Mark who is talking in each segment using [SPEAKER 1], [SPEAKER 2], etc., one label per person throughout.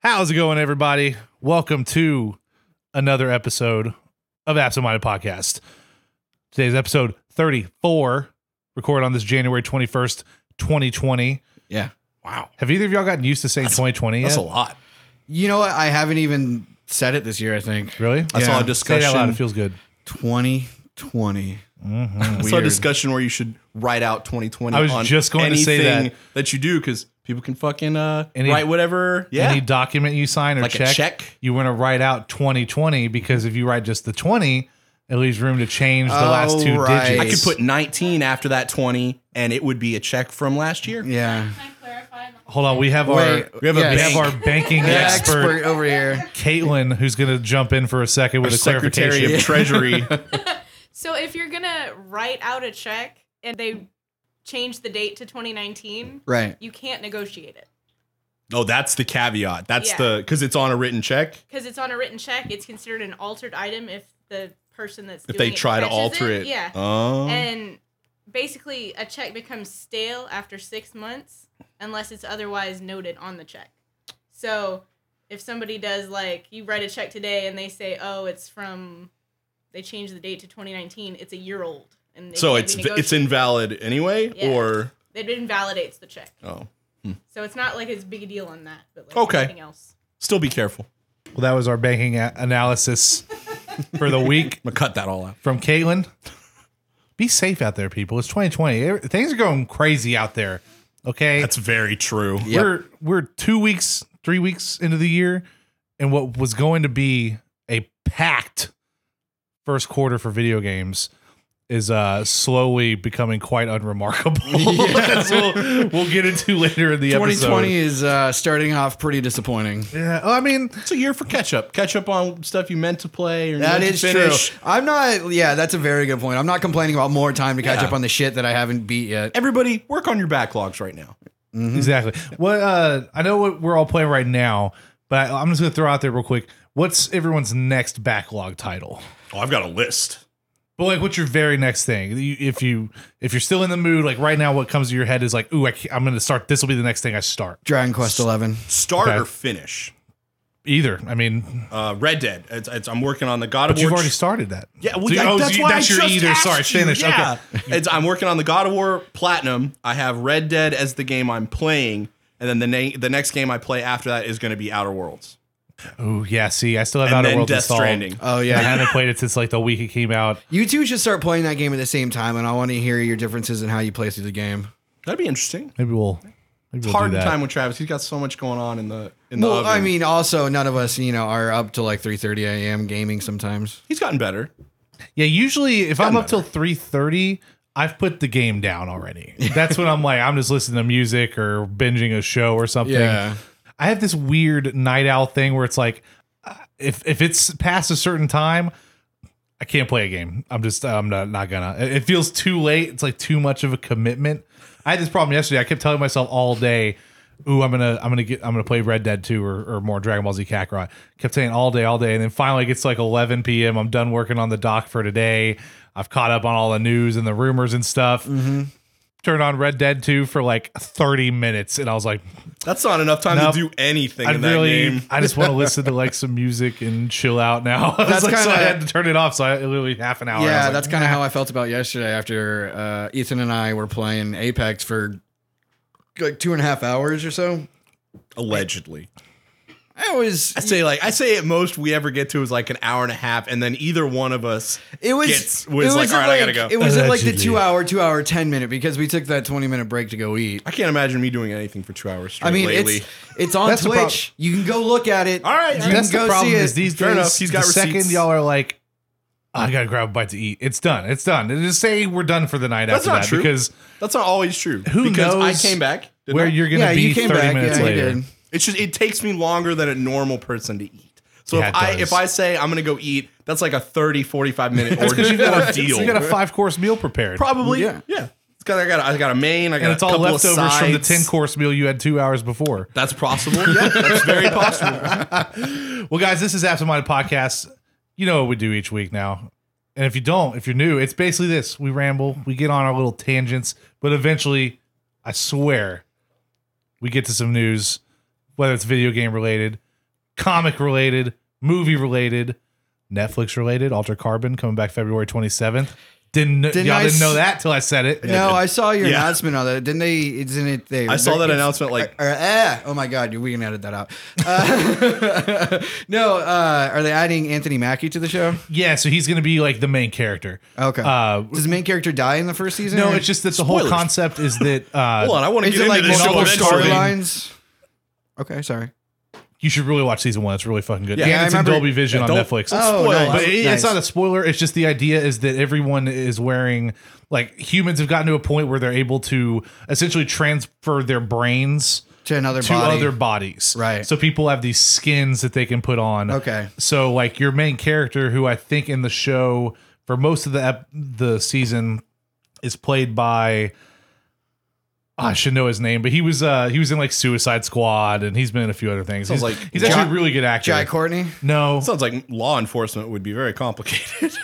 [SPEAKER 1] How's it going, everybody? Welcome to another episode of Absent Minded Podcast. Today's episode 34, recorded on this January 21st, 2020.
[SPEAKER 2] Yeah. Wow.
[SPEAKER 1] Have either of y'all gotten used to saying 2020
[SPEAKER 3] That's
[SPEAKER 1] yet?
[SPEAKER 3] a lot.
[SPEAKER 2] You know what? I haven't even said it this year, I think.
[SPEAKER 1] Really?
[SPEAKER 2] Yeah.
[SPEAKER 3] I saw a
[SPEAKER 1] Say it out loud. It
[SPEAKER 3] discussion.
[SPEAKER 1] feels good.
[SPEAKER 2] 2020.
[SPEAKER 3] I saw a
[SPEAKER 2] Weird.
[SPEAKER 3] discussion where you should write out 2020.
[SPEAKER 1] I was
[SPEAKER 3] on
[SPEAKER 1] just going to say
[SPEAKER 3] anything
[SPEAKER 1] that.
[SPEAKER 3] you do because people can fucking uh,
[SPEAKER 1] Any-
[SPEAKER 3] write whatever. Yeah,
[SPEAKER 1] Any document you sign or
[SPEAKER 3] like
[SPEAKER 1] check,
[SPEAKER 3] a check.
[SPEAKER 1] you want to write out 2020 because if you write just the 20, it leaves room to change the last
[SPEAKER 2] Oh,
[SPEAKER 1] two
[SPEAKER 2] right.
[SPEAKER 1] digits.
[SPEAKER 3] I could put 19 after that 20, and it would be a check from last year.
[SPEAKER 2] Yeah.
[SPEAKER 4] Can I clarify? the-
[SPEAKER 1] Hold on, we have
[SPEAKER 2] Wait,
[SPEAKER 1] our
[SPEAKER 2] we have a
[SPEAKER 1] we have
[SPEAKER 2] bank.
[SPEAKER 1] our banking expert
[SPEAKER 2] expert over here.
[SPEAKER 1] Caitlin, who's going to jump in for a second with a
[SPEAKER 3] Secretary
[SPEAKER 1] clarification.
[SPEAKER 3] of Treasury.
[SPEAKER 4] So if you're gonna write out a check and they change the date to 2019,
[SPEAKER 2] Right.
[SPEAKER 4] you can't negotiate it
[SPEAKER 3] oh, that's the caveat. That's
[SPEAKER 4] Yeah.
[SPEAKER 3] the because it's on a written check.
[SPEAKER 4] because it's on a written check. It's considered an altered item if the person that's
[SPEAKER 3] If
[SPEAKER 4] doing
[SPEAKER 3] they try to
[SPEAKER 4] catches
[SPEAKER 3] alter it,
[SPEAKER 4] Yeah,
[SPEAKER 3] Oh.
[SPEAKER 4] and basically a check becomes stale after six months unless it's otherwise noted on the check. So if somebody does like you write a check today and they say, "Oh, it's from," they changed the date to 2019. It's a year old, and it
[SPEAKER 3] so
[SPEAKER 4] can't
[SPEAKER 3] it's
[SPEAKER 4] be
[SPEAKER 3] it's
[SPEAKER 4] negotiated.
[SPEAKER 3] invalid anyway,
[SPEAKER 4] Yeah.
[SPEAKER 3] or
[SPEAKER 4] it invalidates the check.
[SPEAKER 3] oh,
[SPEAKER 4] So it's not like as big a deal on that, but like
[SPEAKER 3] Okay.
[SPEAKER 4] anything else.
[SPEAKER 3] still be careful.
[SPEAKER 1] well, that was our banking a- analysis for the week
[SPEAKER 3] I'm gonna cut that all out.
[SPEAKER 1] from Caitlin. Be safe out there, people. It's 2020. Every- Things are going crazy out there. Okay,
[SPEAKER 3] That's very true.
[SPEAKER 2] Yep.
[SPEAKER 1] we're we're two weeks, three weeks into the year, and what was going to be a packed first quarter for video games is uh slowly becoming quite unremarkable. As we'll, we'll get into later in the
[SPEAKER 2] 2020
[SPEAKER 1] episode.
[SPEAKER 2] is uh, starting off pretty disappointing.
[SPEAKER 1] Yeah, oh, I mean,
[SPEAKER 3] It's a year for catch up. Catch up on stuff you meant to play or
[SPEAKER 2] That
[SPEAKER 3] meant
[SPEAKER 2] is
[SPEAKER 3] to finish.
[SPEAKER 2] true. I'm not, yeah, that's a very good point. I'm not complaining about more time to catch
[SPEAKER 3] Yeah.
[SPEAKER 2] up on the shit that I haven't beat yet.
[SPEAKER 3] Everybody, work on your backlogs right now. Hmm?
[SPEAKER 1] Exactly. What uh, I know what we're all playing right now, but I, I'm just gonna throw out there real quick. What's everyone's next backlog title?
[SPEAKER 3] Oh, I've got a list.
[SPEAKER 1] But like, what's your very next thing? You- If you if you're still in the mood, like right now, what comes to your head is like, ooh, I ca- I'm gonna start. This will be the next thing I start.
[SPEAKER 2] Dragon Quest 11.
[SPEAKER 3] Start
[SPEAKER 1] Okay.
[SPEAKER 3] or finish.
[SPEAKER 1] Either. I mean,
[SPEAKER 3] Uh, Red Dead. It's, it's, I'm working on the God
[SPEAKER 1] but
[SPEAKER 3] of
[SPEAKER 1] you've
[SPEAKER 3] War.
[SPEAKER 1] already
[SPEAKER 3] tr-
[SPEAKER 1] started that.
[SPEAKER 3] yeah, well,
[SPEAKER 1] So-
[SPEAKER 3] I-
[SPEAKER 1] oh,
[SPEAKER 3] that's
[SPEAKER 1] you-
[SPEAKER 3] why
[SPEAKER 1] that's
[SPEAKER 3] I
[SPEAKER 1] your
[SPEAKER 3] just
[SPEAKER 1] either.
[SPEAKER 3] asked
[SPEAKER 1] Sorry,
[SPEAKER 3] you.
[SPEAKER 1] finish.
[SPEAKER 3] Yeah.
[SPEAKER 1] Okay.
[SPEAKER 3] It's- I'm working on the God of War Platinum. I have Red Dead as the game I'm playing, and then the na- the next game I play after that is going to be Outer Worlds,
[SPEAKER 1] Oh yeah. See, I still have
[SPEAKER 3] and
[SPEAKER 1] Outer
[SPEAKER 3] then
[SPEAKER 1] Worlds
[SPEAKER 3] Death
[SPEAKER 1] installed.
[SPEAKER 3] Stranding.
[SPEAKER 2] Oh,
[SPEAKER 1] I
[SPEAKER 2] yeah.
[SPEAKER 1] haven't played it since like the week it came out.
[SPEAKER 2] You two should start playing that game at the same time, and I want to hear your differences in how you play through the game.
[SPEAKER 3] That'd be interesting.
[SPEAKER 1] Maybe we'll. Maybe
[SPEAKER 3] It's
[SPEAKER 1] we'll
[SPEAKER 3] hard
[SPEAKER 1] do
[SPEAKER 3] to
[SPEAKER 1] that.
[SPEAKER 3] time with Travis. He's got so much going on in the in the.
[SPEAKER 2] Well,
[SPEAKER 3] oven.
[SPEAKER 2] I mean, also none of us, you know, are up to like 3:30 a.m. gaming sometimes.
[SPEAKER 3] he's gotten better.
[SPEAKER 1] Yeah, usually if I'm up
[SPEAKER 3] matter.
[SPEAKER 1] till three thirty, I've put the game down already. That's when I'm like, I'm just listening to music or binging a show or something. I have this weird night owl thing where it's like, uh, if if it's past a certain time, I can't play a game. I'm just I'm not not gonna. It it feels too late. It's like too much of a commitment. I had this problem yesterday. I kept telling myself all day, "Ooh, I'm gonna I'm gonna get I'm gonna play Red Dead Two or, or more Dragon Ball Z Kakarot." Kept saying all day, all day, and then finally it gets like 11 p.m. I'm done working on the doc for today. I've caught up on all the news and the rumors and stuff. Turned on Red Dead 2 for like 30 minutes, and I was like,
[SPEAKER 3] That's not enough time
[SPEAKER 1] Nope.
[SPEAKER 3] to do anything
[SPEAKER 1] I
[SPEAKER 3] in that
[SPEAKER 1] really,
[SPEAKER 3] game.
[SPEAKER 1] I just want to listen to like some music and chill out now. That's
[SPEAKER 2] That's
[SPEAKER 1] like, so I
[SPEAKER 2] kinda-
[SPEAKER 1] had to turn it off. So I literally half an hour. I was
[SPEAKER 2] Yeah,
[SPEAKER 1] like,
[SPEAKER 2] that's kind of how I felt about yesterday after uh, Ethan and I were playing Apex for like two and a half hours or so.
[SPEAKER 3] Allegedly,
[SPEAKER 2] I was
[SPEAKER 3] I say like I say at most we ever get to is like an hour and a half, and then either one of us
[SPEAKER 2] it was
[SPEAKER 3] Gets- was
[SPEAKER 2] it
[SPEAKER 3] like,
[SPEAKER 2] at
[SPEAKER 3] "All right, I gotta go."
[SPEAKER 2] It was at like the
[SPEAKER 1] Allegedly.
[SPEAKER 2] two hour, two hour, ten minute because we took that twenty minute break to go eat.
[SPEAKER 3] I can't imagine me doing anything for two hours straight
[SPEAKER 2] I mean,
[SPEAKER 3] lately.
[SPEAKER 2] it's it's on
[SPEAKER 1] That's the prob-
[SPEAKER 2] Twitch. You can go look at it.
[SPEAKER 3] All right,
[SPEAKER 2] you
[SPEAKER 3] that's
[SPEAKER 2] can
[SPEAKER 1] that's the
[SPEAKER 2] go
[SPEAKER 1] problem.
[SPEAKER 2] see
[SPEAKER 1] Is
[SPEAKER 2] it.
[SPEAKER 1] these
[SPEAKER 3] Fair
[SPEAKER 1] days,
[SPEAKER 3] enough, he's got
[SPEAKER 1] the second
[SPEAKER 3] receipts.
[SPEAKER 1] y'all are like, I gotta grab a bite to eat. It's done. It's done. And just say we're done for the night
[SPEAKER 3] That's
[SPEAKER 1] after
[SPEAKER 3] not
[SPEAKER 1] that
[SPEAKER 3] true.
[SPEAKER 1] because
[SPEAKER 3] That's not always true.
[SPEAKER 1] Who
[SPEAKER 3] because
[SPEAKER 1] knows
[SPEAKER 3] I came back. didn't
[SPEAKER 1] where
[SPEAKER 3] I?
[SPEAKER 1] you're gonna
[SPEAKER 2] yeah,
[SPEAKER 1] be
[SPEAKER 2] you came
[SPEAKER 1] thirty
[SPEAKER 2] back.
[SPEAKER 1] minutes
[SPEAKER 2] yeah, you
[SPEAKER 1] later.
[SPEAKER 2] did.
[SPEAKER 3] It's just it takes me longer than a normal person to eat. So
[SPEAKER 1] Yeah,
[SPEAKER 3] if
[SPEAKER 1] it
[SPEAKER 3] I
[SPEAKER 1] does.
[SPEAKER 3] if I say I'm gonna go eat, that's like a 30, 45 minute or,
[SPEAKER 1] Because you got, a,
[SPEAKER 3] ordeal.
[SPEAKER 1] you got a five course meal prepared,
[SPEAKER 3] Probably,
[SPEAKER 2] Yeah.
[SPEAKER 3] yeah. It's got I got a, I got a main. I got
[SPEAKER 1] and it's
[SPEAKER 3] a
[SPEAKER 1] all
[SPEAKER 3] couple of
[SPEAKER 1] leftovers from the
[SPEAKER 3] sides.
[SPEAKER 1] ten course meal you had two hours before.
[SPEAKER 3] That's possible. yeah, that's very possible.
[SPEAKER 1] Well, guys, this is Absent Minded Podcast. You know what we do each week now. And if you don't, if you're new, it's basically this we ramble, we get on our little tangents, but eventually, I swear, we get to some news, whether it's video game related, comic related, movie related, Netflix related. Alter Carbon coming back February 27th. Didn't, kn-
[SPEAKER 2] Didn't
[SPEAKER 1] y'all
[SPEAKER 2] I
[SPEAKER 1] didn't know
[SPEAKER 2] s-
[SPEAKER 1] that till I said it.
[SPEAKER 2] No, I saw your
[SPEAKER 3] Yeah.
[SPEAKER 2] announcement on that. Didn't they? Isn't it? They,
[SPEAKER 3] I saw that
[SPEAKER 2] it's-
[SPEAKER 3] announcement, like-
[SPEAKER 2] Or, eh, oh my god, we can edit that out. Uh, no, uh, are they adding Anthony Mackie to the show?
[SPEAKER 1] Yeah, so he's going to be like the main character.
[SPEAKER 2] Okay.
[SPEAKER 1] Uh,
[SPEAKER 2] Does the main character die in the first season?
[SPEAKER 1] no,
[SPEAKER 2] or-
[SPEAKER 1] it's just that the
[SPEAKER 3] Spoilers.
[SPEAKER 1] whole concept is that uh,
[SPEAKER 3] Hold on, I want to
[SPEAKER 2] is
[SPEAKER 3] get
[SPEAKER 2] it like
[SPEAKER 3] into this show
[SPEAKER 2] multiple
[SPEAKER 3] eventually.
[SPEAKER 2] storylines? Okay, sorry.
[SPEAKER 1] you should really watch season one. It's really fucking good.
[SPEAKER 3] Yeah,
[SPEAKER 1] Yeah,
[SPEAKER 2] I
[SPEAKER 1] and it's in
[SPEAKER 2] remember-
[SPEAKER 1] Dolby Vision on
[SPEAKER 3] don't-
[SPEAKER 1] Netflix.
[SPEAKER 2] Oh,
[SPEAKER 3] spoil
[SPEAKER 2] nice.
[SPEAKER 3] it.
[SPEAKER 1] but it,
[SPEAKER 2] Nice.
[SPEAKER 1] it's not a spoiler. It's just the idea is that everyone is wearing like humans have gotten to a point where they're able to essentially transfer their brains
[SPEAKER 2] to another
[SPEAKER 1] to
[SPEAKER 2] body.
[SPEAKER 1] other bodies.
[SPEAKER 2] Right.
[SPEAKER 1] So people have these skins that they can put on.
[SPEAKER 2] Okay.
[SPEAKER 1] So like your main character, who I think in the show for most of the ep- the season is played by. ah, I should know his name, but he was uh he was in like Suicide Squad, and he's been in a few other things.
[SPEAKER 3] Sounds
[SPEAKER 1] He's
[SPEAKER 3] like
[SPEAKER 1] he's actually
[SPEAKER 2] Jack-
[SPEAKER 1] a really good actor.
[SPEAKER 2] Jai Courtney.
[SPEAKER 1] no,
[SPEAKER 3] Sounds like law enforcement would be very complicated.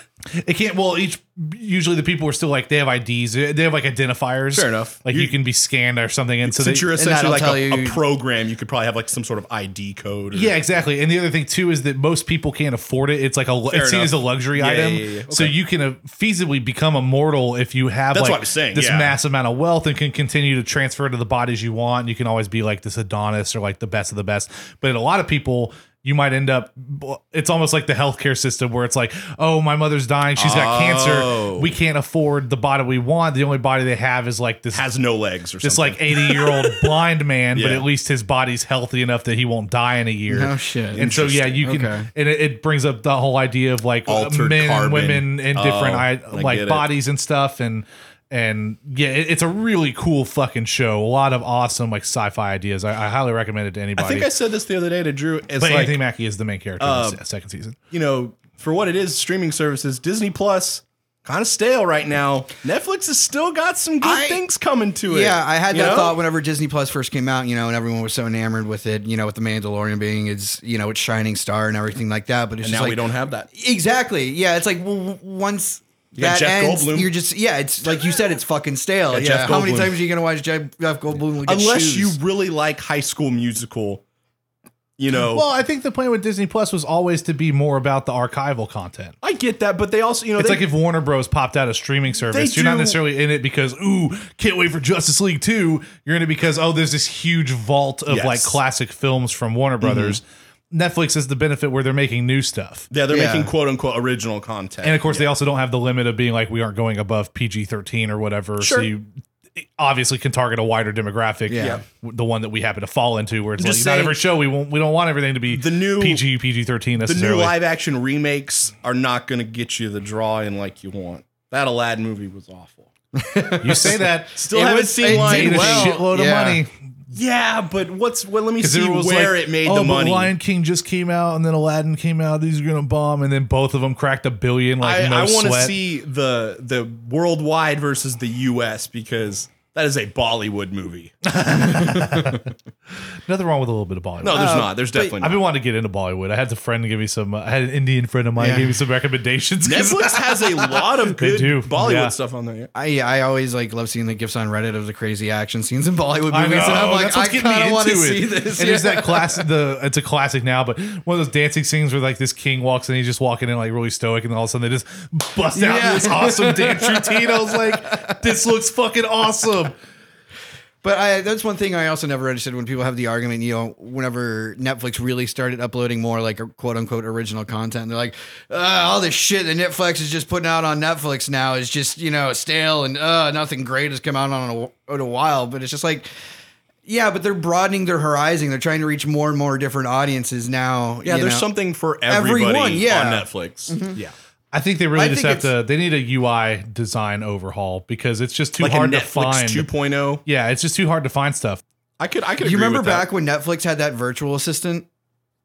[SPEAKER 1] It can't. Well, each usually the people are still like they have IDs. They have like identifiers.
[SPEAKER 3] Fair enough.
[SPEAKER 1] Like you,
[SPEAKER 3] You-
[SPEAKER 1] can be scanned or something. And so they,
[SPEAKER 3] Since you're
[SPEAKER 2] that'll
[SPEAKER 3] essentially like
[SPEAKER 2] tell
[SPEAKER 3] a,
[SPEAKER 2] you-
[SPEAKER 3] a program, you could probably have like some sort of ID code. Or,
[SPEAKER 1] yeah, exactly. And the other thing too is that most people can't afford it. It's like a
[SPEAKER 3] Fair
[SPEAKER 1] it's seen
[SPEAKER 3] enough.
[SPEAKER 1] as a luxury
[SPEAKER 3] Yeah,
[SPEAKER 1] item.
[SPEAKER 3] yeah, yeah, yeah.
[SPEAKER 1] So
[SPEAKER 3] Okay.
[SPEAKER 1] you can uh, feasibly become immortal if you have
[SPEAKER 3] That's
[SPEAKER 1] like
[SPEAKER 3] what I was saying,
[SPEAKER 1] this
[SPEAKER 3] yeah.
[SPEAKER 1] mass amount of wealth and can continue to transfer to the bodies you want. You can always be like this Adonis or like the best of the best. But a lot of people. You might end up. It's almost like the healthcare system where it's like, oh, my mother's dying. She's got
[SPEAKER 3] Oh.
[SPEAKER 1] cancer. We can't afford the body we want. The only body they have is like this
[SPEAKER 3] has no legs or
[SPEAKER 1] this
[SPEAKER 3] something.
[SPEAKER 1] like 80 year old blind man, but
[SPEAKER 3] Yeah.
[SPEAKER 1] at least his body's healthy enough that he won't die in a year.
[SPEAKER 2] No shit.
[SPEAKER 1] And so, yeah, you can,
[SPEAKER 2] Okay.
[SPEAKER 1] and it, it brings up the whole idea of like uh,
[SPEAKER 3] Altered
[SPEAKER 1] men,
[SPEAKER 3] carbon.
[SPEAKER 1] women, and different
[SPEAKER 3] Oh,
[SPEAKER 1] I,
[SPEAKER 3] I get
[SPEAKER 1] like
[SPEAKER 3] it.
[SPEAKER 1] bodies and stuff. And, and yeah, it, it's a really cool fucking show. A lot of awesome like sci fi ideas. I, I highly recommend it to anybody.
[SPEAKER 3] I think I said this the other day to Drew. It's
[SPEAKER 1] but
[SPEAKER 3] like uh,
[SPEAKER 1] Anthony Mackie is the main character in the se- second season.
[SPEAKER 3] you know, for what it is, streaming services, Disney Plus, kind of stale right now. Netflix has still got some good
[SPEAKER 2] I-
[SPEAKER 3] things coming to it.
[SPEAKER 2] Yeah, I had
[SPEAKER 3] you
[SPEAKER 2] that
[SPEAKER 3] know?
[SPEAKER 2] thought whenever Disney Plus first came out, you know, and everyone was so enamored with it, you know, with the Mandalorian being its, you know, its shining star and everything like that. But it's just
[SPEAKER 3] And now
[SPEAKER 2] like,
[SPEAKER 3] we don't have that.
[SPEAKER 2] Exactly. Yeah, it's like well, w- once
[SPEAKER 3] got
[SPEAKER 2] that
[SPEAKER 3] Jeff
[SPEAKER 2] ends,
[SPEAKER 3] Goldblum.
[SPEAKER 2] you're just yeah. It's like you said, it's fucking stale.
[SPEAKER 3] got
[SPEAKER 2] Yeah.
[SPEAKER 3] Jeff
[SPEAKER 2] How many
[SPEAKER 3] Goldblum.
[SPEAKER 2] times are you gonna watch Jeff, Jeff Goldblum? look at
[SPEAKER 3] Unless
[SPEAKER 2] shoes?
[SPEAKER 3] you really like High School Musical, you know.
[SPEAKER 1] Well, I think the plan with Disney Plus was always to be more about the archival content.
[SPEAKER 3] I get that, but they also, you know,
[SPEAKER 1] It's
[SPEAKER 3] they,
[SPEAKER 1] like if Warner Bros. popped out a streaming service,
[SPEAKER 3] They
[SPEAKER 1] you're not
[SPEAKER 3] do-
[SPEAKER 1] necessarily in it because ooh, can't wait for Justice League two. You're in it because oh, there's this huge vault of
[SPEAKER 3] Yes. Mm-hmm.
[SPEAKER 1] like classic films from Warner Brothers. Netflix is the benefit where they're making new stuff,
[SPEAKER 3] yeah, they're
[SPEAKER 2] Yeah.
[SPEAKER 3] making quote unquote original content.
[SPEAKER 1] and of course they also don't have the limit of being like we aren't going above PG thirteen or whatever. So
[SPEAKER 3] Sure.
[SPEAKER 1] you obviously can target a wider demographic.
[SPEAKER 2] Yeah.
[SPEAKER 1] the one that we happen to fall into, where it's like
[SPEAKER 3] Just
[SPEAKER 1] not
[SPEAKER 3] saying-
[SPEAKER 1] every show we won't we don't want everything to be
[SPEAKER 3] The new-
[SPEAKER 1] PG PG thirteen
[SPEAKER 3] the new
[SPEAKER 1] necessarily.
[SPEAKER 3] live action remakes are not going to get you the draw in like you want. That Aladdin movie was awful.
[SPEAKER 1] you say that
[SPEAKER 3] Still
[SPEAKER 2] It
[SPEAKER 3] haven't
[SPEAKER 2] was-
[SPEAKER 3] seen
[SPEAKER 2] it
[SPEAKER 3] Lion
[SPEAKER 1] made
[SPEAKER 2] did
[SPEAKER 1] a
[SPEAKER 3] King.
[SPEAKER 2] well.
[SPEAKER 1] shitload of
[SPEAKER 2] Yeah.
[SPEAKER 1] money.
[SPEAKER 3] Yeah, but what's? Well, let me
[SPEAKER 1] Because
[SPEAKER 3] see where it made
[SPEAKER 1] oh,
[SPEAKER 3] the money.
[SPEAKER 1] But Lion King just came out, and then Aladdin came out. These are gonna bomb, and then both of them cracked a billion. Like
[SPEAKER 3] I,
[SPEAKER 1] no
[SPEAKER 3] I want to
[SPEAKER 1] sweat.
[SPEAKER 3] see the the worldwide versus the U.S. because that is a Bollywood movie.
[SPEAKER 1] Nothing wrong with a little bit of Bollywood.
[SPEAKER 3] No, there's
[SPEAKER 2] Uh,
[SPEAKER 3] not. There's definitely
[SPEAKER 1] I've
[SPEAKER 3] not.
[SPEAKER 1] been wanting to get into Bollywood. I had a friend give me some. uh, I had an Indian friend of mine
[SPEAKER 2] Yeah.
[SPEAKER 1] give me some recommendations. 'cause-
[SPEAKER 3] Netflix has a lot of
[SPEAKER 1] They
[SPEAKER 3] good
[SPEAKER 1] do,
[SPEAKER 3] Bollywood
[SPEAKER 1] yeah.
[SPEAKER 3] stuff on there. yeah.
[SPEAKER 2] I, yeah, I always like love seeing the gifs on Reddit of the crazy action scenes in Bollywood movies,
[SPEAKER 1] I know.
[SPEAKER 2] and I'm like,
[SPEAKER 1] that's what's
[SPEAKER 2] I
[SPEAKER 1] getting me
[SPEAKER 2] kind of want to
[SPEAKER 1] into it.
[SPEAKER 2] see this.
[SPEAKER 1] And there's
[SPEAKER 2] yeah.
[SPEAKER 1] that classic. The it's a classic now, but one of those dancing scenes where like this king walks in, he's just walking in like really stoic, and then all of a sudden they just bust out
[SPEAKER 2] Yeah.
[SPEAKER 1] this awesome dance routine. I was like, this looks fucking awesome.
[SPEAKER 2] But I, that's one thing I also never understood when people have the argument, you know, whenever Netflix really started uploading more like quote unquote original content, they're like, uh, all this shit that Netflix is just putting out on Netflix now is just, you know, stale and uh, nothing great has come out on a, in a while. But it's just like, yeah, but they're broadening their horizon. They're trying to reach more and more different audiences now.
[SPEAKER 3] Yeah,
[SPEAKER 2] you
[SPEAKER 3] there's
[SPEAKER 2] know.
[SPEAKER 3] something for everybody
[SPEAKER 2] Everyone, yeah. Mm-hmm.
[SPEAKER 3] on Netflix. Yeah,
[SPEAKER 1] I think they really
[SPEAKER 2] I
[SPEAKER 1] just have
[SPEAKER 2] think
[SPEAKER 1] to. They need a UI design overhaul because it's just too
[SPEAKER 3] like
[SPEAKER 1] hard
[SPEAKER 3] a
[SPEAKER 1] to
[SPEAKER 3] Netflix
[SPEAKER 1] find.
[SPEAKER 3] 2.0.
[SPEAKER 1] yeah, it's just too hard to find stuff.
[SPEAKER 3] I could, I could.
[SPEAKER 2] You
[SPEAKER 3] agree
[SPEAKER 2] remember
[SPEAKER 3] with that.
[SPEAKER 2] back when Netflix had that virtual assistant?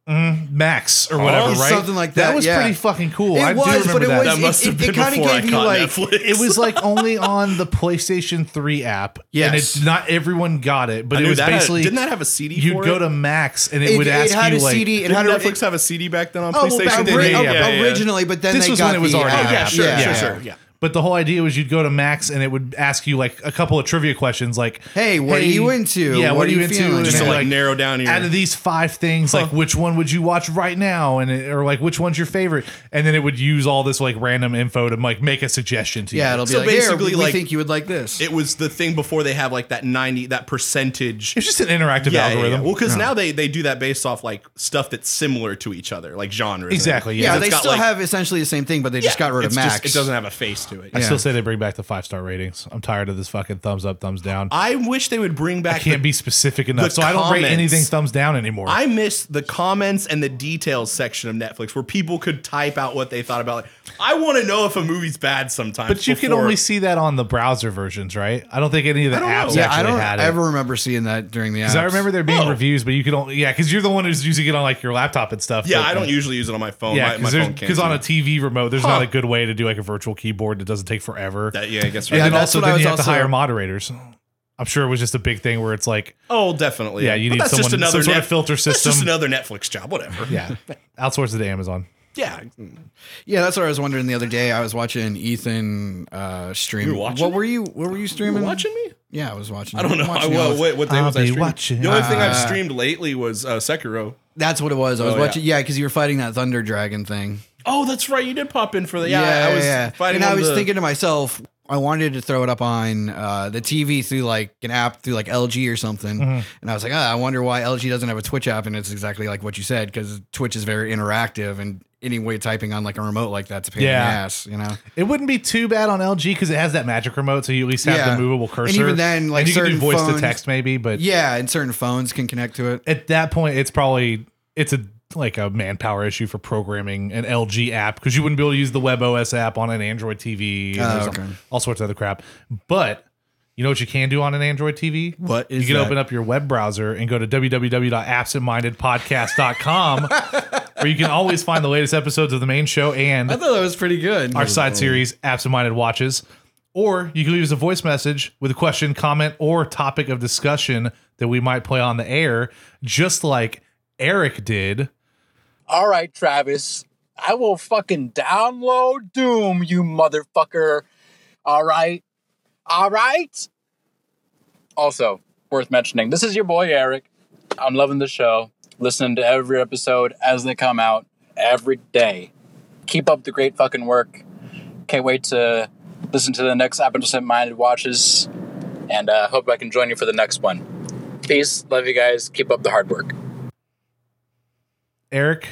[SPEAKER 1] Mm, Max or whatever, right?
[SPEAKER 2] something like that,
[SPEAKER 1] That was
[SPEAKER 2] yeah.
[SPEAKER 1] pretty fucking cool.
[SPEAKER 2] It
[SPEAKER 1] I
[SPEAKER 2] was,
[SPEAKER 1] do remember
[SPEAKER 2] but it
[SPEAKER 1] that.
[SPEAKER 2] was-
[SPEAKER 3] That must
[SPEAKER 2] it-
[SPEAKER 3] have
[SPEAKER 2] it
[SPEAKER 3] been
[SPEAKER 2] kinda
[SPEAKER 3] before I
[SPEAKER 2] gave you,
[SPEAKER 3] caught
[SPEAKER 2] like-
[SPEAKER 3] Netflix.
[SPEAKER 1] it was like only on the PlayStation 3 app.
[SPEAKER 2] Yes.
[SPEAKER 1] And it's not everyone got it, but
[SPEAKER 3] I
[SPEAKER 1] it
[SPEAKER 3] knew
[SPEAKER 1] was
[SPEAKER 3] that had-
[SPEAKER 1] basically
[SPEAKER 3] didn't that have a CD?
[SPEAKER 1] you'd
[SPEAKER 3] for
[SPEAKER 1] go
[SPEAKER 3] it?
[SPEAKER 1] to Max and it,
[SPEAKER 2] It,
[SPEAKER 1] would ask
[SPEAKER 2] it had
[SPEAKER 1] you
[SPEAKER 2] a
[SPEAKER 1] like
[SPEAKER 2] CD. It
[SPEAKER 3] Did
[SPEAKER 2] had a,
[SPEAKER 3] Netflix have a CD back then on
[SPEAKER 2] oh,
[SPEAKER 3] PlayStation?
[SPEAKER 2] back,
[SPEAKER 1] did,
[SPEAKER 2] ori- oh,
[SPEAKER 1] yeah, yeah,
[SPEAKER 2] originally, but then
[SPEAKER 1] This
[SPEAKER 2] they
[SPEAKER 1] was
[SPEAKER 2] got
[SPEAKER 1] when it was
[SPEAKER 2] the uh,
[SPEAKER 1] already
[SPEAKER 2] app.
[SPEAKER 1] out.
[SPEAKER 3] Yeah, sure,
[SPEAKER 1] Yeah.
[SPEAKER 3] sure, sure. Yeah,
[SPEAKER 1] But the whole idea was you'd go to Max and it would ask you like a couple of trivia questions, like,
[SPEAKER 2] Hey, what are you into?
[SPEAKER 1] Yeah, what, are you, into?
[SPEAKER 2] feeling?
[SPEAKER 1] And
[SPEAKER 3] Just to,
[SPEAKER 1] then,
[SPEAKER 3] like, narrow down your-
[SPEAKER 1] out of these five things, like which one would you watch right now, and it- or like which one's your favorite, and then it would use all this like random info to like make a suggestion to
[SPEAKER 2] Yeah,
[SPEAKER 1] you.
[SPEAKER 2] it'll be
[SPEAKER 3] So
[SPEAKER 2] like, basically,
[SPEAKER 3] basically,
[SPEAKER 2] we
[SPEAKER 3] like-
[SPEAKER 2] think you would like this.
[SPEAKER 3] It was the thing before they have like that ninety that percentage
[SPEAKER 1] It's just an interactive algorithm.
[SPEAKER 3] Well, because now they they do that based off like stuff that's similar to each other, like genres.
[SPEAKER 1] Exactly,
[SPEAKER 2] yeah,
[SPEAKER 1] it's
[SPEAKER 2] they
[SPEAKER 3] got,
[SPEAKER 2] still
[SPEAKER 3] like-
[SPEAKER 2] have essentially the same thing, but they just got rid of
[SPEAKER 3] It's
[SPEAKER 2] Max.
[SPEAKER 3] just- it doesn't have a face to it.
[SPEAKER 1] I still say they bring back the five star ratings. I'm tired of this fucking thumbs up, thumbs down. I,
[SPEAKER 3] I wish they would bring back.
[SPEAKER 1] can't
[SPEAKER 3] the-
[SPEAKER 1] be specific enough,
[SPEAKER 3] the
[SPEAKER 1] so I don't rate
[SPEAKER 3] comments.
[SPEAKER 1] anything thumbs down anymore.
[SPEAKER 3] I miss the comments and the details section of Netflix where people could type out what they thought about. Like, I want to know if a movie's bad sometimes.
[SPEAKER 1] but you can
[SPEAKER 3] before-
[SPEAKER 1] only see that on the browser versions, right? I don't think any of the
[SPEAKER 3] don't know.
[SPEAKER 1] apps actually
[SPEAKER 2] yeah, I don't
[SPEAKER 1] had it.
[SPEAKER 2] ever remember seeing that during the apps.
[SPEAKER 1] 'Cause I remember there being
[SPEAKER 3] Oh.
[SPEAKER 1] reviews, but you could only yeah, because you're the one who's using it on like your laptop and stuff.
[SPEAKER 3] Yeah,
[SPEAKER 1] but-
[SPEAKER 3] I don't usually use it on my phone.
[SPEAKER 1] Yeah,
[SPEAKER 3] my, my phone can't.
[SPEAKER 1] because
[SPEAKER 3] do
[SPEAKER 1] on a
[SPEAKER 3] it.
[SPEAKER 1] TV remote, there's not
[SPEAKER 3] Huh.
[SPEAKER 1] a good way to do like a virtual keyboard that doesn't take forever.
[SPEAKER 3] That- yeah, I guess
[SPEAKER 1] and
[SPEAKER 3] right.
[SPEAKER 1] then
[SPEAKER 2] that's
[SPEAKER 1] also,
[SPEAKER 2] what I
[SPEAKER 1] then
[SPEAKER 2] was
[SPEAKER 1] you have to
[SPEAKER 2] also-
[SPEAKER 1] hire moderators. I'm sure it was just a big thing where it's like,
[SPEAKER 3] oh, definitely.
[SPEAKER 1] Yeah, you
[SPEAKER 3] But
[SPEAKER 1] need
[SPEAKER 3] that's just
[SPEAKER 1] someone-
[SPEAKER 3] another
[SPEAKER 1] some sort of
[SPEAKER 3] Net-
[SPEAKER 1] filter
[SPEAKER 3] That's just
[SPEAKER 1] system.
[SPEAKER 3] another Netflix job. Whatever.
[SPEAKER 1] yeah, outsource it to Amazon.
[SPEAKER 3] yeah.
[SPEAKER 2] Yeah, that's what I was wondering the other day. I was watching Ethan uh, stream.
[SPEAKER 3] You were watching
[SPEAKER 2] what
[SPEAKER 3] it?
[SPEAKER 2] were you? What were you streaming?
[SPEAKER 3] Watching me.
[SPEAKER 2] Yeah, I was watching.
[SPEAKER 3] I don't know.
[SPEAKER 2] I'm
[SPEAKER 3] I,
[SPEAKER 2] watching all
[SPEAKER 3] well,
[SPEAKER 2] of-
[SPEAKER 3] wait, what day
[SPEAKER 1] I'll
[SPEAKER 3] was I
[SPEAKER 1] be
[SPEAKER 3] streaming?
[SPEAKER 1] watching.
[SPEAKER 3] The only thing I've streamed lately was uh, Sekiro.
[SPEAKER 2] That's what it was. I was
[SPEAKER 3] Oh, yeah.
[SPEAKER 2] watching. Yeah, because you were fighting that thunder dragon thing.
[SPEAKER 3] Oh, that's right. You did pop in for the yeah. I was fighting.
[SPEAKER 2] and I
[SPEAKER 3] on
[SPEAKER 2] was
[SPEAKER 3] the-
[SPEAKER 2] thinking to myself, I wanted to throw it up on uh, the TV through like an app through like LG or something.
[SPEAKER 3] Mm-hmm.
[SPEAKER 2] And I was like, ah, I wonder why LG doesn't have a Twitch app. And it's exactly like what you said because Twitch is very interactive and any way of typing on like a remote like that's a pain in
[SPEAKER 1] Yeah.
[SPEAKER 2] the ass, you know.
[SPEAKER 1] It wouldn't be too bad on LG because it has that magic remote, so you at least have
[SPEAKER 2] Yeah.
[SPEAKER 1] the movable
[SPEAKER 2] And
[SPEAKER 1] cursor.
[SPEAKER 2] even then, like,
[SPEAKER 1] you can do
[SPEAKER 2] certain
[SPEAKER 1] voice
[SPEAKER 2] phones-
[SPEAKER 1] to text maybe, but
[SPEAKER 2] Yeah, and certain phones can connect to it.
[SPEAKER 1] at that point, it's probably it's a like a manpower issue for programming an LG app because you wouldn't be able to use the WebOS app on an Android TV, and
[SPEAKER 2] Oh,
[SPEAKER 1] there's
[SPEAKER 2] okay.
[SPEAKER 1] all sorts of other crap. But you know what you can do on an Android TV?
[SPEAKER 2] What
[SPEAKER 1] you
[SPEAKER 2] is
[SPEAKER 1] can
[SPEAKER 2] that?
[SPEAKER 1] open up your web browser and go to www.absentmindedpodcast.com where you can always find the latest episodes of the main show and
[SPEAKER 2] I thought that was pretty good.
[SPEAKER 1] our side series, Absent Minded Watches. Or you can leave us a voice message with a question, comment, or topic of discussion that we might play on the air, just like Eric did.
[SPEAKER 5] All right, Travis, I will fucking download Doom, you motherfucker. All right. All right. Also, worth mentioning, this is your boy Eric. I'm loving the show, listening to every episode as they come out every day. Keep up the great fucking work. Can't wait to listen to the next Absent Minded Watches and uh, hope I can join you for the next one. Peace. Love you guys. Keep up the hard work.
[SPEAKER 1] Eric,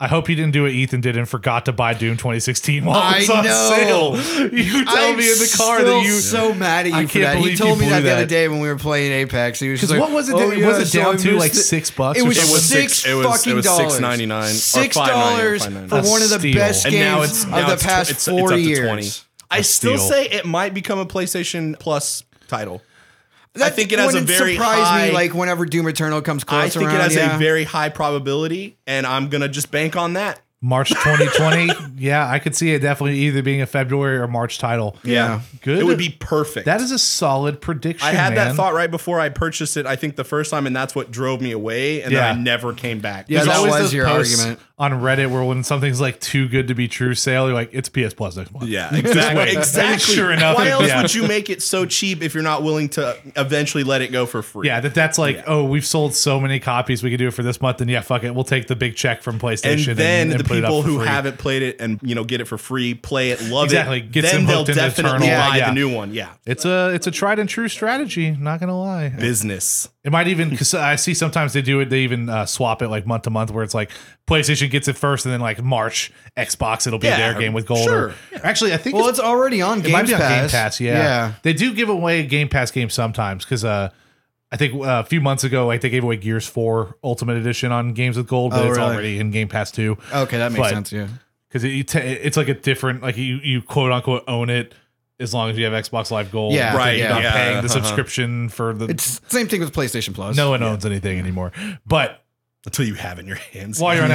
[SPEAKER 1] I hope you didn't do what Ethan did and forgot to buy Doom 2016 while
[SPEAKER 2] I
[SPEAKER 1] it's on
[SPEAKER 2] know.
[SPEAKER 1] sale. You tell
[SPEAKER 2] I'm
[SPEAKER 1] me in the car that
[SPEAKER 2] still
[SPEAKER 1] you.
[SPEAKER 2] so mad at you
[SPEAKER 1] I
[SPEAKER 2] for
[SPEAKER 1] can't
[SPEAKER 2] that. He
[SPEAKER 1] believe
[SPEAKER 2] told
[SPEAKER 1] you
[SPEAKER 2] me that
[SPEAKER 1] blew
[SPEAKER 2] the other
[SPEAKER 1] that.
[SPEAKER 2] day when we were playing Apex. He was just
[SPEAKER 1] because
[SPEAKER 2] like,
[SPEAKER 1] what was it?
[SPEAKER 2] "Oh,
[SPEAKER 1] down-
[SPEAKER 2] yeah,
[SPEAKER 1] was it
[SPEAKER 2] so I
[SPEAKER 1] down to
[SPEAKER 2] missed
[SPEAKER 1] like
[SPEAKER 2] it."
[SPEAKER 1] six bucks?
[SPEAKER 2] It
[SPEAKER 1] or
[SPEAKER 2] was
[SPEAKER 1] something?
[SPEAKER 3] was
[SPEAKER 2] six,
[SPEAKER 3] six- it was- it
[SPEAKER 2] fucking
[SPEAKER 3] was
[SPEAKER 2] dollars.
[SPEAKER 3] $6.99 or
[SPEAKER 2] Six
[SPEAKER 3] $5.99,
[SPEAKER 2] dollars
[SPEAKER 3] or $5.99.
[SPEAKER 2] for
[SPEAKER 1] That's
[SPEAKER 2] one of the
[SPEAKER 1] steal.
[SPEAKER 2] best
[SPEAKER 1] And
[SPEAKER 2] games
[SPEAKER 3] now it's now
[SPEAKER 2] of the
[SPEAKER 3] it's tw-
[SPEAKER 2] past
[SPEAKER 3] it's,
[SPEAKER 2] four
[SPEAKER 3] it's up to
[SPEAKER 2] years.
[SPEAKER 3] 20. I
[SPEAKER 1] A
[SPEAKER 3] still
[SPEAKER 1] steal.
[SPEAKER 3] say it might become a PlayStation Plus title.
[SPEAKER 2] That
[SPEAKER 3] I think it has a
[SPEAKER 2] wouldn't
[SPEAKER 3] very
[SPEAKER 2] surprise
[SPEAKER 3] high-
[SPEAKER 2] me like whenever Doom Eternal comes close.
[SPEAKER 3] I think
[SPEAKER 2] around,
[SPEAKER 3] it has
[SPEAKER 2] yeah.
[SPEAKER 3] a very high probability, and I'm gonna just bank on that.
[SPEAKER 1] March 2020. yeah, I could see it definitely either being a February or March title.
[SPEAKER 2] Yeah.
[SPEAKER 1] Good.
[SPEAKER 3] It would be perfect.
[SPEAKER 1] That is a solid prediction.
[SPEAKER 3] I had that
[SPEAKER 1] man.
[SPEAKER 3] thought right before I purchased it. I think the first time, and that's what drove me away, and
[SPEAKER 1] Yeah.
[SPEAKER 3] then I never came back.
[SPEAKER 2] Yeah,
[SPEAKER 1] There's
[SPEAKER 2] that
[SPEAKER 1] always
[SPEAKER 2] was
[SPEAKER 1] those
[SPEAKER 2] your
[SPEAKER 1] posts
[SPEAKER 2] argument.
[SPEAKER 1] on Reddit where when something's like too good to be true sale, you're like, it's PS Plus next month.
[SPEAKER 3] Yeah, exactly.
[SPEAKER 1] wait.
[SPEAKER 3] exactly.
[SPEAKER 1] Sure enough,
[SPEAKER 3] Why else
[SPEAKER 1] yeah.
[SPEAKER 3] would you make it so cheap if you're not willing to eventually let it go for free?
[SPEAKER 1] Yeah, that that's like, oh, we've sold so many copies, we could do it for this month, and yeah, fuck it, we'll take the big check from
[SPEAKER 3] and
[SPEAKER 1] PlayStation.
[SPEAKER 3] then
[SPEAKER 1] and
[SPEAKER 3] the
[SPEAKER 1] put it up
[SPEAKER 3] people
[SPEAKER 1] for
[SPEAKER 3] who
[SPEAKER 1] free.
[SPEAKER 3] haven't played it and you know get it for free, play it, love
[SPEAKER 1] Exactly.
[SPEAKER 3] it,
[SPEAKER 1] Gets
[SPEAKER 3] then
[SPEAKER 1] them
[SPEAKER 3] they'll
[SPEAKER 1] hooked into
[SPEAKER 3] definitely
[SPEAKER 1] Eternal.
[SPEAKER 3] buy
[SPEAKER 1] Yeah.
[SPEAKER 3] the new one. Yeah,
[SPEAKER 1] it's a it's a tried and true strategy. Not gonna lie,
[SPEAKER 3] business.
[SPEAKER 1] It might even because I see sometimes they do it. They even uh, swap it like month to month, where it's like PlayStation gets it first, and then like March Xbox, it'll be
[SPEAKER 3] Yeah,
[SPEAKER 1] their game with gold.
[SPEAKER 3] sure.
[SPEAKER 1] Or, actually, I think
[SPEAKER 2] well,
[SPEAKER 1] it's-
[SPEAKER 2] it's already on
[SPEAKER 1] it
[SPEAKER 2] Game
[SPEAKER 1] might
[SPEAKER 2] Pass.
[SPEAKER 1] be on Game Pass. Yeah. they do give away Game Pass games sometimes because uh, I think uh, a few months ago, like they gave away Gears Four Ultimate Edition on Games with Gold, but
[SPEAKER 2] Oh,
[SPEAKER 1] it's
[SPEAKER 2] really?
[SPEAKER 1] already in Game Pass too.
[SPEAKER 2] Okay, that makes
[SPEAKER 1] But-
[SPEAKER 2] sense. Yeah.
[SPEAKER 1] Because it, you ta- it's like a different, like you you quote unquote own it as long as you have Xbox Live Gold.
[SPEAKER 2] Yeah.
[SPEAKER 1] You're
[SPEAKER 3] Right,
[SPEAKER 1] not
[SPEAKER 3] yeah,
[SPEAKER 1] paying the
[SPEAKER 3] uh-huh.
[SPEAKER 1] subscription for the.
[SPEAKER 2] It's same thing with PlayStation Plus.
[SPEAKER 1] no one owns anything anymore, but
[SPEAKER 3] Until you have it in your hands.
[SPEAKER 1] while you're on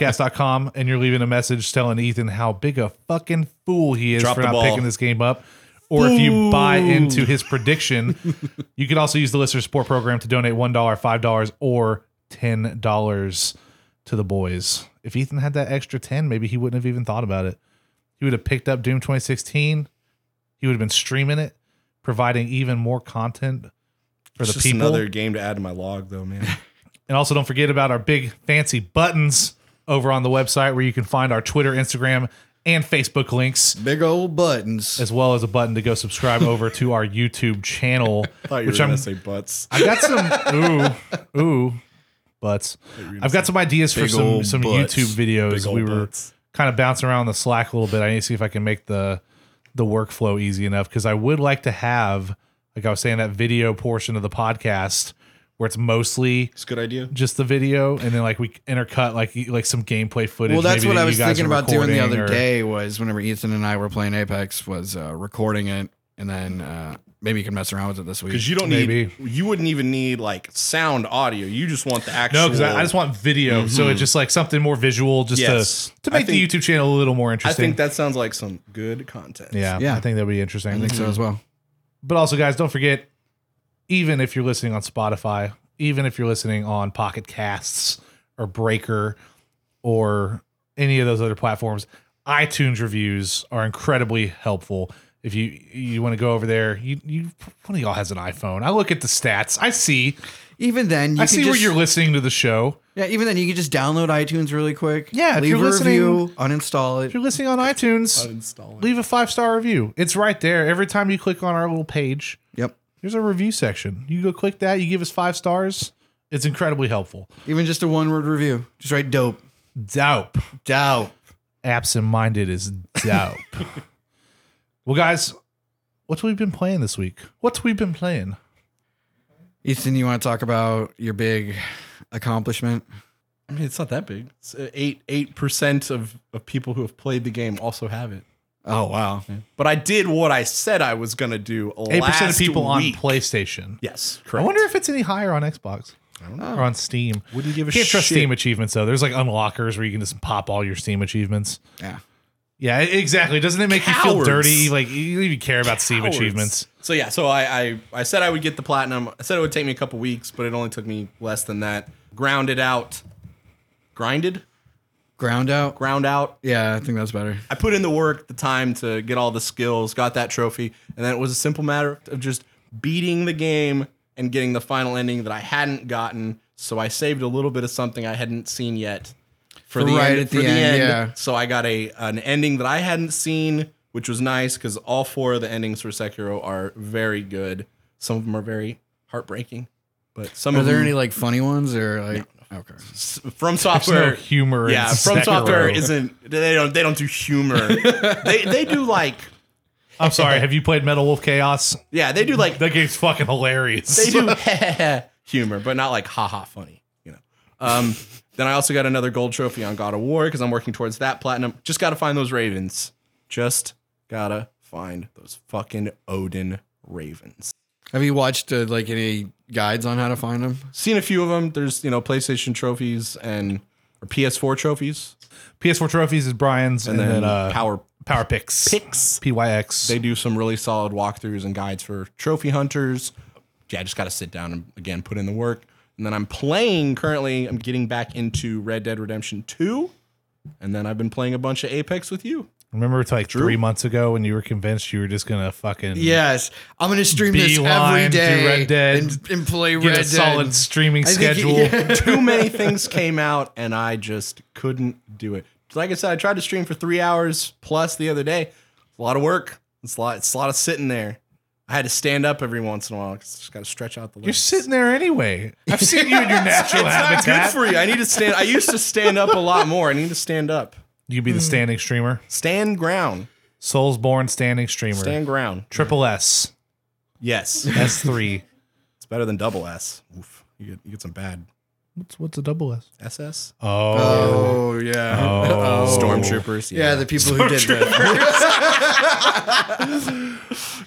[SPEAKER 1] AskMyPodcast.com and you're leaving a message telling Ethan how big a fucking fool he is
[SPEAKER 3] Drop
[SPEAKER 1] for
[SPEAKER 3] the
[SPEAKER 1] not
[SPEAKER 3] ball.
[SPEAKER 1] picking this game up. Or if you buy into his prediction, you can also use the listener support program to donate $1, $5, or $10 to the boys. If Ethan had that extra 10, maybe he wouldn't have even thought about it. He he would have picked up Doom 2016. He would have been streaming it, providing even more content for
[SPEAKER 3] It's
[SPEAKER 1] the
[SPEAKER 3] just
[SPEAKER 1] people.
[SPEAKER 3] another game to add to my log, though, man.
[SPEAKER 1] And also, don't forget about our big fancy buttons over on the website where you can find our Twitter, Instagram, and Facebook links,
[SPEAKER 2] Big old buttons.
[SPEAKER 1] as well as a button to go subscribe over to our YouTube channel,
[SPEAKER 3] Thought you
[SPEAKER 1] which
[SPEAKER 3] were
[SPEAKER 1] I'm
[SPEAKER 3] gonna say butts.
[SPEAKER 1] I got some ooh ooh butts. I've got some ideas for
[SPEAKER 3] Big
[SPEAKER 1] some
[SPEAKER 3] ol'
[SPEAKER 1] some
[SPEAKER 3] butts.
[SPEAKER 1] YouTube
[SPEAKER 3] Big
[SPEAKER 1] videos.
[SPEAKER 3] ol'
[SPEAKER 1] We were
[SPEAKER 3] butts.
[SPEAKER 1] kind of bouncing around the Slack a little bit. I need to see if I can make the the workflow easy enough because I would like to have, like I was saying, that video portion of the podcast where it's mostly
[SPEAKER 3] It's a good idea.
[SPEAKER 1] just the video, and then like we intercut like e- like some gameplay footage.
[SPEAKER 2] Well, that's
[SPEAKER 1] maybe
[SPEAKER 2] what
[SPEAKER 1] that
[SPEAKER 2] I
[SPEAKER 1] you
[SPEAKER 2] was
[SPEAKER 1] guys
[SPEAKER 2] thinking
[SPEAKER 1] are
[SPEAKER 2] about doing the
[SPEAKER 1] recording
[SPEAKER 2] other
[SPEAKER 1] or-
[SPEAKER 2] day was whenever Ethan and I were playing Apex was uh, recording it and then uh, maybe you can mess around with it this week.
[SPEAKER 3] Because you don't
[SPEAKER 1] Maybe.
[SPEAKER 3] need, you wouldn't even need like sound audio. You just want the actual.
[SPEAKER 1] No, because I, I just want video, so it's just like something more visual, just
[SPEAKER 3] Yes.
[SPEAKER 1] to to
[SPEAKER 3] I
[SPEAKER 1] make
[SPEAKER 3] think-
[SPEAKER 1] the YouTube channel a little more
[SPEAKER 3] I
[SPEAKER 1] interesting.
[SPEAKER 3] think that sounds like some good content.
[SPEAKER 1] yeah,
[SPEAKER 2] Yeah.
[SPEAKER 1] I think that'd be interesting.
[SPEAKER 2] I think so as well.
[SPEAKER 1] But also, guys, don't forget, even if you're listening on Spotify, even if you're listening on Pocket Casts or Breaker or any of those other platforms, iTunes reviews are incredibly helpful. If you you want to go over there, you you one of y'all has an iPhone. I look at the stats. I see.
[SPEAKER 2] Even then, you
[SPEAKER 1] I
[SPEAKER 2] can
[SPEAKER 1] see
[SPEAKER 2] just,
[SPEAKER 1] where you're listening to the show.
[SPEAKER 2] Yeah, even then you can just download iTunes really quick.
[SPEAKER 1] Yeah, if
[SPEAKER 2] leave
[SPEAKER 1] you're
[SPEAKER 2] a
[SPEAKER 1] listening-
[SPEAKER 2] review, uninstall
[SPEAKER 1] If
[SPEAKER 2] it.
[SPEAKER 1] you're listening on
[SPEAKER 3] Oh,
[SPEAKER 1] iTunes,
[SPEAKER 3] Uninstall it.
[SPEAKER 1] leave a five star review. It's right there. Every time you click on our little page,
[SPEAKER 2] Yep.
[SPEAKER 1] there's a review section. You go click that. You give us five stars. It's incredibly helpful.
[SPEAKER 2] Even just a one word review. Just write dope.
[SPEAKER 1] Dope.
[SPEAKER 2] Dope.
[SPEAKER 1] absent minded is dope. well, guys, what we been playing this week? What we been playing?
[SPEAKER 2] Ethan, you want to talk about your big accomplishment?
[SPEAKER 3] I mean, it's not that big. It's uh, eight eight percent of of people who have played the game also have it.
[SPEAKER 2] Oh wow.
[SPEAKER 3] But I did what I said I was gonna do.
[SPEAKER 1] Eight percent of
[SPEAKER 3] last
[SPEAKER 1] people
[SPEAKER 3] week.
[SPEAKER 1] on PlayStation.
[SPEAKER 3] Yes,
[SPEAKER 1] I
[SPEAKER 3] correct.
[SPEAKER 1] wonder if it's any higher on Xbox or on Steam.
[SPEAKER 3] Wouldn't give a
[SPEAKER 1] Can't trust
[SPEAKER 3] shit.
[SPEAKER 1] Steam achievements though. There's like unlockers where you can just pop all your Steam achievements.
[SPEAKER 2] Yeah.
[SPEAKER 1] Yeah, e- exactly. Doesn't it make you feel
[SPEAKER 3] Cowards.
[SPEAKER 1] dirty? Like you don't even care about Steam
[SPEAKER 3] Cowards.
[SPEAKER 1] achievements.
[SPEAKER 3] So yeah, so I, I I said I would get the platinum. I said it would take me a couple weeks, but it only took me less than that. Ground it out, grinded,
[SPEAKER 2] Ground out.
[SPEAKER 3] ground out.
[SPEAKER 2] Yeah, I think that's better.
[SPEAKER 3] I put in the work, the time to get all the skills, got that trophy, and then it was a simple matter of just beating the game and getting the final ending that I hadn't gotten. So I saved a little bit of something I hadn't seen yet for the
[SPEAKER 2] Right
[SPEAKER 3] end,
[SPEAKER 2] at
[SPEAKER 3] for
[SPEAKER 2] the end, yeah.
[SPEAKER 3] So I got a an ending that I hadn't seen, which was nice because all four of the endings for Sekiro are very good. Some of them are very heartbreaking, but some
[SPEAKER 2] Are
[SPEAKER 3] of
[SPEAKER 2] there
[SPEAKER 3] them
[SPEAKER 2] any like funny ones or like okay?
[SPEAKER 3] s- from
[SPEAKER 1] There's no
[SPEAKER 3] software
[SPEAKER 1] humor. in
[SPEAKER 3] yeah, from
[SPEAKER 1] Sekiro.
[SPEAKER 3] software isn't they don't they don't do humor. they they do like
[SPEAKER 1] I'm sorry. Have you played Metal Wolf Chaos?
[SPEAKER 3] yeah they do like
[SPEAKER 1] That game's fucking hilarious.
[SPEAKER 3] they do humor, but not like haha funny, you know. Um, then I also got another gold trophy on God of War because I'm working towards that platinum. Just gotta find those ravens. Just gotta find those fucking Odin ravens.
[SPEAKER 2] Have you watched uh, like any guides on how to find them?
[SPEAKER 3] Seen a few of them. There's you know PlayStation trophies and or PS4 trophies,
[SPEAKER 1] PS4 trophies is Brian's,
[SPEAKER 3] and, then,
[SPEAKER 1] uh,
[SPEAKER 3] Power
[SPEAKER 1] Power Picks.
[SPEAKER 3] Picks.
[SPEAKER 1] PYX.
[SPEAKER 3] They do some really solid walkthroughs and guides for trophy hunters. Yeah, I just got to sit down and again put in the work. And then I'm playing currently. I'm getting back into Red Dead Redemption 2. And then I've been playing a bunch of Apex with you.
[SPEAKER 1] Remember, it's like three months ago when you were convinced you were just gonna fucking
[SPEAKER 2] Yes, I'm gonna stream this every
[SPEAKER 1] Beeline to
[SPEAKER 2] day
[SPEAKER 1] Red Dead.
[SPEAKER 2] and, and play
[SPEAKER 1] get
[SPEAKER 2] Red
[SPEAKER 1] a
[SPEAKER 2] Dead.
[SPEAKER 1] solid streaming
[SPEAKER 2] I think-
[SPEAKER 1] schedule.
[SPEAKER 2] yeah.
[SPEAKER 3] Too many things came out and I just couldn't do it. Like I said, I tried to stream for three hours plus the other day. It's a lot of work. It's a lot, it's a lot of sitting there. I had to stand up every once in a while because I just got to stretch out the legs.
[SPEAKER 1] You're sitting there anyway. I've seen you in your natural habitat.
[SPEAKER 3] Good for you. I need to stand. I used to stand up a lot more. I need to stand up.
[SPEAKER 1] You'd
[SPEAKER 3] Hmm.
[SPEAKER 1] be the standing streamer.
[SPEAKER 3] Stand ground.
[SPEAKER 1] Soulsborne standing streamer.
[SPEAKER 3] Stand ground.
[SPEAKER 1] Triple S.
[SPEAKER 3] Yes,
[SPEAKER 1] S three.
[SPEAKER 3] it's better than double S. Oof. You get you get some bad
[SPEAKER 1] What's what's a double S?
[SPEAKER 3] SS.
[SPEAKER 1] Oh.
[SPEAKER 2] Oh yeah,
[SPEAKER 1] Oh.
[SPEAKER 3] Stormtroopers.
[SPEAKER 2] yeah, the people who did that.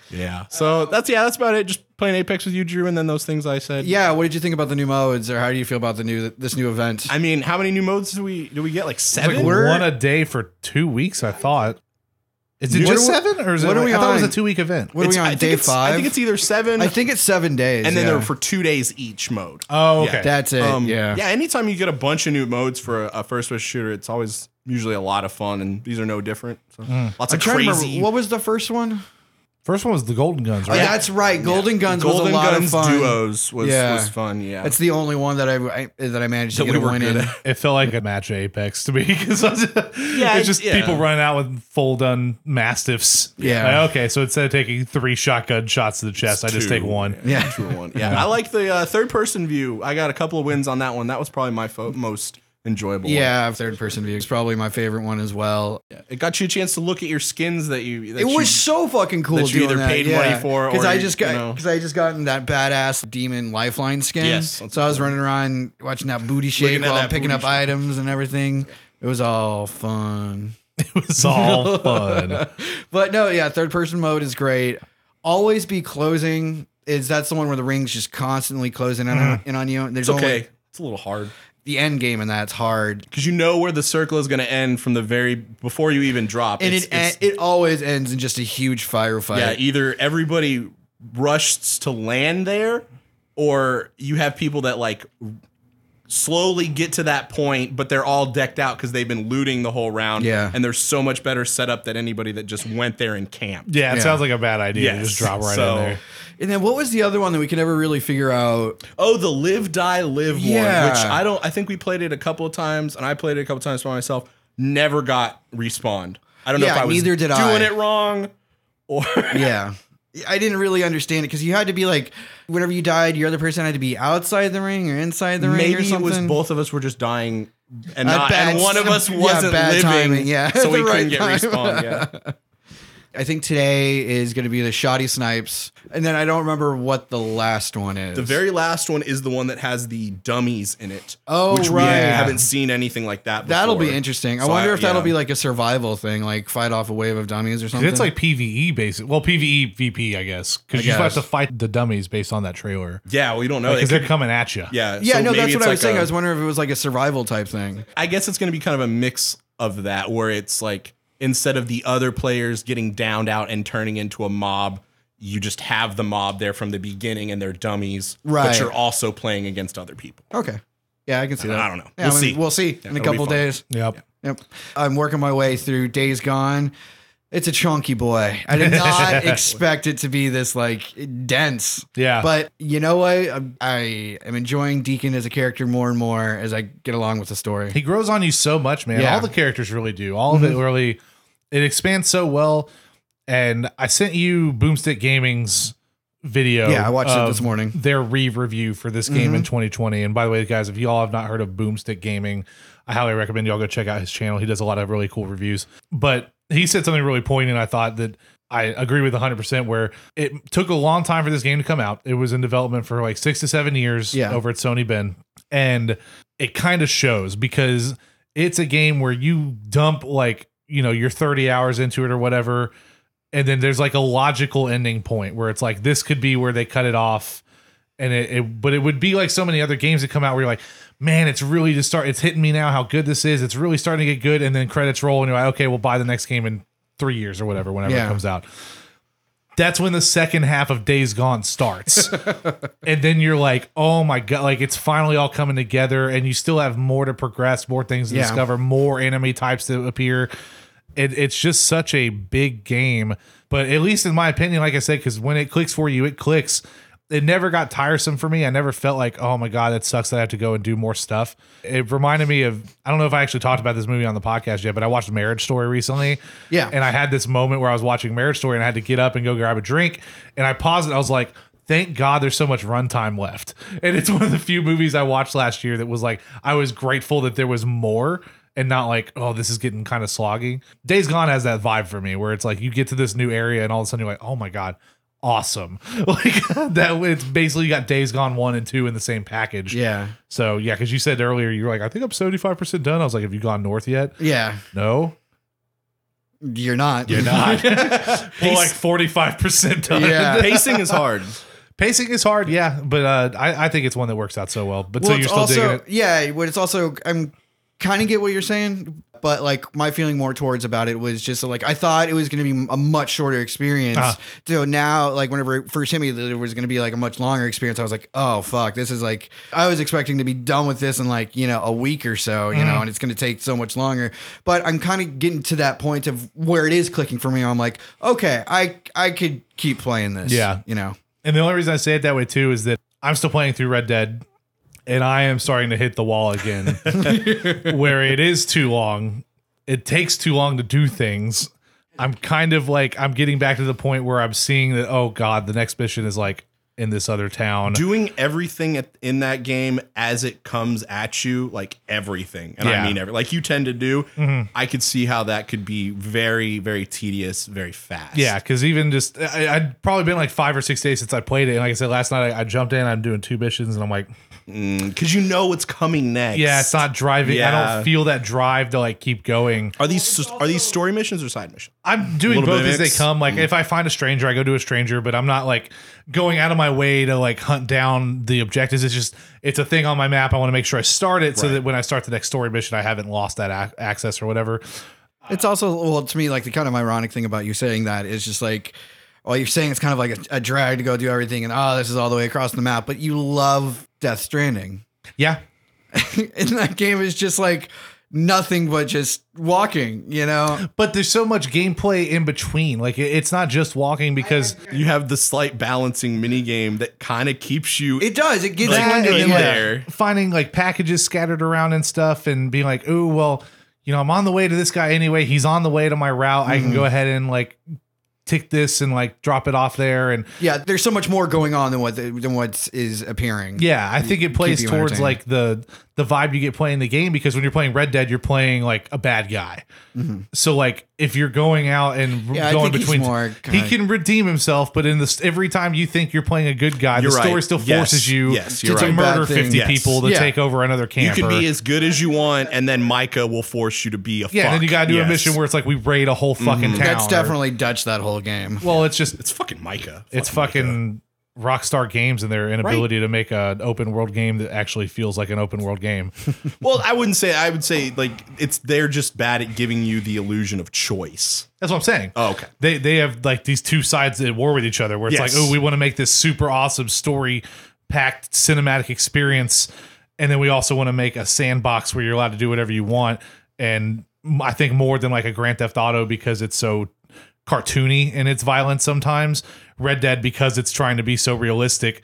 [SPEAKER 3] yeah. So that's yeah. That's about it. Just playing Apex with you, Drew, and then those things I said.
[SPEAKER 2] yeah, what did you think about the new modes, or how do you feel about the new this new event?
[SPEAKER 3] I mean, how many new modes do we do we get? Like
[SPEAKER 1] Like
[SPEAKER 3] seven.
[SPEAKER 1] one a day for two weeks, I thought. Is it
[SPEAKER 2] What
[SPEAKER 1] just
[SPEAKER 2] are we-
[SPEAKER 1] seven, or is
[SPEAKER 2] what
[SPEAKER 1] it?
[SPEAKER 2] are
[SPEAKER 1] like-
[SPEAKER 2] we
[SPEAKER 1] I thought it was
[SPEAKER 2] on?
[SPEAKER 1] a two week event.
[SPEAKER 2] What are we
[SPEAKER 3] It's-
[SPEAKER 2] on
[SPEAKER 3] I think
[SPEAKER 2] day
[SPEAKER 3] it's-
[SPEAKER 2] five?
[SPEAKER 3] I think it's either seven.
[SPEAKER 2] I think it's seven days.
[SPEAKER 3] and then
[SPEAKER 2] yeah.
[SPEAKER 3] they're for two days each mode.
[SPEAKER 1] Oh, okay.
[SPEAKER 2] That's it.
[SPEAKER 3] Um,
[SPEAKER 2] yeah.
[SPEAKER 3] Anytime you get a bunch of new modes for a, a first person shooter, it's always usually a lot of fun, and these are no different. So Lots
[SPEAKER 2] Mm. I'm
[SPEAKER 3] of
[SPEAKER 2] trying to
[SPEAKER 3] crazy.
[SPEAKER 2] remember. What was the first one?
[SPEAKER 1] First one was the Golden Guns,
[SPEAKER 2] Oh,
[SPEAKER 1] right?
[SPEAKER 2] That's right. Golden Guns was
[SPEAKER 3] Golden
[SPEAKER 2] a lot
[SPEAKER 3] Guns
[SPEAKER 2] of fun.
[SPEAKER 3] duos was,
[SPEAKER 2] Yeah.
[SPEAKER 3] was fun. Yeah,
[SPEAKER 2] That's the only one that I, I that I managed
[SPEAKER 3] That
[SPEAKER 2] to get
[SPEAKER 3] we
[SPEAKER 2] a
[SPEAKER 3] were
[SPEAKER 2] win
[SPEAKER 3] good
[SPEAKER 2] in.
[SPEAKER 3] at.
[SPEAKER 1] It felt like a match of Apex to me because
[SPEAKER 3] Yeah,
[SPEAKER 1] it's just
[SPEAKER 3] yeah.
[SPEAKER 1] people running out with full done mastiffs.
[SPEAKER 2] Yeah.
[SPEAKER 1] Like, okay, so instead of taking three shotgun shots to the chest, I just
[SPEAKER 3] Two.
[SPEAKER 1] take one.
[SPEAKER 2] Yeah.
[SPEAKER 3] two or one. Yeah, I like the uh, third person view. I got a couple of wins on that one. That was probably my fo- most enjoyable. one.
[SPEAKER 2] Yeah, third person view is probably my favorite one as well.
[SPEAKER 3] it got you a chance to look at your skins that you. That
[SPEAKER 2] it
[SPEAKER 3] you-
[SPEAKER 2] was so fucking cool.
[SPEAKER 3] that you
[SPEAKER 2] doing
[SPEAKER 3] either
[SPEAKER 2] that,
[SPEAKER 3] paid
[SPEAKER 2] yeah.
[SPEAKER 3] money for or
[SPEAKER 2] I
[SPEAKER 3] you-
[SPEAKER 2] just
[SPEAKER 3] you
[SPEAKER 2] got
[SPEAKER 3] know.
[SPEAKER 2] because I just gotten that badass demon lifeline skin.
[SPEAKER 3] Yes.
[SPEAKER 2] so I was running around watching that booty shake
[SPEAKER 3] at
[SPEAKER 2] while I'm
[SPEAKER 3] that
[SPEAKER 2] picking
[SPEAKER 3] booty
[SPEAKER 2] up
[SPEAKER 3] shake.
[SPEAKER 2] items and everything. It was all fun.
[SPEAKER 1] It was all fun.
[SPEAKER 2] But no, yeah, third person mode is great. Always be closing. Is that's the one where the rings just constantly closing in, on, in on you? There's
[SPEAKER 3] Mm-hmm. It's okay.
[SPEAKER 2] only
[SPEAKER 3] It's a little hard.
[SPEAKER 2] the end game, and that's hard.
[SPEAKER 3] because you know where the circle is going to end from the very before you even drop.
[SPEAKER 2] And
[SPEAKER 3] It's-
[SPEAKER 2] it
[SPEAKER 3] it's-
[SPEAKER 2] it always ends in just a huge firefight.
[SPEAKER 3] yeah, either everybody rushes to land there, or you have people that like slowly get to that point, but they're all decked out because they've been looting the whole round.
[SPEAKER 2] Yeah.
[SPEAKER 3] and they're so much better set up than anybody that just went there and camped.
[SPEAKER 1] Yeah, it
[SPEAKER 2] Yeah.
[SPEAKER 1] sounds like a bad idea to
[SPEAKER 3] Yes.
[SPEAKER 1] just drop right
[SPEAKER 3] So-
[SPEAKER 1] in there.
[SPEAKER 2] And then what was the other one that we could never really figure out?
[SPEAKER 3] Oh, the live die live
[SPEAKER 2] Yeah.
[SPEAKER 3] one, which I don't. I think we played it a couple of times, and I played it a couple times by myself. Never got respawned. I don't know
[SPEAKER 2] Yeah,
[SPEAKER 3] if I was
[SPEAKER 2] neither did
[SPEAKER 3] doing
[SPEAKER 2] I.
[SPEAKER 3] it wrong or
[SPEAKER 2] Yeah. I didn't really understand it because you had to be like, whenever you died, your other person had to be outside the ring or inside the ring. or
[SPEAKER 3] maybe it
[SPEAKER 2] something.
[SPEAKER 3] was both of us were just dying and
[SPEAKER 2] At
[SPEAKER 3] not
[SPEAKER 2] bad-
[SPEAKER 3] and one of us
[SPEAKER 2] yeah,
[SPEAKER 3] wasn't
[SPEAKER 2] bad
[SPEAKER 3] living
[SPEAKER 2] timing, yeah, at
[SPEAKER 3] so we
[SPEAKER 2] the
[SPEAKER 3] couldn't
[SPEAKER 2] right
[SPEAKER 3] get
[SPEAKER 2] time.
[SPEAKER 3] respawned yeah
[SPEAKER 2] I think today is going to be the shoddy snipes, and then I don't remember what the last one is.
[SPEAKER 3] the very last one is the one that has the dummies in it
[SPEAKER 2] Oh,
[SPEAKER 3] which
[SPEAKER 2] right.
[SPEAKER 3] we haven't seen anything like that before.
[SPEAKER 2] that'll be interesting. I
[SPEAKER 3] So
[SPEAKER 2] wonder if that'll
[SPEAKER 3] yeah.
[SPEAKER 2] be like a survival thing, like fight off a wave of dummies or
[SPEAKER 1] 'Cause
[SPEAKER 2] something.
[SPEAKER 1] It's like PVE basic. Well, PVE VP, I guess, because you
[SPEAKER 2] guess.
[SPEAKER 1] have to fight the dummies based on that trailer
[SPEAKER 3] yeah we don't know
[SPEAKER 1] because
[SPEAKER 3] It
[SPEAKER 1] they're
[SPEAKER 3] could-
[SPEAKER 1] coming at you.
[SPEAKER 3] yeah
[SPEAKER 2] yeah,
[SPEAKER 3] so
[SPEAKER 2] no,
[SPEAKER 3] maybe
[SPEAKER 2] that's
[SPEAKER 3] it's
[SPEAKER 2] what I was
[SPEAKER 3] like
[SPEAKER 2] saying.
[SPEAKER 3] a-
[SPEAKER 2] I was wondering if it was like a survival type thing.
[SPEAKER 3] I guess it's going to be kind of a mix of that where it's like instead of the other players getting downed out and turning into a mob you just have the mob there from the beginning and they're dummies but
[SPEAKER 2] Right.
[SPEAKER 3] you're also playing against other people
[SPEAKER 2] Okay, yeah, I can see that.
[SPEAKER 3] I don't know.
[SPEAKER 2] Yeah,
[SPEAKER 3] We'll
[SPEAKER 2] I mean,
[SPEAKER 3] see.
[SPEAKER 2] We'll see in a
[SPEAKER 3] it'll be
[SPEAKER 2] couple
[SPEAKER 3] fun.
[SPEAKER 2] days.
[SPEAKER 1] Yep.
[SPEAKER 2] Yep. I'm working my way through Days Gone. It's a chunky boy. I did not expect it to be this like dense.
[SPEAKER 1] Yeah.
[SPEAKER 2] But you know what? I'm- I am enjoying Deacon as a character more and more as I get along with the story.
[SPEAKER 1] He grows on you so much, man.
[SPEAKER 2] Yeah. Mm-hmm.
[SPEAKER 1] All the characters really do. All of it really it expands so well. And I sent you Boomstick Gaming's video.
[SPEAKER 2] Yeah, I watched it
[SPEAKER 1] of
[SPEAKER 2] this morning.
[SPEAKER 1] Their re-review for this game in 2020. And by the way, guys, if y'all have not heard of Boomstick Gaming, I highly recommend y'all go check out his channel. He does a lot of really cool reviews. But he said something really poignant. I thought that I agree with 100% where it took a long time for this game to come out. It was in development for like six to seven years
[SPEAKER 2] Yeah.
[SPEAKER 1] over at Sony Ben. And it kind of shows because it's a game where you dump like, you know, your 30 hours into it or whatever. And then there's like a logical ending point where it's like, this could be where they cut it off. And it, it but it would be like so many other games that come out where you're like, man, it's really just start, it's hitting me now how good this is. It's really starting to get good. And then credits roll and you're like, okay, we'll buy the next game in three years or whatever, whenever
[SPEAKER 2] Yeah.
[SPEAKER 1] it comes out. That's when the second half of Days Gone starts and then you're like, oh my god, like it's finally all coming together, and you still have more to progress, more things to
[SPEAKER 2] Yeah.
[SPEAKER 1] discover, more enemy types to appear. It, it's just such a big game, but at least in my opinion, like I said, because when it clicks for you, it clicks. It never got tiresome for me. I never felt like, oh my god, that sucks that I have to go and do more stuff. It reminded me of I don't know if I actually talked about this movie on the podcast yet, but I watched Marriage Story recently.
[SPEAKER 2] Yeah.
[SPEAKER 1] and I had this moment where I was watching Marriage Story and I had to get up and go grab a drink. And I paused and I was like, thank God there's so much runtime left. And it's one of the few movies I watched last year that was like, I was grateful that there was more and not like, oh, this is getting kind of sloggy. Days Gone has that vibe for me where it's like you get to this new area and all of a sudden you're like, oh my God. Awesome. Like that it's basically you got Days Gone 1 and 2 in the same package.
[SPEAKER 2] Yeah.
[SPEAKER 1] So yeah, because you said earlier you were like, I think I'm 75% done. I was like, have you gone north yet?
[SPEAKER 2] Yeah.
[SPEAKER 1] No.
[SPEAKER 2] You're not.
[SPEAKER 1] You're not. We're like 45% done.
[SPEAKER 2] Yeah.
[SPEAKER 3] pacing is hard
[SPEAKER 1] Pacing is hard, yeah, but uh, I, I think it's one that works out so well. But so
[SPEAKER 2] it's
[SPEAKER 1] you're still
[SPEAKER 2] also,
[SPEAKER 1] digging it.
[SPEAKER 2] Yeah, but it's also I'm kind of get what you're saying, but like my feeling more towards about it was just like I thought it was going to be a much shorter experience.
[SPEAKER 1] Ah.
[SPEAKER 2] So now, like whenever it first hit me, that it was going to be like a much longer experience. I was like, oh fuck, this is like I was expecting to be done with this in like you know a week or so, you
[SPEAKER 1] Mm-hmm.
[SPEAKER 2] know, and it's going to take so much longer. But I'm kind of getting to that point of where it is clicking for me. I'm like, okay, I I could keep playing this.
[SPEAKER 1] Yeah.
[SPEAKER 2] you know.
[SPEAKER 1] And the only reason I say it that way too is that I'm still playing through Red Dead and I am starting to hit the wall again where it is too long. It takes too long to do things. I'm kind of like I'm getting back to the point where I'm seeing that oh god, the next mission is like in this other town.
[SPEAKER 3] doing everything at, in that game as it comes at you, like everything, and
[SPEAKER 1] Yeah. Mm-hmm.
[SPEAKER 3] I mean every, like you tend to do. I could see how that could be very, very tedious, very fast.
[SPEAKER 1] Yeah, because even just I, I'd probably been like five or six days since I played it. And like I said last night, I, I jumped in. I'm doing two missions, and I'm like,
[SPEAKER 3] because Mm, you know what's coming next.
[SPEAKER 1] yeah, it's not driving. I
[SPEAKER 3] Yeah.
[SPEAKER 1] don't feel that drive to like keep going.
[SPEAKER 3] Are these are these story missions or side missions?
[SPEAKER 1] I'm doing
[SPEAKER 3] Little
[SPEAKER 1] both
[SPEAKER 3] bit
[SPEAKER 1] as they
[SPEAKER 3] mix.
[SPEAKER 1] come. Like if I find a stranger, I go to a stranger, but I'm not like going out of my way to like hunt down the objectives. It's just it's a thing on my map. I want to make sure I start it so
[SPEAKER 3] Right.
[SPEAKER 1] that when I start the next story mission, I haven't lost that ac- access or whatever.
[SPEAKER 2] It's also well to me like the kind of ironic thing about you saying that is just like well you're saying it's kind of like a, a drag to go do everything and oh this is all the way across the map but you love Death Stranding
[SPEAKER 1] Yeah,
[SPEAKER 2] and that game is just like nothing but just walking you know
[SPEAKER 1] but there's so much gameplay in between. Like it- it's not just walking because
[SPEAKER 3] You have the slight balancing mini game that kind of keeps you.
[SPEAKER 2] it does it gets
[SPEAKER 3] Like,
[SPEAKER 2] you into it,
[SPEAKER 3] in
[SPEAKER 2] like-
[SPEAKER 3] there.
[SPEAKER 1] finding like packages scattered around and stuff and being like, oh, well, you know, I'm on the way to this guy anyway. He's on the way to my route. I can go ahead and like tick this and like drop it off there. And
[SPEAKER 2] yeah there's so much more going on than what the, than what is appearing
[SPEAKER 1] yeah, I think it plays
[SPEAKER 2] you
[SPEAKER 1] towards
[SPEAKER 2] entertained.
[SPEAKER 1] like the the vibe you get playing the game because when you're playing Red Dead, you're playing like a bad guy. So like if you're going out and
[SPEAKER 2] Yeah, I
[SPEAKER 1] going
[SPEAKER 2] think he's
[SPEAKER 1] between,
[SPEAKER 2] more
[SPEAKER 1] he
[SPEAKER 2] kinda-
[SPEAKER 1] can redeem himself. But in this, every time you think you're playing a good guy,
[SPEAKER 3] You're
[SPEAKER 1] the
[SPEAKER 3] right.
[SPEAKER 1] story still
[SPEAKER 3] Yes.
[SPEAKER 1] forces you
[SPEAKER 3] Yes,
[SPEAKER 1] to
[SPEAKER 3] you're right.
[SPEAKER 1] murder
[SPEAKER 2] Bad thing.
[SPEAKER 1] fifty
[SPEAKER 3] Yes.
[SPEAKER 1] people to
[SPEAKER 2] Yeah.
[SPEAKER 1] take over another
[SPEAKER 3] You
[SPEAKER 1] camper.
[SPEAKER 3] can be as good as you want, and then Micah will force you to be a.
[SPEAKER 1] Yeah,
[SPEAKER 3] fuck.
[SPEAKER 1] and then you gotta do
[SPEAKER 3] Yes. Mhm.
[SPEAKER 1] a mission where it's like we raid a whole fucking town.
[SPEAKER 2] that's
[SPEAKER 1] or-
[SPEAKER 2] definitely Dutch that whole game
[SPEAKER 1] well, it's just
[SPEAKER 3] it's fucking Micah.
[SPEAKER 1] it's
[SPEAKER 3] Micah.
[SPEAKER 1] fucking Rockstar Games and their inability to make an open world game that actually feels like an open world game.
[SPEAKER 3] Well, I wouldn't say. I would say like it's they're just bad at giving you the illusion of choice.
[SPEAKER 1] That's what I'm saying.
[SPEAKER 3] Oh, okay.
[SPEAKER 1] They they have like these two sides at war with each other where it's
[SPEAKER 3] Yes.
[SPEAKER 1] like, oh, we want to make this super awesome story packed cinematic experience, and then we also want to make a sandbox where you're allowed to do whatever you want. And m- I think more than like a Grand Theft Auto because it's so cartoony in its violence sometimes. Red Dead because it's trying to be so realistic.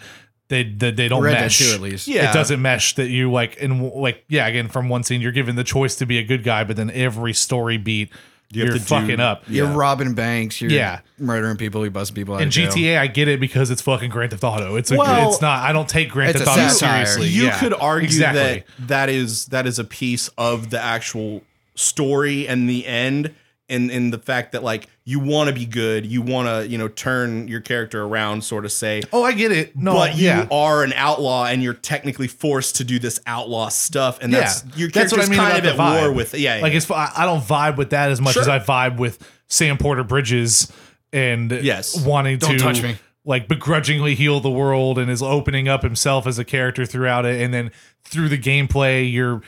[SPEAKER 1] They, they, they don't
[SPEAKER 2] Red Dead
[SPEAKER 1] mesh
[SPEAKER 2] 2 at least
[SPEAKER 3] Yeah.
[SPEAKER 1] it doesn't mesh that you like in like yeah again from one scene you're given the choice to be a good guy but then every story beat
[SPEAKER 3] You
[SPEAKER 1] you
[SPEAKER 3] have
[SPEAKER 1] are
[SPEAKER 3] to do-
[SPEAKER 1] fucking up
[SPEAKER 2] you're
[SPEAKER 3] Yeah.
[SPEAKER 2] robbing banks you're
[SPEAKER 1] Yeah.
[SPEAKER 2] murdering people you're busting people out
[SPEAKER 1] in
[SPEAKER 2] of jail.
[SPEAKER 1] GTA I get it because it's fucking Grand Theft Auto it's a,
[SPEAKER 3] Well-
[SPEAKER 1] it's not I don't take Grand
[SPEAKER 2] It's
[SPEAKER 1] Theft
[SPEAKER 2] a
[SPEAKER 1] Auto
[SPEAKER 2] satire.
[SPEAKER 1] seriously
[SPEAKER 3] You
[SPEAKER 1] Yeah.
[SPEAKER 3] could argue
[SPEAKER 1] exactly.
[SPEAKER 3] that that is that is a piece of the actual story and the end, and and the fact that like you want to be good, you want to you know turn your character around, sort of say.
[SPEAKER 1] oh I get it no
[SPEAKER 3] but you
[SPEAKER 1] yeah
[SPEAKER 3] are an outlaw, and you're technically forced to do this outlaw stuff, and that's
[SPEAKER 1] Yeah.
[SPEAKER 3] your
[SPEAKER 1] That's
[SPEAKER 3] character's
[SPEAKER 1] what I mean about
[SPEAKER 3] kind of at
[SPEAKER 1] the vibe.
[SPEAKER 3] war with. Yeah, yeah,
[SPEAKER 1] like
[SPEAKER 3] yeah.
[SPEAKER 1] it's I I don't vibe with that as much
[SPEAKER 3] Sure.
[SPEAKER 1] as I vibe with Sam Porter Bridges and
[SPEAKER 3] Yes.
[SPEAKER 1] wanting
[SPEAKER 2] Don't
[SPEAKER 1] to
[SPEAKER 2] touch me.
[SPEAKER 1] like begrudgingly heal the world and is opening up himself as a character throughout it and then through the gameplay you're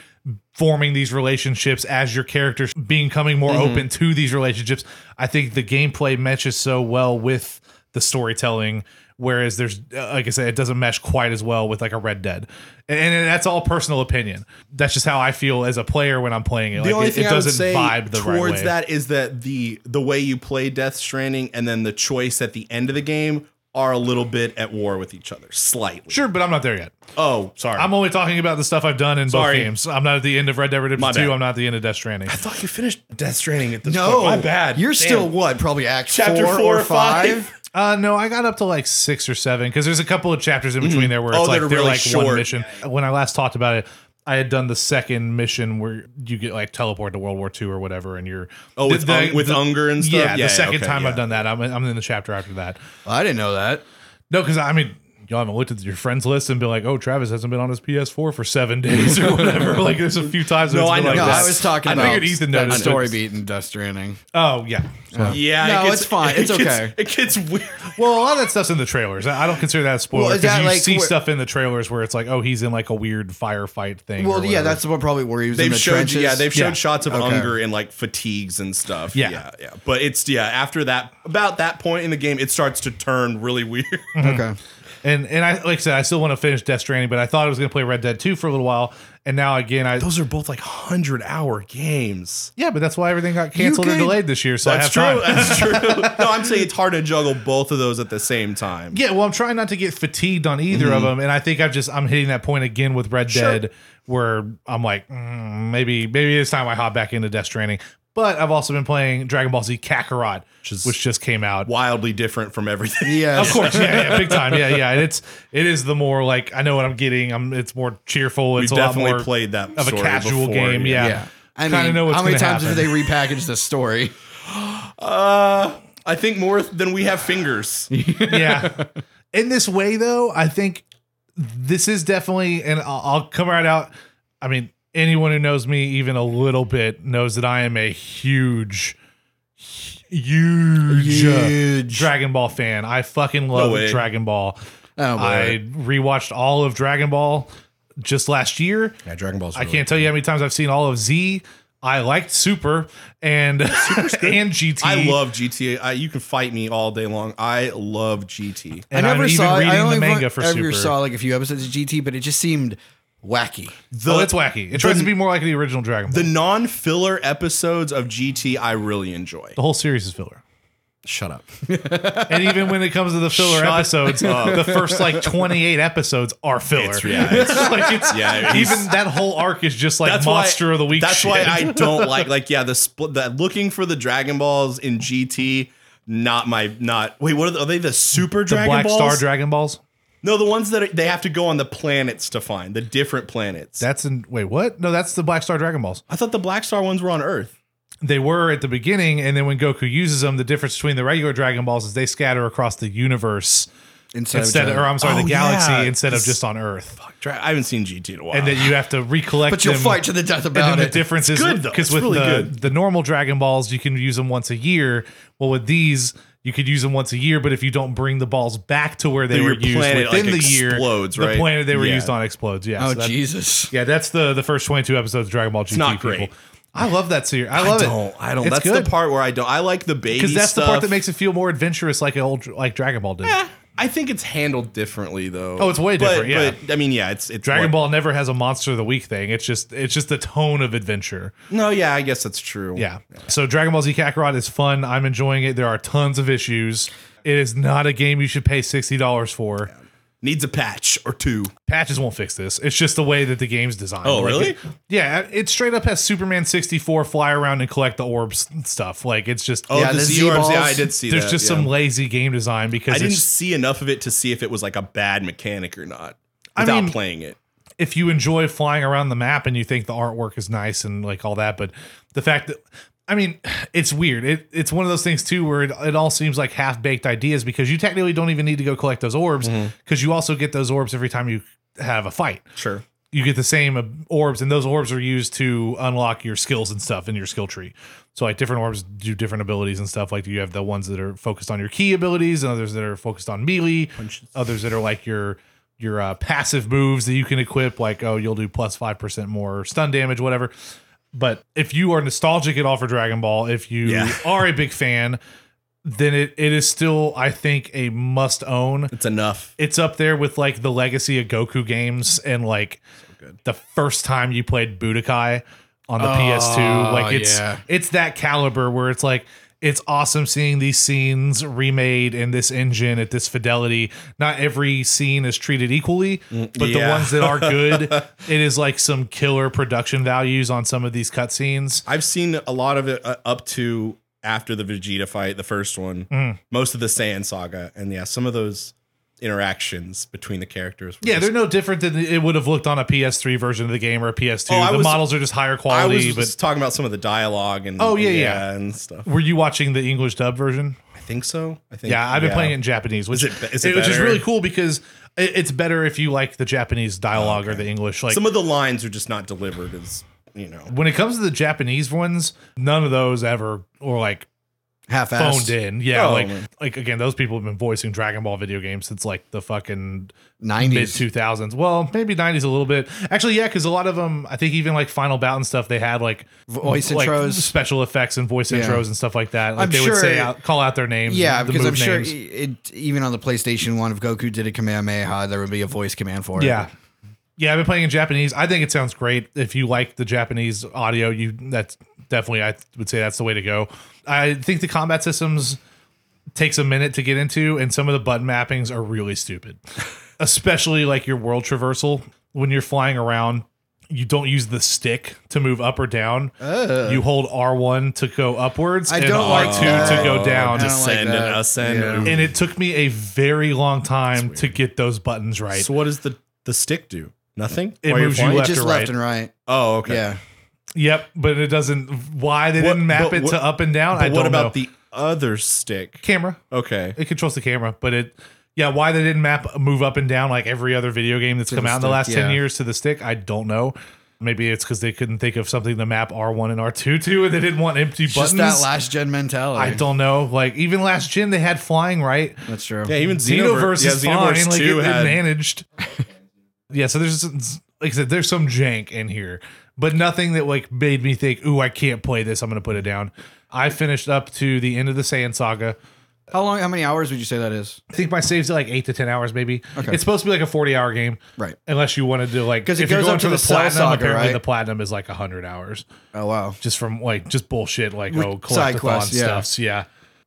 [SPEAKER 1] forming these relationships as your characters becoming more
[SPEAKER 2] Mm-hmm.
[SPEAKER 1] open to these relationships i think the gameplay meshes so well with the storytelling whereas there's uh, like i said it doesn't mesh quite as well with like a red dead and, and that's all personal opinion that's just how i feel as a player when i'm playing it
[SPEAKER 3] the
[SPEAKER 1] like
[SPEAKER 3] only
[SPEAKER 1] it,
[SPEAKER 3] thing
[SPEAKER 1] it
[SPEAKER 3] I would
[SPEAKER 1] doesn't
[SPEAKER 3] say
[SPEAKER 1] vibe the
[SPEAKER 3] towards
[SPEAKER 1] right way
[SPEAKER 3] that is that the the way you play Death Stranding and then the choice at the end of the game are a little bit at war with each other, slightly.
[SPEAKER 1] sure but i'm not there yet
[SPEAKER 3] Oh, sorry.
[SPEAKER 1] i'm only talking about the stuff i've done in
[SPEAKER 3] Sorry.
[SPEAKER 1] both games i'm not at the end of red dead redemption
[SPEAKER 3] My
[SPEAKER 1] 2
[SPEAKER 3] bad.
[SPEAKER 1] i'm not at the end of death stranding
[SPEAKER 3] I thought you finished Death Stranding at this
[SPEAKER 2] no
[SPEAKER 3] point. My bad.
[SPEAKER 2] Oh, you're
[SPEAKER 3] Damn.
[SPEAKER 2] still what probably act
[SPEAKER 3] Chapter
[SPEAKER 2] four,
[SPEAKER 3] four
[SPEAKER 2] or
[SPEAKER 3] or five?
[SPEAKER 2] five
[SPEAKER 1] Uh, no, I got up to like six or seven because there's a couple of chapters in between there where it's
[SPEAKER 3] Oh,
[SPEAKER 1] like
[SPEAKER 3] that are
[SPEAKER 1] they're
[SPEAKER 3] really
[SPEAKER 1] like one
[SPEAKER 3] short.
[SPEAKER 1] mission. When I last talked about it, I had done the second mission where you get like teleported to World War II or whatever, and you're
[SPEAKER 3] Oh, with,
[SPEAKER 1] the-
[SPEAKER 3] Ung- with
[SPEAKER 1] the-
[SPEAKER 3] Unger and
[SPEAKER 1] Yeah,
[SPEAKER 3] stuff.
[SPEAKER 1] the second
[SPEAKER 3] okay,
[SPEAKER 1] time
[SPEAKER 3] yeah.
[SPEAKER 1] I've done that, I'm I'm in the chapter after that.
[SPEAKER 2] I didn't know that
[SPEAKER 1] No, because I mean, y'all haven't looked at your friends list and been like, "Oh, Travis hasn't been on his PS4 for seven days or whatever." like, there's a few times.
[SPEAKER 3] No,
[SPEAKER 1] it's
[SPEAKER 3] I
[SPEAKER 1] been
[SPEAKER 3] know.
[SPEAKER 1] Like
[SPEAKER 2] no,
[SPEAKER 1] that.
[SPEAKER 2] I was talking
[SPEAKER 1] I
[SPEAKER 2] about
[SPEAKER 1] figured Ethan
[SPEAKER 2] that
[SPEAKER 1] noticed
[SPEAKER 2] story
[SPEAKER 1] it.
[SPEAKER 2] beat in Dust Stranding.
[SPEAKER 1] Oh yeah.
[SPEAKER 3] Yeah,
[SPEAKER 2] No, it's fine. It's
[SPEAKER 3] it gets-
[SPEAKER 2] okay.
[SPEAKER 3] It gets weird.
[SPEAKER 1] Well, a lot of that stuff's in the trailers. I I don't consider that a spoiler
[SPEAKER 2] Well, is
[SPEAKER 1] because
[SPEAKER 2] that
[SPEAKER 1] you
[SPEAKER 2] like
[SPEAKER 1] see
[SPEAKER 2] where-
[SPEAKER 1] stuff in the trailers where it's like, "Oh, he's in like a weird firefight thing."
[SPEAKER 2] Well,
[SPEAKER 1] or
[SPEAKER 2] yeah,
[SPEAKER 1] whatever.
[SPEAKER 2] that's the one probably where he was in
[SPEAKER 3] They've
[SPEAKER 2] the
[SPEAKER 3] showed
[SPEAKER 2] trenches.
[SPEAKER 3] yeah, they've showed
[SPEAKER 1] Yeah.
[SPEAKER 3] shots of
[SPEAKER 2] Okay.
[SPEAKER 3] hunger and like fatigues and stuff.
[SPEAKER 1] Yeah.
[SPEAKER 3] yeah, yeah. But it's yeah, after that about that point in the game, it starts to turn really weird.
[SPEAKER 2] okay.
[SPEAKER 1] And and I like I said, I still want to finish Death Stranding, but I thought I was going to play Red Dead Two for a little while, and now again, I
[SPEAKER 3] Those are both like hundred hour games.
[SPEAKER 1] yeah, but that's why everything got canceled or
[SPEAKER 3] could-
[SPEAKER 1] delayed this year, so I have
[SPEAKER 3] That's true.
[SPEAKER 1] time.
[SPEAKER 3] That's true. No, I'm saying it's hard to juggle both of those at the same time.
[SPEAKER 1] Yeah, well, I'm trying not to get fatigued on either of them, and I think I've just I'm hitting that point again with Red
[SPEAKER 3] Sure.
[SPEAKER 1] Dead where I'm like, mm, maybe maybe it's time I hop back into Death Stranding. But I've also been playing Dragon Ball Z Kakarot, which,
[SPEAKER 3] is-
[SPEAKER 1] just came out.
[SPEAKER 3] Wildly different from everything.
[SPEAKER 2] Yeah.
[SPEAKER 1] Of course, yeah, yeah, big time, yeah, yeah. And it's it is the more like I know what I'm getting. I'm it's more cheerful.
[SPEAKER 3] We
[SPEAKER 1] It's a lot
[SPEAKER 3] definitely
[SPEAKER 1] more
[SPEAKER 3] played that
[SPEAKER 1] of a
[SPEAKER 3] story
[SPEAKER 1] casual
[SPEAKER 3] before,
[SPEAKER 1] game. Yeah,
[SPEAKER 2] Yeah. I
[SPEAKER 1] Kinda
[SPEAKER 2] mean,
[SPEAKER 1] know what's
[SPEAKER 2] how many
[SPEAKER 1] gonna
[SPEAKER 2] times have
[SPEAKER 1] happen.
[SPEAKER 2] they repackaged the story?
[SPEAKER 3] Uh, I think more than we have fingers.
[SPEAKER 1] yeah. In this way, though, I think this is definitely, and I'll, I'll come right out. I mean, anyone who knows me even a little bit knows that I am a huge, huge,
[SPEAKER 2] Huge.
[SPEAKER 1] Dragon Ball fan. I fucking love
[SPEAKER 3] way.
[SPEAKER 1] Dragon Ball.
[SPEAKER 2] Oh, boy.
[SPEAKER 1] I rewatched all of Dragon Ball just last year.
[SPEAKER 3] Yeah, Dragon Ball's.
[SPEAKER 1] I can't tell you how many times I've seen all of Z. I liked Super and and GT.
[SPEAKER 3] I love GTA. I, you can fight me all day long. I love GT.
[SPEAKER 1] And I'm even
[SPEAKER 2] it.
[SPEAKER 1] reading the
[SPEAKER 2] only
[SPEAKER 1] manga for
[SPEAKER 2] ever
[SPEAKER 1] Super.
[SPEAKER 2] saw like a few episodes of GT, but it just seemed wacky.
[SPEAKER 1] oh, it's wacky. It tries to be more like the original Dragon Ball.
[SPEAKER 3] The non-filler episodes of GT I really enjoy.
[SPEAKER 1] The whole series is filler.
[SPEAKER 3] Shut up.
[SPEAKER 1] And even when it comes to the filler
[SPEAKER 3] Shut
[SPEAKER 1] episodes, the first like 28 episodes are filler.
[SPEAKER 3] It's- yeah, it's-
[SPEAKER 1] like it's,
[SPEAKER 3] yeah, it's-
[SPEAKER 1] even that whole arc is just like
[SPEAKER 3] That's
[SPEAKER 1] monster
[SPEAKER 3] why,
[SPEAKER 1] of the week.
[SPEAKER 3] That's
[SPEAKER 1] shit.
[SPEAKER 3] why I don't like like yeah the split that looking for the Dragon Balls in GT. Not my not wait. What are, the, are they? The Super
[SPEAKER 1] the
[SPEAKER 3] Dragon
[SPEAKER 1] Black
[SPEAKER 3] Balls?
[SPEAKER 1] Star Dragon Balls.
[SPEAKER 3] no, the ones that are, they have to go on the planets to find the different planets.
[SPEAKER 1] That's in wait what? No, that's the Black Star Dragon Balls.
[SPEAKER 3] I thought the Black Star ones were on Earth.
[SPEAKER 1] They were at the beginning, and then when Goku uses them, the difference between the regular Dragon Balls is they scatter across the universe
[SPEAKER 2] Instead,
[SPEAKER 1] instead,
[SPEAKER 2] of,
[SPEAKER 1] or I'm sorry,
[SPEAKER 3] Oh,
[SPEAKER 1] the galaxy
[SPEAKER 3] yeah.
[SPEAKER 1] instead of
[SPEAKER 3] This-
[SPEAKER 1] just on Earth,
[SPEAKER 3] Dra- I haven't seen GT in a while.
[SPEAKER 1] and then you have to recollect.
[SPEAKER 2] but you'll
[SPEAKER 1] them.
[SPEAKER 2] fight to the death about
[SPEAKER 1] and then
[SPEAKER 2] it.
[SPEAKER 1] the difference
[SPEAKER 3] It's good,
[SPEAKER 1] is
[SPEAKER 3] though.
[SPEAKER 1] because
[SPEAKER 3] It's
[SPEAKER 1] with
[SPEAKER 3] really
[SPEAKER 1] the,
[SPEAKER 3] good.
[SPEAKER 1] the normal Dragon Balls, you can use them once a year. Well, with these, you could use them once a year, but if you don't bring the balls back to where they
[SPEAKER 3] Then
[SPEAKER 1] were
[SPEAKER 3] your
[SPEAKER 1] used
[SPEAKER 3] planet,
[SPEAKER 1] within
[SPEAKER 3] like,
[SPEAKER 1] the year,
[SPEAKER 3] explodes,
[SPEAKER 1] the
[SPEAKER 3] right?
[SPEAKER 1] planet they were
[SPEAKER 3] Yeah.
[SPEAKER 1] used on explodes. Yeah,
[SPEAKER 2] oh
[SPEAKER 1] so that-
[SPEAKER 2] Jesus!
[SPEAKER 1] yeah, that's the the first twenty two episodes of Dragon Ball GT.
[SPEAKER 3] not
[SPEAKER 1] people.
[SPEAKER 3] great.
[SPEAKER 1] I love that series. I love
[SPEAKER 3] I don't.
[SPEAKER 1] it.
[SPEAKER 3] I don't.
[SPEAKER 1] It's
[SPEAKER 3] that's
[SPEAKER 1] good.
[SPEAKER 3] the part where I don't. I like the baby
[SPEAKER 1] because that's
[SPEAKER 3] stuff. Eh.
[SPEAKER 1] the part that makes it feel more adventurous, like an old like Dragon Ball did.
[SPEAKER 3] I think it's handled differently though.
[SPEAKER 1] Oh, it's way
[SPEAKER 3] But-
[SPEAKER 1] different, yeah.
[SPEAKER 3] but I mean, yeah, it's it's
[SPEAKER 1] Dragon
[SPEAKER 3] what-
[SPEAKER 1] Ball never has a monster of the week thing. It's just it's just the tone of adventure.
[SPEAKER 3] No, yeah, I guess that's true.
[SPEAKER 1] Yeah. So Dragon Ball Z Kakarot is fun. I'm enjoying it. There are tons of issues. It is not a game you should pay sixty dollars for.
[SPEAKER 3] needs a patch or two.
[SPEAKER 1] Patches won't fix this. It's just the way that the game's designed.
[SPEAKER 3] Oh,
[SPEAKER 1] Like,
[SPEAKER 3] really?
[SPEAKER 1] it- yeah, it straight up has Superman 64 fly around and collect the orbs and stuff. Like it's just
[SPEAKER 3] Oh,
[SPEAKER 2] Yeah,
[SPEAKER 3] the,
[SPEAKER 2] the
[SPEAKER 3] Z
[SPEAKER 2] Z-balls.
[SPEAKER 3] orbs. Yeah, I did see.
[SPEAKER 1] there's
[SPEAKER 3] that,
[SPEAKER 1] just
[SPEAKER 3] yeah.
[SPEAKER 1] some lazy game design because
[SPEAKER 3] I didn't
[SPEAKER 1] it's-
[SPEAKER 3] see enough of it to see if it was like a bad mechanic or not
[SPEAKER 1] I
[SPEAKER 3] without
[SPEAKER 1] mean-
[SPEAKER 3] playing it.
[SPEAKER 1] if you enjoy flying around the map and you think the artwork is nice and like all that, but the fact that I mean, it's weird. It, it's one of those things too where it, it all seems like half baked ideas because you technically don't even need to go collect those orbs because you also get those orbs every time you have a fight.
[SPEAKER 3] Sure.
[SPEAKER 1] You get the same uh, orbs, and those orbs are used to unlock your skills and stuff in your skill tree. So, like different orbs do different abilities and stuff. Like you have the ones that are focused on your key abilities, and others that are focused on melee, others that are like your your uh, passive moves that you can equip, like oh, you'll do plus five percent more stun damage, whatever. But if you are nostalgic at all for Dragon Ball, if you
[SPEAKER 3] Yeah.
[SPEAKER 1] are a big fan, then it, it is still, I think, a must own.
[SPEAKER 3] It's enough.
[SPEAKER 1] It's up there with like the legacy of Goku games and like the first time you played Budokai on the PS2.
[SPEAKER 3] Oh,
[SPEAKER 1] Like it's
[SPEAKER 2] yeah.
[SPEAKER 1] it's that caliber where it's like it's awesome seeing these scenes remade in this engine at this fidelity. Not every scene is treated equally, but the
[SPEAKER 3] Mm, yeah.
[SPEAKER 1] ones that are good, it is like some killer production values on some of these cutscenes.
[SPEAKER 3] I've seen a lot of it uh, up to after the Vegeta fight, the first one.
[SPEAKER 1] Mm.
[SPEAKER 3] Most of the Saiyan saga, and yeah, some of those interactions between the characters. Were
[SPEAKER 1] Yeah,
[SPEAKER 3] just-
[SPEAKER 1] they're no different than it would have looked on a PS3 version of the game or a PS2.
[SPEAKER 3] Oh, I
[SPEAKER 1] the
[SPEAKER 3] was-
[SPEAKER 1] models are just higher
[SPEAKER 3] I
[SPEAKER 1] quality,
[SPEAKER 3] was
[SPEAKER 1] but
[SPEAKER 3] just talking about some of the dialogue and
[SPEAKER 1] Oh, yeah,
[SPEAKER 3] and,
[SPEAKER 1] yeah.
[SPEAKER 3] and stuff.
[SPEAKER 1] Were you watching the English dub version?
[SPEAKER 3] I think so. I think
[SPEAKER 1] Yeah, I've been playing it in Japanese, which
[SPEAKER 3] Is it- is it
[SPEAKER 1] which is
[SPEAKER 3] better?
[SPEAKER 1] really cool because it- it's better if you like the Japanese dialogue or the English. Like
[SPEAKER 3] Some of the lines are just not delivered as you know.
[SPEAKER 1] when it comes to the Japanese ones, none of those ever or like
[SPEAKER 2] half
[SPEAKER 1] phoned
[SPEAKER 2] assed
[SPEAKER 1] in. Yeah,
[SPEAKER 3] Oh,
[SPEAKER 1] like
[SPEAKER 3] man.
[SPEAKER 1] like again, those people have been voicing Dragon Ball video games since like the fucking mid
[SPEAKER 2] nineties.
[SPEAKER 1] two thousands. Well, maybe nineties a little bit. Actually, yeah, because a lot of them, I think even like Final Bout and stuff, they had like
[SPEAKER 2] Voice
[SPEAKER 1] like,
[SPEAKER 2] intros.
[SPEAKER 1] special effects, and voice
[SPEAKER 2] Yeah.
[SPEAKER 1] intros and stuff like that. Like
[SPEAKER 2] I'm
[SPEAKER 1] they
[SPEAKER 2] sure-
[SPEAKER 1] would say out, call out their names.
[SPEAKER 2] Yeah,
[SPEAKER 1] the
[SPEAKER 2] because I'm
[SPEAKER 1] move
[SPEAKER 2] sure
[SPEAKER 1] names.
[SPEAKER 2] it, even on the PlayStation One, if Goku did a Kamehameha, there would be a voice command for it.
[SPEAKER 1] Yeah. Yeah, I've been playing in Japanese. I think it sounds great. If you like the Japanese audio, you that's definitely I would say that's the way to go. I think the combat systems takes a minute to get into and some of the button mappings are really stupid. Especially like your world traversal when you're flying around, you don't use the stick to move up or down. you hold R1 to go upwards
[SPEAKER 2] Uh. I
[SPEAKER 1] and
[SPEAKER 2] don't like
[SPEAKER 1] R2
[SPEAKER 2] that.
[SPEAKER 1] to go down.
[SPEAKER 2] I don't like
[SPEAKER 3] Ascend and
[SPEAKER 2] that.
[SPEAKER 3] ascend.
[SPEAKER 2] Yeah.
[SPEAKER 3] Ooh.
[SPEAKER 1] And it took me a very long time to get those buttons right.
[SPEAKER 3] So what does the the stick do? Nothing.
[SPEAKER 1] It
[SPEAKER 3] While you're
[SPEAKER 1] moves you
[SPEAKER 3] flying?
[SPEAKER 1] left
[SPEAKER 2] just
[SPEAKER 1] or
[SPEAKER 2] left
[SPEAKER 1] right.
[SPEAKER 2] and right.
[SPEAKER 3] Oh, okay.
[SPEAKER 2] Yeah,
[SPEAKER 1] Yep, but it doesn't. Why they
[SPEAKER 3] What-
[SPEAKER 1] didn't map
[SPEAKER 3] but
[SPEAKER 1] it
[SPEAKER 3] what-
[SPEAKER 1] to up and down? I
[SPEAKER 3] But
[SPEAKER 1] don't
[SPEAKER 3] what about
[SPEAKER 1] know.
[SPEAKER 3] the other stick?
[SPEAKER 1] camera?
[SPEAKER 3] Okay.
[SPEAKER 1] It controls the camera, but it. Yeah, why they didn't map move up and down like every other video game that's come
[SPEAKER 2] the
[SPEAKER 1] out in the
[SPEAKER 2] stick,
[SPEAKER 1] last ten
[SPEAKER 2] yeah.
[SPEAKER 1] years to the stick? I don't know. Maybe it's because they couldn't think of something to map R one and R two to, and they didn't want empty
[SPEAKER 2] just
[SPEAKER 1] buttons.
[SPEAKER 2] that last gen mentality.
[SPEAKER 1] I don't know. Like even last gen, they had flying right.
[SPEAKER 2] That's true.
[SPEAKER 3] Yeah, even
[SPEAKER 1] Xenoverse
[SPEAKER 3] Xenoverse, yeah,
[SPEAKER 1] is fine.
[SPEAKER 3] Xenoverse
[SPEAKER 1] Like it,
[SPEAKER 3] two
[SPEAKER 1] it
[SPEAKER 3] had
[SPEAKER 1] managed. yeah, so there's like I said, there's some jank in here, but nothing that like made me think, "Ooh, I can't play this. I'm gonna put it down." I finished up to the end of the Saiyan saga.
[SPEAKER 2] How long? How many hours would you say that is?
[SPEAKER 1] I think my saves are like eight to ten hours, maybe.
[SPEAKER 2] Okay.
[SPEAKER 1] It's supposed to be like a 40 hour game,
[SPEAKER 2] Right.
[SPEAKER 1] Unless you wanted to like
[SPEAKER 2] 'Cause it
[SPEAKER 1] if you're
[SPEAKER 2] goes
[SPEAKER 1] going
[SPEAKER 2] up to
[SPEAKER 1] for
[SPEAKER 2] the Cell
[SPEAKER 1] platinum,
[SPEAKER 2] Saga,
[SPEAKER 1] apparently
[SPEAKER 2] right?
[SPEAKER 1] the platinum is like hundred hours,
[SPEAKER 2] Oh wow!
[SPEAKER 1] just from like just bullshit like
[SPEAKER 2] With
[SPEAKER 1] oh
[SPEAKER 2] side
[SPEAKER 1] collectathon
[SPEAKER 2] quests, yeah.
[SPEAKER 1] stuffs. Yeah,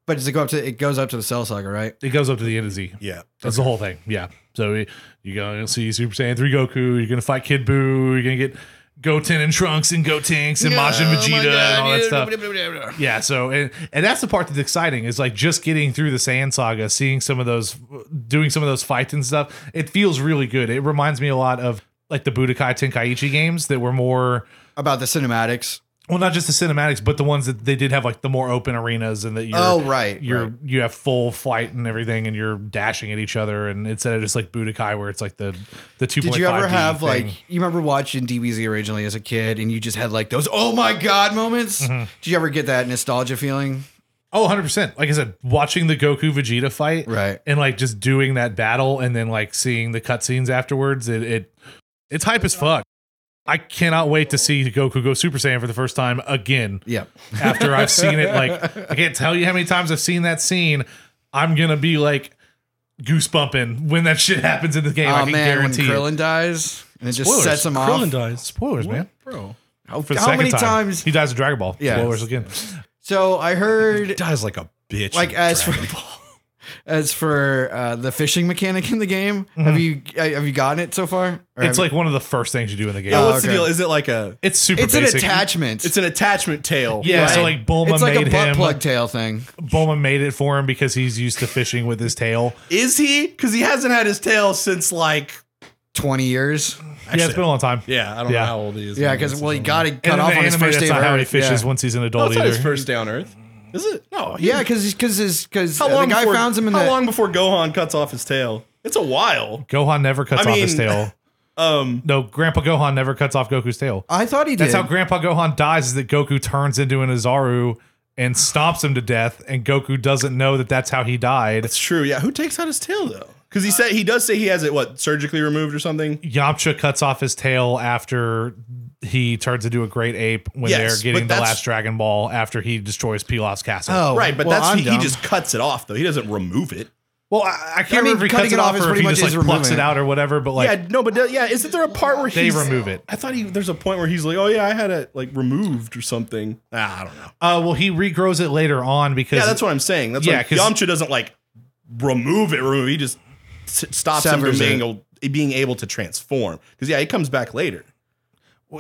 [SPEAKER 2] But does it go up to? It goes up to the Cell Saga, right?
[SPEAKER 1] it goes up to the end of Z.
[SPEAKER 3] yeah.
[SPEAKER 2] Oh
[SPEAKER 1] That's the whole thing. Yeah. So y- you're gonna see Super Saiyan 3 Goku, you're gonna fight Kid Buu, you're gonna get Goten and Trunks and Gotenks and Majin Vegeta and all that stuff. Yeah, so and, and that's the part that's exciting is like just getting through the Saiyan saga, seeing some of those doing some of those fights and stuff. It feels really good. It reminds me a lot of like the Budokai Tenkaichi games that were more
[SPEAKER 2] About the cinematics.
[SPEAKER 1] well, not just the cinematics, but the ones that they did have like the more open arenas and that you're
[SPEAKER 2] oh right.
[SPEAKER 1] you're
[SPEAKER 2] right.
[SPEAKER 1] you have full flight and everything, and you're dashing at each other, and instead of just like Budokai, where it's like the the two.
[SPEAKER 2] Did you ever have like you remember watching DBZ originally as a kid, and you just had like those oh my god moments?
[SPEAKER 1] Mm-hmm.
[SPEAKER 2] Did you ever get that nostalgia feeling?
[SPEAKER 1] oh 100 percent? Like I said, watching the Goku Vegeta fight,
[SPEAKER 2] Right.
[SPEAKER 1] and like just doing that battle, and then like seeing the cutscenes afterwards, it, it it's hype as fuck. I cannot wait to see Goku go Super Saiyan for the first time again.
[SPEAKER 2] Yeah.
[SPEAKER 1] after I've seen it. Like I can't tell you how many times I've seen that scene. I'm gonna be like goosebumping when that shit happens in the game. I
[SPEAKER 2] oh
[SPEAKER 1] can
[SPEAKER 2] man, when
[SPEAKER 1] guarantee. it.
[SPEAKER 2] Krillin dies, and it just
[SPEAKER 1] Spoilers.
[SPEAKER 2] sets him
[SPEAKER 3] Krillin
[SPEAKER 2] off.
[SPEAKER 3] dies.
[SPEAKER 1] Spoilers, man.
[SPEAKER 3] Bro.
[SPEAKER 2] How,
[SPEAKER 1] For the
[SPEAKER 2] how
[SPEAKER 1] second
[SPEAKER 2] many
[SPEAKER 1] time.
[SPEAKER 2] times?
[SPEAKER 1] he dies in Dragon Ball?
[SPEAKER 2] Yeah.
[SPEAKER 1] Spoilers again.
[SPEAKER 2] so I heard
[SPEAKER 3] Dies like a bitch.
[SPEAKER 2] like
[SPEAKER 3] in
[SPEAKER 2] as for
[SPEAKER 3] Dragon
[SPEAKER 2] as for uh, the fishing mechanic in the game. Have you uh, have you gotten it so far? Or have
[SPEAKER 1] Mm-hmm. It's
[SPEAKER 2] you-
[SPEAKER 1] like one of the first things you do in the game.
[SPEAKER 3] Yeah, what's
[SPEAKER 2] Oh,
[SPEAKER 3] the
[SPEAKER 2] okay.
[SPEAKER 3] deal? Is it like a
[SPEAKER 1] It's super.
[SPEAKER 2] it's
[SPEAKER 1] basic.
[SPEAKER 2] an attachment.
[SPEAKER 3] it's an attachment tail?
[SPEAKER 1] Yeah, so
[SPEAKER 2] Right.
[SPEAKER 1] like Bulma
[SPEAKER 2] it's like
[SPEAKER 1] made
[SPEAKER 2] a butt
[SPEAKER 1] him.
[SPEAKER 2] plug tail thing.
[SPEAKER 1] Bulma made it for him because he's used to fishing with his tail.
[SPEAKER 3] Is he? Because he hasn't had his tail since like
[SPEAKER 2] Twenty years.
[SPEAKER 1] yeah, it's been a long time.
[SPEAKER 3] yeah. I don't
[SPEAKER 1] Yeah.
[SPEAKER 3] know how old he is.
[SPEAKER 2] Yeah, because well, he got it
[SPEAKER 1] And
[SPEAKER 2] cut
[SPEAKER 1] in
[SPEAKER 2] off
[SPEAKER 1] the
[SPEAKER 2] on his
[SPEAKER 1] anime,
[SPEAKER 2] first day
[SPEAKER 1] that's
[SPEAKER 2] of
[SPEAKER 1] not how he
[SPEAKER 2] Earth,
[SPEAKER 1] fishes
[SPEAKER 2] yeah.
[SPEAKER 1] once he's an
[SPEAKER 3] No,
[SPEAKER 1] adult
[SPEAKER 3] it's not his
[SPEAKER 1] either.
[SPEAKER 3] first day on Earth. Is it? No. he-
[SPEAKER 2] Yeah, because because his because
[SPEAKER 3] How
[SPEAKER 2] the
[SPEAKER 3] long
[SPEAKER 2] guy
[SPEAKER 3] before,
[SPEAKER 2] found him in
[SPEAKER 3] How
[SPEAKER 2] the
[SPEAKER 3] long before Gohan cuts off his tail? It's a while.
[SPEAKER 1] Gohan never cuts
[SPEAKER 3] I
[SPEAKER 1] off his
[SPEAKER 3] mean-
[SPEAKER 1] tail.
[SPEAKER 3] Um.
[SPEAKER 1] No, Grandpa Gohan never cuts off Goku's tail.
[SPEAKER 2] I thought Oh, he did.
[SPEAKER 1] That's how Grandpa Gohan dies. Is that Goku turns into an Azaru and stomps him to death, and Goku doesn't know that that's how he died.
[SPEAKER 3] It's true. Yeah. Who takes out his tail though? Because he said he does say he has it what surgically removed or something.
[SPEAKER 1] Yamcha cuts off his tail after he turns into a great ape when
[SPEAKER 3] Yes,
[SPEAKER 1] they're
[SPEAKER 3] but
[SPEAKER 1] getting the
[SPEAKER 3] that's-
[SPEAKER 1] last Dragon Ball after he destroys Pilaf's castle.
[SPEAKER 3] right, but
[SPEAKER 2] well,
[SPEAKER 3] that's
[SPEAKER 2] I'm
[SPEAKER 3] he, he
[SPEAKER 2] dumb.
[SPEAKER 3] just cuts it off though. He doesn't remove it.
[SPEAKER 1] Well, I, I can't
[SPEAKER 2] I mean,
[SPEAKER 1] remember if he
[SPEAKER 2] cutting
[SPEAKER 1] cuts
[SPEAKER 2] it
[SPEAKER 1] it
[SPEAKER 2] off
[SPEAKER 1] off
[SPEAKER 2] is
[SPEAKER 1] or if
[SPEAKER 2] pretty
[SPEAKER 1] he
[SPEAKER 2] much
[SPEAKER 1] just like
[SPEAKER 2] is
[SPEAKER 1] plucks
[SPEAKER 2] removing
[SPEAKER 1] it
[SPEAKER 2] it.
[SPEAKER 1] out or whatever. But like,
[SPEAKER 3] yeah, no, but th- yeah, isn't there a part where
[SPEAKER 1] They
[SPEAKER 3] he's-
[SPEAKER 1] remove it.
[SPEAKER 3] I thought he there's a point where he's like, oh yeah, I had it like removed or something. Ah, I don't know.
[SPEAKER 1] uh, well, he regrows it later on because
[SPEAKER 3] Yeah, that's what I'm saying. That's
[SPEAKER 1] Yeah,
[SPEAKER 3] yeah,
[SPEAKER 1] 'cause-
[SPEAKER 3] Yamcha doesn't like remove it. Remove. He just s- stops him
[SPEAKER 2] Severs
[SPEAKER 3] from being
[SPEAKER 2] it.
[SPEAKER 3] able, being able to transform. Because yeah, he comes back later.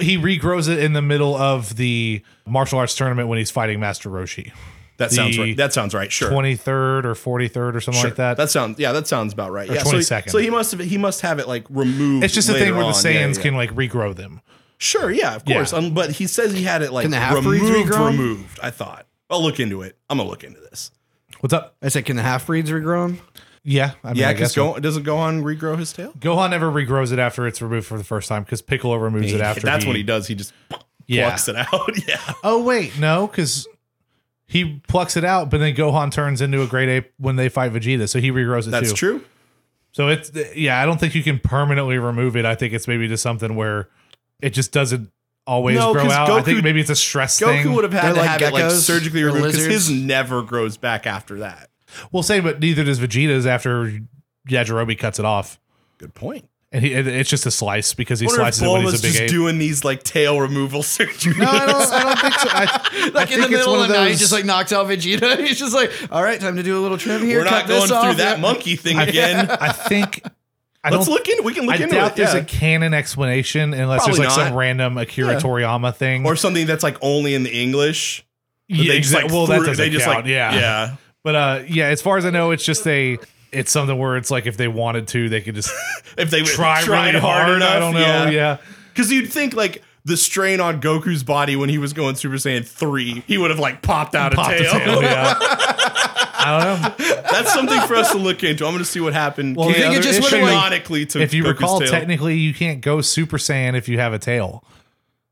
[SPEAKER 1] he regrows it in the middle of the martial arts tournament when he's fighting Master Roshi,
[SPEAKER 3] That sounds
[SPEAKER 1] The
[SPEAKER 3] right. That sounds right. Sure.
[SPEAKER 1] twenty third or forty third or something
[SPEAKER 3] Sure.
[SPEAKER 1] like that.
[SPEAKER 3] sounds yeah. That sounds about right.
[SPEAKER 1] Or
[SPEAKER 3] yeah. So he,
[SPEAKER 1] 22nd.
[SPEAKER 3] so he must have he must have it like removed.
[SPEAKER 1] it's just a thing
[SPEAKER 3] later
[SPEAKER 1] where the
[SPEAKER 3] on. Yeah, yeah,
[SPEAKER 1] Saiyans
[SPEAKER 3] yeah.
[SPEAKER 1] can like regrow them.
[SPEAKER 3] Sure. Yeah. Of
[SPEAKER 1] Yeah.
[SPEAKER 3] course. Um, but he says he had it like
[SPEAKER 2] Can the half-breeds
[SPEAKER 3] removed.
[SPEAKER 2] regrow 'em?
[SPEAKER 3] Removed. I thought. I'll look into it. I'm gonna look into this.
[SPEAKER 1] What's up?
[SPEAKER 2] I said, can the half breeds regrow? 'em?
[SPEAKER 1] Yeah, I mean,
[SPEAKER 3] yeah,
[SPEAKER 1] I
[SPEAKER 3] because
[SPEAKER 1] guess
[SPEAKER 3] Go- doesn't Gohan regrow his tail?
[SPEAKER 1] Gohan never regrows it after it's removed for the first time because Piccolo removes it after.
[SPEAKER 3] That's
[SPEAKER 1] he,
[SPEAKER 3] what he does. He just
[SPEAKER 1] Yeah.
[SPEAKER 3] plucks it out. yeah.
[SPEAKER 1] Oh wait, no, because he plucks it out, but then Gohan turns into a great ape when they fight Vegeta, so he regrows it
[SPEAKER 3] That's
[SPEAKER 1] too.
[SPEAKER 3] true.
[SPEAKER 1] So it's yeah, I don't think you can permanently remove it. I think it's maybe just something where it just doesn't always
[SPEAKER 3] No,
[SPEAKER 1] grow
[SPEAKER 3] 'cause
[SPEAKER 1] out. I think
[SPEAKER 3] Goku-
[SPEAKER 1] maybe it's a stress
[SPEAKER 3] Goku
[SPEAKER 1] thing.
[SPEAKER 3] would have had
[SPEAKER 2] They're
[SPEAKER 3] to
[SPEAKER 2] like
[SPEAKER 3] have it like
[SPEAKER 2] geckos
[SPEAKER 3] surgically
[SPEAKER 2] or
[SPEAKER 3] removed because
[SPEAKER 2] lizards.
[SPEAKER 3] his never grows back after that.
[SPEAKER 1] We'll say, but neither does Vegeta's after Yajirobe cuts it off,
[SPEAKER 3] Good point.
[SPEAKER 1] and he it, it's just a slice because he
[SPEAKER 3] I wonder if
[SPEAKER 1] slices it when he's
[SPEAKER 3] Bulma's
[SPEAKER 1] a big
[SPEAKER 3] just
[SPEAKER 1] ape.
[SPEAKER 3] doing these like tail removal surgeries.
[SPEAKER 1] no, I don't, I don't think so. I,
[SPEAKER 2] Like
[SPEAKER 1] I
[SPEAKER 2] in the
[SPEAKER 1] think it's
[SPEAKER 2] middle
[SPEAKER 1] one
[SPEAKER 2] of the night,
[SPEAKER 1] those-
[SPEAKER 2] just like knocks out Vegeta. He's just like, all right, time to do a little trim here.
[SPEAKER 3] We're not
[SPEAKER 2] cut
[SPEAKER 3] going
[SPEAKER 2] this
[SPEAKER 3] through
[SPEAKER 2] off."
[SPEAKER 3] that
[SPEAKER 2] Yeah.
[SPEAKER 3] monkey thing again.
[SPEAKER 1] I think I
[SPEAKER 3] Let's
[SPEAKER 1] don't
[SPEAKER 3] look in. We can look
[SPEAKER 1] I
[SPEAKER 3] into
[SPEAKER 1] doubt
[SPEAKER 3] it.
[SPEAKER 1] there's
[SPEAKER 3] yeah.
[SPEAKER 1] a canon explanation unless
[SPEAKER 3] Probably
[SPEAKER 1] there's like some
[SPEAKER 3] not.
[SPEAKER 1] random Akira
[SPEAKER 3] Yeah.
[SPEAKER 1] Toriyama thing.
[SPEAKER 3] or something that's like only in the English. that
[SPEAKER 1] yeah,
[SPEAKER 3] just,
[SPEAKER 1] exa-
[SPEAKER 3] like,
[SPEAKER 1] well, that
[SPEAKER 3] threw-
[SPEAKER 1] doesn't
[SPEAKER 3] they just
[SPEAKER 1] count.
[SPEAKER 3] like
[SPEAKER 1] yeah.
[SPEAKER 3] yeah.
[SPEAKER 1] But uh, yeah, as far as I know, it's just a it's something where it's like if they wanted to, they could just
[SPEAKER 3] If they
[SPEAKER 1] try
[SPEAKER 3] tried
[SPEAKER 1] really hard.
[SPEAKER 3] hard, enough,
[SPEAKER 1] I don't know. Yeah.
[SPEAKER 3] Because you'd think like the strain on Goku's body when he was going Super Saiyan three, he would have like popped out
[SPEAKER 1] Pop
[SPEAKER 3] a
[SPEAKER 1] the
[SPEAKER 3] tail.
[SPEAKER 1] tail, yeah. I don't know.
[SPEAKER 3] That's something for us to look into. I'm going to see what happened.
[SPEAKER 1] Well, I think it
[SPEAKER 2] just
[SPEAKER 3] just
[SPEAKER 2] would've, like-
[SPEAKER 3] canonically to
[SPEAKER 1] If you
[SPEAKER 3] Goku's
[SPEAKER 1] recall,
[SPEAKER 3] tail.
[SPEAKER 1] technically, you can't go Super Saiyan if you have a tail.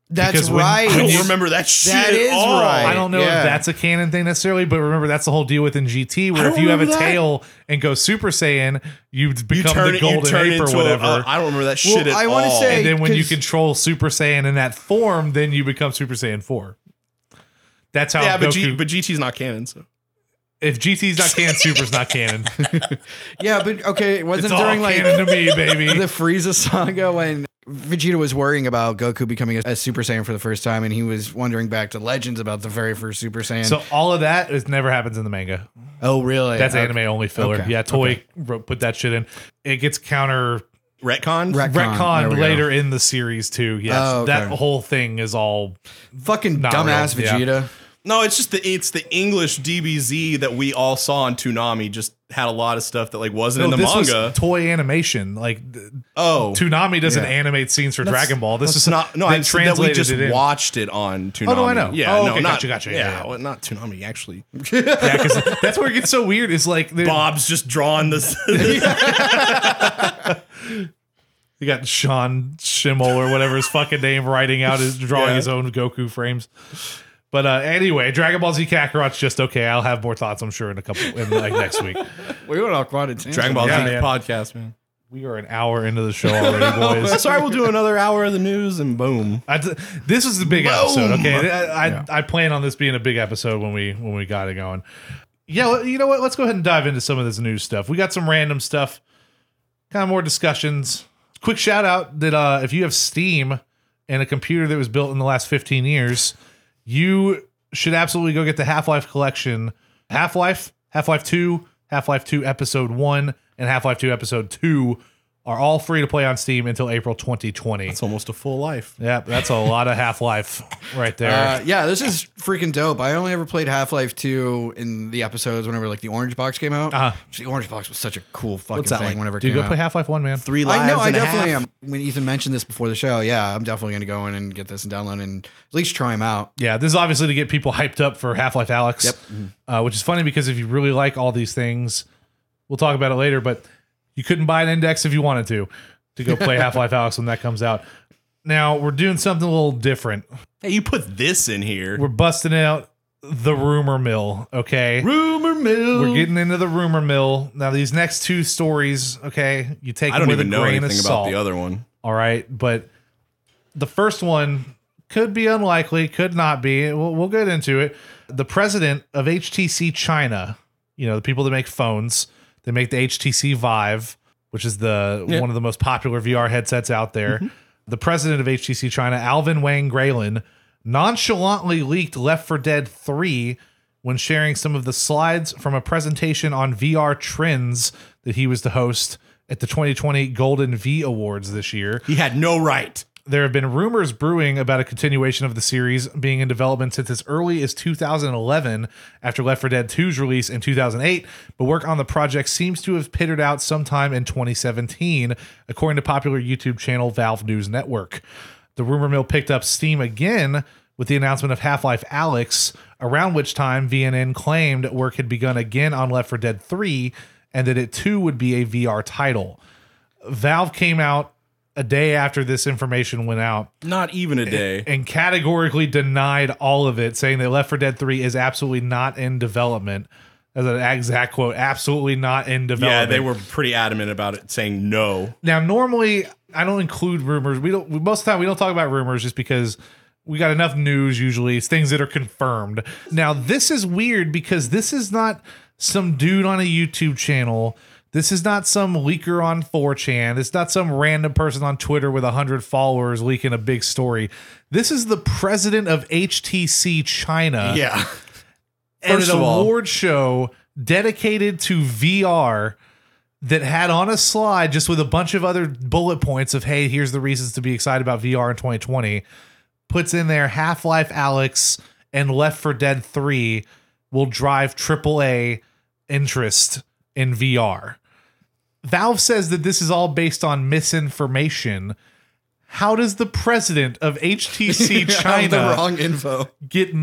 [SPEAKER 2] That's
[SPEAKER 1] Because when-
[SPEAKER 2] right.
[SPEAKER 3] I don't remember that shit.
[SPEAKER 2] That
[SPEAKER 3] at
[SPEAKER 2] is
[SPEAKER 3] all.
[SPEAKER 2] right.
[SPEAKER 1] I don't know
[SPEAKER 2] yeah.
[SPEAKER 1] if that's a canon thing necessarily, but remember that's the whole deal within GT
[SPEAKER 3] I
[SPEAKER 1] where
[SPEAKER 3] don't
[SPEAKER 1] if you have a
[SPEAKER 3] remember that.
[SPEAKER 1] tail and go Super Saiyan, you become
[SPEAKER 3] You turn
[SPEAKER 1] the
[SPEAKER 3] it. You
[SPEAKER 1] golden
[SPEAKER 3] turn
[SPEAKER 1] ape
[SPEAKER 3] into
[SPEAKER 1] or
[SPEAKER 3] a-
[SPEAKER 1] whatever.
[SPEAKER 3] uh, I don't remember that shit at
[SPEAKER 2] I wanna
[SPEAKER 3] all.
[SPEAKER 2] say-
[SPEAKER 1] and then when you
[SPEAKER 2] 'cause-
[SPEAKER 1] control Super Saiyan in that form, then you become Super Saiyan 4. That's how
[SPEAKER 3] yeah,
[SPEAKER 1] Goku.
[SPEAKER 3] but, G, but GT's not canon, so
[SPEAKER 1] if GT's not canon, Super's not canon.
[SPEAKER 2] Yeah, but okay, it
[SPEAKER 1] It's
[SPEAKER 2] wasn't
[SPEAKER 1] all
[SPEAKER 2] during like
[SPEAKER 1] canon to me, baby.
[SPEAKER 2] the Frieza saga when Vegeta was worrying about Goku becoming a, a Super Saiyan for the first time, and he was wondering back to Legends about the very first Super Saiyan.
[SPEAKER 1] so all of that is never happens in the manga.
[SPEAKER 2] oh, really?
[SPEAKER 1] That's
[SPEAKER 2] Okay.
[SPEAKER 1] anime only filler.
[SPEAKER 2] Okay.
[SPEAKER 1] Yeah, Toy wrote, put that shit in. It gets counter
[SPEAKER 2] Retcon.
[SPEAKER 3] retcon.
[SPEAKER 2] There we
[SPEAKER 1] retconned
[SPEAKER 2] go.
[SPEAKER 1] later in the series too. Yes,
[SPEAKER 2] Oh, okay.
[SPEAKER 1] that whole thing is all
[SPEAKER 2] Fucking
[SPEAKER 1] Not
[SPEAKER 2] dumbass
[SPEAKER 1] real, yeah.
[SPEAKER 2] Vegeta.
[SPEAKER 3] No, it's just the it's the English DBZ that we all saw on Toonami. Just had a lot of stuff that like wasn't
[SPEAKER 1] No,
[SPEAKER 3] in the
[SPEAKER 1] this was
[SPEAKER 3] manga.
[SPEAKER 1] toy animation. Like th-
[SPEAKER 3] oh,
[SPEAKER 1] Toonami doesn't
[SPEAKER 2] Yeah.
[SPEAKER 1] animate scenes for Dragon Ball. This is
[SPEAKER 3] it's not no.
[SPEAKER 1] they
[SPEAKER 3] I translated that we
[SPEAKER 1] translated
[SPEAKER 3] just
[SPEAKER 1] it in.
[SPEAKER 3] watched it on Toonami.
[SPEAKER 1] no, I know.
[SPEAKER 3] Yeah,
[SPEAKER 1] Oh,
[SPEAKER 3] no,
[SPEAKER 1] okay,
[SPEAKER 3] not
[SPEAKER 1] gotcha, gotcha, yeah,
[SPEAKER 3] Yeah,
[SPEAKER 1] yeah.
[SPEAKER 3] well, not Toonami actually.
[SPEAKER 1] Yeah, 'cause that's where it gets so weird. Is like they-
[SPEAKER 3] Bob's just drawing this.
[SPEAKER 1] you got Sean Schimmel or whatever his fucking name writing out his drawing
[SPEAKER 3] Yeah.
[SPEAKER 1] his own Goku frames. But uh, anyway, Dragon Ball Z Kakarot's just okay. I'll have more thoughts, I'm sure, in a couple in like next week.
[SPEAKER 2] We went off quite a tangent.
[SPEAKER 3] Dragon Ball Z
[SPEAKER 1] Yeah, man.
[SPEAKER 3] podcast, man.
[SPEAKER 1] We are an hour into the show already, boys.
[SPEAKER 3] Sorry, we'll do another hour of the news and boom.
[SPEAKER 1] I d this is the big episode.
[SPEAKER 3] Boom.
[SPEAKER 1] Okay, I, I, I plan on this being a big episode when we when we got it going. Yeah, well, you know what? Let's go ahead and dive into some of this new stuff. We got some random stuff, kind of more discussions. Quick shout out that uh, if you have Steam and a computer that was built in the last 15 years, you should absolutely go get the Half Life collection. Half Life, Half Life 2, Half Life 2 Episode 1, and Half Life 2 Episode 2 are all free to play on Steam until April 2020.
[SPEAKER 3] It's almost a full life.
[SPEAKER 1] Yeah, that's a lot of Half Life right there.
[SPEAKER 2] Uh, yeah, this is freaking dope. I only ever played Half Life Two in the episodes whenever like the Orange Box came out.
[SPEAKER 1] Uh-huh.
[SPEAKER 2] The Orange Box was such a cool fucking
[SPEAKER 3] that
[SPEAKER 2] thing.
[SPEAKER 3] like?
[SPEAKER 2] Whenever it
[SPEAKER 1] Dude,
[SPEAKER 2] came
[SPEAKER 1] go
[SPEAKER 2] out.
[SPEAKER 1] play Half Life One, man.
[SPEAKER 3] Three lives.
[SPEAKER 2] I know, I
[SPEAKER 3] and a
[SPEAKER 2] definitely
[SPEAKER 3] half.
[SPEAKER 2] am. When Ethan mentioned this before the show, yeah, I'm definitely going to go in and get this and download and at least try them out.
[SPEAKER 1] Yeah, this is obviously to get people hyped up for Half Life Alex, uh, which is funny because if you really like all these things, we'll talk about it later. But you couldn't buy an index if you wanted to to go play Half Life Alex when that comes out. Now we're doing something a little different.
[SPEAKER 3] Hey, you put this in here.
[SPEAKER 1] We're busting out the rumor mill. Okay,
[SPEAKER 3] Rumor mill.
[SPEAKER 1] we're getting into the rumor mill. Now these next two stories, okay, you take
[SPEAKER 3] I
[SPEAKER 1] them
[SPEAKER 3] don't
[SPEAKER 1] with a
[SPEAKER 3] even know
[SPEAKER 1] grain
[SPEAKER 3] anything
[SPEAKER 1] of
[SPEAKER 3] about
[SPEAKER 1] salt.
[SPEAKER 3] the other one.
[SPEAKER 1] All right. But the first one could be unlikely, could not be. We'll, we'll get into it. The president of HTC China, you know, the people that make phones, they make the HTC Vive, which is the
[SPEAKER 3] Yeah.
[SPEAKER 1] one of the most popular VR headsets out there. The president of HTC China, Alvin Wang Graylin, nonchalantly leaked Left for Dead 3 when sharing some of the slides from a presentation on VR trends that he was the host at the 2020 Golden V Awards this year
[SPEAKER 3] He had no right.
[SPEAKER 1] there have been rumors brewing about a continuation of the series being in development since as early as 2011 after Left 4 Dead 2's release in 2008, but work on the project seems to have pittered out sometime in 2017, according to popular YouTube channel Valve News Network. The rumor mill picked up steam again with the announcement of Half Life Alex, around which time VNN claimed work had begun again on Left 4 Dead 3 and that it too would be a VR title. Valve came out a day after this information went out
[SPEAKER 3] Not even a day.
[SPEAKER 1] and categorically denied all of it, saying that Left 4 Dead 3 is absolutely not in development. As an exact quote, absolutely not in development.
[SPEAKER 3] Yeah, they were pretty adamant about it, saying no.
[SPEAKER 1] Now, normally I don't include rumors. We don't we, most of the time we don't talk about rumors just because we got enough news usually. It's things that are confirmed. Now, this is weird because this is not some dude on a YouTube channel. This is not some leaker on 4chan. It's not some random person on Twitter with 100 followers leaking a big story. This is the president of HTC China
[SPEAKER 3] Yeah.
[SPEAKER 1] at
[SPEAKER 3] First
[SPEAKER 1] an
[SPEAKER 3] of all-
[SPEAKER 1] award show dedicated to VR that had on a slide just with a bunch of other bullet points of hey, here's the reasons to be excited about VR in 2020. Puts in there Half Life Alex and Left for Dead 3 will drive AAA interest in VR. Valve says that this is all based on misinformation. How does the president of HTC China
[SPEAKER 2] the wrong info.
[SPEAKER 1] get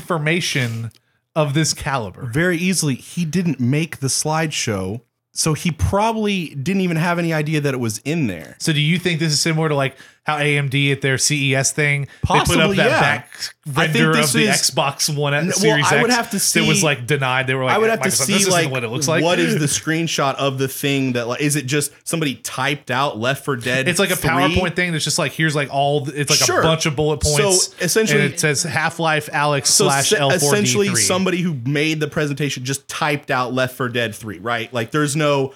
[SPEAKER 1] misinformation of this caliber.
[SPEAKER 3] Very easily, he didn't make the slideshow, so he probably didn't even have any idea that it was in there.
[SPEAKER 1] So do you think this is similar to like how AMD at their CES thing they put up
[SPEAKER 3] Possibly,
[SPEAKER 1] that
[SPEAKER 3] yeah.
[SPEAKER 1] back
[SPEAKER 3] I think
[SPEAKER 1] render of
[SPEAKER 3] this
[SPEAKER 1] the
[SPEAKER 3] is-
[SPEAKER 1] Xbox One at
[SPEAKER 3] Well,
[SPEAKER 1] Series
[SPEAKER 3] I would
[SPEAKER 1] X
[SPEAKER 3] have to
[SPEAKER 1] that was
[SPEAKER 3] see-
[SPEAKER 1] like denied. They were like,
[SPEAKER 3] I would have to
[SPEAKER 1] Microsoft,
[SPEAKER 3] see
[SPEAKER 1] this isn't
[SPEAKER 3] like
[SPEAKER 1] what it looks like.
[SPEAKER 3] What is the screenshot of the thing that like is it just somebody typed out Left for Dead?
[SPEAKER 1] It's like a
[SPEAKER 3] 3?
[SPEAKER 1] PowerPoint thing that's just like here's like all the- it's like
[SPEAKER 3] Sure.
[SPEAKER 1] a bunch of bullet
[SPEAKER 3] So,
[SPEAKER 1] points.
[SPEAKER 3] essentially-
[SPEAKER 1] and it says Half Life Alex
[SPEAKER 3] So
[SPEAKER 1] slash
[SPEAKER 3] se-
[SPEAKER 1] L4D3.
[SPEAKER 3] essentially, somebody who made the presentation just typed out Left for Dead Three, right? Like there's no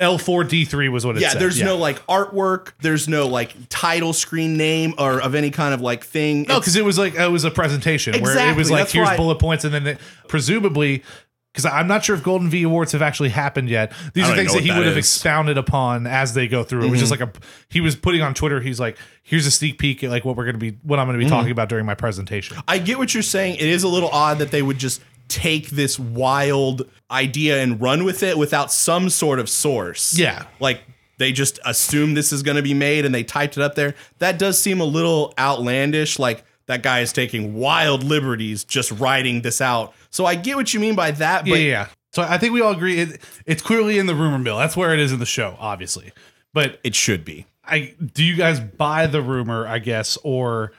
[SPEAKER 1] L4D3 was what it
[SPEAKER 3] yeah,
[SPEAKER 1] said.
[SPEAKER 3] there's no like artwork, there's no like title screen name or of any kind of like thing.
[SPEAKER 1] No, because it was like it was a presentation where it was
[SPEAKER 3] Exactly,
[SPEAKER 1] like
[SPEAKER 3] that's
[SPEAKER 1] here's
[SPEAKER 3] why-
[SPEAKER 1] bullet points, and then they, presumably, because I'm not sure if Golden V Awards have actually happened yet. These
[SPEAKER 3] I
[SPEAKER 1] are
[SPEAKER 3] don't even
[SPEAKER 1] things
[SPEAKER 3] know
[SPEAKER 1] that he
[SPEAKER 3] what
[SPEAKER 1] would
[SPEAKER 3] that
[SPEAKER 1] have
[SPEAKER 3] is.
[SPEAKER 1] expounded upon as they go through. It was just
[SPEAKER 3] Mm-hmm.
[SPEAKER 1] like a he was putting on Twitter. He's like, here's a sneak peek at like what we're gonna be, what I'm gonna
[SPEAKER 3] Mm-hmm.
[SPEAKER 1] be talking about during my presentation.
[SPEAKER 3] I get what you're saying. It is a little odd that they would just take this wild idea and run with it without some sort of source.
[SPEAKER 1] Yeah.
[SPEAKER 3] Like they just assume this is going to be made and they typed it up there. That does seem a little outlandish. Like that guy is taking wild liberties just writing this out. So I get what you mean by that. But
[SPEAKER 1] yeah, yeah, yeah. So I think we all agree it, it's clearly in the rumor mill. That's where it is in the show, obviously. But
[SPEAKER 3] it should be.
[SPEAKER 1] I do you guys buy the rumor, I guess, or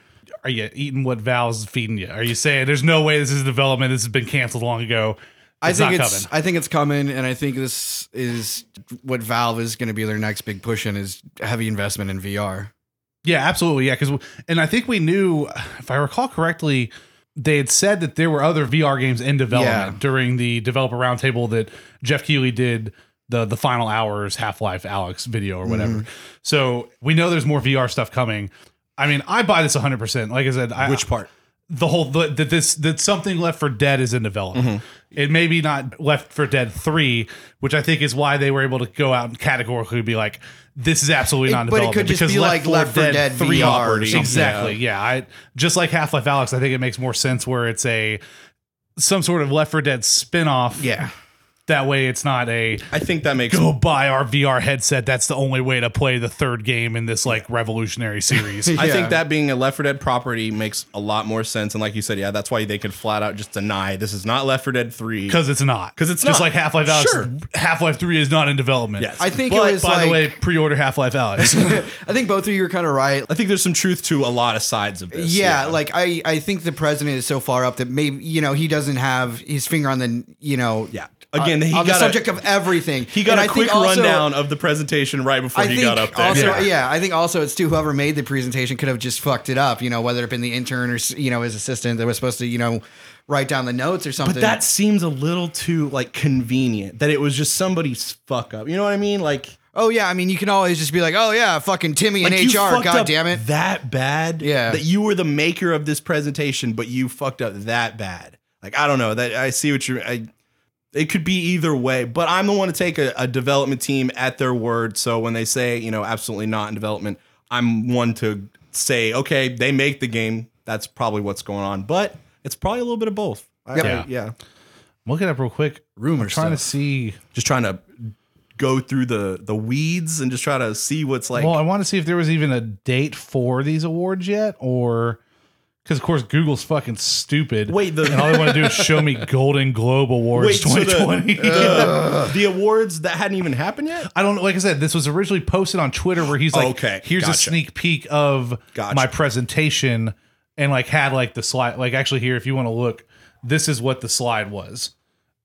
[SPEAKER 1] are you eating what Val's feeding you? Are you saying there's no way this is development? This has been canceled long ago.
[SPEAKER 2] I
[SPEAKER 1] It's
[SPEAKER 2] think
[SPEAKER 1] not
[SPEAKER 2] it's. I think it's coming, and I think this is what Valve is going to be their next big push in is heavy investment in VR.
[SPEAKER 1] Yeah, absolutely. Yeah, because and I think we knew, if I recall correctly, they had said that there were other VR games in development
[SPEAKER 2] Yeah.
[SPEAKER 1] during the developer roundtable that Jeff Keighley did the the final hours Half Life Alex video or whatever.
[SPEAKER 2] Mm-hmm.
[SPEAKER 1] So we know there's more VR stuff coming. I mean, I buy this 100. percent Like I said, I,
[SPEAKER 3] Which part?
[SPEAKER 1] the whole the, that this that something left for dead is in development
[SPEAKER 2] Mm-hmm.
[SPEAKER 1] it may be not left for dead 3 which i think is why they were able to go out and categorically be like this is absolutely not in
[SPEAKER 2] but it
[SPEAKER 1] development
[SPEAKER 2] could just
[SPEAKER 1] because
[SPEAKER 2] be like
[SPEAKER 1] 4
[SPEAKER 2] Left 4 Dead VR or
[SPEAKER 1] operating.
[SPEAKER 2] something.
[SPEAKER 1] exactly yeah. i just like half-life alex i think it makes more sense where it's a some sort of left for dead spin-off
[SPEAKER 2] Yeah,
[SPEAKER 1] that way it's not a
[SPEAKER 3] I think that makes
[SPEAKER 1] go buy our vr headset that's the only way to play the third game in this like revolutionary series
[SPEAKER 3] I
[SPEAKER 2] Yeah.
[SPEAKER 3] think that being a Left 4 Dead property makes a lot more sense. And like you said, yeah, that's why they could flat out just deny this is not Left 4 Dead 3.
[SPEAKER 1] Because it's not. Because
[SPEAKER 3] it's
[SPEAKER 1] just
[SPEAKER 3] not.
[SPEAKER 1] like Half Life Alex.
[SPEAKER 3] Sure.
[SPEAKER 1] Half Life Three is not in development.
[SPEAKER 3] Yes.
[SPEAKER 2] I think
[SPEAKER 1] But
[SPEAKER 2] it was
[SPEAKER 1] by
[SPEAKER 2] like.
[SPEAKER 1] the way, pre-order Half Life Alex.
[SPEAKER 2] I think both of you are kind of right.
[SPEAKER 3] I think there's some truth to a lot of sides of this.
[SPEAKER 2] yeah, like I, I think the president is so far up that maybe you know he doesn't have his finger on the you know
[SPEAKER 3] Yeah. Again,
[SPEAKER 2] Uh, on,
[SPEAKER 3] he
[SPEAKER 2] on the
[SPEAKER 3] got a-
[SPEAKER 2] subject of everything.
[SPEAKER 3] he got
[SPEAKER 2] And
[SPEAKER 3] a
[SPEAKER 2] I think
[SPEAKER 3] quick
[SPEAKER 2] also-
[SPEAKER 3] rundown of the presentation right before
[SPEAKER 2] I
[SPEAKER 3] he
[SPEAKER 2] think
[SPEAKER 3] got up there.
[SPEAKER 2] also,
[SPEAKER 3] yeah.
[SPEAKER 2] yeah. I think also it's too whoever made the presentation could have just fucked it up. You know, whether it been the intern or you know his assistant that was supposed to you know write down the notes or something.
[SPEAKER 3] But that seems a little too like convenient that it was just somebody's fuck up. You know what I mean? Like,
[SPEAKER 2] oh yeah, I mean you can always just be like, oh yeah, fucking Timmy
[SPEAKER 3] like
[SPEAKER 2] in HR,
[SPEAKER 3] fucked
[SPEAKER 2] god
[SPEAKER 3] up
[SPEAKER 2] damn it.
[SPEAKER 3] that bad.
[SPEAKER 2] Yeah.
[SPEAKER 3] that you were the maker of this presentation, but you fucked up that bad. Like, I don't know. That I see what you're. I, it could be either way, but I'm the one to take a, a development team at their word. So when they say, you know, absolutely not in development, I'm one to say, okay, they make the game. That's probably what's going on, but it's probably a little bit of both. I-
[SPEAKER 2] Yep.
[SPEAKER 3] I-
[SPEAKER 1] Yeah.
[SPEAKER 3] yeah.
[SPEAKER 1] I'm looking up real quick.
[SPEAKER 2] Rumor
[SPEAKER 1] I'm trying to
[SPEAKER 2] stuff.
[SPEAKER 1] see.
[SPEAKER 3] Just trying to go through the the weeds and just try to see what's like.
[SPEAKER 1] well, I want to see if there was even a date for these awards yet, or Because of course Google's fucking stupid.
[SPEAKER 3] Wait, the-
[SPEAKER 1] and all they want to do is show me Golden Globe Awards
[SPEAKER 3] Wait, so the-
[SPEAKER 1] 2020.
[SPEAKER 3] the awards that hadn't even happened yet.
[SPEAKER 1] I don't know. Like I said, this was originally posted on Twitter where he's like,
[SPEAKER 3] Okay,
[SPEAKER 1] here's a
[SPEAKER 3] gotcha.
[SPEAKER 1] sneak peek of
[SPEAKER 3] Gotcha.
[SPEAKER 1] my presentation," and like had like the slide. Like actually, here if you want to look, this is what the slide was,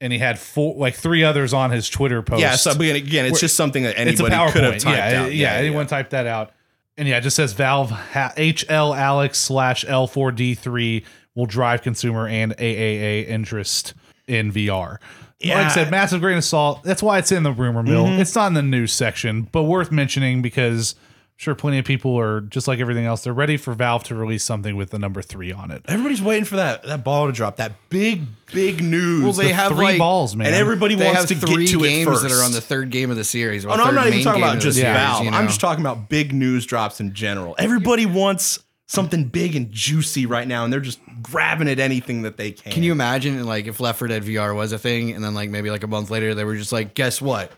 [SPEAKER 1] and he had four, like three others on his Twitter post.
[SPEAKER 3] Yeah, so again, again
[SPEAKER 1] Oh,
[SPEAKER 3] it's
[SPEAKER 1] We're-
[SPEAKER 3] just something that
[SPEAKER 1] it's a
[SPEAKER 3] anybody
[SPEAKER 1] PowerPoint.
[SPEAKER 3] could have typed
[SPEAKER 1] yeah,
[SPEAKER 3] out.
[SPEAKER 1] yeah, anyone typed that out, and yeah, it just says Valve ha- HL Alex slash L4D3 will drive consumer and AAA interest in VR. Like I
[SPEAKER 3] Yeah. Mm-hmm.
[SPEAKER 1] said, massive grain of salt. That's why it's in the rumor mill. It's not in the news section, but worth mentioning because I'm sure plenty of people are just like everything else. They're ready for Valve to release something with the number three on it.
[SPEAKER 3] Everybody's waiting for that that ball to drop. That big big news.
[SPEAKER 2] Well, they
[SPEAKER 1] The
[SPEAKER 2] have
[SPEAKER 1] three
[SPEAKER 2] like
[SPEAKER 1] balls, man.
[SPEAKER 3] and everybody
[SPEAKER 2] they
[SPEAKER 3] wants
[SPEAKER 2] have
[SPEAKER 3] to
[SPEAKER 2] three
[SPEAKER 3] get to it
[SPEAKER 2] games
[SPEAKER 3] first.
[SPEAKER 2] that are on the third game of the series. Or
[SPEAKER 3] Oh, no, I'm
[SPEAKER 2] third
[SPEAKER 3] not even
[SPEAKER 2] main
[SPEAKER 3] talking
[SPEAKER 2] game
[SPEAKER 3] about
[SPEAKER 2] of the
[SPEAKER 3] just
[SPEAKER 2] series,
[SPEAKER 3] Valve.
[SPEAKER 2] you know?
[SPEAKER 3] I'm just talking about big news drops in general. Everybody wants something big and juicy right now, and they're just grabbing at anything that they can.
[SPEAKER 2] Can you imagine like if Left 4 Dead VR was a thing, and then like maybe like a month later they were just like, guess what,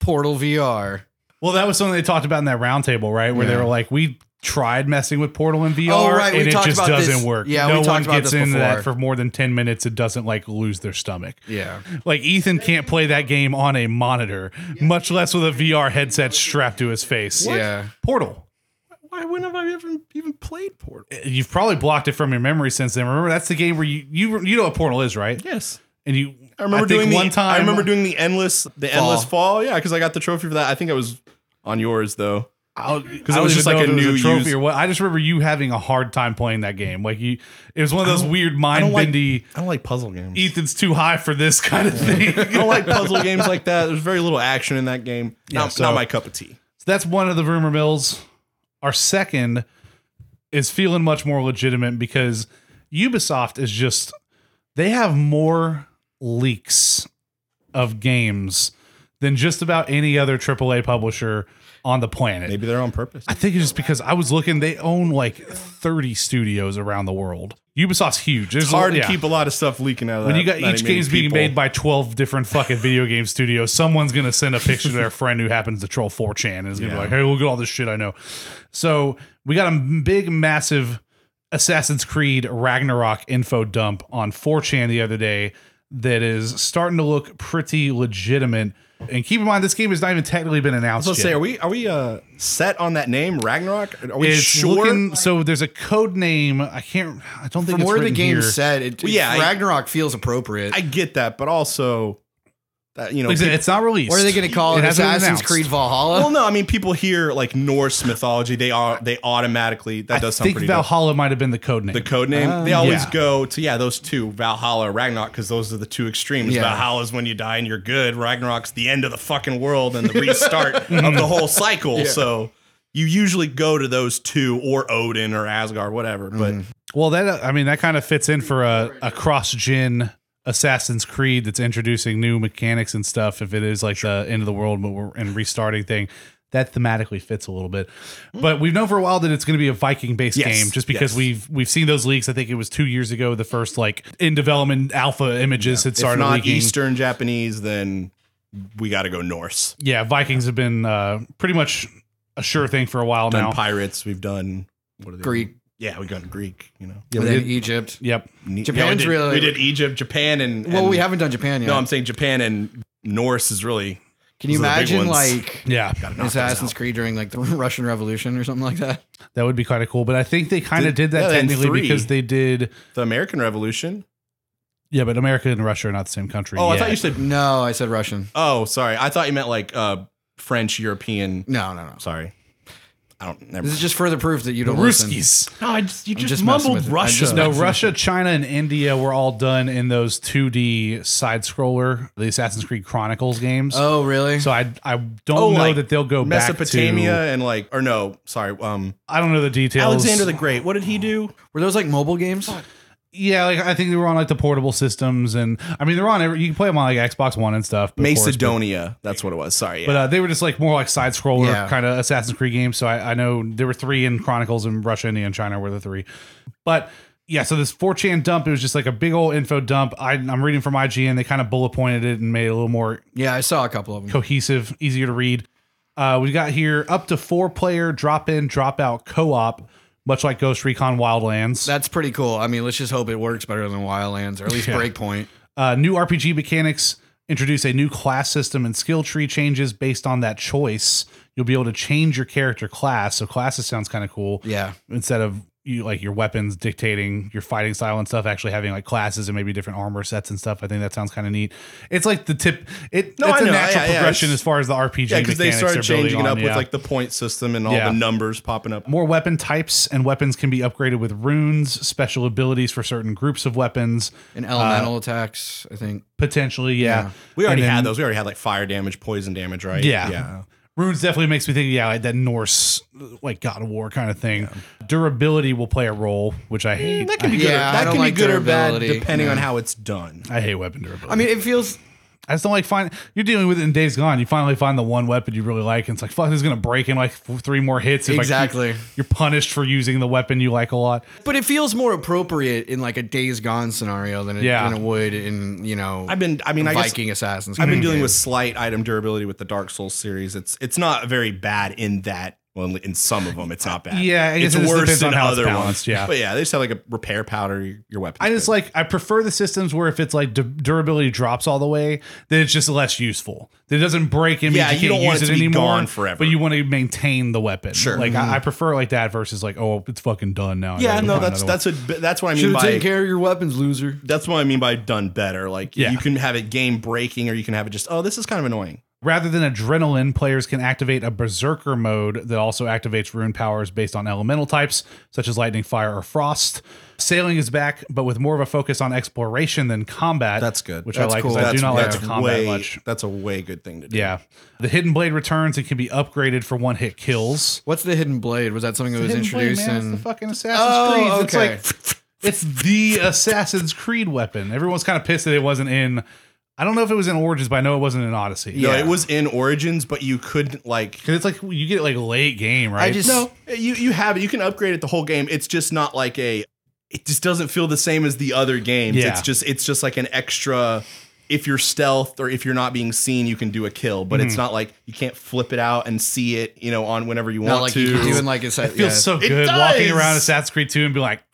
[SPEAKER 2] Portal VR.
[SPEAKER 1] Well, that was something they talked about in that roundtable, right? Where they
[SPEAKER 2] Yeah.
[SPEAKER 1] were like, we tried messing with Portal and VR,
[SPEAKER 2] Oh, right, we
[SPEAKER 1] and it
[SPEAKER 2] talked
[SPEAKER 1] just
[SPEAKER 2] about
[SPEAKER 1] doesn't
[SPEAKER 2] this-
[SPEAKER 1] work.
[SPEAKER 2] yeah, we
[SPEAKER 1] no
[SPEAKER 2] talked
[SPEAKER 1] one
[SPEAKER 2] about
[SPEAKER 1] gets
[SPEAKER 2] this
[SPEAKER 1] into that
[SPEAKER 2] before.
[SPEAKER 1] for more than ten minutes. It doesn't like lose their stomach.
[SPEAKER 2] Yeah.
[SPEAKER 1] Like Ethan can't play that game on a monitor, much less with a VR headset strapped to his face.
[SPEAKER 2] Yeah.
[SPEAKER 1] Portal.
[SPEAKER 3] Why wouldn't have I ever even played Portal?
[SPEAKER 1] You've probably blocked it from your memory since then. Remember, that's the game where you you, you know what Portal is, right?
[SPEAKER 3] Yes.
[SPEAKER 1] And you,
[SPEAKER 3] I remember
[SPEAKER 1] think
[SPEAKER 3] doing
[SPEAKER 1] one
[SPEAKER 3] the,
[SPEAKER 1] time.
[SPEAKER 3] I remember doing the endless the
[SPEAKER 2] Fall.
[SPEAKER 3] endless fall. Yeah, because I got the trophy for that. I think I was on yours though.
[SPEAKER 1] because
[SPEAKER 3] it was just like a new
[SPEAKER 1] trophy
[SPEAKER 3] use-
[SPEAKER 1] or what. I just remember you having a hard time playing that game. Like you, it was one of those weird mind
[SPEAKER 3] don't like-
[SPEAKER 1] bendy.
[SPEAKER 3] I don't like puzzle games.
[SPEAKER 1] Ethan's too high for this kind of thing.
[SPEAKER 3] I don't like puzzle games like that. There's very little action in that game.
[SPEAKER 1] Yeah,
[SPEAKER 3] not,
[SPEAKER 1] so-
[SPEAKER 3] not my cup of tea.
[SPEAKER 1] So that's one of the rumor mills. Our second is feeling much more legitimate because Ubisoft is just they have more leaks of games than just about any other AAA publisher on the planet.
[SPEAKER 3] Maybe they're on purpose.
[SPEAKER 1] I think it's just because I was looking, they own like 30 studios around the world. Ubisoft's huge. There's
[SPEAKER 3] It's hard
[SPEAKER 1] yeah.
[SPEAKER 3] to keep a lot of stuff leaking out of
[SPEAKER 1] When
[SPEAKER 3] that.
[SPEAKER 1] you got
[SPEAKER 3] that
[SPEAKER 1] each
[SPEAKER 3] many
[SPEAKER 1] game's being
[SPEAKER 3] people.
[SPEAKER 1] made by 12 different fucking video game studios, someone's going to send a picture to their friend who happens to troll 4chan and is going to
[SPEAKER 3] Yeah.
[SPEAKER 1] be like, hey, look at all this shit I know. So we got a m- big, massive Assassin's Creed Ragnarok info dump on 4chan the other day that is starting to look pretty legitimate. And keep in mind, this game has not even technically been announced.
[SPEAKER 3] So
[SPEAKER 1] yet.
[SPEAKER 3] say, are we are we uh, set on that name Ragnarok? Are we
[SPEAKER 1] It's
[SPEAKER 3] sure?
[SPEAKER 1] looking- so there's a code name. I can't. I don't think
[SPEAKER 2] From
[SPEAKER 1] it's
[SPEAKER 2] where the
[SPEAKER 1] written
[SPEAKER 2] game
[SPEAKER 1] here.
[SPEAKER 2] said, it,
[SPEAKER 3] Well, yeah, I-
[SPEAKER 2] Ragnarok feels appropriate.
[SPEAKER 3] I get that, but also that you know,
[SPEAKER 1] Like I said,
[SPEAKER 3] people-
[SPEAKER 1] it's not released.
[SPEAKER 2] what are they going to call it?
[SPEAKER 1] hasn't been
[SPEAKER 2] Assassin's
[SPEAKER 1] announced.
[SPEAKER 2] Creed Valhalla.
[SPEAKER 3] well, no, I mean, people hear like Norse mythology, they are they automatically that
[SPEAKER 1] I
[SPEAKER 3] does sound
[SPEAKER 1] think
[SPEAKER 3] pretty. dope.
[SPEAKER 1] Valhalla might have been the code name.
[SPEAKER 3] The code name they
[SPEAKER 2] Ah.
[SPEAKER 3] always
[SPEAKER 1] yeah.
[SPEAKER 3] go to yeah those two Valhalla Ragnarok because those are the two extremes.
[SPEAKER 2] Yeah.
[SPEAKER 3] Valhalla's when you die and you're good. Ragnarok's the end of the fucking world and the restart of the whole cycle. So you usually go to those two or Odin or Asgard, whatever. But
[SPEAKER 2] Mm-hmm.
[SPEAKER 1] Well, that uh, I mean, that kind of fits in for a, a cross gen Assassin's Creed that's introducing new mechanics and stuff. If it is like the end of the world but we're- and restarting thing, that thematically fits a little bit. But we've known for a while that it's going to be a Viking based
[SPEAKER 3] Yes,
[SPEAKER 1] game, just because
[SPEAKER 3] yes.
[SPEAKER 1] we've we've seen those leaks. I think it was two years ago the first like in development alpha images had
[SPEAKER 3] if
[SPEAKER 1] started
[SPEAKER 3] not
[SPEAKER 1] leaking.
[SPEAKER 3] Eastern Japanese, then we got to go Norse.
[SPEAKER 1] Yeah, Vikings have been uh, pretty much a sure thing for a while
[SPEAKER 3] Done
[SPEAKER 1] now.
[SPEAKER 3] pirates. We've done what are they?
[SPEAKER 2] Greek,
[SPEAKER 3] Yeah, we've done Greek. You know,
[SPEAKER 2] and then Egypt.
[SPEAKER 1] Yep.
[SPEAKER 3] Ne-
[SPEAKER 2] Japan's
[SPEAKER 3] yeah, we did,
[SPEAKER 2] really-
[SPEAKER 3] We did Egypt, Japan, and
[SPEAKER 2] Well,
[SPEAKER 3] and-
[SPEAKER 2] we haven't done Japan yet.
[SPEAKER 3] No, I'm saying Japan and Norse is really
[SPEAKER 2] Can you
[SPEAKER 3] those are the big
[SPEAKER 2] imagine
[SPEAKER 3] ones.
[SPEAKER 2] like
[SPEAKER 1] Yeah.
[SPEAKER 3] gotta knock those
[SPEAKER 2] Assassin's
[SPEAKER 3] out.
[SPEAKER 2] Creed during like the Russian Revolution or something like that?
[SPEAKER 1] That would be kind of cool. But I think they kind of did
[SPEAKER 3] Did-
[SPEAKER 1] that
[SPEAKER 3] yeah, they had
[SPEAKER 1] technically
[SPEAKER 3] three.
[SPEAKER 1] because they did.
[SPEAKER 3] the American Revolution.
[SPEAKER 1] Yeah, but America and Russia are not the same country.
[SPEAKER 3] Oh, I
[SPEAKER 1] yet.
[SPEAKER 3] thought you said.
[SPEAKER 2] No, I said Russian.
[SPEAKER 3] Oh, sorry, I thought you meant like uh, French European.
[SPEAKER 2] No, no, no.
[SPEAKER 3] Sorry, I don't. Never.
[SPEAKER 2] This is just further proof that you don't listen.
[SPEAKER 1] Ruskies.
[SPEAKER 3] no, I just you
[SPEAKER 2] just just messing mumbled with it. I just Russia.
[SPEAKER 1] No, Russia, China, and India were all done in those 2D side scroller, the Assassin's Creed Chronicles games.
[SPEAKER 2] Oh, really?
[SPEAKER 1] So I I don't
[SPEAKER 3] Oh,
[SPEAKER 1] know
[SPEAKER 3] like
[SPEAKER 1] that they'll go back
[SPEAKER 3] Mesopotamia
[SPEAKER 1] to
[SPEAKER 3] and like, or no, sorry, um,
[SPEAKER 1] I don't know the details.
[SPEAKER 3] Alexander the Great. What did he do?
[SPEAKER 2] Were those like mobile games?
[SPEAKER 1] yeah, like I think they were on like the portable systems, and I mean they're on. Every, you can play them on like Xbox One and stuff. of course, but-
[SPEAKER 3] Macedonia. That's what it was. Sorry. Yeah.
[SPEAKER 1] But uh, they were just like more like side scroller
[SPEAKER 2] Yeah.
[SPEAKER 1] kind of Assassin's Creed games. So I, I know there were three in Chronicles and Russia, India, and China were the three. But yeah, so this 4chan dump, it was just like a big old info dump. I, I'm reading from IGN. They kind of bullet pointed it and made it a little more
[SPEAKER 2] Yeah, I saw a couple of them.
[SPEAKER 1] cohesive, easier to read. Uh, we got here up to four player drop in, drop out co op much like Ghost Recon Wildlands.
[SPEAKER 2] That's pretty cool. I mean, let's just hope it works better than Wildlands or at least
[SPEAKER 1] Yeah.
[SPEAKER 2] Breakpoint.
[SPEAKER 1] Uh, new RPG mechanics introduce a new class system and skill tree changes based on that choice. You'll be able to change your character class. So classes sounds kind of cool.
[SPEAKER 2] Yeah.
[SPEAKER 1] Instead of you like your weapons dictating your fighting style and stuff, actually having like classes and maybe different armor sets and stuff. I think that sounds kind of neat. It's like the tip. It,
[SPEAKER 3] No,
[SPEAKER 1] it's
[SPEAKER 3] I
[SPEAKER 1] a
[SPEAKER 3] know.
[SPEAKER 1] natural
[SPEAKER 3] Yeah, yeah.
[SPEAKER 1] progression
[SPEAKER 3] It's-
[SPEAKER 1] as far as the RPG.
[SPEAKER 3] Yeah, because they
[SPEAKER 1] mechanics they're
[SPEAKER 3] started
[SPEAKER 1] building
[SPEAKER 3] changing it
[SPEAKER 1] on,
[SPEAKER 3] up with
[SPEAKER 1] yeah.
[SPEAKER 3] like the point system and all
[SPEAKER 1] Yeah.
[SPEAKER 3] the numbers popping up.
[SPEAKER 1] More weapon types and weapons can be upgraded with runes, special abilities for certain groups of weapons,
[SPEAKER 2] And
[SPEAKER 3] Uh,
[SPEAKER 2] elemental attacks, I think.
[SPEAKER 1] potentially. Yeah.
[SPEAKER 2] Yeah.
[SPEAKER 3] We already
[SPEAKER 1] And then-
[SPEAKER 3] had those. We already had like fire damage, poison damage, right?
[SPEAKER 1] Yeah.
[SPEAKER 3] Yeah.
[SPEAKER 1] Runes definitely makes me think, yeah, like that Norse, like God of War kind of thing. Durability will play a role, which I hate.
[SPEAKER 3] That can be good.
[SPEAKER 2] Yeah,
[SPEAKER 3] or,
[SPEAKER 2] I
[SPEAKER 3] that
[SPEAKER 2] don't
[SPEAKER 3] can
[SPEAKER 2] like
[SPEAKER 3] be good or bad
[SPEAKER 2] durability.
[SPEAKER 3] depending
[SPEAKER 2] Yeah.
[SPEAKER 3] on how it's done.
[SPEAKER 1] I, I hate weapon durability.
[SPEAKER 2] I mean, it feels
[SPEAKER 1] I just don't like find. You're dealing with it in Days Gone. You finally find the one weapon you really like, and it's like, fuck, this is gonna break in like f- three more hits. if I keep-
[SPEAKER 2] Exactly.
[SPEAKER 1] you're punished for using the weapon you like a lot.
[SPEAKER 2] But it feels more appropriate in like a Days Gone scenario than it,
[SPEAKER 1] Yeah.
[SPEAKER 2] than it would in you know.
[SPEAKER 3] I've been. I mean, I guess
[SPEAKER 2] Viking Assassins.
[SPEAKER 3] I've been
[SPEAKER 2] Creed
[SPEAKER 3] dealing with
[SPEAKER 2] games.
[SPEAKER 3] slight item durability with the Dark Souls series. It's it's not very bad in that. Well, in some of them, it's not bad.
[SPEAKER 1] Yeah, I guess
[SPEAKER 3] it's
[SPEAKER 1] it just
[SPEAKER 3] worse
[SPEAKER 1] depends on
[SPEAKER 3] than
[SPEAKER 1] how it's
[SPEAKER 3] other
[SPEAKER 1] balanced,
[SPEAKER 3] ones.
[SPEAKER 1] yeah.
[SPEAKER 3] but yeah, they just have like a repair powder. Your, your weapon.
[SPEAKER 1] I just like I prefer the systems where if it's like du- durability drops all the way, then it's just less useful. That it doesn't break and
[SPEAKER 3] Yeah,
[SPEAKER 1] means you,
[SPEAKER 3] you
[SPEAKER 1] can't
[SPEAKER 3] don't want
[SPEAKER 1] use
[SPEAKER 3] it
[SPEAKER 1] it,
[SPEAKER 3] to be
[SPEAKER 1] anymore
[SPEAKER 3] gone forever.
[SPEAKER 1] But you want to maintain the weapon.
[SPEAKER 3] Sure.
[SPEAKER 1] Like
[SPEAKER 3] Mm-hmm.
[SPEAKER 1] I, I prefer it like that versus like oh it's fucking done now. I
[SPEAKER 3] Yeah,
[SPEAKER 1] gotta
[SPEAKER 3] no,
[SPEAKER 1] find
[SPEAKER 3] that's
[SPEAKER 1] another one.
[SPEAKER 3] that's a that's what I mean
[SPEAKER 2] Should have
[SPEAKER 3] by
[SPEAKER 2] taken care of your weapons, loser.
[SPEAKER 3] that's what I mean by done better. Like
[SPEAKER 1] Yeah.
[SPEAKER 3] you can have it game breaking, or you can have it just oh this is kind of annoying.
[SPEAKER 1] rather than adrenaline. Players can activate a berserker mode that also activates rune powers based on elemental types such as lightning, fire, or frost. Sailing is back, but with more of a focus on exploration than combat.
[SPEAKER 3] That's good.
[SPEAKER 1] which
[SPEAKER 2] That's
[SPEAKER 1] I like.
[SPEAKER 2] cool.
[SPEAKER 1] 'cause I do
[SPEAKER 3] That's-
[SPEAKER 1] not like
[SPEAKER 3] that's
[SPEAKER 1] the combat
[SPEAKER 3] way,
[SPEAKER 1] much.
[SPEAKER 3] That's a way good thing to do.
[SPEAKER 1] Yeah. The Hidden Blade returns and can be upgraded for one hit kills.
[SPEAKER 2] What's the hidden blade? Was that something that was introduced in?
[SPEAKER 1] fucking
[SPEAKER 2] Oh,
[SPEAKER 1] Assassin's Creed.
[SPEAKER 2] okay.
[SPEAKER 1] It's like it's the Assassin's Creed weapon. Everyone's kind of pissed that it wasn't in I don't know if it was in Origins, but I know it wasn't in Odyssey.
[SPEAKER 3] No,
[SPEAKER 2] Yeah.
[SPEAKER 3] it was in Origins, but you couldn't like
[SPEAKER 1] Cause it's like you get it like late game, right?
[SPEAKER 2] I just
[SPEAKER 3] No, you you have it. You can upgrade it the whole game. It's just not like a. It just doesn't feel the same as the other games.
[SPEAKER 1] Yeah.
[SPEAKER 3] It's just it's just like an extra. If you're stealth or if you're not being seen, you can do a kill, but
[SPEAKER 1] Mm-hmm.
[SPEAKER 3] it's not like you can't flip it out and see it, you know, on whenever you
[SPEAKER 2] not
[SPEAKER 3] want
[SPEAKER 2] like
[SPEAKER 3] to.
[SPEAKER 2] you can do in like it's.
[SPEAKER 1] feels so
[SPEAKER 3] It
[SPEAKER 1] good walking
[SPEAKER 3] does.
[SPEAKER 1] around Assassin's Creed 2 and be like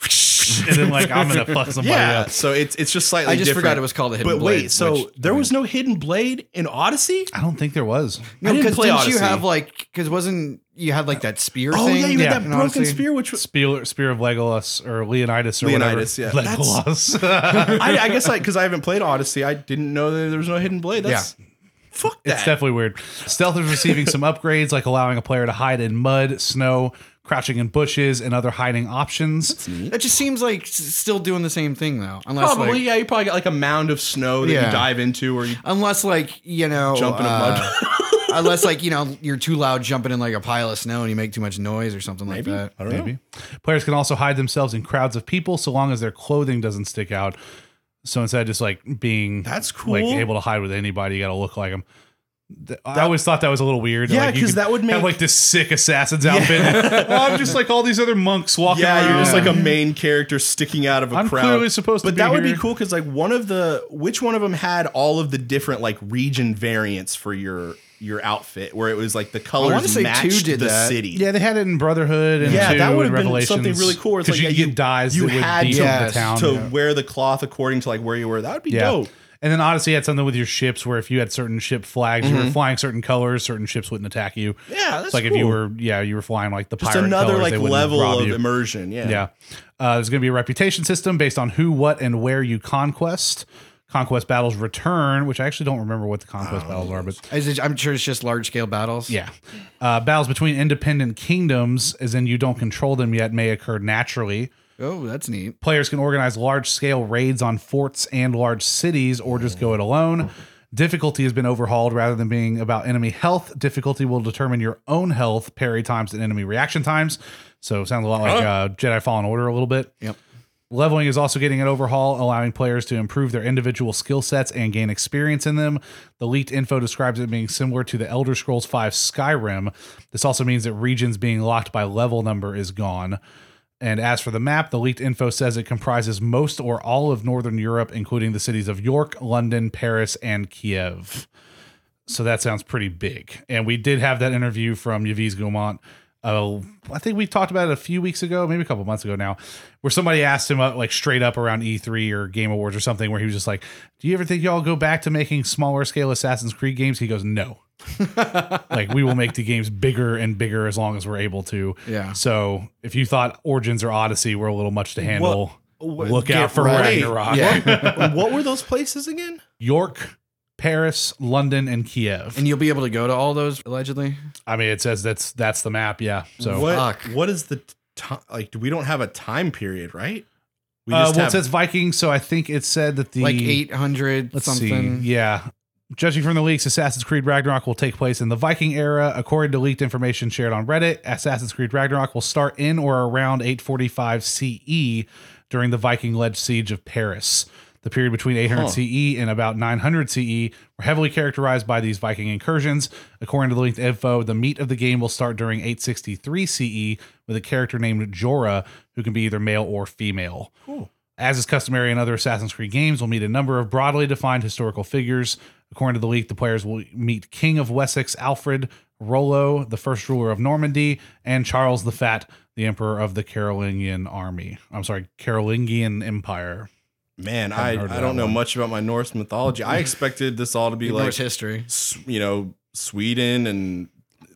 [SPEAKER 1] and then like I'm gonna fuck somebody
[SPEAKER 3] yeah,
[SPEAKER 1] up.
[SPEAKER 3] so it's it's just slightly.
[SPEAKER 2] I just
[SPEAKER 3] different.
[SPEAKER 2] forgot it was called the hidden
[SPEAKER 3] But
[SPEAKER 2] blade.
[SPEAKER 3] wait, so
[SPEAKER 2] which-
[SPEAKER 3] there was no hidden blade in Odyssey?
[SPEAKER 1] I don't think there was.
[SPEAKER 2] no
[SPEAKER 3] I didn't
[SPEAKER 2] because
[SPEAKER 3] play
[SPEAKER 2] didn't you
[SPEAKER 3] Odyssey.
[SPEAKER 2] have like because wasn't you had like that spear
[SPEAKER 3] Oh
[SPEAKER 2] thing?
[SPEAKER 3] yeah, you
[SPEAKER 1] Yeah.
[SPEAKER 3] had that
[SPEAKER 2] And
[SPEAKER 3] broken
[SPEAKER 2] honestly-
[SPEAKER 3] spear, which was
[SPEAKER 1] Spear, Spear of Legolas or Leonidas or
[SPEAKER 3] Leonidas, yeah.
[SPEAKER 1] whatever.
[SPEAKER 3] That's-
[SPEAKER 1] Legolas.
[SPEAKER 3] I, I guess like because I haven't played Odyssey, I didn't know that there was no hidden blade. That's fuck that.
[SPEAKER 1] It's definitely weird. Stealth is receiving some upgrades, like allowing a player to hide in mud, snow, crouching in bushes, and other hiding options.
[SPEAKER 2] That just seems like s- still doing the same thing though. Unless
[SPEAKER 3] Probably,
[SPEAKER 2] like,
[SPEAKER 3] yeah. You probably got like a mound of snow that
[SPEAKER 2] Yeah.
[SPEAKER 3] you dive into, or you
[SPEAKER 2] unless like you know
[SPEAKER 3] jump in a mud.
[SPEAKER 2] uh, unless like you know you're too loud jumping in like a pile of snow and you make too much noise or something like that.
[SPEAKER 3] don't know.
[SPEAKER 1] Players can also hide themselves in crowds of people so long as their clothing doesn't stick out. So instead of just like being
[SPEAKER 3] That's cool.
[SPEAKER 1] like able to hide with anybody, you got to look like them. I always thought that was a little weird.
[SPEAKER 3] Yeah,
[SPEAKER 1] Like, you
[SPEAKER 3] 'cause
[SPEAKER 1] could
[SPEAKER 3] that would
[SPEAKER 1] have
[SPEAKER 3] make-
[SPEAKER 1] like this sick assassin's outfit. Well, I'm just like all these other monks walking
[SPEAKER 3] Yeah,
[SPEAKER 1] around.
[SPEAKER 3] you're just like a main character sticking out of a
[SPEAKER 1] I'm
[SPEAKER 3] crowd.
[SPEAKER 1] clearly supposed to
[SPEAKER 3] but
[SPEAKER 1] be
[SPEAKER 3] that would
[SPEAKER 1] here.
[SPEAKER 3] be cool because like one of the which one of them had all of the different like region variants for your your outfit, where it was like the
[SPEAKER 2] wanna
[SPEAKER 3] colors
[SPEAKER 2] say two
[SPEAKER 3] matched
[SPEAKER 2] did
[SPEAKER 3] the
[SPEAKER 2] that.
[SPEAKER 3] city.
[SPEAKER 1] Yeah, they had it in Brotherhood and
[SPEAKER 3] Yeah,
[SPEAKER 1] two
[SPEAKER 3] that would
[SPEAKER 1] and
[SPEAKER 3] have been
[SPEAKER 1] Revelations.
[SPEAKER 3] something really cool. It's
[SPEAKER 1] Because you,
[SPEAKER 3] like, yeah,
[SPEAKER 1] could
[SPEAKER 3] you-
[SPEAKER 1] get dyes
[SPEAKER 3] you
[SPEAKER 1] that would
[SPEAKER 3] had
[SPEAKER 1] deal
[SPEAKER 2] to-
[SPEAKER 1] with the town.
[SPEAKER 3] to
[SPEAKER 1] yeah.
[SPEAKER 3] wear the cloth according to like where you were. That would be
[SPEAKER 1] Yeah.
[SPEAKER 3] dope.
[SPEAKER 1] And then Odyssey had something with your ships where if you had certain ship flags, you were flying certain colors, certain ships wouldn't attack you.
[SPEAKER 3] Mm-hmm. Yeah, that's
[SPEAKER 1] It's like if you
[SPEAKER 3] cool.
[SPEAKER 1] were, yeah, you were flying like the
[SPEAKER 3] Just
[SPEAKER 1] pirate
[SPEAKER 3] another
[SPEAKER 1] colors,
[SPEAKER 3] like
[SPEAKER 1] they wouldn't
[SPEAKER 3] level
[SPEAKER 1] rob
[SPEAKER 3] of
[SPEAKER 1] you.
[SPEAKER 3] immersion. Yeah.
[SPEAKER 1] Yeah. Uh, there's going to be a reputation system based on who, what, and where you conquest. Conquest battles return, which I actually don't remember what the conquest battles are, but
[SPEAKER 2] Is it- I'm sure it's just large scale battles.
[SPEAKER 1] yeah. Uh, battles between independent kingdoms, as in you don't control them yet, may occur naturally.
[SPEAKER 2] Oh, that's neat.
[SPEAKER 1] Players can organize large scale raids on forts and large cities or just go it alone. Difficulty has been overhauled rather than being about enemy health. Difficulty will determine your own health, parry times, and enemy reaction times. So it sounds a lot like uh, Jedi Fallen Order a little bit.
[SPEAKER 2] Yep.
[SPEAKER 1] Leveling is also getting an overhaul, allowing players to improve their individual skill sets and gain experience in them. The leaked info describes it being similar to the Elder Scrolls V Skyrim. This also means that regions being locked by level number is gone. And as for the map, the leaked info says it comprises most or all of Northern Europe, including the cities of York, London, Paris, and Kiev. So that sounds pretty big. And we did have that interview from Yaviz Gaumont uh, I think we talked about it a few weeks ago, maybe a couple months ago now, where somebody asked him uh, like straight up around E3 or Game Awards or something, where he was just like, "Do you ever think y'all go back to making smaller scale Assassin's Creed games?" He goes, "No." like we will make the games bigger and bigger as long as we're able to.
[SPEAKER 2] Yeah.
[SPEAKER 1] So if you thought Origins or Odyssey were a little much to handle, look out for
[SPEAKER 3] ready.
[SPEAKER 1] Ragnarok.
[SPEAKER 3] what were those places again?
[SPEAKER 1] York, Paris, London, and Kiev.
[SPEAKER 2] And you'll be able to go to all those allegedly.
[SPEAKER 1] I mean, it says that's that's the map. Yeah. So
[SPEAKER 3] what
[SPEAKER 2] Fuck.
[SPEAKER 3] what is the time? Like, we don't have a time period, right? We
[SPEAKER 1] uh, well, it
[SPEAKER 3] have-
[SPEAKER 1] says Vikings, so I think it said that the
[SPEAKER 2] like 800
[SPEAKER 1] Let's
[SPEAKER 2] something.
[SPEAKER 1] see. Yeah. Judging from the leaks, Assassin's Creed Ragnarok will take place in the Viking era. According to leaked information shared on Reddit, Assassin's Creed Ragnarok will start in or around 845 CE E during the Viking led siege of Paris. The period between 800
[SPEAKER 3] Huh.
[SPEAKER 1] CE E and about 900 CE E were heavily characterized by these Viking incursions. According to the linked info, the meat of the game will start during 863 CE E with a character named Jorah, who can be either male or female. As is customary in other Assassin's Creed games, we'll meet a number of broadly defined historical figures. According to the leak, the players will meet King of Wessex Alfred, Rollo, the first ruler of Normandy, and Charles the Fat, the emperor of the Carolingian army. I'm sorry, Carolingian Empire.
[SPEAKER 3] man,
[SPEAKER 1] Haven't
[SPEAKER 3] I,
[SPEAKER 1] heard of
[SPEAKER 3] I
[SPEAKER 1] that
[SPEAKER 3] don't know
[SPEAKER 1] one.
[SPEAKER 3] much about my Norse mythology. I expected this all to be like
[SPEAKER 2] Norse history.
[SPEAKER 3] s- you know Sweden and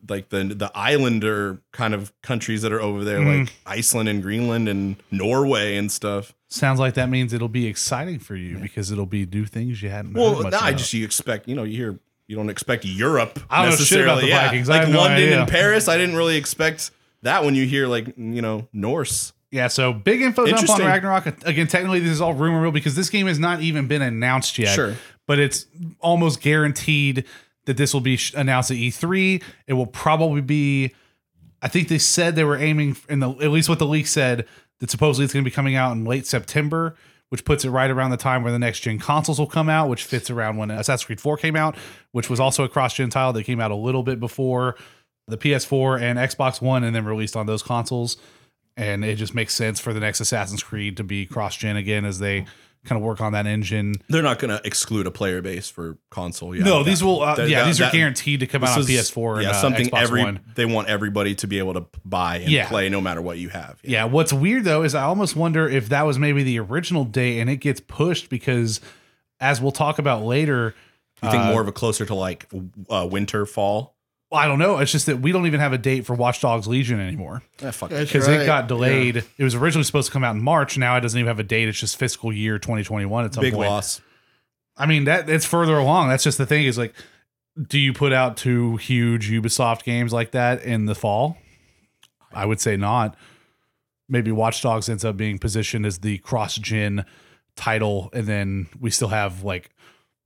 [SPEAKER 3] like the the islander kind of countries that are over there,
[SPEAKER 1] Mm.
[SPEAKER 3] like Iceland and Greenland and Norway and stuff.
[SPEAKER 1] Sounds like that means it'll be exciting for you because it'll be new things you hadn't heard
[SPEAKER 3] Well,
[SPEAKER 1] much
[SPEAKER 3] no, I
[SPEAKER 1] about.
[SPEAKER 3] just you expect you know you hear you don't expect Europe
[SPEAKER 1] I don't know shit
[SPEAKER 3] necessarily.
[SPEAKER 1] about the
[SPEAKER 3] yeah.
[SPEAKER 1] Vikings. I
[SPEAKER 3] Like
[SPEAKER 1] have no
[SPEAKER 3] London
[SPEAKER 1] idea.
[SPEAKER 3] and Paris, I didn't really expect that when you hear like you know Norse.
[SPEAKER 1] Yeah, so big info dump on
[SPEAKER 3] Interesting.
[SPEAKER 1] Ragnarok. Again, technically, this is all rumor mill because this game has not even been announced yet.
[SPEAKER 3] Sure.
[SPEAKER 1] But it's almost guaranteed that this will be sh- announced at E3. It will probably be, I think they said they were aiming, f- in the at least what the leak said, that supposedly it's going to be coming out in late September, which puts it right around the time where the next gen consoles will come out, which fits around when Assassin's Creed 4 came out, which was also a cross gen tile that came out a little bit before the PS4 and Xbox One and then released on those consoles and it just makes sense for the next Assassin's Creed to be cross gen again as they kind of work on that engine.
[SPEAKER 3] They're not going to exclude a player base for console. Yeah,
[SPEAKER 1] no,
[SPEAKER 3] That-
[SPEAKER 1] these will, uh,
[SPEAKER 3] that-
[SPEAKER 1] yeah,
[SPEAKER 3] that-
[SPEAKER 1] these are
[SPEAKER 3] that-
[SPEAKER 1] guaranteed to come out on
[SPEAKER 3] this is-
[SPEAKER 1] PS4 and
[SPEAKER 3] yeah,
[SPEAKER 1] uh,
[SPEAKER 3] something
[SPEAKER 1] Xbox
[SPEAKER 3] every
[SPEAKER 1] One.
[SPEAKER 3] they want everybody to be able to p- buy and
[SPEAKER 1] Yeah.
[SPEAKER 3] play no matter what you have.
[SPEAKER 1] Yeah, what's weird though is I almost wonder if that was maybe the original day and it gets pushed because, as we'll talk about later,
[SPEAKER 3] you think
[SPEAKER 1] uh,
[SPEAKER 3] more of a closer to like w- uh, winter fall.
[SPEAKER 1] well, I don't know. It's just that we don't even have a date for Watch Dogs Legion anymore
[SPEAKER 3] Ah, fuck.
[SPEAKER 1] because it got delayed. It was originally supposed to come out in March. Now it doesn't even have a date. It's just fiscal year 2021 at some
[SPEAKER 3] Big
[SPEAKER 1] point.
[SPEAKER 3] loss.
[SPEAKER 1] I mean that it's further along. That's just the thing is like, do you put out two huge Ubisoft games like that in the fall? I would say not. Maybe Watch Dogs ends up being positioned as the cross gen title, and then we still have like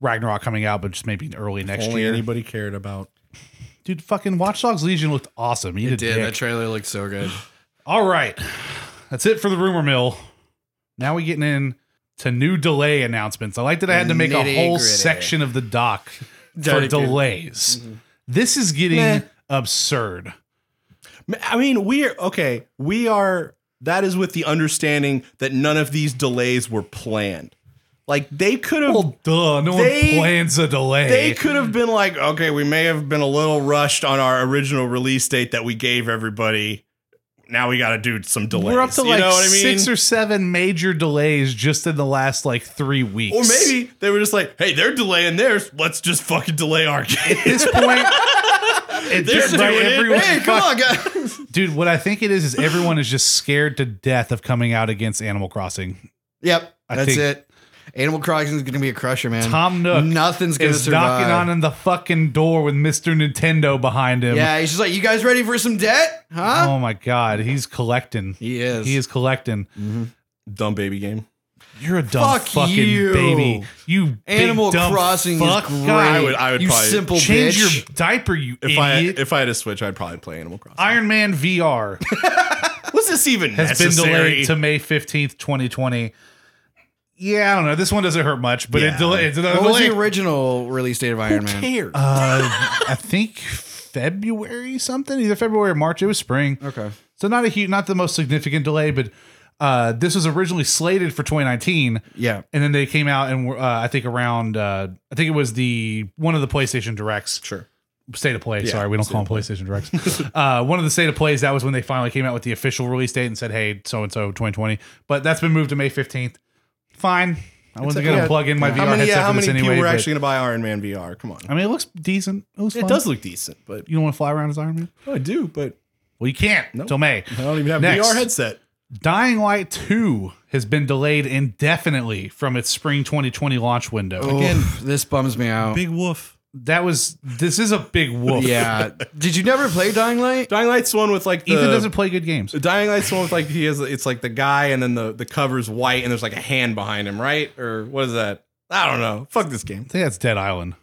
[SPEAKER 1] Ragnarok coming out, but just maybe early next
[SPEAKER 3] Only
[SPEAKER 1] year.
[SPEAKER 3] anybody cared about.
[SPEAKER 1] Dude, fucking Watch Dogs Legion looked awesome. Eat
[SPEAKER 2] It
[SPEAKER 1] a
[SPEAKER 2] did.
[SPEAKER 1] dick.
[SPEAKER 2] That trailer looked so good.
[SPEAKER 1] All right, that's it for the rumor mill. Now we getting in to new delay announcements. I like that I had to make a whole
[SPEAKER 2] Nitty-gritty.
[SPEAKER 1] section of the doc for
[SPEAKER 2] Dirty good.
[SPEAKER 1] delays. This is getting absurd.
[SPEAKER 3] I mean, we are okay. We are. That is with the understanding that none of these delays were planned. Like they could have.
[SPEAKER 1] Well, duh. No
[SPEAKER 3] They-
[SPEAKER 1] one plans a delay.
[SPEAKER 3] they could have been like, okay, we may have been a little rushed on our original release date that we gave everybody. Now we got to do some delays.
[SPEAKER 1] We're up to
[SPEAKER 3] You
[SPEAKER 1] like
[SPEAKER 3] know what I mean?
[SPEAKER 1] six or seven major delays just in the last like three weeks.
[SPEAKER 3] Or maybe they were just like, hey, they're delaying theirs. Let's just fucking delay our game.
[SPEAKER 1] at this point. It
[SPEAKER 3] They're
[SPEAKER 1] just,
[SPEAKER 3] doing it.
[SPEAKER 1] everyone-
[SPEAKER 2] Hey, come on, guys.
[SPEAKER 1] dude. What I think it is is everyone is just scared to death of coming out against Animal Crossing.
[SPEAKER 2] yep.
[SPEAKER 1] I
[SPEAKER 2] that's
[SPEAKER 1] think-
[SPEAKER 2] it. Animal Crossing is going to be a crusher, man.
[SPEAKER 1] Tom Nook
[SPEAKER 2] Nothing's going to
[SPEAKER 1] is
[SPEAKER 2] survive.
[SPEAKER 1] knocking on in the fucking door with Mr. Nintendo behind him.
[SPEAKER 2] Yeah, he's just like, you guys ready for some debt? Huh?
[SPEAKER 1] Oh my god, he's collecting.
[SPEAKER 2] he is.
[SPEAKER 1] He is collecting.
[SPEAKER 3] Dumb baby game.
[SPEAKER 1] You're a dumb
[SPEAKER 2] Fuck
[SPEAKER 1] fucking
[SPEAKER 2] you.
[SPEAKER 1] baby. You big
[SPEAKER 2] Animal
[SPEAKER 1] dumb
[SPEAKER 2] Crossing
[SPEAKER 1] fuck
[SPEAKER 2] is great.
[SPEAKER 1] guy.
[SPEAKER 3] I would- I would
[SPEAKER 2] you
[SPEAKER 3] probably
[SPEAKER 2] simple
[SPEAKER 1] change
[SPEAKER 2] bitch.
[SPEAKER 1] your diaper, you
[SPEAKER 3] If I
[SPEAKER 1] idiot.
[SPEAKER 3] if I had a Switch, I'd probably play Animal Crossing.
[SPEAKER 1] Iron Man VR
[SPEAKER 3] Was this even
[SPEAKER 1] has been
[SPEAKER 3] necessary?
[SPEAKER 1] delayed to May 15th, 2020. Yeah, I don't know. This one doesn't hurt much, but
[SPEAKER 3] Yeah.
[SPEAKER 1] it del- it's another
[SPEAKER 2] what was
[SPEAKER 1] delay.
[SPEAKER 2] the original release date of Iron Man?
[SPEAKER 3] cared.
[SPEAKER 1] uh, I think February something, either February or March. It was spring.
[SPEAKER 2] Okay.
[SPEAKER 1] So not a huge, not the most significant delay, but uh, this was originally slated for 2019,
[SPEAKER 2] Yeah.
[SPEAKER 1] and then they came out and were, uh, I think around uh, I think it was the one of the PlayStation directs
[SPEAKER 3] Sure.
[SPEAKER 1] State of Play.
[SPEAKER 3] Yeah,
[SPEAKER 1] sorry, we don't
[SPEAKER 3] State
[SPEAKER 1] call
[SPEAKER 3] of
[SPEAKER 1] them PlayStation Directs. uh, one of the State of Plays that was when they finally came out with the official release date and said, "Hey, so and so, 2020." But that's been moved to May 15th. Fine. I wasn't gonna
[SPEAKER 3] yeah.
[SPEAKER 1] plug in my VR
[SPEAKER 3] How many,
[SPEAKER 1] headset
[SPEAKER 3] yeah, how
[SPEAKER 1] for
[SPEAKER 3] many
[SPEAKER 1] this
[SPEAKER 3] people
[SPEAKER 1] anyway.
[SPEAKER 3] were
[SPEAKER 1] but-
[SPEAKER 3] actually going to buy Iron Man VR? Come on.
[SPEAKER 1] I mean, it looks decent. It, was
[SPEAKER 3] It
[SPEAKER 1] fun.
[SPEAKER 3] does look decent, but
[SPEAKER 1] You don't want to fly around as Iron Man?
[SPEAKER 3] I do, but
[SPEAKER 1] Well, you can't
[SPEAKER 3] Nope.
[SPEAKER 1] till May.
[SPEAKER 3] I don't even have
[SPEAKER 1] Next.
[SPEAKER 3] VR headset.
[SPEAKER 1] Dying Light 2 has been delayed indefinitely from its spring 2020 launch window.
[SPEAKER 2] Again, this bums me out.
[SPEAKER 3] Big woof.
[SPEAKER 1] That was this is a big whoop.
[SPEAKER 2] Yeah. Did you never play Dying Light?
[SPEAKER 3] Dying Light's one with like the,
[SPEAKER 1] Ethan doesn't play good games.
[SPEAKER 2] Uh,
[SPEAKER 3] The Dying Light's one with like he has it's like the guy and then the the cover's white and there's like a hand behind him, right? Or what is that? I don't know. Fuck this game.
[SPEAKER 1] I think that's Dead Island.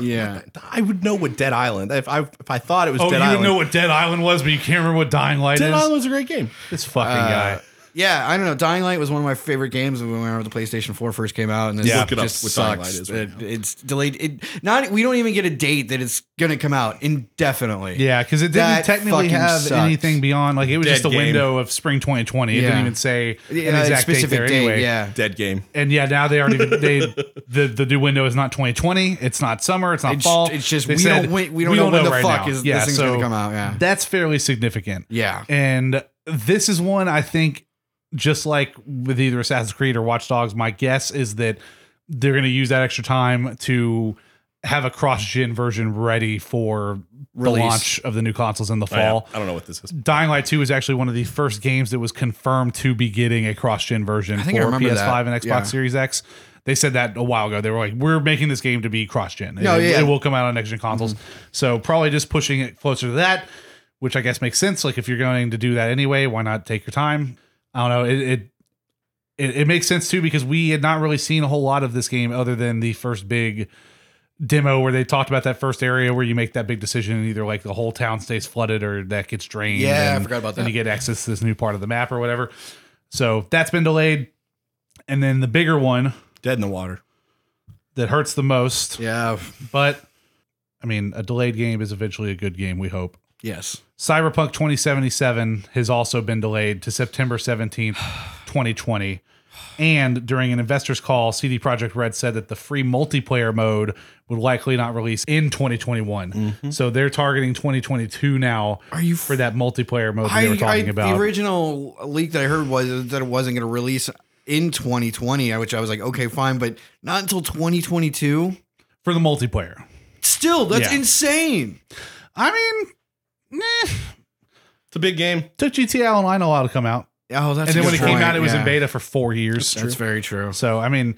[SPEAKER 2] Yeah.
[SPEAKER 3] I would know what Dead Island if I if I thought it was
[SPEAKER 1] Oh,
[SPEAKER 3] Dead
[SPEAKER 1] you
[SPEAKER 3] Island.
[SPEAKER 1] know what Dead Island was, but you can't remember what Dying Light
[SPEAKER 3] Dead
[SPEAKER 1] is.
[SPEAKER 3] Island's a great game.
[SPEAKER 1] This fucking
[SPEAKER 2] Uh,
[SPEAKER 1] guy.
[SPEAKER 2] Yeah, I don't know. Dying Light was one of my favorite games when whenever the PlayStation 4 first came out, and this
[SPEAKER 1] Yeah.
[SPEAKER 2] yeah,
[SPEAKER 1] Look
[SPEAKER 3] it up
[SPEAKER 2] just
[SPEAKER 3] what Dying
[SPEAKER 2] sucks.
[SPEAKER 3] Light is right
[SPEAKER 2] It- it's delayed. It, not we don't even get a date that it's gonna come out indefinitely.
[SPEAKER 1] Yeah, because it didn't
[SPEAKER 2] That
[SPEAKER 1] technically
[SPEAKER 2] fucking
[SPEAKER 1] have
[SPEAKER 2] sucks.
[SPEAKER 1] anything beyond like it was
[SPEAKER 3] Dead
[SPEAKER 1] just a
[SPEAKER 3] game.
[SPEAKER 1] window of spring 2020. It didn't
[SPEAKER 2] Yeah.
[SPEAKER 1] even say an
[SPEAKER 2] Yeah,
[SPEAKER 1] exact
[SPEAKER 2] specific
[SPEAKER 1] date there anyway.
[SPEAKER 2] Yeah,
[SPEAKER 3] Dead game.
[SPEAKER 1] And yeah, now they already they the the new window is not 2020. It's not summer. It's not
[SPEAKER 2] It's-
[SPEAKER 1] fall.
[SPEAKER 2] it's just
[SPEAKER 1] They
[SPEAKER 2] we don't wait- we don't know when the fuck is- this
[SPEAKER 1] Yeah,
[SPEAKER 2] thing's
[SPEAKER 1] so
[SPEAKER 2] gonna come out, yeah.
[SPEAKER 1] that's fairly significant.
[SPEAKER 2] yeah.
[SPEAKER 1] And this is one I think, just like with either Assassin's Creed or Watch Dogs, my guess is that they're going to use that extra time to have a cross-gen version ready for
[SPEAKER 2] Release.
[SPEAKER 1] the launch of the new consoles in the
[SPEAKER 3] I don't,
[SPEAKER 1] fall.
[SPEAKER 3] I don't know what this is.
[SPEAKER 1] Dying Light 2 is actually one of the first games that was confirmed to be getting a cross gen version
[SPEAKER 2] think I
[SPEAKER 1] for
[SPEAKER 2] remember
[SPEAKER 1] PS5
[SPEAKER 2] that.
[SPEAKER 1] and Xbox
[SPEAKER 2] Yeah.
[SPEAKER 1] Series X. They said that a while ago. They were like, we're making this game to be cross gen.
[SPEAKER 2] No,
[SPEAKER 1] it,
[SPEAKER 2] yeah. Mm-hmm.
[SPEAKER 1] it will come out on next gen consoles. So, probably just pushing it closer to that, which I guess makes sense. Like, if you're going to do that anyway, why not take your time? I don't know. It, it, it, it makes sense too because we had not really seen a whole lot of this game other than the first big demo where they talked about that first area where you make that big decision and either like the whole town stays flooded or that gets drained.
[SPEAKER 2] Yeah, I
[SPEAKER 1] and-
[SPEAKER 2] forgot about
[SPEAKER 1] And
[SPEAKER 2] that.
[SPEAKER 1] you get access to this new part of the map or whatever. So that's been delayed. And then the bigger one
[SPEAKER 3] Dead in the water.
[SPEAKER 1] that hurts the most,
[SPEAKER 2] Yeah.
[SPEAKER 1] but I mean, a delayed game is eventually a good game, we hope.
[SPEAKER 2] Yes.
[SPEAKER 1] Cyberpunk 2077 has also been delayed to September 17th, 2020. And during an investor's call, CD Projekt Red said that the free multiplayer mode would likely not release in 2021. So they're targeting 2022 now
[SPEAKER 2] Mm-hmm. Are you
[SPEAKER 1] for that multiplayer mode that
[SPEAKER 2] I,
[SPEAKER 1] they were talking
[SPEAKER 2] I-
[SPEAKER 1] about.
[SPEAKER 2] The original leak that I heard was that it wasn't going to release in 2020, which I was like, okay, fine, but not until 2022.
[SPEAKER 1] for the multiplayer.
[SPEAKER 2] Still, that's
[SPEAKER 1] Yeah.
[SPEAKER 2] insane.
[SPEAKER 1] I mean, eh,
[SPEAKER 3] It's a big game.
[SPEAKER 1] took GTA Online a while to come out.
[SPEAKER 2] Oh, that's
[SPEAKER 1] and then when it came out, it was in
[SPEAKER 2] invaded.
[SPEAKER 1] beta for four years.
[SPEAKER 2] That's very true.
[SPEAKER 1] So, I mean,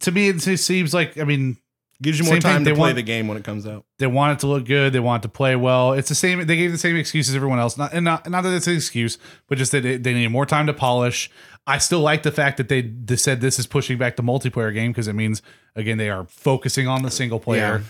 [SPEAKER 1] to me, it seems like, I mean,
[SPEAKER 3] Gives you more
[SPEAKER 1] Same thing,
[SPEAKER 3] time
[SPEAKER 1] they
[SPEAKER 3] to play
[SPEAKER 1] want-
[SPEAKER 3] the game when it comes out.
[SPEAKER 1] They want it to look good. They want it to play well. It's the same. They gave the same excuse as everyone else. Not and not, not that it's an excuse, but just that it, they needed more time to polish. I still like the fact that they, they said this is pushing back the multiplayer game because it means again they are focusing on the single player.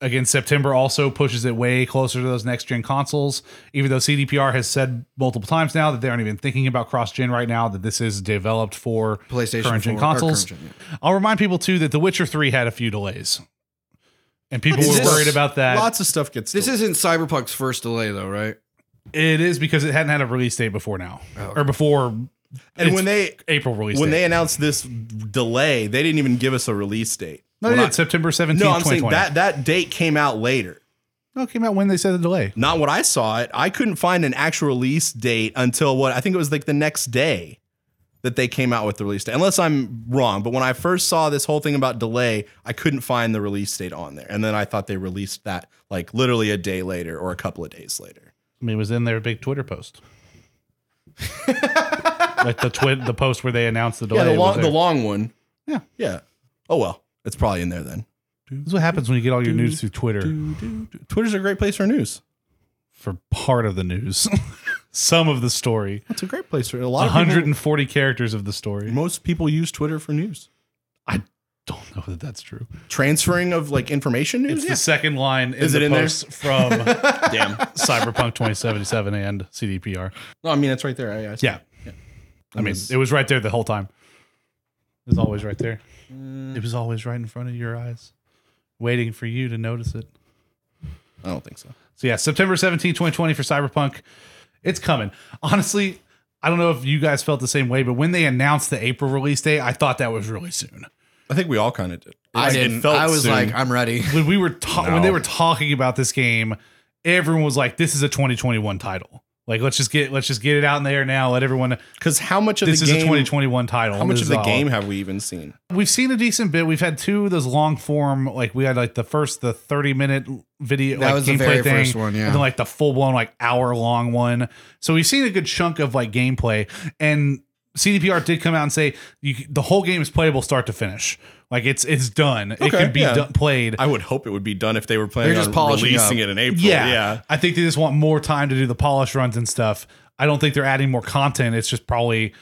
[SPEAKER 1] Again, September also pushes it way closer to those next gen consoles. Even though CDPR has said multiple times now that they aren't even thinking about cross gen right now, that this is developed for
[SPEAKER 2] PlayStation
[SPEAKER 1] current gen
[SPEAKER 2] 4 or
[SPEAKER 1] consoles.
[SPEAKER 2] current gen,
[SPEAKER 1] I'll remind people too that The Witcher Three had a few delays, and people
[SPEAKER 2] Is
[SPEAKER 1] were
[SPEAKER 2] this-
[SPEAKER 1] worried about that.
[SPEAKER 3] Lots of stuff gets.
[SPEAKER 2] This
[SPEAKER 3] delayed.
[SPEAKER 2] isn't Cyberpunk's first delay, though, right?
[SPEAKER 1] It is because it hadn't had a release date before now, or before
[SPEAKER 3] and
[SPEAKER 1] it's
[SPEAKER 3] when they
[SPEAKER 1] April release.
[SPEAKER 3] Oh, when they
[SPEAKER 1] date.
[SPEAKER 3] announced this delay, they didn't even give us a release date.
[SPEAKER 1] no,
[SPEAKER 3] When
[SPEAKER 1] they
[SPEAKER 3] I-
[SPEAKER 1] did, September seventeenth,
[SPEAKER 3] no, I'm
[SPEAKER 1] twenty
[SPEAKER 3] saying
[SPEAKER 1] twenty.
[SPEAKER 3] that that date came out later.
[SPEAKER 1] No, it came out when they said the delay.
[SPEAKER 3] Not what I saw it. I couldn't find an actual release date until what I think it was like the next day that they came out with the release date. Unless I'm wrong, but when I first saw this whole thing about delay, I couldn't find the release date on there. And then I thought they released that like literally a day later or a couple of days later.
[SPEAKER 1] I mean, it was in their big Twitter post, like the twit the post where they announced the delay.
[SPEAKER 3] yeah, the
[SPEAKER 1] was
[SPEAKER 3] long
[SPEAKER 1] there.
[SPEAKER 3] the long one.
[SPEAKER 1] Yeah.
[SPEAKER 3] Yeah. Oh well, it's probably in there then.
[SPEAKER 1] this is what happens when you get all your news through Twitter
[SPEAKER 3] Twitter's a great place for news.
[SPEAKER 1] for part of the news, some of the story,
[SPEAKER 3] It's a great place for a lot
[SPEAKER 1] one
[SPEAKER 3] of people-
[SPEAKER 1] hundred and forty characters of the story.
[SPEAKER 3] most people use Twitter for news.
[SPEAKER 1] Don't know that that's true.
[SPEAKER 3] Transferring of like information news.
[SPEAKER 1] It's the second line. In
[SPEAKER 3] Is it
[SPEAKER 1] the
[SPEAKER 3] in there?
[SPEAKER 1] post from
[SPEAKER 3] Damn.
[SPEAKER 1] Cyberpunk twenty seventy seven and CDPR?
[SPEAKER 3] No, I mean it's right there. I, I
[SPEAKER 1] Yeah. I mean, it was right there the whole time. It was always right there.
[SPEAKER 3] Mm.
[SPEAKER 1] It was always right in front of your eyes, waiting for you to notice it.
[SPEAKER 3] I don't think so.
[SPEAKER 1] So, yeah, September 17, 2020 for Cyberpunk. It's coming. Honestly, I don't know if you guys felt the same way, but when they announced the April release date, I thought that was really soon.
[SPEAKER 3] I think we all kind of did.
[SPEAKER 2] I
[SPEAKER 3] Like, it
[SPEAKER 2] didn't.
[SPEAKER 3] felt
[SPEAKER 2] I was
[SPEAKER 3] soon.
[SPEAKER 2] like, I'm ready.
[SPEAKER 1] when we were ta-
[SPEAKER 3] No.
[SPEAKER 1] when they were talking about this game, everyone was like, "This is a 2021 title. Like, let's just get let's just get it out in there now. Let everyone.
[SPEAKER 3] because how much of
[SPEAKER 1] This
[SPEAKER 3] the
[SPEAKER 1] is
[SPEAKER 3] game?
[SPEAKER 1] a 2021 title.
[SPEAKER 3] how much
[SPEAKER 1] This
[SPEAKER 3] of
[SPEAKER 1] is
[SPEAKER 3] the
[SPEAKER 1] all.
[SPEAKER 3] game have we even seen?
[SPEAKER 1] We've seen a decent bit. We've had two of those long form. Like we had like the first the 30 minute video.
[SPEAKER 2] That
[SPEAKER 1] like,
[SPEAKER 2] was the
[SPEAKER 1] gameplay
[SPEAKER 2] very
[SPEAKER 1] thing,
[SPEAKER 2] first one, yeah.
[SPEAKER 1] And then like the full blown like hour long one. So we've seen a good chunk of like gameplay and. CDPR did come out and say you, the whole game is playable start to finish. Like it's it's done. it
[SPEAKER 3] Okay,
[SPEAKER 1] can be
[SPEAKER 3] yeah.
[SPEAKER 1] do- played.
[SPEAKER 3] I would hope it would be done if they were planning
[SPEAKER 2] They're just
[SPEAKER 3] on
[SPEAKER 2] polishing
[SPEAKER 3] releasing
[SPEAKER 2] up.
[SPEAKER 3] it in April.
[SPEAKER 1] Yeah.
[SPEAKER 3] yeah.
[SPEAKER 1] I think they just want more time to do the polish runs and stuff. I don't think they're adding more content. It's just probably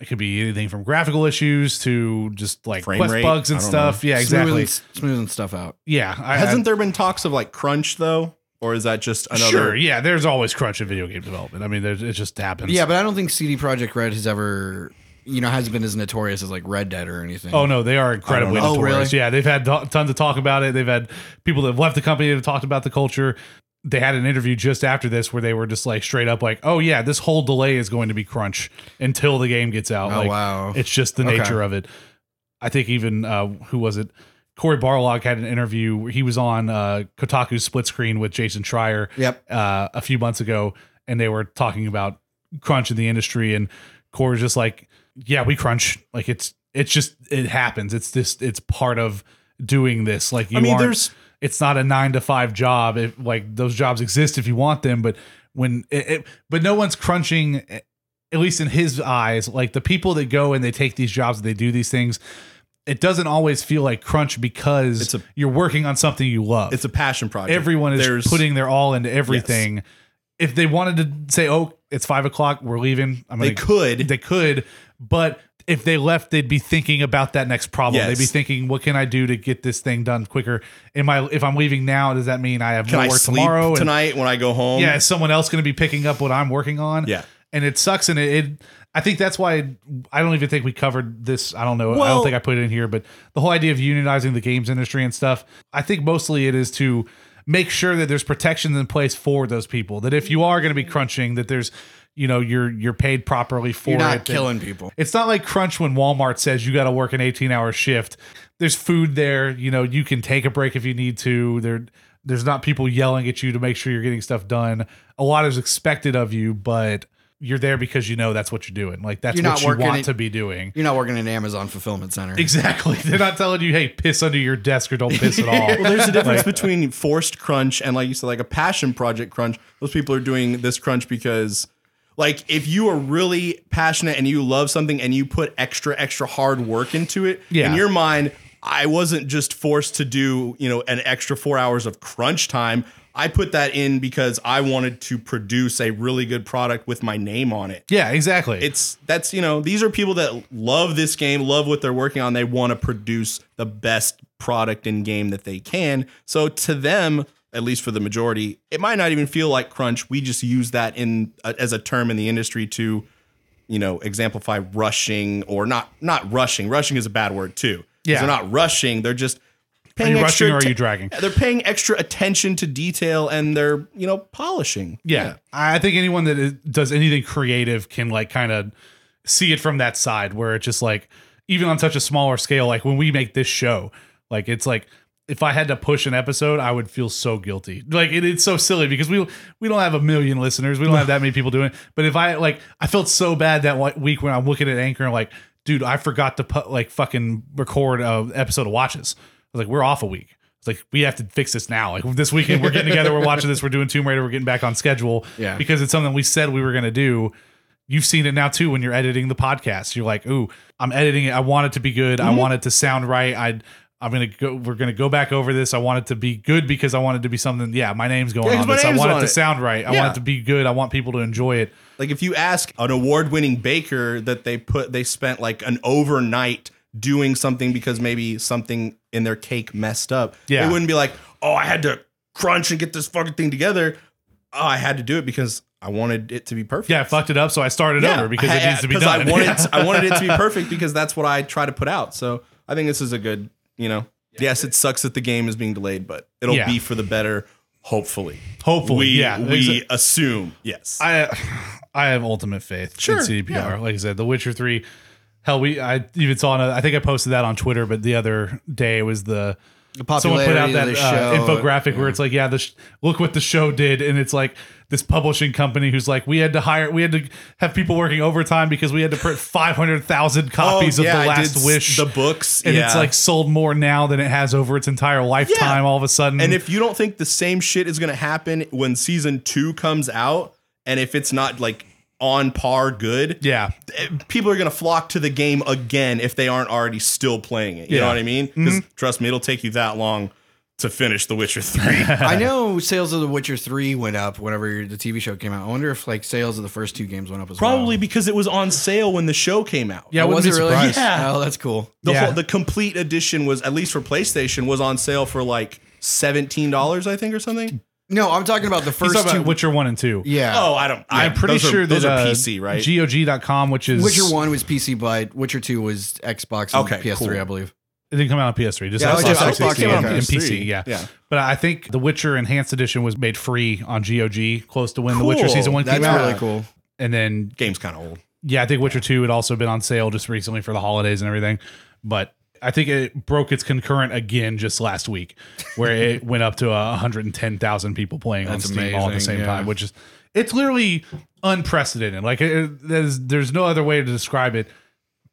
[SPEAKER 1] it could be anything from graphical issues to just like
[SPEAKER 3] Frame
[SPEAKER 1] quest
[SPEAKER 3] rate?
[SPEAKER 1] bugs and
[SPEAKER 3] I don't
[SPEAKER 1] stuff. Yeah, exactly.
[SPEAKER 2] Smoothing, smoothing stuff out.
[SPEAKER 1] Yeah. I,
[SPEAKER 3] Hasn't there been talks of like crunch though, or is that just
[SPEAKER 1] I,
[SPEAKER 3] another?
[SPEAKER 1] Sure. Yeah, there's always crunch in video game development. I mean, there's, it just happens.
[SPEAKER 2] Yeah, but I don't think CD Projekt Red has ever, you know, has been as notorious as like Red Dead or anything.
[SPEAKER 1] Oh no, they are incredibly
[SPEAKER 3] I don't
[SPEAKER 2] know. Oh,
[SPEAKER 1] notorious.
[SPEAKER 2] really?
[SPEAKER 1] Yeah, they've had to- tons of talk about it. They've had people that have left the company that have talked about the culture. They had an interview just after this where they were just like straight up like, "Oh yeah, this whole delay is going to be crunch until the game gets out."
[SPEAKER 2] Oh,
[SPEAKER 1] like,
[SPEAKER 2] wow.
[SPEAKER 1] It's just the
[SPEAKER 2] Okay.
[SPEAKER 1] nature of it. I think even uh, who was it? Corey Barlog had an interview. where He was on uh, Kotaku's split screen with Jason Schreier
[SPEAKER 2] Yep.
[SPEAKER 1] uh, a few months ago, and they were talking about crunch in the industry, and Core was just like, "Yeah, we crunch. Like it's it's just it happens. It's just it's part of doing this. Like you
[SPEAKER 3] I mean,
[SPEAKER 1] aren't-
[SPEAKER 3] there's
[SPEAKER 1] it's not a nine to five job. It, like those jobs exist if you want them, but when it, it, but no one's crunching, eh, at least in his eyes. Like the people that go and they take these jobs, they do these things. It doesn't always feel like crunch because
[SPEAKER 3] It's a-
[SPEAKER 1] you're working on something you love
[SPEAKER 3] it's a passion project.
[SPEAKER 1] everyone is
[SPEAKER 3] There's-
[SPEAKER 1] putting their all into everything. If they wanted to say, "Oh, it's five o'clock, we're leaving," I'm
[SPEAKER 3] They
[SPEAKER 1] gonna-
[SPEAKER 3] could.
[SPEAKER 1] they could, but if they left, they'd be thinking about that next problem.
[SPEAKER 3] Yes.
[SPEAKER 1] They'd be thinking, "What can I do to get this thing done quicker?" Am I if I'm leaving now, does that mean I have
[SPEAKER 3] Can
[SPEAKER 1] more
[SPEAKER 3] I
[SPEAKER 1] work
[SPEAKER 3] sleep
[SPEAKER 1] tomorrow? And-
[SPEAKER 3] tonight when I go home?
[SPEAKER 1] yeah, is someone else going to be picking up what I'm working on?
[SPEAKER 3] Yeah.
[SPEAKER 1] and it sucks, and it. it I think that's why I don't even think we covered this. I don't know. I
[SPEAKER 3] Well-
[SPEAKER 1] don't think I put it in here, but the whole idea of unionizing the games industry and stuff. I think mostly it is to make sure that there's protections in place for those people. That if you are going to be crunching, that there's, you know, you're you're paid properly for
[SPEAKER 2] You're
[SPEAKER 1] it.
[SPEAKER 2] not
[SPEAKER 1] that-
[SPEAKER 2] killing people.
[SPEAKER 1] it's not like crunch when Walmart says you got to work an 18 hour shift. There's food there. You know, you can take a break if you need to. There, there's not people yelling at you to make sure you're getting stuff done. A lot is expected of you, but you're there because you know that's what you're doing. Like that's
[SPEAKER 2] You're
[SPEAKER 1] what
[SPEAKER 2] not
[SPEAKER 1] you
[SPEAKER 2] working
[SPEAKER 1] want
[SPEAKER 2] it-
[SPEAKER 1] to be doing.
[SPEAKER 2] You're not working in an Amazon fulfillment center.
[SPEAKER 1] Exactly. They're not telling you, hey, piss under your desk or don't piss at all.
[SPEAKER 3] Well, there's a difference between forced crunch and, like you said, like a passion project crunch. Those people are doing this crunch because, like, if you are really passionate and you love something and you put extra, extra hard work into it,
[SPEAKER 1] Yeah.
[SPEAKER 3] in your mind, I wasn't just forced to do, you know, an extra four hours of crunch time. I put that in because I wanted to produce a really good product with my name on it.
[SPEAKER 1] yeah, exactly.
[SPEAKER 3] It's that's, you know, these are people that love this game, love what they're working on. They want to produce the best product and game that they can. So to them, at least for the majority, it might not even feel like crunch. We just use that in uh, as a term in the industry to, you know, exemplify rushing or not not rushing. Rushing is a bad word too. 'Cause
[SPEAKER 1] Yeah.
[SPEAKER 3] They're not rushing. They're just
[SPEAKER 1] are
[SPEAKER 3] paying
[SPEAKER 1] you
[SPEAKER 3] extra
[SPEAKER 1] rushing or are
[SPEAKER 3] atten-
[SPEAKER 1] you dragging?
[SPEAKER 3] They're paying extra attention to detail and they're, you know, polishing.
[SPEAKER 1] yeah. I think anyone that is, does anything creative can like kind of see it from that side where it's just like even on such a smaller scale like when we make this show like it's like if I had to push an episode I would feel so guilty like it, it's so silly because we we don't have a million listeners we don't have that many people doing it but if I like I felt so bad that one week when I'm looking at Anchor and like dude I forgot to put like fucking record a episode of Watches I was like we're off a week it's like we have to fix this now. Like this weekend, we're getting together, we're watching this, we're doing Tomb Raider, we're getting back on schedule.
[SPEAKER 2] Yeah.
[SPEAKER 1] because it's something we said we were going to do. You've seen it now too when you're editing the podcast. You're like, "Ooh, I'm editing it. I want it to be good.
[SPEAKER 3] Mm-hmm.
[SPEAKER 1] I want it to sound right. I, I'm gonna go. We're gonna go back over this. I want it to be good because I want it to be something. Yeah, my name's going
[SPEAKER 3] 'cause
[SPEAKER 1] on
[SPEAKER 3] my
[SPEAKER 1] this. I
[SPEAKER 3] name's
[SPEAKER 1] want it
[SPEAKER 3] on
[SPEAKER 1] to
[SPEAKER 3] it.
[SPEAKER 1] sound right. I
[SPEAKER 3] Yeah.
[SPEAKER 1] want it to be good. I want people to enjoy it.
[SPEAKER 3] Like if you ask an award-winning baker that they put they spent like an overnight doing something because maybe something in their cake messed up.
[SPEAKER 1] Yeah.
[SPEAKER 3] They wouldn't be like, "Oh, I had to crunch and get this fucking thing together. Oh, I had to do it because I wanted it to be perfect."
[SPEAKER 1] Yeah, I fucked it up, so I started
[SPEAKER 3] Yeah,
[SPEAKER 1] over because it
[SPEAKER 3] I-
[SPEAKER 1] needs to be
[SPEAKER 3] 'cause
[SPEAKER 1] done.
[SPEAKER 3] I wanted I wanted it to be perfect because that's what I try to put out. So, I think this is a good, you know. Yes, it sucks that the game is being delayed, but it'll
[SPEAKER 1] Yeah.
[SPEAKER 3] be for the better hopefully.
[SPEAKER 1] Hopefully,
[SPEAKER 3] we
[SPEAKER 1] yeah,
[SPEAKER 3] we assume. Yes.
[SPEAKER 1] I I have ultimate faith
[SPEAKER 3] Sure,
[SPEAKER 1] in CDPR.
[SPEAKER 3] yeah.
[SPEAKER 1] Like I said, The Witcher Three Hell, we I even saw. Another, I think I posted that on Twitter, but the other day was the
[SPEAKER 2] The
[SPEAKER 1] someone
[SPEAKER 2] popularity
[SPEAKER 1] put out
[SPEAKER 2] of
[SPEAKER 1] that
[SPEAKER 2] the
[SPEAKER 1] uh,
[SPEAKER 2] show.
[SPEAKER 1] infographic where it's like, yeah, the sh- look what the show did, and it's like this publishing company who's like, we had to hire, we had to have people working overtime because we had to print five hundred thousand copies of the
[SPEAKER 3] Oh, I did
[SPEAKER 1] Last
[SPEAKER 3] s-
[SPEAKER 1] Wish,
[SPEAKER 3] the books,
[SPEAKER 1] and
[SPEAKER 3] yeah.
[SPEAKER 1] it's like sold more now than it has over its entire lifetime. All of a sudden,
[SPEAKER 3] And if you don't think the same shit is going to happen when season two comes out, and if it's not like on par good,
[SPEAKER 1] yeah,
[SPEAKER 3] eh, people are going to flock to the game again if they aren't already still playing it. You know
[SPEAKER 1] Yeah. Mm-hmm.
[SPEAKER 3] what I mean? Because trust me, it'll take you that long to finish The Witcher 3.
[SPEAKER 2] I know sales of The Witcher Three went up whenever the TV show came out. I wonder if like sales of the first two games went up as
[SPEAKER 3] Probably
[SPEAKER 2] well. Oh,
[SPEAKER 3] because it was on sale when the show came out.
[SPEAKER 1] yeah, I wouldn't
[SPEAKER 2] was
[SPEAKER 1] be
[SPEAKER 2] it really?
[SPEAKER 1] surprised.
[SPEAKER 3] Yeah.
[SPEAKER 2] Oh, that's cool.
[SPEAKER 3] The,
[SPEAKER 1] Yeah.
[SPEAKER 3] whole, the complete edition was, at least for PlayStation, was on sale for like $17, I think, or something.
[SPEAKER 2] No, I'm talking about the
[SPEAKER 1] He's
[SPEAKER 2] first
[SPEAKER 1] talking
[SPEAKER 2] two.
[SPEAKER 1] about Witcher one and two.
[SPEAKER 2] yeah.
[SPEAKER 3] Oh, I don't.
[SPEAKER 1] I'm
[SPEAKER 3] yeah,
[SPEAKER 1] pretty
[SPEAKER 3] those are-
[SPEAKER 1] sure that
[SPEAKER 3] those are
[SPEAKER 1] uh,
[SPEAKER 3] PC, right?
[SPEAKER 1] GOG.com, which is
[SPEAKER 2] Witcher One was PC, but Witcher Two was Xbox and
[SPEAKER 3] Okay,
[SPEAKER 2] PS3,
[SPEAKER 3] cool.
[SPEAKER 2] I believe.
[SPEAKER 1] It didn't come out on PS3. Just
[SPEAKER 2] Yeah,
[SPEAKER 1] on
[SPEAKER 2] it was
[SPEAKER 1] Xbox
[SPEAKER 2] just Xbox
[SPEAKER 1] 360
[SPEAKER 2] came out
[SPEAKER 1] and,
[SPEAKER 2] on
[SPEAKER 1] and
[SPEAKER 3] PS3.
[SPEAKER 1] PC. Yeah.
[SPEAKER 3] Yeah.
[SPEAKER 1] But I think The Witcher Enhanced Edition was made free on GOG close to when The
[SPEAKER 3] Cool.
[SPEAKER 1] Witcher Season 1
[SPEAKER 2] That's
[SPEAKER 1] came out.
[SPEAKER 2] really cool.
[SPEAKER 1] And then,
[SPEAKER 3] Game's kind of old.
[SPEAKER 1] yeah, I think Witcher 2 had also been on sale just recently for the holidays and everything. But I think it broke its concurrent again just last week, where it went up to uh, 110,000 people playing
[SPEAKER 2] That's
[SPEAKER 1] on Steam all at the
[SPEAKER 2] amazing,
[SPEAKER 1] same
[SPEAKER 2] yeah.
[SPEAKER 1] time, which is, it's literally unprecedented. Like, it, it- there's, there's no other way to describe it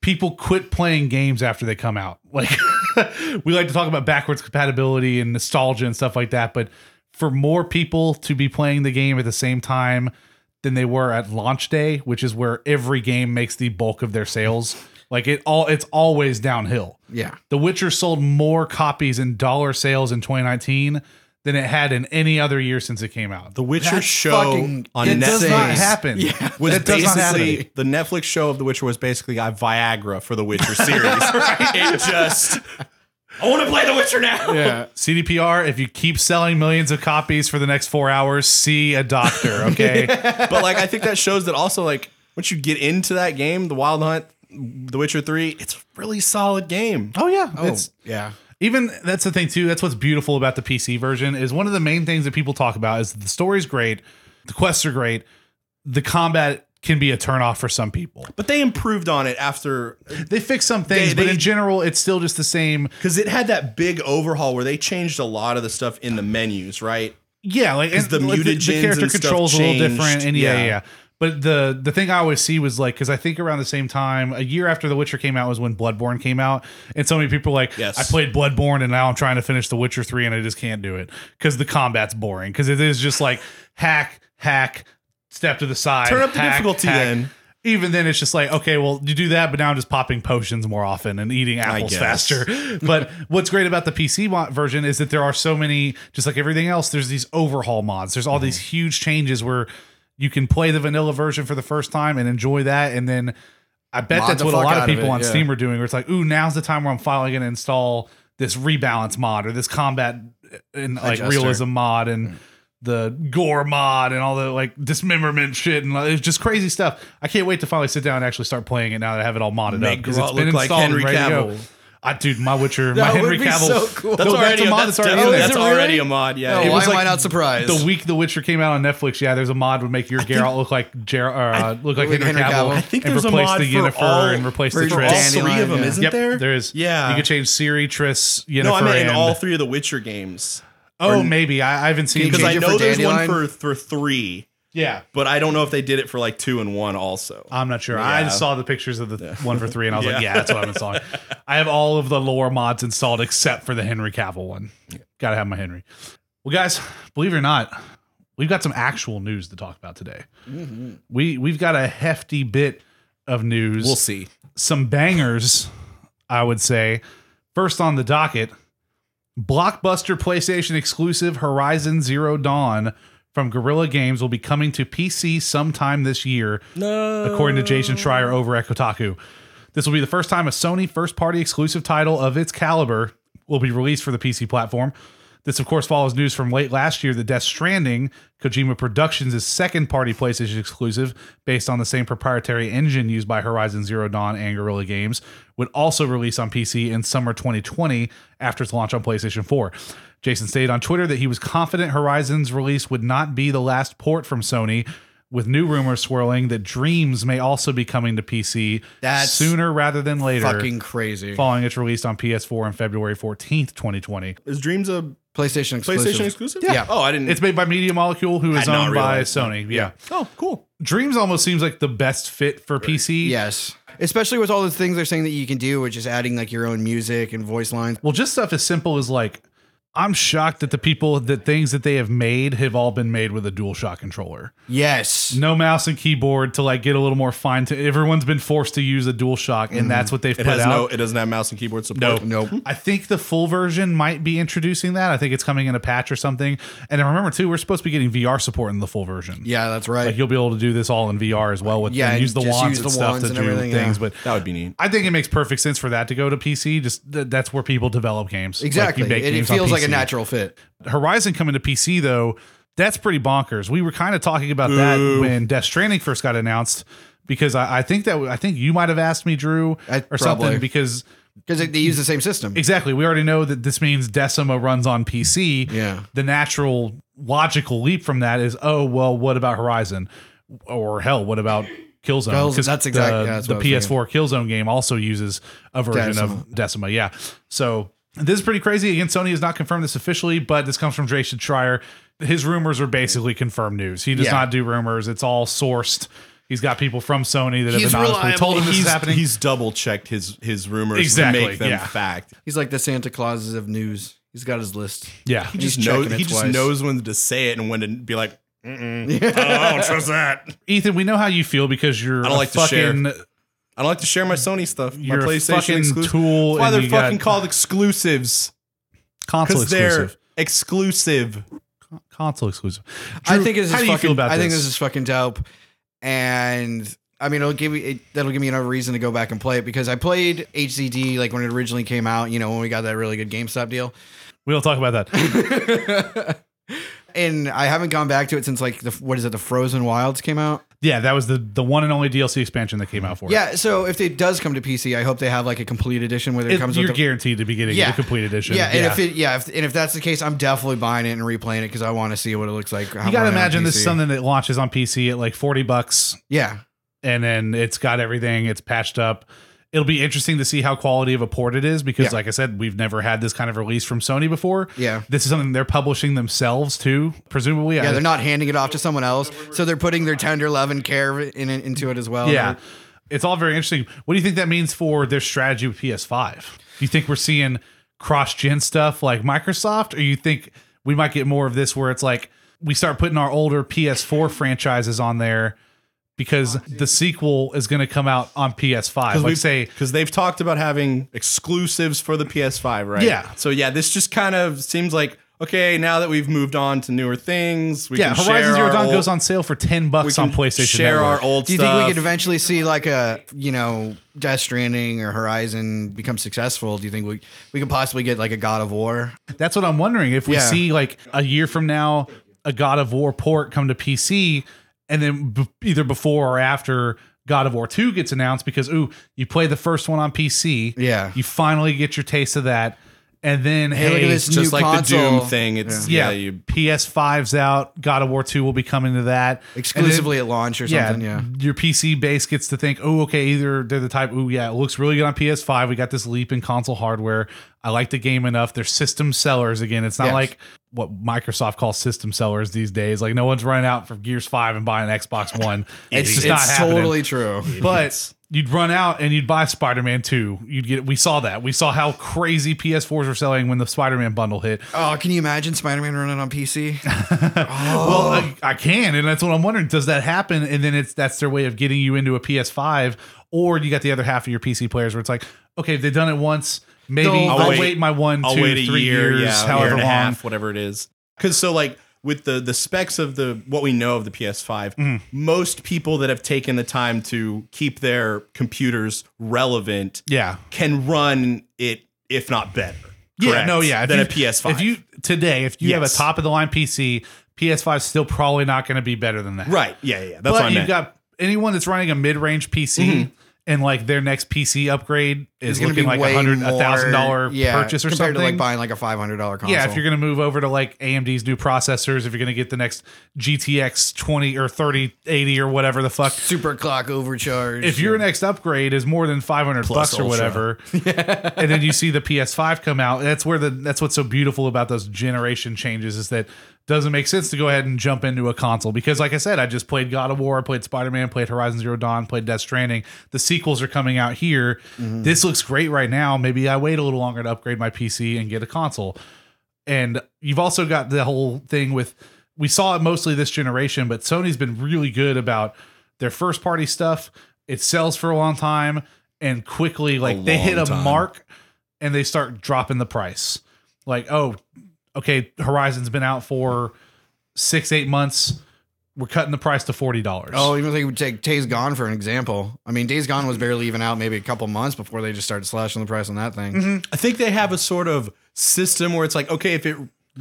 [SPEAKER 1] people quit playing games after they come out. Like we like to talk about backwards compatibility and nostalgia and stuff like that, but for more people to be playing the game at the same time than they were at launch day, which is where every game makes the bulk of their sales, like it all it's always downhill.
[SPEAKER 2] Yeah.
[SPEAKER 1] The Witcher sold more copies in dollar sales in 2019 than it had in any other year since it came out.
[SPEAKER 3] The Witcher
[SPEAKER 2] That's
[SPEAKER 3] show
[SPEAKER 2] fucking-
[SPEAKER 3] on
[SPEAKER 1] it
[SPEAKER 3] Netflix
[SPEAKER 1] does not happen.
[SPEAKER 2] Yeah.
[SPEAKER 3] was
[SPEAKER 1] That does not
[SPEAKER 3] basically
[SPEAKER 1] happen.
[SPEAKER 3] the Netflix show of The Witcher was basically a Viagra for the Witcher series. It just I want to play The Witcher now.
[SPEAKER 2] Yeah.
[SPEAKER 1] CDPR, if you keep selling millions of copies for the next four hours, see a doctor, okay?
[SPEAKER 3] But like I think that shows that also like once you get into that game, The Wild Hunt, The Witcher 3, it's a really solid game.
[SPEAKER 1] Oh yeah,
[SPEAKER 2] Oh,
[SPEAKER 1] it's
[SPEAKER 2] yeah.
[SPEAKER 1] even that's the thing too. That's what's beautiful about the PC version is one of the main things that people talk about is that the story's great, the quests are great, the combat can be a turnoff for some people.
[SPEAKER 3] But they improved on it after
[SPEAKER 1] They fix some things,
[SPEAKER 3] They-
[SPEAKER 1] but
[SPEAKER 3] they-
[SPEAKER 1] in general, it's still just the same.
[SPEAKER 3] because it had that big overhaul where they changed a lot of the stuff in the menus, right?
[SPEAKER 1] Yeah, like and
[SPEAKER 3] the
[SPEAKER 1] like,
[SPEAKER 3] mutagens and stuff
[SPEAKER 1] a little different,
[SPEAKER 3] changed.
[SPEAKER 1] and yeah,
[SPEAKER 3] Yeah.
[SPEAKER 1] yeah. yeah. But the the thing I always see was like because I think around the same time, a year after The Witcher came out was when Bloodborne came out, and so many people were like,
[SPEAKER 3] Yes.
[SPEAKER 1] I played Bloodborne and now I'm trying to finish The Witcher three and I just can't do it because the combat's boring because it is just like hack hack step to the side,
[SPEAKER 3] Turn up the
[SPEAKER 1] hack,
[SPEAKER 3] difficulty
[SPEAKER 1] hack.
[SPEAKER 3] then.
[SPEAKER 1] Even then, it's just like okay, well, you do that, but now I'm just popping potions more often and eating apples
[SPEAKER 3] guess.
[SPEAKER 1] faster but what's great about the PC mo- version is that there are so many, just like everything else, there's these overhaul mods. There's all these
[SPEAKER 2] Mm-hmm.
[SPEAKER 1] huge changes where you can play the vanilla version for the first time and enjoy that. And then I bet
[SPEAKER 2] Mod
[SPEAKER 1] that's
[SPEAKER 2] the
[SPEAKER 1] what a
[SPEAKER 2] fuck
[SPEAKER 1] lot of
[SPEAKER 2] out of
[SPEAKER 1] people
[SPEAKER 2] it,
[SPEAKER 1] on
[SPEAKER 2] yeah.
[SPEAKER 1] Steam are doing, where it's like, ooh, now's the time where I'm finally going to install this rebalance mod or this combat and like
[SPEAKER 2] Adjuster.
[SPEAKER 1] realism mod and.
[SPEAKER 3] Hmm.
[SPEAKER 1] The gore mod and all the like dismemberment shit and like, it's just crazy stuff. I can't wait to finally sit down and actually start playing it now that I have it all modded
[SPEAKER 3] Make
[SPEAKER 1] up because
[SPEAKER 3] Geralt
[SPEAKER 1] it's been
[SPEAKER 3] look like
[SPEAKER 1] installed and
[SPEAKER 3] Henry
[SPEAKER 1] ready to go.
[SPEAKER 3] Cavill.
[SPEAKER 1] I dude, my Witcher,
[SPEAKER 2] That
[SPEAKER 1] my
[SPEAKER 2] would
[SPEAKER 1] Henry
[SPEAKER 2] be
[SPEAKER 1] Cavill.
[SPEAKER 2] so cool.
[SPEAKER 3] That's
[SPEAKER 1] No,
[SPEAKER 3] already,
[SPEAKER 1] a mod
[SPEAKER 3] that's
[SPEAKER 1] that's already
[SPEAKER 3] definitely-
[SPEAKER 1] in there.
[SPEAKER 3] that's
[SPEAKER 2] Is it really?
[SPEAKER 3] already a mod. Yeah,
[SPEAKER 2] Oh,
[SPEAKER 3] It
[SPEAKER 2] why
[SPEAKER 3] was
[SPEAKER 2] am
[SPEAKER 3] like
[SPEAKER 2] I not surprised?
[SPEAKER 1] The week The Witcher came out on Netflix, yeah, there's a mod would make your Geralt look like Ger- or, uh, look like
[SPEAKER 2] Henry
[SPEAKER 1] Henry, Cavill.
[SPEAKER 2] Cavill. I
[SPEAKER 3] think
[SPEAKER 1] and
[SPEAKER 3] there's a
[SPEAKER 1] replace
[SPEAKER 3] mod
[SPEAKER 1] the
[SPEAKER 3] for
[SPEAKER 1] Yennefer
[SPEAKER 3] all-
[SPEAKER 1] and replace the
[SPEAKER 2] for
[SPEAKER 3] all
[SPEAKER 1] Triss.
[SPEAKER 2] Danny-
[SPEAKER 3] three of them,
[SPEAKER 2] Dandelion,
[SPEAKER 3] isn't
[SPEAKER 1] Yep,
[SPEAKER 3] there?
[SPEAKER 1] there is.
[SPEAKER 3] Yeah.
[SPEAKER 1] you could change Siri, Triss, Yennefer,
[SPEAKER 3] no, I meant in
[SPEAKER 1] and-
[SPEAKER 3] all three of the Witcher games.
[SPEAKER 1] Oh, maybe I, I haven't seen
[SPEAKER 3] Because
[SPEAKER 2] change
[SPEAKER 3] I
[SPEAKER 2] it
[SPEAKER 3] know
[SPEAKER 2] for
[SPEAKER 3] there's one for
[SPEAKER 2] Dandelion?
[SPEAKER 3] for three,
[SPEAKER 1] yeah,
[SPEAKER 3] but I don't know if they did it for like two and one also.
[SPEAKER 1] I'm not sure.
[SPEAKER 3] Yeah.
[SPEAKER 1] I just saw the pictures of the one for three, and I was like, yeah,
[SPEAKER 3] Yeah.
[SPEAKER 1] that's what I'm installing. I have all of the lore mods installed except for the Henry Cavill one. Gotta have my Henry. Well, guys, believe it or not, we've got some actual news to talk about today.
[SPEAKER 3] Mm-hmm.
[SPEAKER 1] We we've got a hefty bit of news.
[SPEAKER 3] We'll see.
[SPEAKER 1] Some bangers, I would say. First on the docket, blockbuster PlayStation exclusive Horizon Zero Dawn from Guerrilla Games will be coming to PC sometime this year
[SPEAKER 3] No.
[SPEAKER 1] according to Jason Schreier over at Kotaku. This will be the first time a Sony first party exclusive title of its caliber will be released for the PC platform. This, of course, follows news from late last year that Death Stranding, Kojima Productions' second party PlayStation exclusive, based on the same proprietary engine used by Horizon Zero Dawn and Guerrilla Games, would also release on PC in summer 2020 after its launch on PlayStation 4. Jason stated on Twitter that he was confident Horizon's release would not be the last port from Sony, with new rumors swirling that Dreams may also be coming to PC
[SPEAKER 2] That's
[SPEAKER 1] sooner rather than later,
[SPEAKER 2] Fucking crazy.
[SPEAKER 1] following its release on PS4 on February 14th, 2020.
[SPEAKER 3] Is Dreams a
[SPEAKER 2] PlayStation exclusive.
[SPEAKER 3] PlayStation exclusive?
[SPEAKER 2] Yeah.
[SPEAKER 3] Oh, I didn't.
[SPEAKER 1] It's made by Media Molecule, who is
[SPEAKER 3] Had not
[SPEAKER 1] owned by
[SPEAKER 3] realized that.
[SPEAKER 1] Sony. Yeah.
[SPEAKER 3] oh, cool.
[SPEAKER 1] Dreams almost seems like the best fit for PC.
[SPEAKER 2] Yes. Especially with all the things they're saying that you can do, which is adding like your own music and voice lines.
[SPEAKER 1] Well, just stuff as simple as like, I'm shocked that the people that things that they have made have all been made with a DualShock controller.
[SPEAKER 2] Yes.
[SPEAKER 1] No mouse and keyboard to like get a little more fine. To everyone's been forced to use a DualShock, and that's what they've
[SPEAKER 3] Mm-hmm. It
[SPEAKER 1] put
[SPEAKER 3] has
[SPEAKER 1] out.
[SPEAKER 3] no. It doesn't have mouse and keyboard support.
[SPEAKER 2] Nope.
[SPEAKER 1] I think the full version might be introducing that. I think it's coming in a patch or something. And I remember too, we're supposed to be getting VR support in the full version.
[SPEAKER 2] Yeah, that's right.
[SPEAKER 1] Like you'll be able to do this all in VR as well with
[SPEAKER 2] Yeah,
[SPEAKER 1] and
[SPEAKER 2] and
[SPEAKER 1] use the
[SPEAKER 2] just
[SPEAKER 1] wands
[SPEAKER 2] use
[SPEAKER 1] and
[SPEAKER 2] the
[SPEAKER 1] stuff
[SPEAKER 2] wands
[SPEAKER 1] to
[SPEAKER 2] and
[SPEAKER 1] do
[SPEAKER 2] everything,
[SPEAKER 1] things.
[SPEAKER 2] yeah.
[SPEAKER 1] But
[SPEAKER 3] That would be neat.
[SPEAKER 1] I think it makes perfect sense for that to go to PC. Just th- that's where people develop games. Like, you
[SPEAKER 2] exactly.
[SPEAKER 1] make
[SPEAKER 2] it, it
[SPEAKER 1] games on
[SPEAKER 2] feels like a
[SPEAKER 1] PC.
[SPEAKER 2] natural fit.
[SPEAKER 1] Horizon coming to PC though, that's pretty bonkers. We were kind of talking about that when Death Stranding first got announced because I, I think that I think you might have asked me, Drew,
[SPEAKER 2] I-
[SPEAKER 1] or
[SPEAKER 2] probably.
[SPEAKER 1] something because.
[SPEAKER 2] Because they, they use the same system.
[SPEAKER 1] Exactly. We already know that this means Decima runs on PC.
[SPEAKER 2] Yeah.
[SPEAKER 1] The natural logical leap from that is, oh well, what about Horizon? Or hell, what about Killzone?
[SPEAKER 2] Well,
[SPEAKER 1] 'Cause
[SPEAKER 2] that's
[SPEAKER 1] the-
[SPEAKER 2] exactly- yeah, that's
[SPEAKER 1] the
[SPEAKER 2] what I was
[SPEAKER 1] PS4 Killzone game also uses a version of Decima. Yeah. So this is pretty crazy. Again, Sony has not confirmed this officially, but this comes from Jason Schreier. His rumors are basically confirmed news. He does
[SPEAKER 2] Yeah.
[SPEAKER 1] not do rumors. It's all sourced. He's got people from Sony that
[SPEAKER 2] He's
[SPEAKER 1] have anonymously
[SPEAKER 2] reliable.
[SPEAKER 1] told him this
[SPEAKER 3] He's,
[SPEAKER 1] is happening.
[SPEAKER 3] he's double checked his his rumors
[SPEAKER 1] Exactly,
[SPEAKER 3] to make them
[SPEAKER 1] yeah.
[SPEAKER 3] fact.
[SPEAKER 2] He's like the Santa Clauses of news. He's got his list.
[SPEAKER 1] yeah.
[SPEAKER 3] He just
[SPEAKER 2] He's
[SPEAKER 3] knows.
[SPEAKER 2] checking it
[SPEAKER 3] He just
[SPEAKER 2] twice.
[SPEAKER 3] knows when to say it and when to be like, Mm-mm, I, don't, I don't trust that.
[SPEAKER 1] Ethan, we know how you feel because you're
[SPEAKER 3] I don't
[SPEAKER 1] a
[SPEAKER 3] like to share.
[SPEAKER 1] fucking
[SPEAKER 3] I don't like to share my Sony stuff. My
[SPEAKER 1] You're a
[SPEAKER 3] PlayStation
[SPEAKER 1] fucking
[SPEAKER 3] exclusive.
[SPEAKER 1] tool.
[SPEAKER 3] That's why
[SPEAKER 1] and
[SPEAKER 3] they're
[SPEAKER 1] you got
[SPEAKER 3] fucking called exclusives
[SPEAKER 1] console
[SPEAKER 3] because they're
[SPEAKER 1] exclusive.
[SPEAKER 3] exclusive.
[SPEAKER 1] Console exclusive.
[SPEAKER 2] I think this is
[SPEAKER 1] how do
[SPEAKER 2] fucking,
[SPEAKER 1] you feel about
[SPEAKER 2] I
[SPEAKER 1] this?
[SPEAKER 2] think this is fucking dope. And I mean, it'll give me it, that'll give me another reason to go back and play it because I played HZD like when it originally came out. You know, when we got that really good GameStop deal,
[SPEAKER 1] we don't talk about that.
[SPEAKER 2] and I haven't gone back to it since like the what is it, the Frozen Wilds came out.
[SPEAKER 1] yeah, that was the the one and only DLC expansion that came out for it.
[SPEAKER 2] Yeah, so if it does come to PC, I hope they have like a complete edition where it,
[SPEAKER 1] It-
[SPEAKER 2] comes
[SPEAKER 1] you're
[SPEAKER 2] with the,
[SPEAKER 1] guaranteed to be getting
[SPEAKER 2] Yeah.
[SPEAKER 1] the complete edition.
[SPEAKER 2] yeah, and if it yeah, if, and if that's the case, I'm definitely buying it and replaying it because I want to see what it looks like.
[SPEAKER 1] you gotta imagine this is something that launches on PC at like forty bucks,
[SPEAKER 2] Yeah,
[SPEAKER 1] and then it's got everything. It's patched up. It'll be interesting to see how quality of a port it is because,
[SPEAKER 2] Yeah.
[SPEAKER 1] like I said, we've never had this kind of release from Sony before.
[SPEAKER 2] Yeah.
[SPEAKER 1] this is something they're publishing themselves too, presumably.
[SPEAKER 2] yeah,
[SPEAKER 1] I-
[SPEAKER 2] they're not handing it off to someone else, so they're putting their tender love and care in it, into it as well.
[SPEAKER 1] Yeah. It's all very interesting. What do you think that means for their strategy with PS5? Do you think we're seeing cross gen stuff like Microsoft, or you think we might get more of this where it's like we start putting our older PS4 franchises on there because the sequel is going to come out on PS5? Like, say,
[SPEAKER 3] because they've talked about having exclusives for the PS5, right?
[SPEAKER 1] Yeah.
[SPEAKER 3] So yeah, this just kind of seems like okay. Now that we've moved on to newer things, we
[SPEAKER 1] yeah,
[SPEAKER 3] can
[SPEAKER 1] Horizon
[SPEAKER 3] share
[SPEAKER 1] Zero
[SPEAKER 3] our
[SPEAKER 1] Dawn
[SPEAKER 3] old-
[SPEAKER 1] goes on sale for 10
[SPEAKER 3] We
[SPEAKER 1] bucks
[SPEAKER 3] can
[SPEAKER 1] on PlayStation.
[SPEAKER 3] Share
[SPEAKER 1] Network.
[SPEAKER 3] our old.
[SPEAKER 2] Do you
[SPEAKER 3] stuff.
[SPEAKER 2] think we could eventually see like a you know Death Stranding or Horizon become successful? Do you think we we could possibly get like a God of War?
[SPEAKER 1] That's what I'm wondering. If we
[SPEAKER 2] Yeah.
[SPEAKER 1] see like a year from now a God of War port come to PC, and then b- either before or after God of War 2 gets announced, because ooh, you play the first one on PC,
[SPEAKER 2] Yeah.
[SPEAKER 1] you finally get your taste of that, and then hey,
[SPEAKER 2] look at this
[SPEAKER 3] just
[SPEAKER 2] new
[SPEAKER 3] like the
[SPEAKER 2] console.
[SPEAKER 3] Doom thing? It's yeah,
[SPEAKER 1] yeah,
[SPEAKER 3] you
[SPEAKER 1] PS5's out, God of War 2 will be coming to that And then-
[SPEAKER 2] Exclusively at launch or
[SPEAKER 1] yeah,
[SPEAKER 2] something, yeah.
[SPEAKER 1] your PC base gets to think, oh, okay, either they're the type, oh, yeah, it looks really good on PS5. We got this leap in console hardware. I like the game enough. They're system sellers again. It's not
[SPEAKER 2] Yes.
[SPEAKER 1] like what Microsoft calls system sellers these days. Like no one's running out for Gears Five and buying an Xbox One.
[SPEAKER 2] It's,
[SPEAKER 1] just
[SPEAKER 2] it's, totally true.
[SPEAKER 1] But you'd run out and you'd buy Spider Man Two. You'd get. We saw that. We saw how crazy PS4s were selling when the Spider Man bundle hit.
[SPEAKER 2] Oh, can you imagine Spider Man running on PC?
[SPEAKER 3] Oh.
[SPEAKER 1] Well, I, I can, and that's what I'm wondering. Does that happen? And then it's that's their way of getting you into a PS5, or you got the other half of your PC players where it's like, okay, they've done it once. Maybe
[SPEAKER 2] They'll-
[SPEAKER 1] I'll,
[SPEAKER 3] I'll
[SPEAKER 1] wait,
[SPEAKER 3] wait-
[SPEAKER 1] my one,
[SPEAKER 3] I'll
[SPEAKER 1] two,
[SPEAKER 3] wait a
[SPEAKER 1] three
[SPEAKER 3] year,
[SPEAKER 1] years,
[SPEAKER 3] yeah,
[SPEAKER 1] however
[SPEAKER 3] year and
[SPEAKER 1] long.
[SPEAKER 3] a half, whatever it is. Because so like with the the specs of the what we know of the PS5,
[SPEAKER 1] Mm.
[SPEAKER 3] most people that have taken the time to keep their computers relevant
[SPEAKER 1] Yeah,
[SPEAKER 3] can run it, if not better.
[SPEAKER 1] yeah,
[SPEAKER 3] correct,
[SPEAKER 1] no, yeah. If
[SPEAKER 3] Than
[SPEAKER 1] you-
[SPEAKER 3] a PS5.
[SPEAKER 1] If you today, if you have a
[SPEAKER 3] Yes.
[SPEAKER 1] top of the line PC, PS5 is still probably not going to be better than that.
[SPEAKER 3] right, yeah, yeah, yeah, that's
[SPEAKER 1] but
[SPEAKER 3] what I Mm-hmm.
[SPEAKER 1] you've
[SPEAKER 3] meant.
[SPEAKER 1] got anyone that's running a mid range PC. and like their next PC upgrade
[SPEAKER 2] It's
[SPEAKER 1] is
[SPEAKER 2] gonna
[SPEAKER 1] looking
[SPEAKER 2] be
[SPEAKER 1] like a
[SPEAKER 2] way
[SPEAKER 1] hundred a thousand dollar
[SPEAKER 2] more- yeah,
[SPEAKER 1] purchase or
[SPEAKER 2] compared
[SPEAKER 1] something.
[SPEAKER 2] to like buying like a five hundred dollar console.
[SPEAKER 1] yeah, if you're gonna move over to like AMD's new processors, if you're gonna get the next GTX twenty or thirty eighty or whatever the fuck.
[SPEAKER 2] super clock overcharge.
[SPEAKER 1] If your next upgrade is more than five hundred bucks or
[SPEAKER 2] Ultra.
[SPEAKER 1] whatever, and then you see the PS5 come out, that's where the that's what's so beautiful about those generation changes is that doesn't make sense to go ahead and jump into a console because, like I said, I just played God of War, I played Spider Man, played Horizon Zero Dawn, played Death Stranding. The sequels are coming out here.
[SPEAKER 2] Mm-hmm.
[SPEAKER 1] This looks great right now. Maybe I wait a little longer to upgrade my PC and get a console. And you've also got the whole thing with we saw it mostly this generation, but Sony's been really good about their first party stuff. It sells for a long time and quickly like they hit a
[SPEAKER 3] long time.
[SPEAKER 1] mark and they start dropping the price. Like, oh, okay, Horizon's been out for six, eight months. We're cutting the price to forty dollars.
[SPEAKER 2] Oh, even if they would take Days Gone for an example. I mean, Days Gone was barely even out maybe a couple months before they just started slashing the price on that thing.
[SPEAKER 1] Mm-hmm.
[SPEAKER 3] I think they have a sort of system where it's like, okay, if it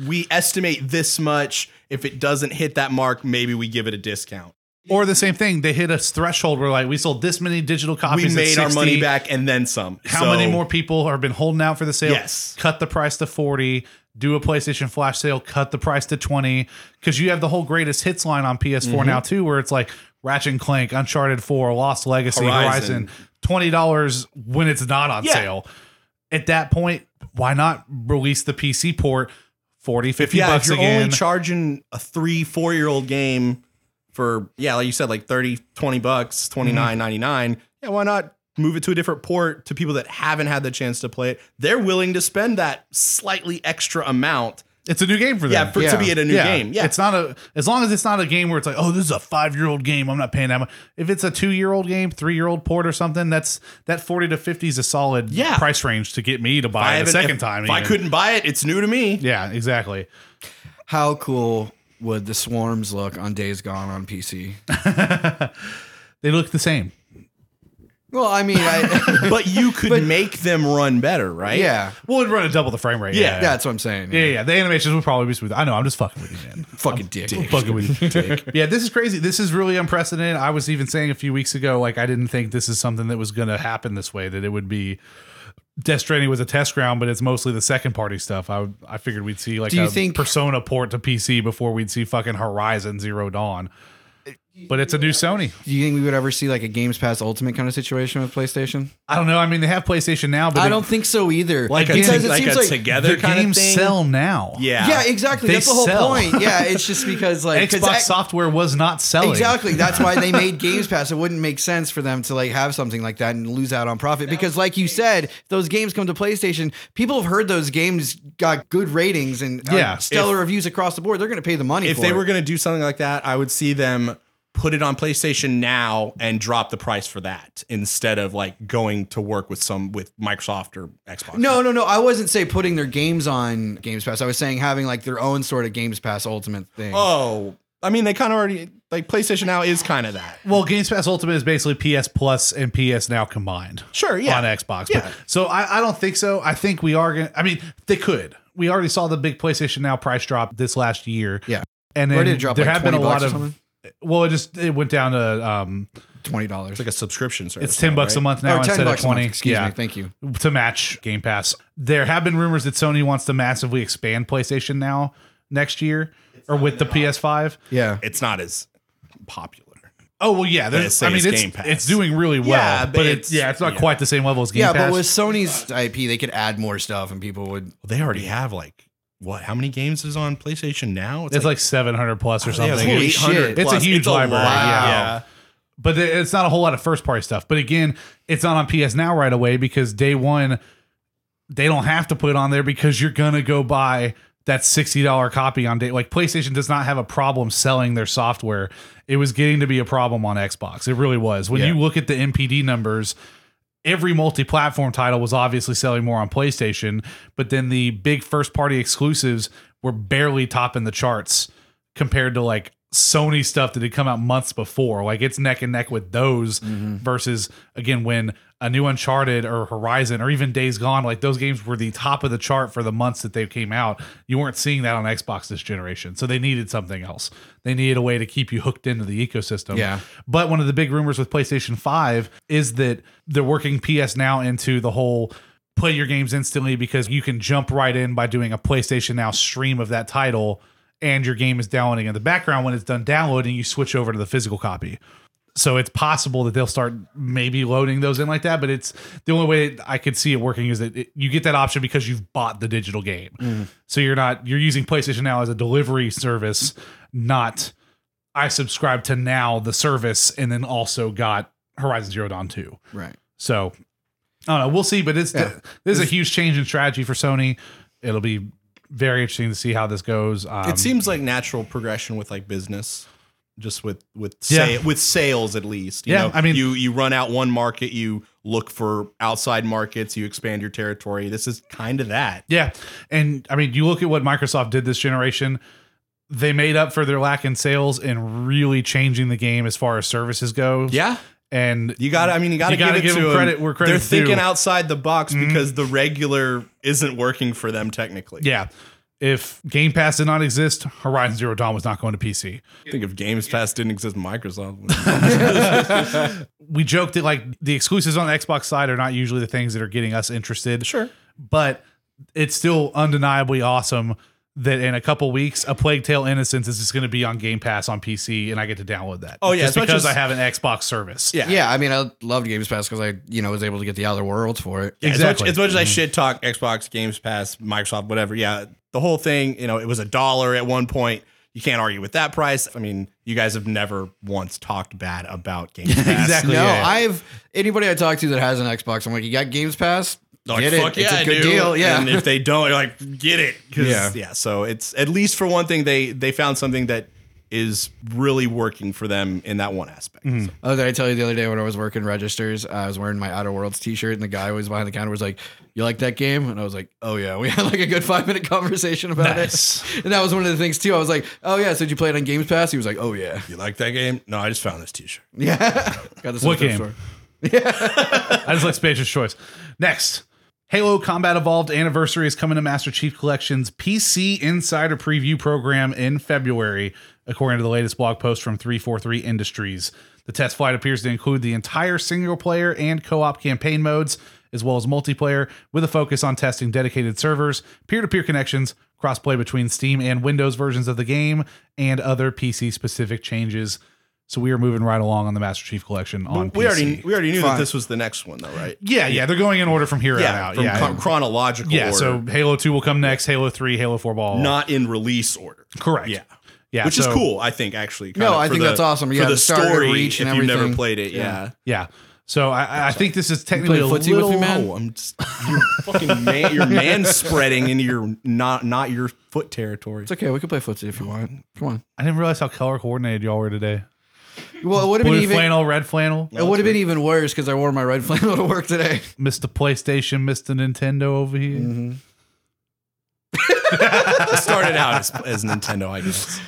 [SPEAKER 3] we estimate this much, if it doesn't hit that mark, maybe we give it a discount.
[SPEAKER 1] or the same thing. They hit a threshold where like we sold this many digital copies.
[SPEAKER 3] we
[SPEAKER 1] at
[SPEAKER 3] made our
[SPEAKER 1] 60.
[SPEAKER 3] money back and then some.
[SPEAKER 1] How
[SPEAKER 3] So-
[SPEAKER 1] many more people have been holding out for the sale?
[SPEAKER 3] Yes.
[SPEAKER 1] Cut the price to 40, do a PlayStation Flash sale, cut the price to 20. Because you have the whole greatest hits line on PS4
[SPEAKER 3] Mm-hmm.
[SPEAKER 1] now, too, where it's like Ratchet and Clank, Uncharted 4, Lost Legacy, Horizon,
[SPEAKER 3] Horizon.
[SPEAKER 1] $20 when it's not on
[SPEAKER 3] Yeah.
[SPEAKER 1] sale. At that point, why not release the PC port 40, 50
[SPEAKER 3] Yeah, if
[SPEAKER 1] bucks
[SPEAKER 3] you're
[SPEAKER 1] again?
[SPEAKER 3] only charging a three, four year old game for yeah, like you said, like 30, 20 bucks, twenty nine ninety nine. Yeah, why not move it to a different port to people that haven't had the chance to play it? They're willing to spend that slightly extra amount.
[SPEAKER 1] it's a new game for them.
[SPEAKER 3] Yeah, for
[SPEAKER 2] Yeah.
[SPEAKER 3] to be at a new game. Yeah,
[SPEAKER 1] It's not a as long as it's not a game where it's like, oh, this is a five year old game. I'm not paying that much. If it's a two year old game, three year old port or something, that's that forty to fifty is a solid
[SPEAKER 3] Yeah.
[SPEAKER 1] price range to get me to
[SPEAKER 3] I
[SPEAKER 1] buy it a
[SPEAKER 3] haven't-
[SPEAKER 1] second
[SPEAKER 3] if-
[SPEAKER 1] time.
[SPEAKER 3] If I
[SPEAKER 1] even.
[SPEAKER 3] couldn't buy it, it's new to me.
[SPEAKER 1] Yeah, exactly.
[SPEAKER 2] How cool would the swarms look on Days Gone on PC?
[SPEAKER 1] They look the same.
[SPEAKER 2] Well, I mean, I,
[SPEAKER 3] but you could make them run better, right?
[SPEAKER 2] yeah,
[SPEAKER 1] Well, it'd run at double the frame rate.
[SPEAKER 3] Yeah.
[SPEAKER 1] yeah.
[SPEAKER 2] that's what I'm saying.
[SPEAKER 1] Yeah, yeah, the animations would probably be smooth. I know, I'm just fucking with you, man.
[SPEAKER 2] Fucking dick.
[SPEAKER 1] fucking with you. Yeah, this is crazy. This is really unprecedented. I was even saying a few weeks ago, like I didn't think this is something that was going to happen this way. That it would be. Death Stranding was a test ground, but it's mostly the second party stuff. I I figured we'd see like
[SPEAKER 2] Do you
[SPEAKER 1] a
[SPEAKER 2] think-
[SPEAKER 1] Persona port to PC before we'd see fucking Horizon Zero Dawn. But it's a new Sony.
[SPEAKER 2] Do you think we would ever see like a Games Pass Ultimate kind of situation with PlayStation?
[SPEAKER 1] I don't know. I mean, they have PlayStation now, but
[SPEAKER 2] I
[SPEAKER 1] they-
[SPEAKER 2] don't think so either.
[SPEAKER 3] Like a,
[SPEAKER 2] because it
[SPEAKER 3] like
[SPEAKER 2] seems
[SPEAKER 3] a
[SPEAKER 2] like
[SPEAKER 3] together
[SPEAKER 1] their
[SPEAKER 3] kind
[SPEAKER 1] games
[SPEAKER 3] of thing.
[SPEAKER 1] sell now.
[SPEAKER 3] Yeah.
[SPEAKER 2] yeah, exactly.
[SPEAKER 1] They
[SPEAKER 2] that's the whole
[SPEAKER 1] sell.
[SPEAKER 2] point. Yeah, it's just because like 'cause
[SPEAKER 1] Xbox
[SPEAKER 2] I-
[SPEAKER 1] software was not selling.
[SPEAKER 2] Exactly. That's why they made Games Pass. It wouldn't make sense for them to like have something like that and lose out on profit because, like you said, if those games come to PlayStation. People have heard those games got good ratings and uh,
[SPEAKER 1] Yeah.
[SPEAKER 2] stellar reviews across the board. They're going to pay the money.
[SPEAKER 3] If
[SPEAKER 2] for
[SPEAKER 3] they
[SPEAKER 2] it.
[SPEAKER 3] were going to do something like that, I would see them put it on PlayStation now and drop the price for that instead of like going to work with some with Microsoft or Xbox.
[SPEAKER 2] no, no, no. I wasn't say putting their games on Games Pass. I was saying having like their own sort of Games Pass Ultimate thing.
[SPEAKER 3] Oh, I mean, they kind of already like PlayStation now is kind of that.
[SPEAKER 1] Well, Games Pass Ultimate is basically PS Plus and PS Now combined.
[SPEAKER 3] Sure, yeah.
[SPEAKER 1] on Xbox.
[SPEAKER 3] Yeah.
[SPEAKER 1] But- so I, I don't think so. I think we are gonna. I mean, they could. We already saw the big PlayStation Now price drop this last year.
[SPEAKER 2] Yeah.
[SPEAKER 1] and then
[SPEAKER 2] Where did it drop?
[SPEAKER 1] there
[SPEAKER 2] Like
[SPEAKER 1] have been a
[SPEAKER 2] 20
[SPEAKER 1] lot
[SPEAKER 2] bucks or
[SPEAKER 1] of.
[SPEAKER 2] something?
[SPEAKER 1] Well, it just it went down to um,
[SPEAKER 2] Twenty dollars.
[SPEAKER 3] It's like a subscription service.
[SPEAKER 1] it's ten bucks a month now
[SPEAKER 2] or ten
[SPEAKER 1] instead of
[SPEAKER 2] bucks. a month.
[SPEAKER 1] twenty.
[SPEAKER 2] Excuse me. Thank you.
[SPEAKER 1] to match Game Pass. There have been rumors that Sony wants to massively expand PlayStation Now next year or with the PS5.
[SPEAKER 2] Yeah.
[SPEAKER 3] It's not as popular.
[SPEAKER 1] Oh well, yeah.
[SPEAKER 3] it's
[SPEAKER 1] There's, I
[SPEAKER 3] saying
[SPEAKER 1] mean,
[SPEAKER 3] it's
[SPEAKER 1] it's
[SPEAKER 3] Game Pass.
[SPEAKER 1] it's doing really well,
[SPEAKER 3] Yeah,
[SPEAKER 1] but,
[SPEAKER 3] but
[SPEAKER 1] it's,
[SPEAKER 3] it's-
[SPEAKER 1] yeah, it's not
[SPEAKER 3] yeah.
[SPEAKER 1] quite the same level as Game
[SPEAKER 2] Yeah,
[SPEAKER 1] Pass.
[SPEAKER 2] but with Sony's IP, they could add more stuff and people would.
[SPEAKER 3] Well, they already have like what? How many games is on PlayStation now?
[SPEAKER 1] it's like seven hundred plus or something.
[SPEAKER 2] holy
[SPEAKER 3] eight hundred.
[SPEAKER 2] shit.
[SPEAKER 1] It's a huge library,
[SPEAKER 2] yeah.
[SPEAKER 1] but th- it's not a whole lot of first party stuff. But again, it's not on PS now right away because day one, they don't have to put it on there because you're gonna go buy that sixty dollar copy on day. Like PlayStation does not have a problem selling their software. It was getting to be a problem on Xbox. It really was. When
[SPEAKER 2] Yeah.
[SPEAKER 1] you look at the MPD numbers. Every multi platform title was obviously selling more on PlayStation, but then the big first party exclusives were barely topping the charts compared to like Sony stuff that had come out months before. Like it's neck and neck with those versus again when a new Uncharted or Horizon or even Days Gone, like those games were the top of the chart for the months that they came out. You weren't seeing that on Xbox this generation. So they needed something else. They needed a way to keep you hooked into the ecosystem.
[SPEAKER 2] Yeah.
[SPEAKER 1] But one of the big rumors with PlayStation 5 is that they're working PS Now into the whole play your games instantly because you can jump right in by doing a PlayStation Now stream of that title and your game is downloading in the background when it's done downloading you switch over to the physical copy so it's possible that they'll start maybe loading those in like that but it's the only way i could see it working is that it, you get that option because you've bought the digital game so you're not you're using playstation now as a delivery service not i subscribe to now the service and then also got horizon zero dawn 2
[SPEAKER 2] Right.
[SPEAKER 1] so I don't know. We'll see, but it's this is a huge change in strategy for Sony. It'll be very interesting to see how this goes. Um,
[SPEAKER 3] it seems like natural progression with like business just with with
[SPEAKER 1] Yeah.
[SPEAKER 3] sa- with sales at least you
[SPEAKER 1] Yeah,
[SPEAKER 3] know?
[SPEAKER 1] I mean-
[SPEAKER 3] you you run out one market you look for outside markets you expand your territory this is kind of that
[SPEAKER 1] yeah, and I mean, you look at what Microsoft did this generation. They made up for their lack in sales in really changing the game as far as services go.
[SPEAKER 3] yeah
[SPEAKER 1] and
[SPEAKER 3] you gotta i mean you gotta,
[SPEAKER 1] You gotta
[SPEAKER 3] give, it
[SPEAKER 1] give
[SPEAKER 3] to
[SPEAKER 1] them
[SPEAKER 3] 'em.
[SPEAKER 1] credit where
[SPEAKER 3] they're
[SPEAKER 1] credit's
[SPEAKER 3] thinking
[SPEAKER 1] due. Mm-hmm.
[SPEAKER 3] outside the box because the regular isn't working for them technically
[SPEAKER 1] yeah, if Game Pass did not exist, Horizon Zero Dawn was not going to PC.
[SPEAKER 3] i think if games pass didn't exist microsoft would-
[SPEAKER 1] we joked that like the exclusives on the Xbox side are not usually the things that are getting us interested.
[SPEAKER 3] Sure.
[SPEAKER 1] But it's still undeniably awesome that in a couple weeks, A Plague Tale Innocence is just going to be on Game Pass on PC and I get to download that.
[SPEAKER 3] Oh, yeah,
[SPEAKER 1] Just
[SPEAKER 3] as much
[SPEAKER 1] because
[SPEAKER 3] as-
[SPEAKER 1] I have an Xbox service.
[SPEAKER 3] yeah
[SPEAKER 2] Yeah, I mean, I loved Games Pass because I, you know, was able to get the Outer Worlds for it.
[SPEAKER 3] Yeah,
[SPEAKER 1] Exactly.
[SPEAKER 3] As much, as much as I shit talk Xbox, Games Pass, Microsoft, whatever. Yeah, the whole thing. You know, it was a dollar at one point. You can't argue with that price. I mean, you guys have never once talked bad about Games Pass.
[SPEAKER 1] Exactly.
[SPEAKER 2] No,
[SPEAKER 1] yeah.
[SPEAKER 2] I've anybody I talk to that has an Xbox, I'm like, you got Games Pass?
[SPEAKER 3] Like,
[SPEAKER 2] get
[SPEAKER 3] fuck
[SPEAKER 2] it.
[SPEAKER 3] yeah,
[SPEAKER 2] it's a
[SPEAKER 3] I
[SPEAKER 2] good
[SPEAKER 3] do.
[SPEAKER 2] deal. Yeah.
[SPEAKER 3] And if they don't, you're like, get it. 'Cause,
[SPEAKER 2] Yeah.
[SPEAKER 3] yeah. So it's at least for one thing, they they found something that is really working for them in that one aspect. So-
[SPEAKER 2] Oh, did I tell you the other day when I was working registers, I was wearing my Outer Worlds T-shirt, and the guy who was behind the counter was like, "You like that game?" And I was like, "Oh yeah." We had like a good five minute conversation about
[SPEAKER 1] Nice.
[SPEAKER 2] it, and that was one of the things too. I was like, "Oh yeah," so did you play it on Games Pass? He was like, "Oh yeah,
[SPEAKER 3] You like that game? No, I just found this T-shirt.
[SPEAKER 2] yeah." Got this
[SPEAKER 1] What
[SPEAKER 2] at the
[SPEAKER 1] game?
[SPEAKER 2] store.
[SPEAKER 1] I just like Spacious Choice. Next, Halo Combat Evolved Anniversary is coming to Master Chief Collection's PC Insider Preview program in February, according to the latest blog post from 343 Industries. The test flight appears to include the entire single player and co op campaign modes, as well as multiplayer, with a focus on testing dedicated servers, peer to peer connections, crossplay between Steam and Windows versions of the game, and other PC specific changes. So we are moving right along on the Master Chief Collection on
[SPEAKER 3] We
[SPEAKER 1] PC.
[SPEAKER 3] already we already knew
[SPEAKER 2] Fine.
[SPEAKER 3] that this was the next one, though, right? uh,
[SPEAKER 1] Yeah, yeah, they're going in order from here on out.
[SPEAKER 3] from
[SPEAKER 1] yeah,
[SPEAKER 3] chron- chronological.
[SPEAKER 1] yeah.
[SPEAKER 3] order.
[SPEAKER 1] So Halo Two will come next. Halo Three, Halo Four Ball.
[SPEAKER 3] not in release order.
[SPEAKER 1] correct.
[SPEAKER 3] Yeah.
[SPEAKER 1] yeah,
[SPEAKER 3] Which is
[SPEAKER 1] so-
[SPEAKER 3] cool, I think. Actually,
[SPEAKER 2] No,
[SPEAKER 3] kinda,
[SPEAKER 2] I
[SPEAKER 3] for
[SPEAKER 2] think
[SPEAKER 3] the-
[SPEAKER 2] that's awesome. Yeah,
[SPEAKER 3] for
[SPEAKER 2] the
[SPEAKER 3] the
[SPEAKER 2] start of
[SPEAKER 3] story,
[SPEAKER 2] Reach and
[SPEAKER 3] if you've never
[SPEAKER 2] everything.
[SPEAKER 3] played it, yeah.
[SPEAKER 1] Yeah, so I- I, I think this is technically a
[SPEAKER 2] play footsie with me,
[SPEAKER 1] little.
[SPEAKER 2] man?
[SPEAKER 3] Oh, I'm just you're fucking man, you're man spreading into your not not your foot territory.
[SPEAKER 2] It's okay. We can play footsie if you want. Come on.
[SPEAKER 1] I didn't realize how color coordinated y'all were today.
[SPEAKER 2] Well, it would have
[SPEAKER 1] Blue
[SPEAKER 2] been even.
[SPEAKER 1] flannel, red flannel.
[SPEAKER 2] It would have been even worse because I wore my red flannel to work today.
[SPEAKER 1] Missed the PlayStation. Missed the Nintendo over here.
[SPEAKER 3] Mm-hmm. It started out as, as Nintendo, I guess.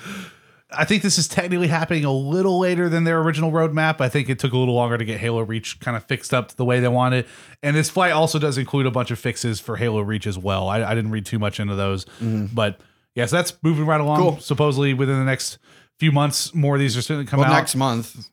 [SPEAKER 1] I think this is technically happening a little later than their original roadmap. I think it took a little longer to get Halo Reach kind of fixed up to the way they want it. And this flight also does include a bunch of fixes for Halo Reach as well. I, I didn't read too much into those, but yeah, so that's moving right along.
[SPEAKER 2] Mm-hmm. Cool.
[SPEAKER 1] Supposedly within the next few months, more of these are going to come
[SPEAKER 2] Well,
[SPEAKER 1] out.
[SPEAKER 2] next month.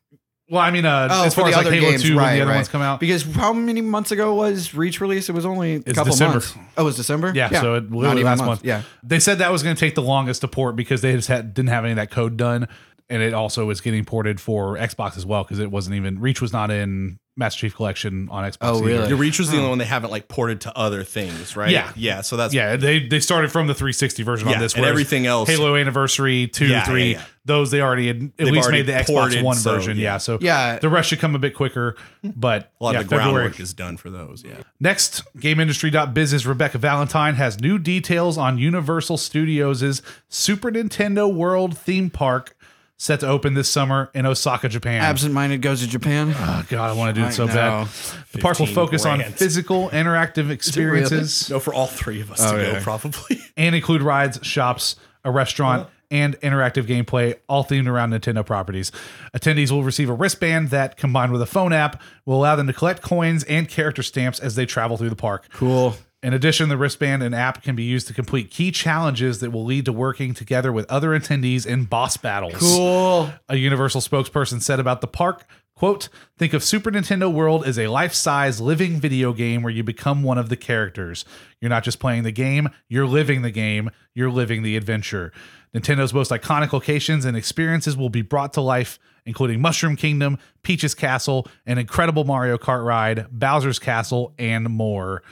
[SPEAKER 1] well, I mean, uh,
[SPEAKER 2] Oh,
[SPEAKER 1] as
[SPEAKER 2] for
[SPEAKER 1] far as
[SPEAKER 2] the
[SPEAKER 1] like
[SPEAKER 2] other
[SPEAKER 1] Halo
[SPEAKER 2] games,
[SPEAKER 1] Two, when
[SPEAKER 2] right,
[SPEAKER 1] the other
[SPEAKER 2] right.
[SPEAKER 1] ones come out,
[SPEAKER 2] Because how many months ago was Reach release? It was only a couple
[SPEAKER 1] December.
[SPEAKER 2] months. Oh, it was December.
[SPEAKER 1] Yeah, so it
[SPEAKER 2] Not
[SPEAKER 1] literally
[SPEAKER 2] even a
[SPEAKER 1] last
[SPEAKER 2] month.
[SPEAKER 1] month.
[SPEAKER 2] Yeah,
[SPEAKER 1] They said that was going to take the longest to port because they just had, didn't have any of that code done, and it also was getting ported for Xbox as well because it wasn't even Reach was not in Master Chief Collection on Xbox.
[SPEAKER 2] Oh,
[SPEAKER 1] either.
[SPEAKER 2] really?
[SPEAKER 3] The Reach was the only one they haven't like ported to other things, right?
[SPEAKER 1] Yeah.
[SPEAKER 3] yeah. So that's
[SPEAKER 1] Yeah, they they started from the 360 version
[SPEAKER 3] yeah.
[SPEAKER 1] on this.
[SPEAKER 3] and
[SPEAKER 1] whereas
[SPEAKER 3] everything else.
[SPEAKER 1] Halo Anniversary two,
[SPEAKER 3] Yeah, yeah,
[SPEAKER 1] three,
[SPEAKER 3] yeah.
[SPEAKER 1] those they already had at least
[SPEAKER 3] already
[SPEAKER 1] made the Xbox
[SPEAKER 3] ported,
[SPEAKER 1] One
[SPEAKER 3] so,
[SPEAKER 1] version.
[SPEAKER 3] yeah.
[SPEAKER 1] Yeah, so
[SPEAKER 2] Yeah.
[SPEAKER 1] the rest should come a bit quicker, but
[SPEAKER 3] a lot
[SPEAKER 1] yeah,
[SPEAKER 3] of the groundwork
[SPEAKER 1] February.
[SPEAKER 3] is done for those. Yeah.
[SPEAKER 1] Next, GameIndustry.biz's Rebecca Valentine has new details on Universal Studios' Super Nintendo World theme park set to open this summer in Osaka, Japan.
[SPEAKER 2] absent-minded goes to Japan.
[SPEAKER 1] Oh, God, I want to do it so
[SPEAKER 2] know.
[SPEAKER 1] bad. The park will
[SPEAKER 3] 15
[SPEAKER 1] focus on
[SPEAKER 3] grand.
[SPEAKER 1] physical, interactive experiences
[SPEAKER 3] No, for all three of us to
[SPEAKER 2] Oh, yeah.
[SPEAKER 3] go, probably.
[SPEAKER 1] and include rides, shops, a restaurant, and interactive gameplay, all themed around Nintendo properties. Attendees will receive a wristband that, combined with a phone app, will allow them to collect coins and character stamps as they travel through the park.
[SPEAKER 2] Cool.
[SPEAKER 1] In addition, the wristband and app can be used to complete key challenges that will lead to working together with other attendees in boss battles.
[SPEAKER 2] Cool.
[SPEAKER 1] A Universal spokesperson said about the park, quote, think of Super Nintendo World as a life-size living video game where you become one of the characters. You're not just playing the game, you're living the game, you're living the adventure. Nintendo's most iconic locations and experiences will be brought to life, including Mushroom Kingdom, Peach's Castle, an incredible Mario Kart ride, Bowser's Castle, and more.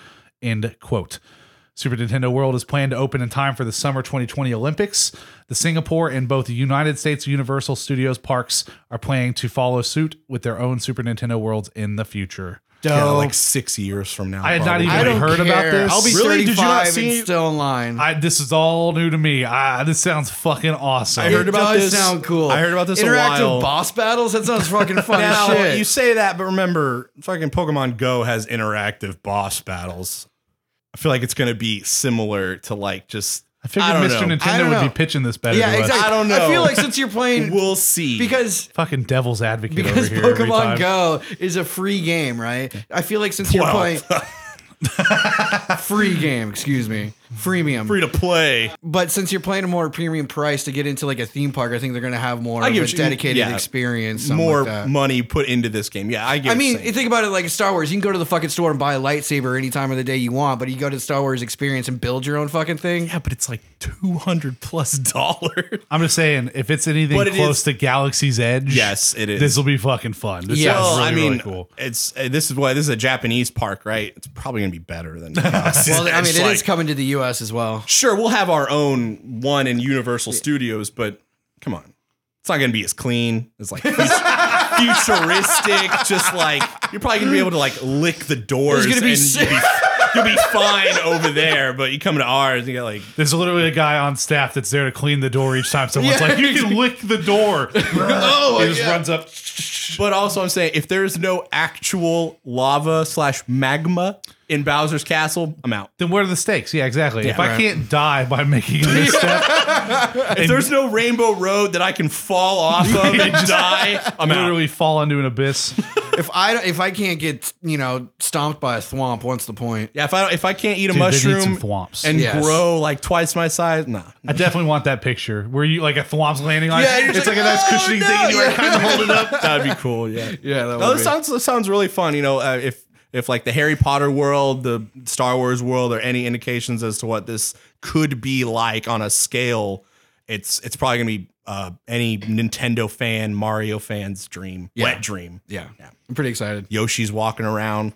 [SPEAKER 1] End quote. Super Nintendo World is planned to open in time for the summer 2020 Olympics. The Singapore and both the United States Universal Studios parks are planning to follow suit with their own Super Nintendo Worlds in the future.
[SPEAKER 3] Yeah,
[SPEAKER 2] Dope.
[SPEAKER 3] like six years from now.
[SPEAKER 1] I had not
[SPEAKER 3] probably.
[SPEAKER 1] even
[SPEAKER 2] I don't
[SPEAKER 1] heard
[SPEAKER 2] care.
[SPEAKER 1] about this.
[SPEAKER 2] I'll be
[SPEAKER 3] Really? Did you not
[SPEAKER 2] 35
[SPEAKER 3] see-
[SPEAKER 2] and still online.
[SPEAKER 1] I, this is all new to me. I, this sounds fucking awesome.
[SPEAKER 3] I heard
[SPEAKER 2] it
[SPEAKER 3] about
[SPEAKER 2] does
[SPEAKER 3] this-
[SPEAKER 2] sound cool.
[SPEAKER 3] I heard about this a
[SPEAKER 2] Interactive
[SPEAKER 3] while.
[SPEAKER 2] boss battles? That sounds fucking fun as
[SPEAKER 3] Now,
[SPEAKER 2] shit.
[SPEAKER 3] you say that, but remember, fucking Pokemon Go has interactive boss battles. I feel like it's going to be similar to like just.
[SPEAKER 1] I figured
[SPEAKER 3] don't
[SPEAKER 1] Mr.
[SPEAKER 3] know.
[SPEAKER 2] I
[SPEAKER 1] Nintendo
[SPEAKER 2] don't
[SPEAKER 1] would be
[SPEAKER 2] know.
[SPEAKER 1] pitching this better. to
[SPEAKER 2] yeah,
[SPEAKER 1] us.
[SPEAKER 2] exactly.
[SPEAKER 3] I don't
[SPEAKER 2] I feel
[SPEAKER 3] know.
[SPEAKER 2] like since you're playing
[SPEAKER 3] We'll see.
[SPEAKER 2] because
[SPEAKER 1] Fucking devil's advocate
[SPEAKER 2] because
[SPEAKER 1] over here. every
[SPEAKER 2] Pokemon
[SPEAKER 1] time.
[SPEAKER 2] Go is a free game, right? I feel like since you're
[SPEAKER 3] Well,
[SPEAKER 2] playing free game, excuse me, freemium.
[SPEAKER 3] free to play.
[SPEAKER 2] But since you're playing a more premium price to get into like a theme park, I think they're going to have more
[SPEAKER 3] I
[SPEAKER 2] of
[SPEAKER 3] get
[SPEAKER 2] a
[SPEAKER 3] what you-
[SPEAKER 2] dedicated
[SPEAKER 3] yeah.
[SPEAKER 2] experience. something
[SPEAKER 3] More
[SPEAKER 2] like that.
[SPEAKER 3] money put into this game. Yeah, I get.
[SPEAKER 2] I mean,
[SPEAKER 3] it's
[SPEAKER 2] think about it like Star Wars. You can go to the fucking store and buy a lightsaber any time of the day you want, but you go to Star Wars Experience and build your own fucking thing.
[SPEAKER 3] yeah, but it's like two hundred plus dollars.
[SPEAKER 1] I'm just saying, if it's anything
[SPEAKER 3] But it
[SPEAKER 1] close
[SPEAKER 3] is-
[SPEAKER 1] to Galaxy's Edge,
[SPEAKER 3] Yes, it is.
[SPEAKER 1] This will be fucking fun. This
[SPEAKER 2] Yeah.
[SPEAKER 1] sounds
[SPEAKER 3] Well,
[SPEAKER 1] really,
[SPEAKER 3] I mean,
[SPEAKER 1] really cool.
[SPEAKER 3] it's uh, this is why this is a Japanese park, right? It's probably gonna be better than. well,
[SPEAKER 2] Well, I mean, it is coming to the U.S. as well.
[SPEAKER 3] Sure, we'll have our own one in Universal Studios, but come on, it's not gonna be as clean. It's like fut- futuristic. Just like you're probably gonna be able to like lick the doors.
[SPEAKER 2] gonna be
[SPEAKER 3] and
[SPEAKER 2] sick.
[SPEAKER 3] You'll, be, you'll be fine over there, but you come to ours and you get like
[SPEAKER 1] There's literally a guy on staff that's there to clean the door each time someone's
[SPEAKER 2] Yeah.
[SPEAKER 1] like, "You can lick the door." oh, he just runs up.
[SPEAKER 3] But also, I'm saying if there's no actual lava slash magma in Bowser's Castle, I'm out.
[SPEAKER 1] Then what are the stakes? Yeah, exactly. if I
[SPEAKER 2] right.
[SPEAKER 1] can't die by making a misstep,
[SPEAKER 3] If there's no Rainbow Road that I can fall off of and die, I'm out.
[SPEAKER 1] literally fall into an abyss.
[SPEAKER 2] If I don't- if I can't get you know stomped by a thwomp, what's the point?
[SPEAKER 3] Yeah, if I don't, if I can't eat a
[SPEAKER 1] Dude, they need some
[SPEAKER 3] mushroom
[SPEAKER 1] thwomps.
[SPEAKER 3] and
[SPEAKER 2] Yes.
[SPEAKER 3] grow like twice my size, nah.
[SPEAKER 1] I definitely want that picture where you like a thwomp's landing on. it.
[SPEAKER 2] Yeah, you're
[SPEAKER 1] it's
[SPEAKER 2] just
[SPEAKER 1] like, a
[SPEAKER 2] like,
[SPEAKER 1] nice
[SPEAKER 3] "Ah."
[SPEAKER 2] "Oh,
[SPEAKER 1] cushioning thing.
[SPEAKER 2] no."
[SPEAKER 1] and you like kind of hold it up.
[SPEAKER 3] That'd be cool. Yeah.
[SPEAKER 2] Yeah, that
[SPEAKER 3] No,
[SPEAKER 2] would
[SPEAKER 3] this
[SPEAKER 2] be-
[SPEAKER 3] sounds this sounds really fun. You know, uh, if if like the Harry Potter world, the Star Wars world, or any indications as to what this could be like on a scale, it's it's probably gonna be uh, any Nintendo fan, Mario fan's dream,
[SPEAKER 2] Yeah.
[SPEAKER 3] wet dream.
[SPEAKER 2] yeah. I'm pretty excited.
[SPEAKER 3] Yoshi's walking around.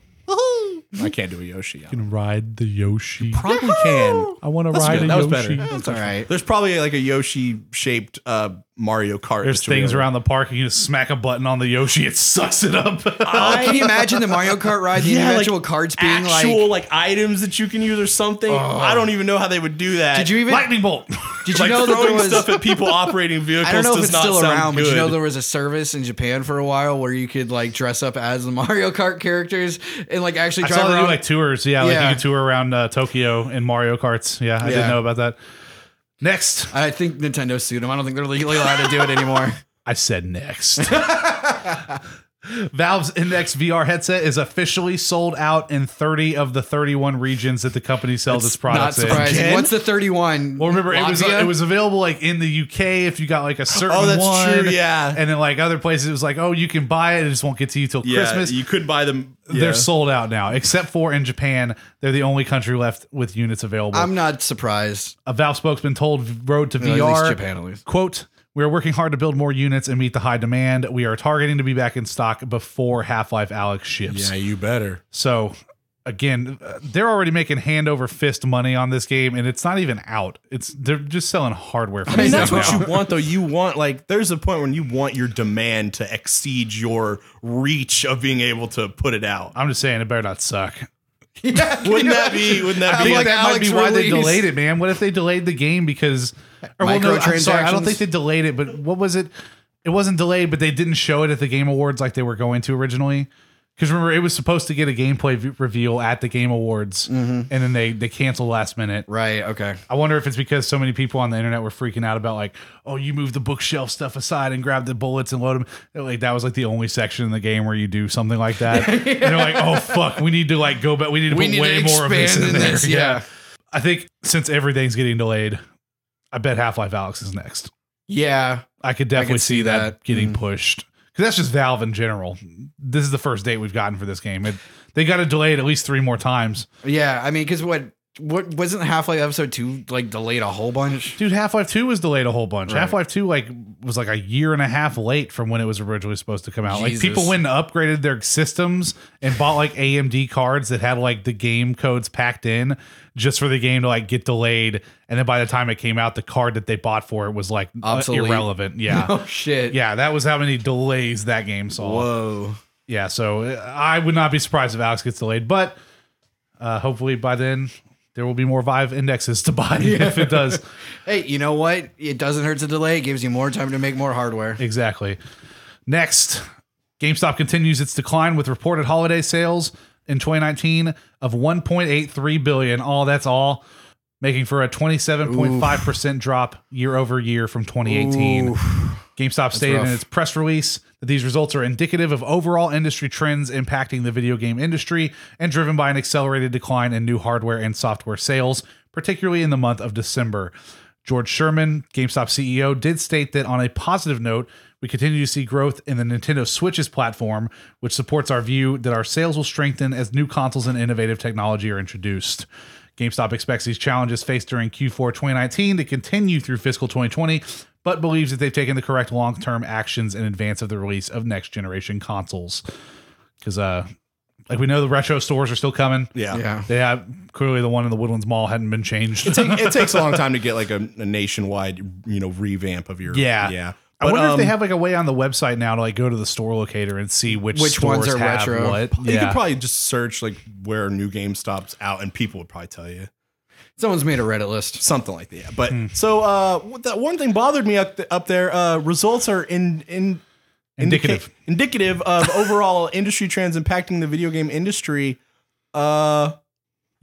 [SPEAKER 3] I can't do a Yoshi. I
[SPEAKER 1] Can ride the Yoshi.
[SPEAKER 3] probably can.
[SPEAKER 1] I want to
[SPEAKER 3] That's
[SPEAKER 1] ride
[SPEAKER 3] good.
[SPEAKER 1] a
[SPEAKER 3] That was
[SPEAKER 1] Yoshi.
[SPEAKER 3] better.
[SPEAKER 2] That's all right.
[SPEAKER 3] There's probably like a Yoshi shaped uh, Mario Kart.
[SPEAKER 1] There's
[SPEAKER 3] that you'll be
[SPEAKER 1] things
[SPEAKER 3] able-
[SPEAKER 1] around the park. You just smack a button on the Yoshi. It sucks it up.
[SPEAKER 2] Oh, can you imagine the Mario Kart ride? The
[SPEAKER 3] Yeah, like
[SPEAKER 2] individual cards being
[SPEAKER 3] actual
[SPEAKER 2] like. Oh.
[SPEAKER 3] like, items that you can use or something. I don't even know how they would do that.
[SPEAKER 2] Did you even?
[SPEAKER 1] Lightning bolt.
[SPEAKER 2] did you
[SPEAKER 3] like
[SPEAKER 2] know that there
[SPEAKER 3] throwing
[SPEAKER 2] was?
[SPEAKER 3] stuff at people operating vehicles
[SPEAKER 2] I don't know if
[SPEAKER 3] does
[SPEAKER 2] it's
[SPEAKER 3] not
[SPEAKER 2] still
[SPEAKER 3] sound
[SPEAKER 2] around,
[SPEAKER 3] good.
[SPEAKER 2] but you know there was a service in Japan for a while where you could like dress up as the Mario Kart characters and like actually
[SPEAKER 1] I
[SPEAKER 2] drive
[SPEAKER 1] saw they do
[SPEAKER 2] around.
[SPEAKER 1] like tours. Yeah, like
[SPEAKER 2] Yeah.
[SPEAKER 1] you could tour around uh, Tokyo in Mario Karts. Yeah, I didn't
[SPEAKER 2] Yeah.
[SPEAKER 1] know about that. Next,
[SPEAKER 2] I think Nintendo sued them. I don't think they're legally allowed to do it anymore.
[SPEAKER 1] I said next. Valve's Index VR headset is officially sold out in 30 of the 31 regions that the company sells its
[SPEAKER 2] Not
[SPEAKER 1] products in.
[SPEAKER 2] surprising.
[SPEAKER 3] Again?
[SPEAKER 2] What's the 31?
[SPEAKER 1] Well, remember it was
[SPEAKER 2] Latvia?
[SPEAKER 1] it was available like in the UK if you got like a certain
[SPEAKER 3] Oh, that's
[SPEAKER 1] one,
[SPEAKER 3] true, yeah.
[SPEAKER 1] and then like other places it was like, oh, you can buy it, it just won't get to you till
[SPEAKER 3] yeah,
[SPEAKER 1] Christmas.
[SPEAKER 3] You could buy them.
[SPEAKER 1] They're sold out now, except for in Japan. They're the only country left with units available.
[SPEAKER 2] I'm not surprised.
[SPEAKER 1] a Valve spokesman told Road to
[SPEAKER 2] At least
[SPEAKER 1] VR,
[SPEAKER 2] Japan, at least.
[SPEAKER 1] quote, we are working hard to build more units and meet the high demand. We are targeting to be back in stock before Half-Life Alex ships.
[SPEAKER 3] you better.
[SPEAKER 1] So again, uh, they're already making hand over fist money on this game and it's not even out. It's they're just selling hardware for
[SPEAKER 3] I mean,
[SPEAKER 1] this
[SPEAKER 3] that's
[SPEAKER 1] now.
[SPEAKER 3] what you want, though. You want like there's a point when you want your demand to exceed your reach of being able to put it out.
[SPEAKER 1] I'm just saying it better not suck.
[SPEAKER 3] Wouldn't that be? Wouldn't that
[SPEAKER 1] I
[SPEAKER 3] be?
[SPEAKER 1] think
[SPEAKER 2] like
[SPEAKER 1] that might
[SPEAKER 2] Alex
[SPEAKER 1] be why they
[SPEAKER 2] release.
[SPEAKER 1] delayed it, man. What if they delayed the game because or well, no, I'm sorry, I don't
[SPEAKER 2] Microtransactions?
[SPEAKER 1] think they delayed it, but what was it? It wasn't delayed, but they didn't show it at the Game Awards like they were going to originally. Because remember, it was supposed to get a gameplay v- reveal at the Game Awards,
[SPEAKER 2] Mm-hmm.
[SPEAKER 1] and then they they canceled last minute.
[SPEAKER 2] Right. Okay.
[SPEAKER 1] I wonder if it's because so many people on the internet were freaking out about like, oh, you move the bookshelf stuff aside and grab the bullets and load them. And, like that was like the only section in the game where you do something like that. And they're like, oh fuck, we need to like go back. We need to
[SPEAKER 2] We
[SPEAKER 1] put
[SPEAKER 2] need to
[SPEAKER 1] way more of this in
[SPEAKER 2] expand in
[SPEAKER 1] there.
[SPEAKER 2] this, yeah.
[SPEAKER 1] I think since everything's getting delayed, I bet Half Life Alex is next.
[SPEAKER 2] Yeah.
[SPEAKER 1] I could definitely see,
[SPEAKER 2] see
[SPEAKER 1] that,
[SPEAKER 2] that.
[SPEAKER 1] getting
[SPEAKER 2] Mm.
[SPEAKER 1] pushed because that's just Valve in general. This is the first date we've gotten for this game. It, they got to delay it at least three more times.
[SPEAKER 2] Yeah. I mean, because what what wasn't Half Life Episode Two like delayed a whole bunch?
[SPEAKER 1] Dude, Half Life Two was delayed a whole bunch.
[SPEAKER 2] Right.
[SPEAKER 1] Half Life Two like was like a year and a half late from when it was originally supposed to come out.
[SPEAKER 2] Jesus.
[SPEAKER 1] Like people went and upgraded their systems and bought like AMD cards that had like the game codes packed in just for the game to like get delayed. And then by the time it came out, the card that they bought for it was like uh,
[SPEAKER 2] Obsolete.
[SPEAKER 1] irrelevant. Yeah.
[SPEAKER 2] Oh shit.
[SPEAKER 1] Yeah, that was how many delays that game saw.
[SPEAKER 2] Whoa.
[SPEAKER 1] yeah, so uh, I would not be surprised if Alex gets delayed, but uh, hopefully by then there will be more Vive indexes to buy if it does.
[SPEAKER 2] Hey, you know what? It doesn't hurt to delay. It gives you more time to make more hardware.
[SPEAKER 1] Exactly. Next, GameStop continues its decline with reported holiday sales in 2019 of 1.83 billion. All that's all, making for a 27.5% drop year over year from 2018. GameStop stated
[SPEAKER 2] rough.
[SPEAKER 1] in its press release that these results are indicative of overall industry trends impacting the video game industry and driven by an accelerated decline in new hardware and software sales, particularly in the month of December. George Sherman, GameStop CEO, did state that on a positive note, we continue to see growth in the Nintendo Switch's platform, which supports our view that our sales will strengthen as new consoles and innovative technology are introduced. GameStop expects these challenges faced during Q4 2019 to continue through fiscal 2020, but believes that they've taken the correct long term actions in advance of the release of next generation consoles. Because, uh, like we know, the retro stores are still coming.
[SPEAKER 3] Yeah.
[SPEAKER 2] Yeah.
[SPEAKER 1] They have clearly the one in the Woodlands Mall hadn't been changed.
[SPEAKER 3] It, take- it takes a long time to get like a, a nationwide, you know, revamp of your.
[SPEAKER 1] Yeah.
[SPEAKER 3] Yeah.
[SPEAKER 1] I wonder if
[SPEAKER 3] um,
[SPEAKER 1] they have like a way on the website now to like go to the store locator and see which
[SPEAKER 2] Which ones
[SPEAKER 1] stores
[SPEAKER 2] are
[SPEAKER 1] have
[SPEAKER 2] retro.
[SPEAKER 1] What.
[SPEAKER 3] You could probably just search like where new GameStop's out, and people would probably tell you
[SPEAKER 2] Someone's made a Reddit list.
[SPEAKER 3] something like that. But
[SPEAKER 1] Hmm.
[SPEAKER 3] so uh, what- that one thing bothered me up, th- up there. Uh, results are in in
[SPEAKER 1] Indicative.
[SPEAKER 3] indica- indicative of overall industry trends impacting the video game industry. Uh,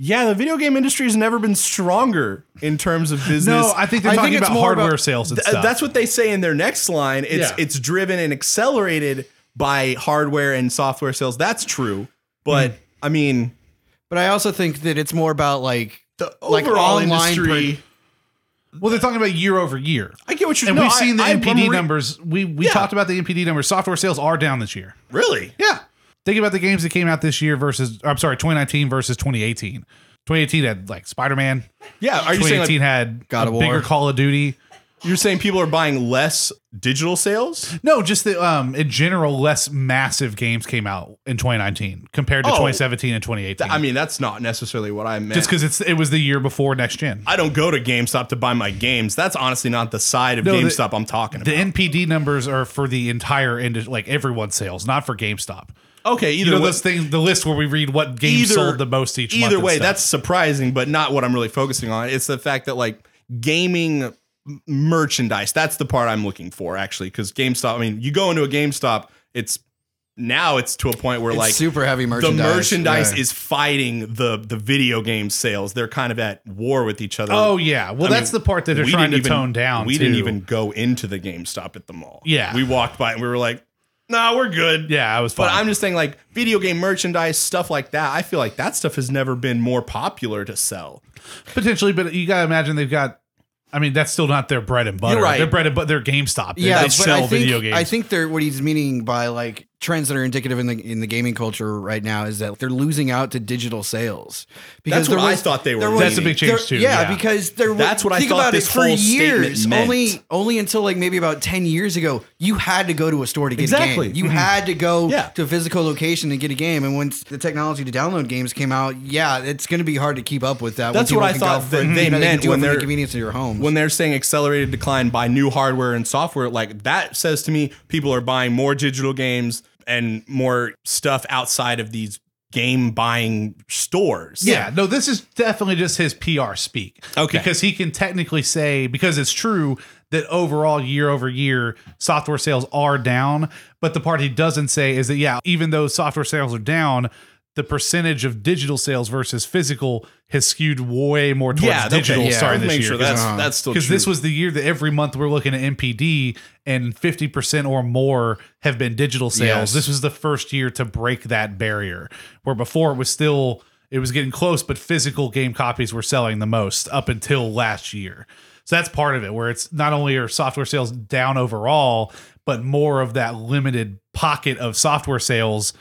[SPEAKER 3] yeah, the video game industry has never been stronger in terms of business.
[SPEAKER 1] No, I think they're talking
[SPEAKER 3] it's
[SPEAKER 1] about
[SPEAKER 3] more
[SPEAKER 1] hardware sales and
[SPEAKER 3] Th-
[SPEAKER 1] stuff.
[SPEAKER 3] That's what they say in their next line. It's
[SPEAKER 1] Yeah.
[SPEAKER 3] it's driven and accelerated by hardware and software sales. That's true,
[SPEAKER 1] Hmm.
[SPEAKER 3] but I mean
[SPEAKER 2] But I also think that it's more about like
[SPEAKER 3] the
[SPEAKER 2] Like
[SPEAKER 3] overall
[SPEAKER 2] online
[SPEAKER 3] industry.
[SPEAKER 1] well, they're talking about year over year.
[SPEAKER 3] I get what you're
[SPEAKER 1] And
[SPEAKER 3] no,
[SPEAKER 1] we've seen the
[SPEAKER 3] I- I-
[SPEAKER 1] MPD
[SPEAKER 3] I'm re-
[SPEAKER 1] numbers. We we
[SPEAKER 3] Yeah.
[SPEAKER 1] talked about the MPD numbers. Software sales are down this year.
[SPEAKER 3] Really?
[SPEAKER 1] Yeah. Think about the games that came out this year versus I'm sorry, 2019 versus 2018. 2018 had like Spider Man.
[SPEAKER 3] Yeah. Are you saying
[SPEAKER 1] 2018
[SPEAKER 3] like,
[SPEAKER 1] had a
[SPEAKER 2] God of War?
[SPEAKER 1] bigger Call of Duty.
[SPEAKER 3] you're saying people are buying less digital sales?
[SPEAKER 1] No, just the um in general less massive games came out in 2019 compared to
[SPEAKER 3] Oh.
[SPEAKER 1] 2017 and 2018.
[SPEAKER 3] Th- I mean, that's not necessarily what I meant.
[SPEAKER 1] Mm. just because it's it was the year before next gen.
[SPEAKER 3] I don't go to GameStop to buy my games. That's honestly not the side of
[SPEAKER 1] No, the-
[SPEAKER 3] GameStop I'm talking
[SPEAKER 1] The
[SPEAKER 3] about.
[SPEAKER 1] NPD numbers are for the entire industry, like everyone's sales, not for GameStop.
[SPEAKER 3] okay, either
[SPEAKER 1] You know
[SPEAKER 3] way,
[SPEAKER 1] those things, the list where we read what games sold the most each month.
[SPEAKER 3] either
[SPEAKER 1] and
[SPEAKER 3] way,
[SPEAKER 1] stuff.
[SPEAKER 3] that's surprising, but not what I'm really focusing on. It's the fact that like gaming m- merchandise. That's the part I'm looking for actually, because GameStop. I mean, you go into a GameStop, it's now it's to a point where
[SPEAKER 2] it's
[SPEAKER 3] like
[SPEAKER 2] super heavy merchandise.
[SPEAKER 3] The merchandise
[SPEAKER 2] Yeah.
[SPEAKER 3] is fighting the the video game sales. They're kind of at war with each other.
[SPEAKER 1] Oh yeah, well
[SPEAKER 3] I
[SPEAKER 1] that's
[SPEAKER 3] mean,
[SPEAKER 1] the part that they're
[SPEAKER 3] we
[SPEAKER 1] trying to
[SPEAKER 3] didn't even-
[SPEAKER 1] tone down.
[SPEAKER 3] We didn't
[SPEAKER 1] too.
[SPEAKER 3] even go into the GameStop at the mall.
[SPEAKER 1] Yeah.
[SPEAKER 3] we walked by and we were like, "Nah, we're good."
[SPEAKER 1] Yeah, I was. Fine.
[SPEAKER 3] But I'm just saying, like video game merchandise stuff like that. I feel like that stuff has never been more popular to sell.
[SPEAKER 1] potentially, but you gotta imagine they've got. I mean, that's still not their bread and butter.
[SPEAKER 3] You're right.
[SPEAKER 1] Their bread and butter, their GameStop. They-
[SPEAKER 2] yeah,
[SPEAKER 1] they
[SPEAKER 2] but
[SPEAKER 1] sell
[SPEAKER 2] I think,
[SPEAKER 1] video games.
[SPEAKER 2] I think they're what he's meaning by like trends that are indicative in the in the gaming culture right now is that they're losing out to digital sales.
[SPEAKER 3] That's what
[SPEAKER 2] there
[SPEAKER 3] I thought they were
[SPEAKER 2] there
[SPEAKER 1] That's a big change,
[SPEAKER 2] there-
[SPEAKER 1] too,
[SPEAKER 2] Yeah,
[SPEAKER 1] yeah.
[SPEAKER 2] because there. was-
[SPEAKER 3] That's what I
[SPEAKER 2] think
[SPEAKER 3] thought
[SPEAKER 2] about
[SPEAKER 3] this
[SPEAKER 2] it for
[SPEAKER 3] whole statement
[SPEAKER 2] years.
[SPEAKER 3] meant.
[SPEAKER 2] Only only until like maybe about ten years ago, you had to go to a store to get
[SPEAKER 3] Exactly. Mm-hmm.
[SPEAKER 2] a game. You had to go
[SPEAKER 3] Yeah.
[SPEAKER 2] to a physical location to get a game, and once the technology to download games came out, yeah, it's going to be hard to keep up with that. when
[SPEAKER 3] That's what
[SPEAKER 2] people
[SPEAKER 3] I
[SPEAKER 2] can
[SPEAKER 3] thought
[SPEAKER 2] go
[SPEAKER 3] that they
[SPEAKER 2] you know, can
[SPEAKER 3] meant
[SPEAKER 2] do it
[SPEAKER 3] when
[SPEAKER 2] from the
[SPEAKER 3] they're-
[SPEAKER 2] convenience of your home.
[SPEAKER 3] When they're saying accelerated decline by new hardware and software, like that says to me, people are buying more digital games and more stuff outside of these game buying stores.
[SPEAKER 1] Yeah, no, this is definitely just his PR speak.
[SPEAKER 3] Okay.
[SPEAKER 1] Because he can technically say, because it's true, that overall year over year software sales are down. But the part he doesn't say is that yeah, even though software sales are down, the percentage of digital sales versus physical has skewed way more towards
[SPEAKER 3] Yeah, okay,
[SPEAKER 1] digital
[SPEAKER 2] yeah.
[SPEAKER 1] starting
[SPEAKER 3] Let's
[SPEAKER 1] this
[SPEAKER 3] make
[SPEAKER 1] year.
[SPEAKER 3] sure that's
[SPEAKER 2] uh-huh.
[SPEAKER 3] that's still
[SPEAKER 1] because
[SPEAKER 3] true.
[SPEAKER 1] this was the year that every month we're looking at MPD and 50% or more have been digital sales.
[SPEAKER 2] Yes.
[SPEAKER 1] This was the first year to break that barrier where before it was still, it was getting close, but physical game copies were selling the most up until last year. So that's part of it where it's not only are software sales down overall, but more of that limited pocket of software sales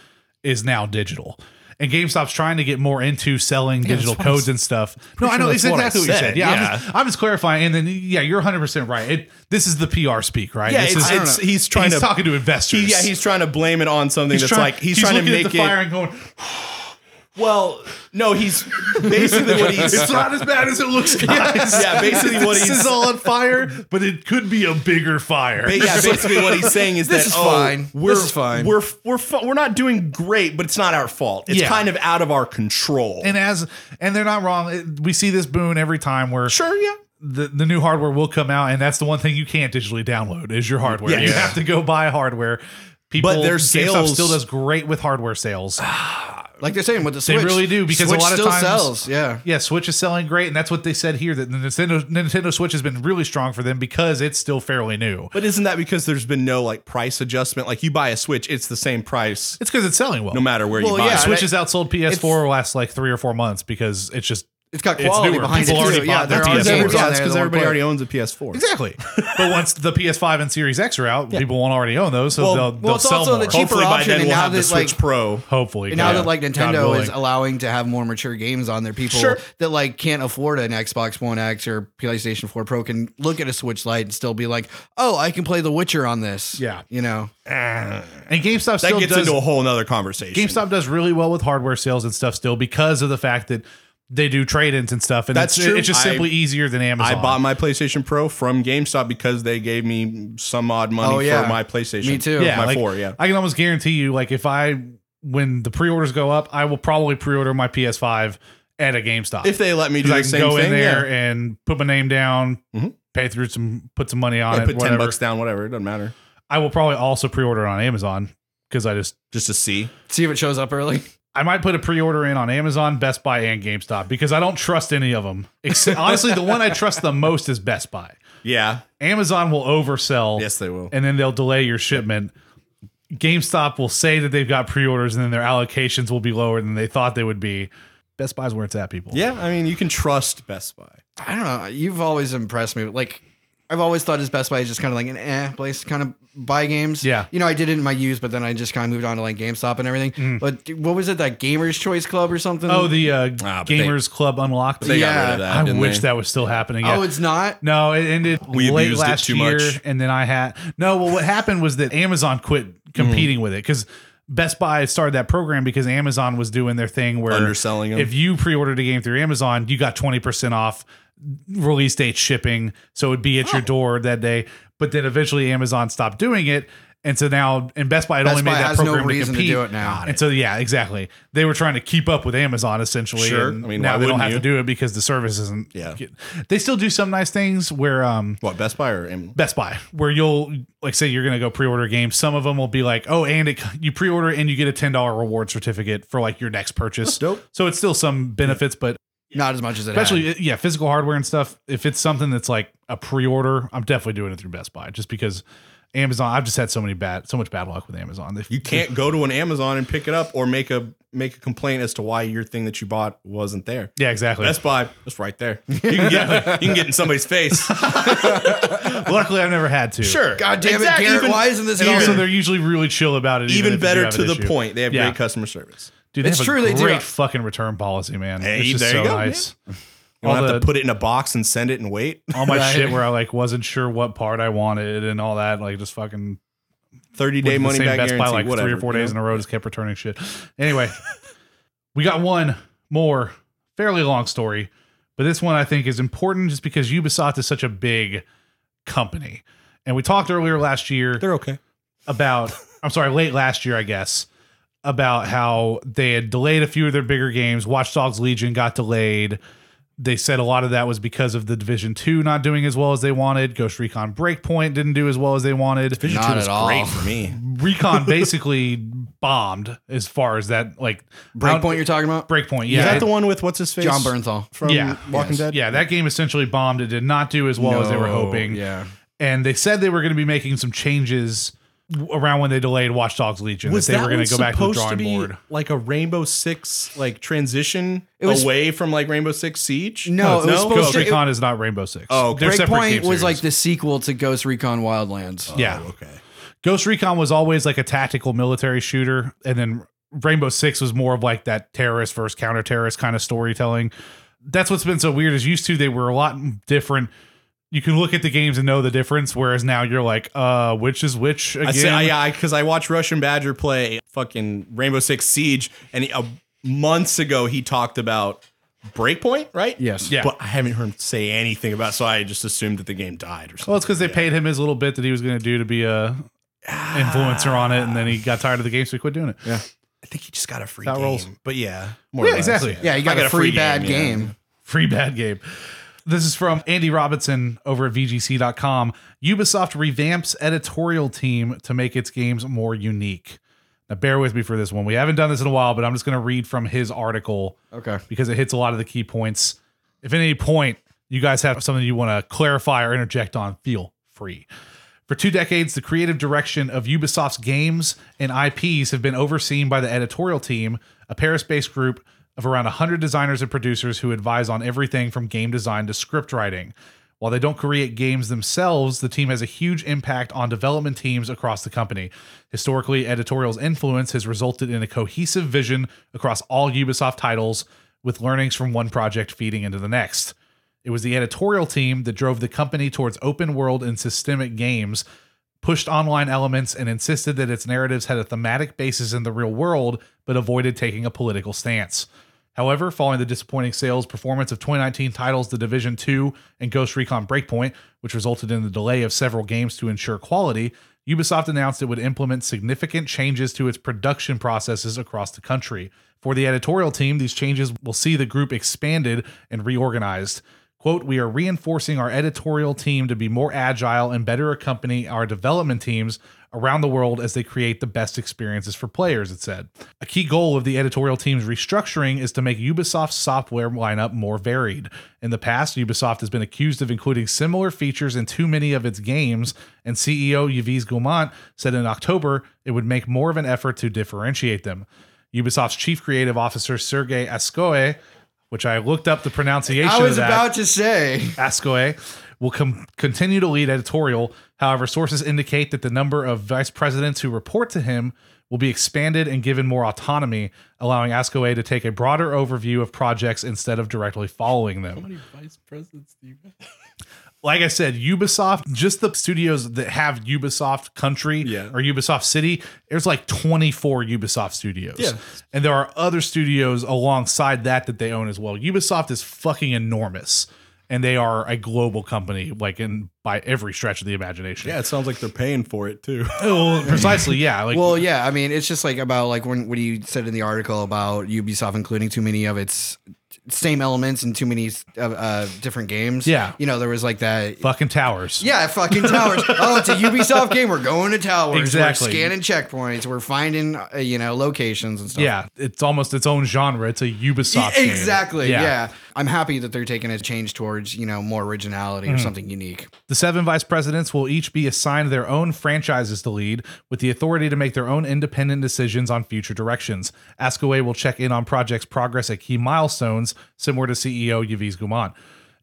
[SPEAKER 1] is now digital. And GameStop's trying to get more into selling digital codes and stuff. No, I know
[SPEAKER 3] sure
[SPEAKER 1] it's
[SPEAKER 3] that's what I
[SPEAKER 1] exactly what you
[SPEAKER 3] said.
[SPEAKER 1] said. Yeah, I'm
[SPEAKER 3] Yeah.
[SPEAKER 1] just- I'm just clarifying, and then yeah, you're 100 percent right. It, this is the PR speak, right?
[SPEAKER 3] yeah,
[SPEAKER 1] this
[SPEAKER 3] it's,
[SPEAKER 1] is,
[SPEAKER 3] it's, he's trying
[SPEAKER 1] he's
[SPEAKER 3] to
[SPEAKER 1] talking to investors.
[SPEAKER 3] he- yeah, he's trying to blame it on something that's like he's, trying to
[SPEAKER 1] looking
[SPEAKER 3] make
[SPEAKER 1] at the
[SPEAKER 3] it.
[SPEAKER 1] fire and going.
[SPEAKER 3] Well, no, he's basically what he's
[SPEAKER 1] It's not as bad as it looks, guys.
[SPEAKER 3] Yeah, basically what
[SPEAKER 1] this
[SPEAKER 3] he's-
[SPEAKER 1] is all on fire, but it could be a bigger fire.
[SPEAKER 3] Ba- yeah, basically what he's saying is
[SPEAKER 2] This
[SPEAKER 3] that
[SPEAKER 2] is
[SPEAKER 3] oh,
[SPEAKER 2] fine.
[SPEAKER 3] We're,
[SPEAKER 2] This is fine.
[SPEAKER 3] We're we're fu- we're not doing great, but it's not our fault. It's
[SPEAKER 1] Yeah.
[SPEAKER 3] kind of out of our control.
[SPEAKER 1] and as and they're not wrong. It- We see this boon every time where
[SPEAKER 3] sure, yeah,
[SPEAKER 1] the, the new hardware will come out, and that's the one thing you can't digitally download is your hardware.
[SPEAKER 3] Yeah.
[SPEAKER 1] You have to go buy hardware. People,
[SPEAKER 3] But their
[SPEAKER 1] GameStop
[SPEAKER 3] sales-
[SPEAKER 1] still does great with hardware sales.
[SPEAKER 2] Like they're saying with the
[SPEAKER 1] They
[SPEAKER 2] Switch,
[SPEAKER 1] really do, because a
[SPEAKER 2] Switch
[SPEAKER 1] lot of
[SPEAKER 2] still
[SPEAKER 1] times-
[SPEAKER 2] sells. Yeah,
[SPEAKER 1] Yeah, Switch is selling great, and that's what they said here that the Nintendo Nintendo Switch has been really strong for them because it's still fairly new.
[SPEAKER 3] But isn't that because there's been no like price adjustment? Like you buy a Switch, it's the same price
[SPEAKER 1] It's because it's selling well.
[SPEAKER 3] no matter where
[SPEAKER 2] Well,
[SPEAKER 3] you buy
[SPEAKER 2] yeah,
[SPEAKER 3] it.
[SPEAKER 1] Switch
[SPEAKER 2] and I-
[SPEAKER 1] has outsold PS4 last like three or four months because it's just
[SPEAKER 2] it's got
[SPEAKER 1] It's
[SPEAKER 2] quality
[SPEAKER 1] newer.
[SPEAKER 2] behind
[SPEAKER 1] People
[SPEAKER 2] it.
[SPEAKER 1] already
[SPEAKER 2] too. yeah,
[SPEAKER 1] bought their
[SPEAKER 2] there are
[SPEAKER 1] PS4.
[SPEAKER 2] games
[SPEAKER 1] Yeah,
[SPEAKER 2] on
[SPEAKER 1] it's
[SPEAKER 2] there
[SPEAKER 3] Yeah, it's
[SPEAKER 2] that
[SPEAKER 3] because
[SPEAKER 2] won't
[SPEAKER 3] everybody
[SPEAKER 2] play.
[SPEAKER 3] already owns a PS4.
[SPEAKER 1] exactly. but once the PS5 and Series X are out, people won't already own those, so
[SPEAKER 3] Well-
[SPEAKER 1] they'll,
[SPEAKER 3] well,
[SPEAKER 1] they'll
[SPEAKER 2] it's
[SPEAKER 1] sell
[SPEAKER 2] also
[SPEAKER 1] more.
[SPEAKER 2] the cheap-
[SPEAKER 3] Hopefully by
[SPEAKER 2] option,
[SPEAKER 3] then
[SPEAKER 2] and
[SPEAKER 3] we'll
[SPEAKER 2] now
[SPEAKER 3] have the
[SPEAKER 2] that,
[SPEAKER 3] Switch
[SPEAKER 2] like-
[SPEAKER 3] Pro.
[SPEAKER 1] Hopefully,
[SPEAKER 2] And now
[SPEAKER 1] yeah.
[SPEAKER 2] that like
[SPEAKER 1] God
[SPEAKER 2] Nintendo is
[SPEAKER 1] willing.
[SPEAKER 2] allowing to have more mature games on there, people
[SPEAKER 3] Sure.
[SPEAKER 2] that like can't afford an Xbox One X or PlayStation 4 Pro can look at a Switch Lite and still be like, "Oh, I can play The Witcher on this."
[SPEAKER 1] Yeah.
[SPEAKER 2] you know,
[SPEAKER 1] and GameStop
[SPEAKER 3] That
[SPEAKER 1] still
[SPEAKER 3] gets
[SPEAKER 1] does
[SPEAKER 3] into a whole nother conversation.
[SPEAKER 1] GameStop does really well with hardware sales and stuff still because of the fact that they do trade-ins and stuff, and
[SPEAKER 3] That's
[SPEAKER 1] it's,
[SPEAKER 3] true.
[SPEAKER 1] it's just
[SPEAKER 3] I-
[SPEAKER 1] simply easier than Amazon.
[SPEAKER 3] I bought my PlayStation Pro from GameStop because they gave me some odd money
[SPEAKER 2] Oh, yeah.
[SPEAKER 3] for my PlayStation.
[SPEAKER 2] me too.
[SPEAKER 1] yeah,
[SPEAKER 3] my
[SPEAKER 1] like,
[SPEAKER 3] four, yeah.
[SPEAKER 1] I can almost guarantee you, like if I when the pre-orders go up, I will probably pre-order my PS5 at a GameStop.
[SPEAKER 3] If they let me do
[SPEAKER 1] Because I
[SPEAKER 3] the
[SPEAKER 1] can go
[SPEAKER 3] same thing,
[SPEAKER 1] in there
[SPEAKER 3] yeah.
[SPEAKER 1] and put my name down,
[SPEAKER 3] Mhm.
[SPEAKER 1] pay through some, put some money on
[SPEAKER 3] I
[SPEAKER 1] it.
[SPEAKER 3] put
[SPEAKER 1] whatever.
[SPEAKER 3] ten bucks down, whatever. It doesn't matter.
[SPEAKER 1] I will probably also pre-order it on Amazon because I just
[SPEAKER 3] Just to see.
[SPEAKER 2] See if it shows up early.
[SPEAKER 1] I might put a pre-order in on Amazon, Best Buy, and GameStop because I don't trust any of them. Except, honestly, the one I trust the most is Best Buy.
[SPEAKER 3] Yeah.
[SPEAKER 1] Amazon will oversell.
[SPEAKER 3] Yes, they will.
[SPEAKER 1] and then they'll delay your shipment. GameStop will say that they've got pre-orders and then their allocations will be lower than they thought they would be. Best Buy's where it's at, people.
[SPEAKER 3] Yeah, I mean, you can trust Best Buy.
[SPEAKER 2] I don't know. You've always impressed me. Like I've always thought his Best Buy is just kind of like an eh place, kind of buy games.
[SPEAKER 1] Yeah.
[SPEAKER 2] You know, I did it in my used, but then I just kind of moved on to like GameStop and everything. But dude, what was it? That Gamers Choice Club or something?
[SPEAKER 1] Mm. Oh, the uh,
[SPEAKER 3] Ah, but they-
[SPEAKER 1] Gamers Club Unlocked.
[SPEAKER 3] They got rid
[SPEAKER 2] Yeah.
[SPEAKER 3] of that.
[SPEAKER 1] I
[SPEAKER 3] didn't
[SPEAKER 1] wish
[SPEAKER 3] they?
[SPEAKER 1] that was still happening. Yeah.
[SPEAKER 2] oh, it's not.
[SPEAKER 1] no, it ended
[SPEAKER 3] We
[SPEAKER 1] late
[SPEAKER 3] abused it
[SPEAKER 1] last
[SPEAKER 3] too
[SPEAKER 1] year,
[SPEAKER 3] much.
[SPEAKER 1] and then I had no. Well, what happened was that Amazon quit competing with it because Best Buy started that program because Amazon was doing their thing where
[SPEAKER 3] Underselling 'em.
[SPEAKER 1] If you pre-ordered a game through Amazon, you got twenty percent off release date shipping, so it'd be at
[SPEAKER 3] Oh.
[SPEAKER 1] your door that day. But then eventually Amazon stopped doing it. And so now, and Best Buy had
[SPEAKER 2] Best
[SPEAKER 1] only made
[SPEAKER 2] Buy
[SPEAKER 1] that
[SPEAKER 2] has no
[SPEAKER 1] program to
[SPEAKER 2] reason to
[SPEAKER 1] compete.
[SPEAKER 2] do it now.
[SPEAKER 1] And so, yeah, exactly. They were trying to keep up with Amazon essentially.
[SPEAKER 3] Sure.
[SPEAKER 1] and
[SPEAKER 3] I mean,
[SPEAKER 1] now
[SPEAKER 3] why
[SPEAKER 1] they don't
[SPEAKER 3] wouldn't
[SPEAKER 1] have
[SPEAKER 3] you?
[SPEAKER 1] to do it because the service isn't.
[SPEAKER 3] Yeah.
[SPEAKER 1] They still do some nice things where um
[SPEAKER 3] What, Best Buy or Amazon?
[SPEAKER 1] Best Buy, where you'll like say you're gonna go pre-order a game. Some of them will be like, oh, and it, you pre-order and you get a ten dollar reward certificate for like your next purchase.
[SPEAKER 3] dope.
[SPEAKER 1] So it's still some benefits, but
[SPEAKER 2] Not as much as it. had.
[SPEAKER 1] especially uh, yeah, physical hardware and stuff. If it's something that's like a pre-order, I'm definitely doing it through Best Buy just because Amazon. I've just had so many bad, so much bad luck with Amazon. They,
[SPEAKER 3] You can't go to an Amazon and pick it up or make a make a complaint as to why your thing that you bought wasn't there.
[SPEAKER 1] Yeah, exactly.
[SPEAKER 3] Best Buy, it's right there. You can get, you can get in somebody's face.
[SPEAKER 1] Luckily, I've never had to.
[SPEAKER 3] Sure.
[SPEAKER 2] God damn
[SPEAKER 3] Exactly.
[SPEAKER 2] it, Garrett!
[SPEAKER 3] Even-
[SPEAKER 2] why isn't this
[SPEAKER 1] And
[SPEAKER 2] here?
[SPEAKER 1] also, they're usually really chill about it.
[SPEAKER 3] even
[SPEAKER 1] if you do
[SPEAKER 3] better
[SPEAKER 1] have
[SPEAKER 3] to
[SPEAKER 1] an
[SPEAKER 3] the
[SPEAKER 1] issue.
[SPEAKER 3] point. They have
[SPEAKER 1] Yeah.
[SPEAKER 3] great customer service.
[SPEAKER 1] Dude, they
[SPEAKER 2] It's
[SPEAKER 1] have
[SPEAKER 2] true,
[SPEAKER 1] A
[SPEAKER 2] they
[SPEAKER 1] great
[SPEAKER 2] do.
[SPEAKER 1] fucking return policy, man.
[SPEAKER 3] Hey,
[SPEAKER 1] it's just
[SPEAKER 3] there
[SPEAKER 1] so
[SPEAKER 3] you go,
[SPEAKER 1] nice.
[SPEAKER 3] You don't
[SPEAKER 1] All
[SPEAKER 3] have
[SPEAKER 1] the-
[SPEAKER 3] to put it in a box and send it and wait.
[SPEAKER 1] All my
[SPEAKER 2] Right.
[SPEAKER 1] shit where I like wasn't sure what part I wanted and all that, like just fucking
[SPEAKER 3] Thirty
[SPEAKER 1] went to
[SPEAKER 3] day
[SPEAKER 1] the
[SPEAKER 3] money
[SPEAKER 1] same
[SPEAKER 3] back
[SPEAKER 1] Best
[SPEAKER 3] guarantee.
[SPEAKER 1] Buy like
[SPEAKER 3] whatever,
[SPEAKER 1] three or four
[SPEAKER 3] you
[SPEAKER 1] days
[SPEAKER 3] know?
[SPEAKER 1] in a row, just kept returning shit. Anyway, we got one more fairly long story, but this one I think is important just because Ubisoft is such a big company. And we talked earlier last year
[SPEAKER 3] They're okay.
[SPEAKER 1] about I'm sorry, late last year, I guess, about how they had delayed a few of their bigger games. Watch Dogs Legion got delayed. they said a lot of that was because of the Division Two not doing as well as they wanted. Ghost Recon Breakpoint didn't do as well as they wanted.
[SPEAKER 3] Vision
[SPEAKER 2] Not
[SPEAKER 3] 2 was
[SPEAKER 2] at
[SPEAKER 1] Oh.
[SPEAKER 2] all.
[SPEAKER 3] great for me.
[SPEAKER 1] Recon basically bombed as far as that like
[SPEAKER 2] Breakpoint you're talking about?
[SPEAKER 1] Breakpoint, yeah,
[SPEAKER 3] Is that the
[SPEAKER 1] It-
[SPEAKER 3] one with what's his face?
[SPEAKER 2] John Bernthal.
[SPEAKER 3] from
[SPEAKER 1] Yeah.
[SPEAKER 3] Walking
[SPEAKER 2] Yes.
[SPEAKER 3] Dead.
[SPEAKER 1] Yeah, that game essentially bombed. It did not do as well as they were
[SPEAKER 3] No,
[SPEAKER 1] hoping.
[SPEAKER 3] Yeah.
[SPEAKER 1] and they said they were going to be making some changes w- around when they delayed Watch Dogs Legion.
[SPEAKER 3] Was
[SPEAKER 1] that they
[SPEAKER 3] that
[SPEAKER 1] were going to go back to the
[SPEAKER 3] supposed to,
[SPEAKER 1] drawing
[SPEAKER 3] be
[SPEAKER 1] board.
[SPEAKER 3] like a Rainbow Six like transition
[SPEAKER 2] was-
[SPEAKER 3] away from like Rainbow Six Siege?
[SPEAKER 2] No, it was supposed
[SPEAKER 1] Ghost
[SPEAKER 2] to-
[SPEAKER 1] Recon is not Rainbow Six.
[SPEAKER 3] Oh, okay.
[SPEAKER 1] They're separate
[SPEAKER 2] Breakpoint
[SPEAKER 1] game
[SPEAKER 2] was
[SPEAKER 1] series.
[SPEAKER 2] like the sequel to Ghost Recon Wildlands.
[SPEAKER 1] yeah.
[SPEAKER 3] Oh, okay.
[SPEAKER 1] Ghost Recon was always like a tactical military shooter, and then Rainbow Six was more of like that terrorist versus counter terrorist kind of storytelling. That's what's been so weird is used to they were a lot different. You can look at the games and know the difference, whereas now you're like, uh, which is which again?
[SPEAKER 3] I say, I, yeah, because I watched Russian Badger play fucking Rainbow Six Siege, and he, uh, months ago he talked about Breakpoint, right?
[SPEAKER 2] Yes.
[SPEAKER 1] Yeah.
[SPEAKER 3] But I haven't heard him say anything about, it, so I just assumed that the game died or something.
[SPEAKER 1] Well, it's because they paid him his little bit that he was going to do to be a influencer on it, and then he got tired of the game, so he quit doing it.
[SPEAKER 3] I think he just got a free
[SPEAKER 1] That
[SPEAKER 3] game.
[SPEAKER 1] rolls.
[SPEAKER 3] But yeah, more
[SPEAKER 1] Yeah, exactly.
[SPEAKER 2] Yeah, you got,
[SPEAKER 3] I
[SPEAKER 2] a free, bad
[SPEAKER 3] yeah.
[SPEAKER 2] game.
[SPEAKER 1] Free bad game. This is from Andy Robinson over at VGC.com. Ubisoft revamps editorial team to make its games more unique. Now, bear with me for this one. We haven't done this in a while, but I'm just going to read from his article
[SPEAKER 2] Okay.
[SPEAKER 1] because it hits a lot of the key points. If at any point you guys have something you want to clarify or interject on, feel free. For two decades, the creative direction of Ubisoft's games and IPs have been overseen by the editorial team, a Paris based group of around 100 designers and producers who advise on everything from game design to script writing. While they don't create games themselves, the team has a huge impact on development teams across the company. Historically, editorial's influence has resulted in a cohesive vision across all Ubisoft titles, with learnings from one project feeding into the next. It was the editorial team that drove the company towards open world and systemic games, pushed online elements, and insisted that its narratives had a thematic basis in the real world, but avoided taking a political stance. However, following the disappointing sales performance of 2019 titles The Division 2 and Ghost Recon Breakpoint, which resulted in the delay of several games to ensure quality, Ubisoft announced it would implement significant changes to its production processes across the country. For the editorial team, these changes will see the group expanded and reorganized. Quote, we are reinforcing our editorial team to be more agile and better accompany our development teams around the world as they create the best experiences for players, it said. A key goal of the editorial team's restructuring is to make Ubisoft's software lineup more varied. In the past, Ubisoft has been accused of including similar features in too many of its games, and CEO Yves Gourmand said in October it would make more of an effort to differentiate them. Ubisoft's chief creative officer Sergei Askoe, which I looked up the pronunciation
[SPEAKER 2] I
[SPEAKER 1] of
[SPEAKER 2] was
[SPEAKER 1] that.
[SPEAKER 2] about to say.
[SPEAKER 1] Ascoe will com- continue to lead editorial. However, sources indicate that the number of vice presidents who report to him will be expanded and given more autonomy, allowing Ascoe to take a broader overview of projects instead of directly following them. How many vice presidents do you Like I said, Ubisoft, just the studios that have Ubisoft country
[SPEAKER 3] Yeah.
[SPEAKER 1] or Ubisoft City, there's like 24 Ubisoft studios.
[SPEAKER 3] Yeah.
[SPEAKER 1] And there are other studios alongside that that they own as well. Ubisoft is fucking enormous and they are a global company like in by every stretch of the imagination.
[SPEAKER 3] Yeah, it sounds like they're paying for it too.
[SPEAKER 1] Well, precisely, yeah. Like
[SPEAKER 2] Well, yeah, I mean, it's just like about like when what you said in the article about Ubisoft including too many of its same elements in too many uh, uh, different games.
[SPEAKER 1] Yeah.
[SPEAKER 2] you know, there was like that.
[SPEAKER 1] fucking towers.
[SPEAKER 2] Yeah, fucking towers. oh, it's a Ubisoft game. We're going to towers.
[SPEAKER 1] Exactly.
[SPEAKER 2] We're scanning checkpoints. We're finding uh, you know locations and stuff.
[SPEAKER 1] Yeah, it's almost its own genre. It's a Ubisoft.
[SPEAKER 2] E-
[SPEAKER 1] game.
[SPEAKER 2] Exactly. Yeah. I'm happy that they're taking a change towards, you know, more originality
[SPEAKER 1] Mm-hmm.
[SPEAKER 2] or something unique.
[SPEAKER 1] The seven vice presidents will each be assigned their own franchises to lead, with the authority to make their own independent decisions on future directions. Askaway will check in on projects' progress at key milestones, similar to CEO Yves Guman.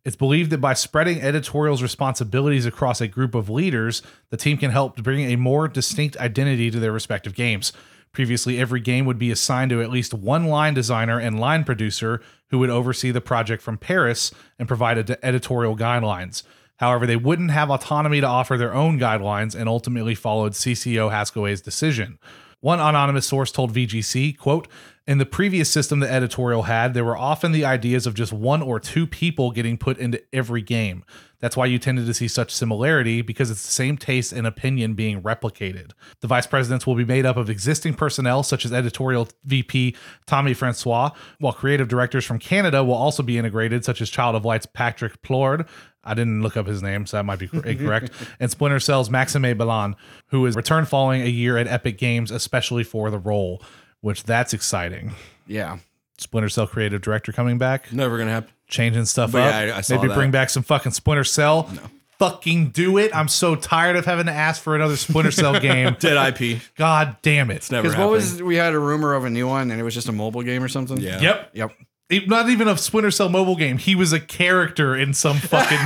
[SPEAKER 1] It's believed that by spreading editorial's responsibilities across a group of leaders, the team can help to bring a more distinct identity to their respective games. Previously, every game would be assigned to at least one line designer and line producer who would oversee the project from Paris and provide ed- editorial guidelines. However, they wouldn't have autonomy to offer their own guidelines and ultimately followed CCO Haskaway's decision. One anonymous source told VGC, quote, In the previous system the editorial had, there were often the ideas of just one or two people getting put into every game. That's why you tended to see such similarity, because it's the same taste and opinion being replicated. The vice presidents will be made up of existing personnel, such as editorial VP Tommy Francois, while creative directors from Canada will also be integrated, such as Child of Light's Patrick Plord, I didn't look up his name, so that might be cor- incorrect. and Splinter Cell's Maxime Balan, who is returned following a year at Epic Games, especially for the role, which that's exciting.
[SPEAKER 2] Yeah.
[SPEAKER 1] Splinter Cell creative director coming back,
[SPEAKER 3] Never gonna happen.
[SPEAKER 1] changing stuff
[SPEAKER 3] But
[SPEAKER 1] up.
[SPEAKER 3] yeah, I- I saw
[SPEAKER 1] Maybe
[SPEAKER 3] that.
[SPEAKER 1] bring back some fucking Splinter Cell. Fucking do it. I'm so tired of having to ask for another Splinter Cell game.
[SPEAKER 3] Dead IP.
[SPEAKER 1] God damn it.
[SPEAKER 3] Never
[SPEAKER 2] Because what
[SPEAKER 3] happening.
[SPEAKER 2] was we had a rumor of a new one and it was just a mobile game or something.
[SPEAKER 3] Yeah.
[SPEAKER 1] Yep.
[SPEAKER 2] Yep.
[SPEAKER 1] It- Not even a Splinter Cell mobile game. He was a character in some fucking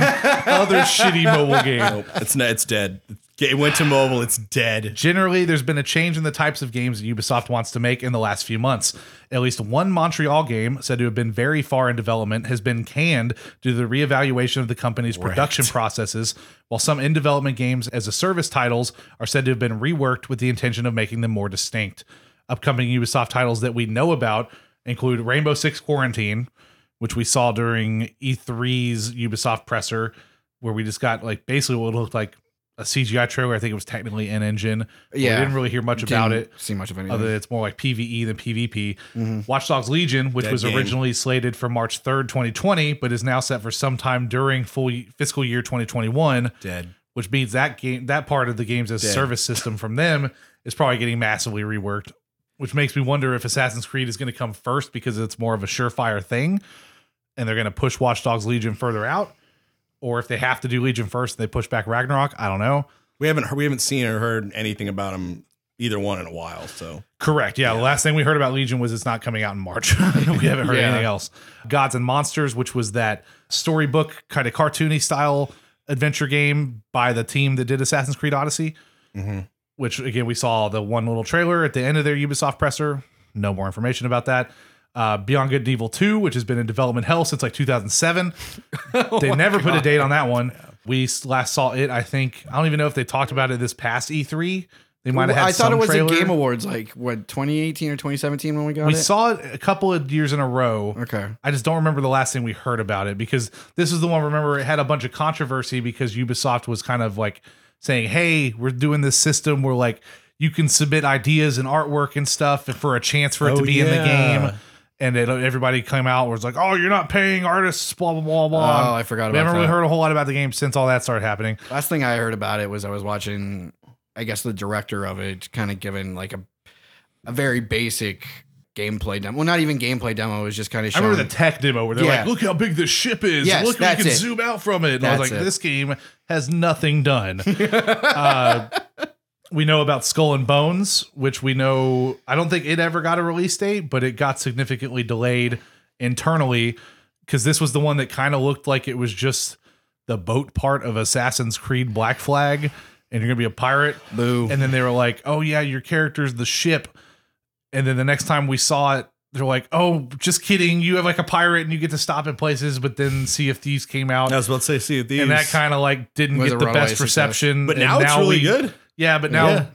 [SPEAKER 1] other shitty mobile game.
[SPEAKER 3] Nope. It's not, it's dead. It went to mobile. It's dead.
[SPEAKER 1] Generally, there's been a change in the types of games that Ubisoft wants to make in the last few months. At least one Montreal game, said to have been very far in development, has been canned due to the reevaluation of the company's production processes, while some in development games as a service titles are said to have been reworked with the intention of making them more distinct. Upcoming Ubisoft titles that we know about include Rainbow Six Quarantine, which we saw during E3's Ubisoft presser, where we just got like basically what looked like a CGI trailer. I think it was technically an engine. but
[SPEAKER 2] Yeah.
[SPEAKER 1] we didn't really hear much about
[SPEAKER 2] Didn't
[SPEAKER 1] it.
[SPEAKER 2] See much of anything.
[SPEAKER 1] Other than it's more like PVE than PvP.
[SPEAKER 2] Mm-hmm.
[SPEAKER 1] Watch Dogs Legion, which
[SPEAKER 3] Dead
[SPEAKER 1] was
[SPEAKER 3] game.
[SPEAKER 1] originally slated for March 3rd, 2020, but is now set for sometime during full fiscal year 2021,
[SPEAKER 3] Dead.
[SPEAKER 1] which means that game that part of the games as a
[SPEAKER 3] Dead.
[SPEAKER 1] service system from them is probably getting massively reworked, which makes me wonder if Assassin's Creed is going to come first because it's more of a surefire thing and they're going to push Watch Dogs Legion further out or if they have to do Legion first and they push back Ragnarok, I don't know.
[SPEAKER 3] We haven't heard- we haven't seen or heard anything about him either one in a while. So
[SPEAKER 1] Correct. Yeah, The last thing we heard about Legion was it's not coming out in March. we haven't heard
[SPEAKER 2] Yeah.
[SPEAKER 1] anything else. Gods and Monsters, which was that storybook kind of cartoony style adventure game by the team that did Assassin's Creed Odyssey,
[SPEAKER 2] Mm-hmm.
[SPEAKER 1] which again, we saw the one little trailer at the end of their Ubisoft presser. No more information about that. Uh, Beyond Good and Evil 2, which has been in development hell since like 2007. They never put a date on that one. We s- last saw it, I think. I don't even know if they talked about it this past E3. They might have had
[SPEAKER 2] I thought
[SPEAKER 1] some
[SPEAKER 2] it was
[SPEAKER 1] trailer.
[SPEAKER 2] the Game Awards, like what 2018 or 2017 when we got
[SPEAKER 1] We
[SPEAKER 2] it.
[SPEAKER 1] saw it a couple of years in a row.
[SPEAKER 2] okay.
[SPEAKER 1] I just don't remember the last thing we heard about it because this is the one. Remember, it had a bunch of controversy because Ubisoft was kind of like saying, "Hey, we're doing this system where like you can submit ideas and artwork and stuff for a chance for it
[SPEAKER 3] Oh,
[SPEAKER 1] to be in the
[SPEAKER 3] yeah.
[SPEAKER 1] game." And it, everybody came out and was like, "Oh, you're not paying artists." Blah blah blah blah.
[SPEAKER 2] Oh, I forgot
[SPEAKER 1] We
[SPEAKER 2] about
[SPEAKER 1] haven't really
[SPEAKER 2] that.
[SPEAKER 1] heard a whole lot about the game since all that started happening.
[SPEAKER 2] Last thing I heard about it was I was watching, I guess the director of it kind of giving like a a very basic gameplay demo. Well, not even gameplay demo. It was just kind of
[SPEAKER 1] I
[SPEAKER 2] showing.
[SPEAKER 1] remember the tech demo where they're
[SPEAKER 2] Yeah.
[SPEAKER 1] like, "Look how big this ship is!
[SPEAKER 2] Yes,
[SPEAKER 1] Look, we can
[SPEAKER 2] that's it.
[SPEAKER 1] zoom out from it." And I was
[SPEAKER 2] That's
[SPEAKER 1] like,
[SPEAKER 2] it.
[SPEAKER 1] "This game has nothing done." uh, we know about Skull and Bones, which we know. I don't think it ever got a release date, but it got significantly delayed internally because this was the one that kind of looked like it was just the boat part of Assassin's Creed Black Flag, and you're gonna be a pirate.
[SPEAKER 2] Boo.
[SPEAKER 1] And then they were like, "Oh yeah, your character's the ship." And then the next time we saw it, they're like, "Oh, just kidding. You have like a pirate, and you get to stop at places." But then Sea of Thieves came out,
[SPEAKER 3] I was about to say, see if these.
[SPEAKER 1] and that kind of like didn't
[SPEAKER 2] Was
[SPEAKER 1] get
[SPEAKER 2] a
[SPEAKER 1] the
[SPEAKER 2] runaway
[SPEAKER 1] best
[SPEAKER 2] success.
[SPEAKER 1] reception.
[SPEAKER 3] But
[SPEAKER 1] And
[SPEAKER 3] now, it's really
[SPEAKER 1] we-
[SPEAKER 3] good.
[SPEAKER 1] Yeah, but now.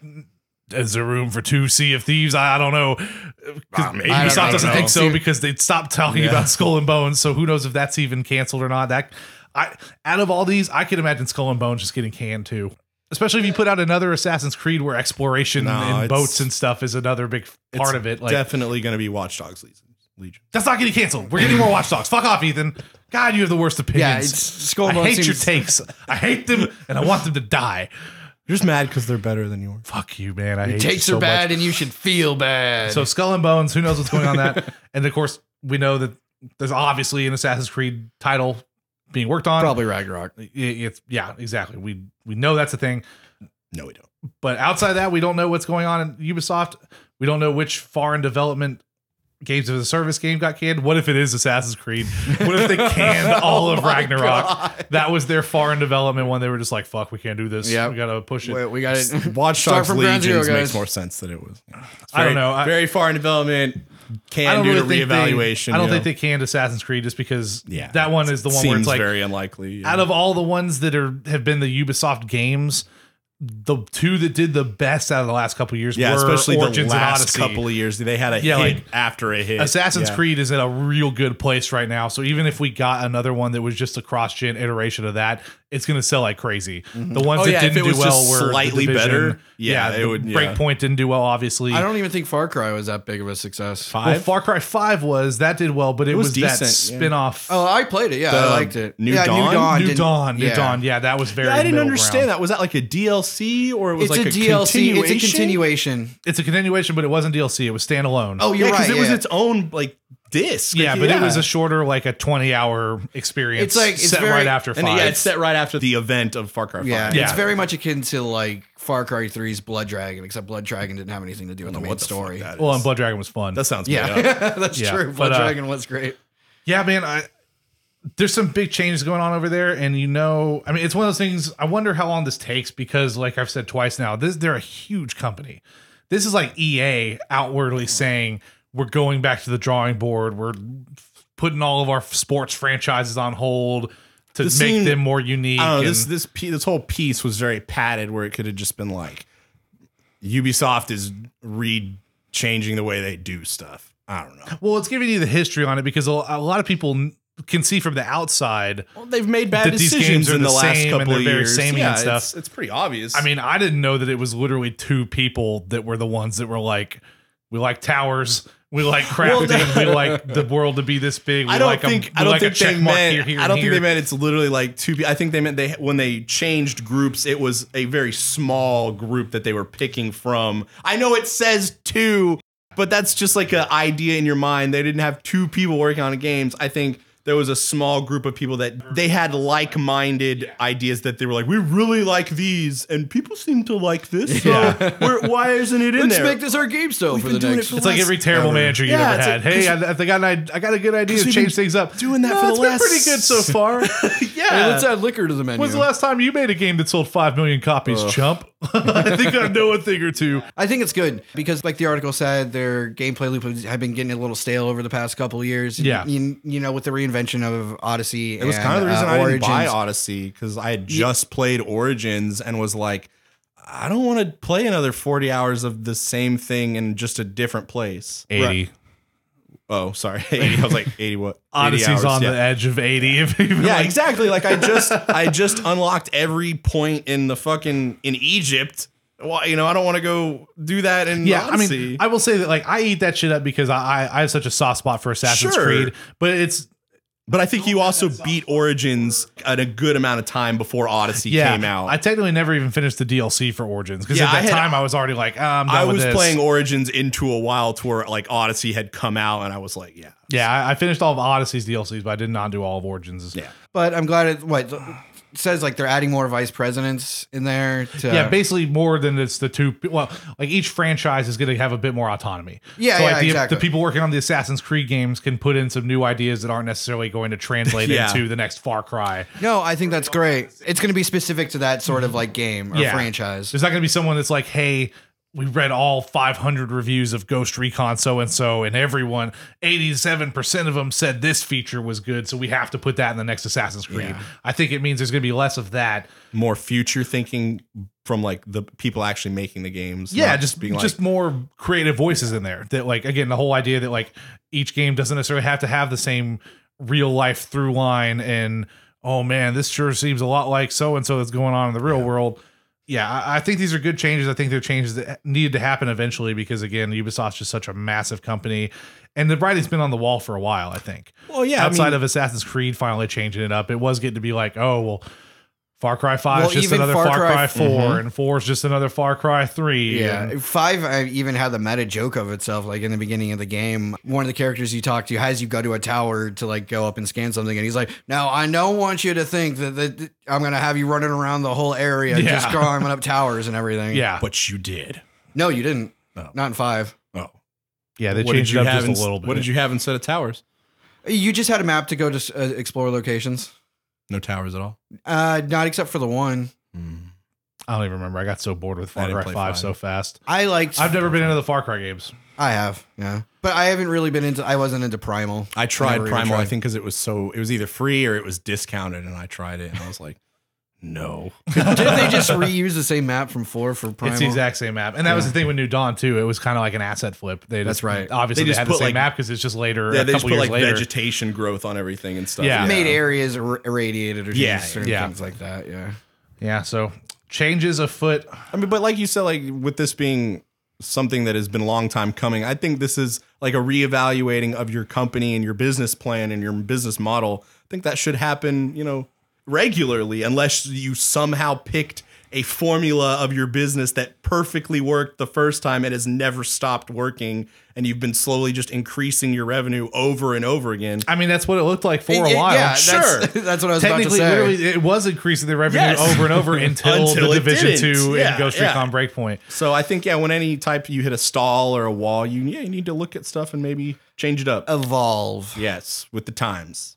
[SPEAKER 1] Is there room for two Sea of Thieves? I, I don't know. 'Cause
[SPEAKER 3] Ah, maybe.
[SPEAKER 2] I don't-
[SPEAKER 1] Ubisoft
[SPEAKER 2] I
[SPEAKER 1] doesn't
[SPEAKER 2] don't
[SPEAKER 1] think
[SPEAKER 2] know.
[SPEAKER 1] so because they stopped talking
[SPEAKER 3] Yeah.
[SPEAKER 1] about Skull and Bones. So who knows if that's even canceled or not? That I out of all these, I could imagine Skull and Bones just getting canned too. Especially if you put out another Assassin's Creed where exploration
[SPEAKER 3] No,
[SPEAKER 1] and
[SPEAKER 3] it's-
[SPEAKER 1] boats and stuff is another big part of it. Like
[SPEAKER 3] definitely going to be Watch Dogs Legion. Legion.
[SPEAKER 1] that's not getting canceled. We're getting more Watch Dogs. Fuck off, Ethan. God, you have the worst opinions.
[SPEAKER 2] yeah, it's Skull
[SPEAKER 1] I
[SPEAKER 2] Bones
[SPEAKER 1] hate
[SPEAKER 2] seems-
[SPEAKER 1] your takes. I hate them, and I want them to die.
[SPEAKER 3] You're just mad because they're better than yours.
[SPEAKER 1] Fuck you, man. I hate you
[SPEAKER 2] takes
[SPEAKER 1] so
[SPEAKER 2] are
[SPEAKER 1] much.
[SPEAKER 2] bad, and you should feel bad.
[SPEAKER 1] So Skull and Bones, who knows what's going on that? and of course, we know that there's obviously an Assassin's Creed title being worked on.
[SPEAKER 2] probably Ragnarok.
[SPEAKER 1] I- It's yeah, exactly. We we know that's a thing.
[SPEAKER 3] No, we don't.
[SPEAKER 1] But outside that, we don't know what's going on in Ubisoft. We don't know which foreign development games of the service game got canned. What if it is Assassin's Creed? What if they canned all
[SPEAKER 3] Oh
[SPEAKER 1] of Ragnarok? That was their foreign development one. They were just like, "Fuck, we can't do this.
[SPEAKER 2] Yep.
[SPEAKER 1] We gotta push it."
[SPEAKER 2] Wait, we got it.
[SPEAKER 3] Watch
[SPEAKER 2] Start
[SPEAKER 3] Dogs
[SPEAKER 2] from ground zero,
[SPEAKER 3] Legion
[SPEAKER 2] guys.
[SPEAKER 3] makes more sense than it was. It's
[SPEAKER 1] I don't know. I-
[SPEAKER 3] very far in development. Can do to
[SPEAKER 1] think they-
[SPEAKER 3] reevaluation.
[SPEAKER 1] I don't
[SPEAKER 3] you
[SPEAKER 1] think
[SPEAKER 3] know.
[SPEAKER 1] they canned Assassin's Creed just because
[SPEAKER 3] Yeah,
[SPEAKER 1] that one is the one
[SPEAKER 3] Seems
[SPEAKER 1] where it's like
[SPEAKER 3] very unlikely. yeah.
[SPEAKER 1] out of all the ones that are have been the Ubisoft games, the two that did the best out of the last couple of years
[SPEAKER 3] Yeah,
[SPEAKER 1] were
[SPEAKER 3] especially the
[SPEAKER 1] Origins and
[SPEAKER 3] last
[SPEAKER 1] Odyssey.
[SPEAKER 3] couple of years. They had a
[SPEAKER 1] Yeah,
[SPEAKER 3] hit
[SPEAKER 1] like,
[SPEAKER 3] after a hit.
[SPEAKER 1] Assassin's
[SPEAKER 3] Yeah.
[SPEAKER 1] Creed is in a real good place right now. So even if we got another one that was just a cross gen iteration of that, it's going to sell like crazy. The ones
[SPEAKER 3] Oh,
[SPEAKER 1] that
[SPEAKER 3] yeah, if
[SPEAKER 1] didn't
[SPEAKER 3] it
[SPEAKER 1] do
[SPEAKER 3] was
[SPEAKER 1] well
[SPEAKER 3] just
[SPEAKER 1] were The
[SPEAKER 3] slightly
[SPEAKER 1] Division.
[SPEAKER 3] better, yeah, it
[SPEAKER 1] the
[SPEAKER 3] would- yeah.
[SPEAKER 1] Breakpoint didn't do well, obviously.
[SPEAKER 2] I don't even think Far Cry was that big of a success.
[SPEAKER 1] well, Far Cry Five was that did well, but it,
[SPEAKER 6] was
[SPEAKER 1] was, that
[SPEAKER 6] decent, yeah.
[SPEAKER 1] spin off.
[SPEAKER 2] Oh, I played it. Yeah, I
[SPEAKER 3] The
[SPEAKER 2] liked it.
[SPEAKER 3] New
[SPEAKER 2] yeah,
[SPEAKER 3] Dawn?
[SPEAKER 1] New
[SPEAKER 2] didn't-
[SPEAKER 1] Dawn, New
[SPEAKER 2] yeah.
[SPEAKER 1] Dawn. Yeah, that was very.
[SPEAKER 3] I didn't
[SPEAKER 1] middle
[SPEAKER 3] understand
[SPEAKER 1] ground.
[SPEAKER 3] that. Was that like a DLC or it was
[SPEAKER 2] It's
[SPEAKER 3] like
[SPEAKER 2] a, DLC. It's a
[SPEAKER 3] continuation?
[SPEAKER 2] continuation.
[SPEAKER 1] It's a continuation, but it wasn't DLC. It was standalone.
[SPEAKER 2] Oh,
[SPEAKER 3] Yeah,
[SPEAKER 2] you're
[SPEAKER 3] because
[SPEAKER 2] right.
[SPEAKER 3] it was
[SPEAKER 2] yeah.
[SPEAKER 3] its own like disc.
[SPEAKER 1] yeah,
[SPEAKER 3] Like,
[SPEAKER 1] but it was a shorter, like a twenty-hour experience.
[SPEAKER 2] It's like- it's
[SPEAKER 1] set
[SPEAKER 2] very-
[SPEAKER 1] right after five.
[SPEAKER 3] and yeah, it's set right after the event of Far Cry. 5.
[SPEAKER 2] Yeah,
[SPEAKER 1] Yeah.
[SPEAKER 2] it's very much akin to like Far Cry 3's Blood Dragon, except Blood Dragon didn't have anything to do with the main
[SPEAKER 3] what the
[SPEAKER 2] story.
[SPEAKER 3] Fuck that
[SPEAKER 1] well,
[SPEAKER 3] is.
[SPEAKER 1] and Blood Dragon was fun.
[SPEAKER 3] that sounds made up.
[SPEAKER 2] yeah, that's
[SPEAKER 1] Yeah,
[SPEAKER 2] true.
[SPEAKER 1] but,
[SPEAKER 2] Blood
[SPEAKER 1] uh,
[SPEAKER 2] Dragon was great.
[SPEAKER 1] yeah, man. I there's some big changes going on over there, and you know, I mean, it's one of those things. I wonder how long this takes because, like I've said twice now, this they're a huge company. This is like EA outwardly saying we're going back to the drawing board. We're putting all of our sports franchises on hold to
[SPEAKER 3] This
[SPEAKER 1] make
[SPEAKER 3] seemed-
[SPEAKER 1] them more unique.
[SPEAKER 3] I don't know,
[SPEAKER 1] and-
[SPEAKER 3] this this pe- this whole piece was very padded, where it could have just been like, Ubisoft is re changing the way they do stuff. I don't know.
[SPEAKER 1] Well, it's giving you the history on it because a a lot of people n- can see from the outside.
[SPEAKER 3] Well, they've made bad
[SPEAKER 1] That these games
[SPEAKER 3] decisions
[SPEAKER 1] are
[SPEAKER 3] in the,
[SPEAKER 1] the
[SPEAKER 3] last
[SPEAKER 1] same and
[SPEAKER 3] couple
[SPEAKER 1] they're
[SPEAKER 3] of
[SPEAKER 1] very
[SPEAKER 3] years.
[SPEAKER 1] samey and
[SPEAKER 3] yeah,
[SPEAKER 1] stuff.
[SPEAKER 3] It's, it's pretty obvious.
[SPEAKER 1] I mean, I didn't know that it was literally two people that were the ones that were like, we like towers. We like crafting. we like the world to be this big. We
[SPEAKER 3] I don't
[SPEAKER 1] like 'em-
[SPEAKER 3] think
[SPEAKER 1] we
[SPEAKER 3] I don't
[SPEAKER 1] like a
[SPEAKER 3] think they
[SPEAKER 1] check mark
[SPEAKER 3] meant
[SPEAKER 1] here, here,
[SPEAKER 3] I don't
[SPEAKER 1] and
[SPEAKER 3] think they
[SPEAKER 1] here.
[SPEAKER 3] meant it's literally like two. pe- I think they meant they when they changed groups, it was a very small group that they were picking from. I know it says two, but that's just like an idea in your mind. They didn't have two people working on games. I think there was a small group of people that they had like-minded ideas that they were like, we really like these, and people seem to like this. So
[SPEAKER 1] Yeah.
[SPEAKER 3] we're, why isn't it in
[SPEAKER 2] Let's
[SPEAKER 3] there?
[SPEAKER 2] make this our game show for
[SPEAKER 3] been
[SPEAKER 2] the
[SPEAKER 3] doing
[SPEAKER 2] next.
[SPEAKER 3] it for
[SPEAKER 1] It's like every terrible manager you
[SPEAKER 3] Yeah,
[SPEAKER 1] ever
[SPEAKER 3] it's
[SPEAKER 1] had.
[SPEAKER 3] like-
[SPEAKER 1] hey, I, I think I, got- I got a good idea to
[SPEAKER 3] we've
[SPEAKER 1] change
[SPEAKER 3] been
[SPEAKER 1] things up.
[SPEAKER 3] doing that
[SPEAKER 1] No,
[SPEAKER 3] for the
[SPEAKER 1] it's been
[SPEAKER 3] last-
[SPEAKER 1] pretty good so far.
[SPEAKER 3] yeah.
[SPEAKER 2] let's add liquor to the menu.
[SPEAKER 1] When's the last time you made a game that sold five million copies, chump? I think I know a thing or two.
[SPEAKER 2] I think it's good because, like the article said, their gameplay loop has- had been getting a little stale over the past couple of years.
[SPEAKER 1] Yeah.
[SPEAKER 2] you, you know, with the reinvention of Odyssey, uh,
[SPEAKER 3] It was kind of the
[SPEAKER 1] uh,
[SPEAKER 3] reason I
[SPEAKER 2] Origins.
[SPEAKER 3] didn't buy Odyssey because I had just played Origins and was like, I don't want to play another 40 hours of the same thing in just a different place.
[SPEAKER 1] Eighty.
[SPEAKER 3] Oh, sorry. 80. I was like, 80 what? 80
[SPEAKER 1] Odyssey's
[SPEAKER 3] hours,
[SPEAKER 1] on
[SPEAKER 3] yeah.
[SPEAKER 1] the edge of eighty. If even
[SPEAKER 3] Yeah,
[SPEAKER 1] like,
[SPEAKER 3] exactly. Like I just I just unlocked every point in the fucking in Egypt. Why you know, I don't want to go do that in
[SPEAKER 1] Yeah, I
[SPEAKER 3] Odyssey.
[SPEAKER 1] mean, I will say that like I eat that shit up because I I, I have such a soft spot for Assassin's
[SPEAKER 3] Sure.
[SPEAKER 1] Creed, but it's
[SPEAKER 3] but I think you also beat Origins at a good amount of time before Odyssey
[SPEAKER 1] yeah.
[SPEAKER 3] came out.
[SPEAKER 1] I technically never even finished the DLC for Origins because
[SPEAKER 3] Yeah,
[SPEAKER 1] at
[SPEAKER 3] I
[SPEAKER 1] that
[SPEAKER 3] had-
[SPEAKER 1] time I was already like ah, I'm done
[SPEAKER 3] I
[SPEAKER 1] with
[SPEAKER 3] was
[SPEAKER 1] this.
[SPEAKER 3] playing Origins into a while to where like Odyssey had come out, and I was like, yeah,
[SPEAKER 1] Yeah, I, I finished all of Odyssey's DLCs, but I did not do all of Origins.
[SPEAKER 3] Yeah.
[SPEAKER 2] but I'm glad it what it says like they're adding more vice presidents in there. To,
[SPEAKER 3] Uh,
[SPEAKER 1] Yeah, basically more than it's the two. Well, like each franchise is going to have a bit more autonomy.
[SPEAKER 2] Yeah,
[SPEAKER 1] so like
[SPEAKER 2] yeah,
[SPEAKER 1] the,
[SPEAKER 2] exactly.
[SPEAKER 1] the people working on the Assassin's Creed games can put in some new ideas that aren't necessarily going to translate
[SPEAKER 3] Yeah.
[SPEAKER 1] into the next Far Cry.
[SPEAKER 2] no, I think that's great. It's going to be specific to that sort of like game or
[SPEAKER 1] Yeah.
[SPEAKER 2] franchise.
[SPEAKER 1] There's not going to be someone that's like, hey, we read all 500 reviews of Ghost Recon so and so, and everyone, 87% of them said this feature was good, so we have to put that in the next Assassin's Creed. I think it means there's going to be less of that.
[SPEAKER 3] more future thinking from like the people actually making the games.
[SPEAKER 1] Yeah,
[SPEAKER 3] not
[SPEAKER 1] just just more creative voices in there. That like again, the whole idea that like each game doesn't necessarily have to have the same real life through line and oh man, this sure seems a lot like so and so that's going on in the real world. Yeah, I, I think these are good changes. I think they're changes that needed to happen eventually because again, Ubisoft's just such a massive company. And the writing's been on the wall for a while, I think.
[SPEAKER 3] well, yeah,
[SPEAKER 1] Outside
[SPEAKER 3] I mean,
[SPEAKER 1] of Assassin's Creed finally changing it up, it was getting to be like, oh well, Far Cry Five
[SPEAKER 2] Well,
[SPEAKER 1] is just
[SPEAKER 2] even
[SPEAKER 1] another Far,
[SPEAKER 2] Far Cry-
[SPEAKER 1] Cry, Four,
[SPEAKER 3] Mm-hmm.
[SPEAKER 1] and Four is just another Far Cry Three. and-
[SPEAKER 2] Yeah, five I even had the meta joke of itself. Like in the beginning of the game, one of the characters you talk to has you go to a tower to like go up and scan something, and he's like, "No, I don't want you to think that, that that I'm gonna have you running around the whole area
[SPEAKER 1] Yeah.
[SPEAKER 2] just climbing up towers and everything."
[SPEAKER 1] yeah,
[SPEAKER 3] but you did.
[SPEAKER 2] no, you didn't.
[SPEAKER 3] No.
[SPEAKER 2] Not in five.
[SPEAKER 3] Oh,
[SPEAKER 1] yeah, they
[SPEAKER 3] what did
[SPEAKER 1] changed it
[SPEAKER 3] you
[SPEAKER 1] up
[SPEAKER 3] have?
[SPEAKER 1] just a
[SPEAKER 3] ins-
[SPEAKER 1] little bit.
[SPEAKER 3] What did you have instead of towers?
[SPEAKER 2] You just had a map to go to uh, explore locations.
[SPEAKER 3] No towers at all.
[SPEAKER 2] Uh, not except for the one
[SPEAKER 1] Mm. I don't even remember. I got so bored with Far
[SPEAKER 3] didn't
[SPEAKER 1] Cry
[SPEAKER 3] play
[SPEAKER 1] Five,
[SPEAKER 3] five.
[SPEAKER 1] so fast.
[SPEAKER 2] I liked.
[SPEAKER 1] I've never been into the Far Cry games.
[SPEAKER 2] I have. Yeah, but I haven't really been into. I wasn't into Primal.
[SPEAKER 3] I tried
[SPEAKER 2] Never even
[SPEAKER 3] Primal, I
[SPEAKER 2] tried.
[SPEAKER 3] think, because it was so it was either free or it was discounted, and I tried it, and I was like, No.
[SPEAKER 2] Didn't they just reuse the same map from four for Primal?
[SPEAKER 1] It's the exact same map, and that was the thing with New Dawn too. It was kind of like an asset flip. They
[SPEAKER 2] That's
[SPEAKER 1] just-
[SPEAKER 2] right.
[SPEAKER 1] Obviously,
[SPEAKER 3] They
[SPEAKER 1] they,
[SPEAKER 3] just
[SPEAKER 1] had the
[SPEAKER 3] put,
[SPEAKER 1] same
[SPEAKER 3] like-
[SPEAKER 1] map because it's just later.
[SPEAKER 3] Yeah,
[SPEAKER 1] a
[SPEAKER 3] they just
[SPEAKER 1] couple
[SPEAKER 3] put
[SPEAKER 1] years
[SPEAKER 3] like
[SPEAKER 1] later.
[SPEAKER 3] vegetation growth on everything and stuff.
[SPEAKER 1] Yeah.
[SPEAKER 2] Made areas ir- irradiated or
[SPEAKER 3] Yeah,
[SPEAKER 2] yeah, certain
[SPEAKER 1] yeah.
[SPEAKER 2] things like that. Yeah.
[SPEAKER 1] yeah, so changes afoot.
[SPEAKER 3] I mean, but like you said, like with this being something that has been a long time coming, I think this is like a reevaluating of your company and your business plan and your business model. I think that should happen, you know, regularly, unless you somehow picked a formula of your business that perfectly worked the first time and has never stopped working and you've been slowly just increasing your revenue over and over again.
[SPEAKER 1] I mean, that's what it looked like for
[SPEAKER 2] It-
[SPEAKER 1] a
[SPEAKER 2] it-
[SPEAKER 1] while.
[SPEAKER 2] yeah, that's-
[SPEAKER 3] Sure.
[SPEAKER 2] That's, what I was about to
[SPEAKER 1] Technically,
[SPEAKER 2] say.
[SPEAKER 1] literally, it was increasing the revenue
[SPEAKER 3] Yes.
[SPEAKER 1] over and over until,
[SPEAKER 3] Until
[SPEAKER 1] the
[SPEAKER 3] it
[SPEAKER 1] Division
[SPEAKER 3] didn't.
[SPEAKER 1] Two
[SPEAKER 3] Yeah,
[SPEAKER 1] and Ghost
[SPEAKER 3] yeah.
[SPEAKER 1] Recon Breakpoint.
[SPEAKER 3] So I think yeah, when any type you hit a stall or a wall, you yeah, you need to look at stuff and maybe change it
[SPEAKER 2] Oh.
[SPEAKER 3] up.
[SPEAKER 2] Evolve.
[SPEAKER 3] yes, with the times.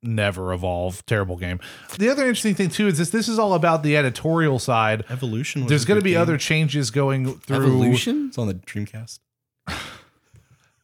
[SPEAKER 1] Never evolve. Terrible game. The other interesting thing too is this. This is all about the editorial side.
[SPEAKER 3] Evolution.
[SPEAKER 1] There's going to be other changes going through.
[SPEAKER 2] Evolution?
[SPEAKER 3] It's on the Dreamcast.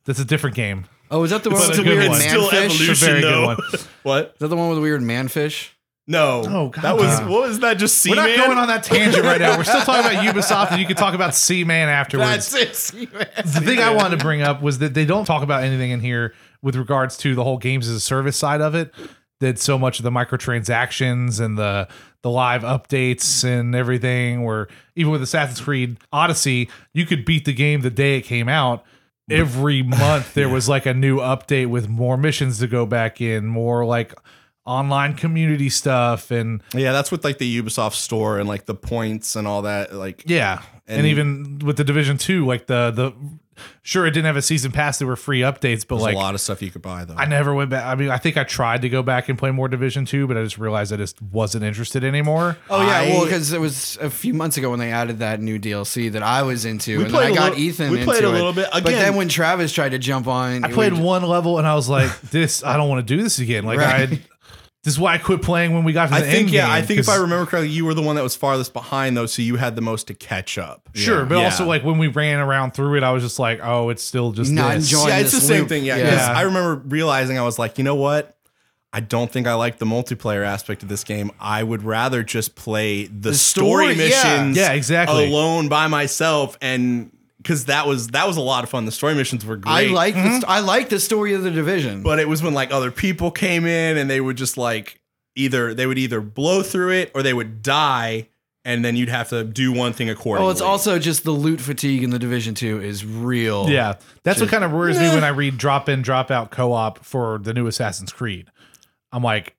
[SPEAKER 1] That's a different game.
[SPEAKER 2] Oh, is that the one
[SPEAKER 1] But
[SPEAKER 2] with
[SPEAKER 1] a
[SPEAKER 2] the
[SPEAKER 1] good
[SPEAKER 2] weird
[SPEAKER 1] one. It's
[SPEAKER 3] still
[SPEAKER 2] manfish?
[SPEAKER 1] It's a
[SPEAKER 2] Is
[SPEAKER 3] Evolution,
[SPEAKER 1] very good
[SPEAKER 3] though.
[SPEAKER 1] one.
[SPEAKER 3] What?
[SPEAKER 2] that the one with the weird manfish?
[SPEAKER 3] No.
[SPEAKER 1] Oh, God.
[SPEAKER 3] That was what was that? Just
[SPEAKER 1] We're
[SPEAKER 3] Seaman.
[SPEAKER 1] not going on that tangent right now. We're still talking about Ubisoft, and you can talk about C-Man afterwards.
[SPEAKER 3] That's it.
[SPEAKER 1] the thing I wanted to bring up was that they don't talk about anything in here with regards to the whole games as a service side of it. That so much of the microtransactions and the the live updates and everything, where even with Assassin's Creed Odyssey, you could beat the game the day it came out. Every month there was like a new update with more missions to go back in, more like online community stuff, and
[SPEAKER 3] Yeah, that's with like the Ubisoft store and like the points and all that. Like
[SPEAKER 1] Yeah. And,
[SPEAKER 3] And-
[SPEAKER 1] even with the division two, like the the sure it didn't have a season pass, there were free updates, but
[SPEAKER 3] there's
[SPEAKER 1] like
[SPEAKER 3] a lot of stuff you could buy though.
[SPEAKER 1] I never went back. I mean, I think I tried to go back and play more Division Two, but I just realized I just wasn't interested anymore.
[SPEAKER 2] Oh yeah,
[SPEAKER 3] I-
[SPEAKER 2] well, because it was a few months ago when they added that new DLC that I was into, and
[SPEAKER 3] We
[SPEAKER 2] then
[SPEAKER 3] played
[SPEAKER 2] I
[SPEAKER 3] a
[SPEAKER 2] got
[SPEAKER 3] little-
[SPEAKER 2] Ethan.
[SPEAKER 3] we played
[SPEAKER 2] into
[SPEAKER 3] a little
[SPEAKER 2] it.
[SPEAKER 3] bit.
[SPEAKER 2] but
[SPEAKER 3] Again-
[SPEAKER 2] then when Travis tried to jump on,
[SPEAKER 1] I played
[SPEAKER 2] we-
[SPEAKER 1] one level and I was like, "This, I don't want to do this again." Like
[SPEAKER 2] Right.
[SPEAKER 1] I, this is why I quit playing when we got to
[SPEAKER 3] I
[SPEAKER 1] the
[SPEAKER 3] think
[SPEAKER 1] end
[SPEAKER 3] yeah.
[SPEAKER 1] game,
[SPEAKER 3] I think if
[SPEAKER 1] 'cause-
[SPEAKER 3] I remember correctly, you were the one that was farthest behind though, so you had the most to catch up.
[SPEAKER 1] sure, but
[SPEAKER 3] Yeah.
[SPEAKER 1] also like when we ran around through it, I was just like, "Oh, it's still just
[SPEAKER 2] Not
[SPEAKER 1] this.
[SPEAKER 2] enjoying
[SPEAKER 3] yeah, it's the
[SPEAKER 2] this
[SPEAKER 3] same
[SPEAKER 2] loop.
[SPEAKER 3] thing. Yeah,
[SPEAKER 2] Yeah.
[SPEAKER 3] 'cause I remember realizing I was like, you know what? I don't think I like the multiplayer aspect of this game. I would rather just play the,
[SPEAKER 2] The story,
[SPEAKER 3] story,
[SPEAKER 2] yeah.
[SPEAKER 3] missions,
[SPEAKER 1] Yeah, exactly.
[SPEAKER 3] alone by myself, and because that was that was a lot of fun. The story missions were great.
[SPEAKER 2] I like
[SPEAKER 3] Hmm?
[SPEAKER 2] the st- I like the story of the division.
[SPEAKER 3] but it was when like other people came in and they would just like either they would either blow through it or they would die, and then you'd have to do one thing accordingly.
[SPEAKER 2] well, it's also just the loot fatigue in the division two is real.
[SPEAKER 1] Yeah, that's what kind of worries me when I read drop in, drop out co op for the new Assassin's Creed. I'm like,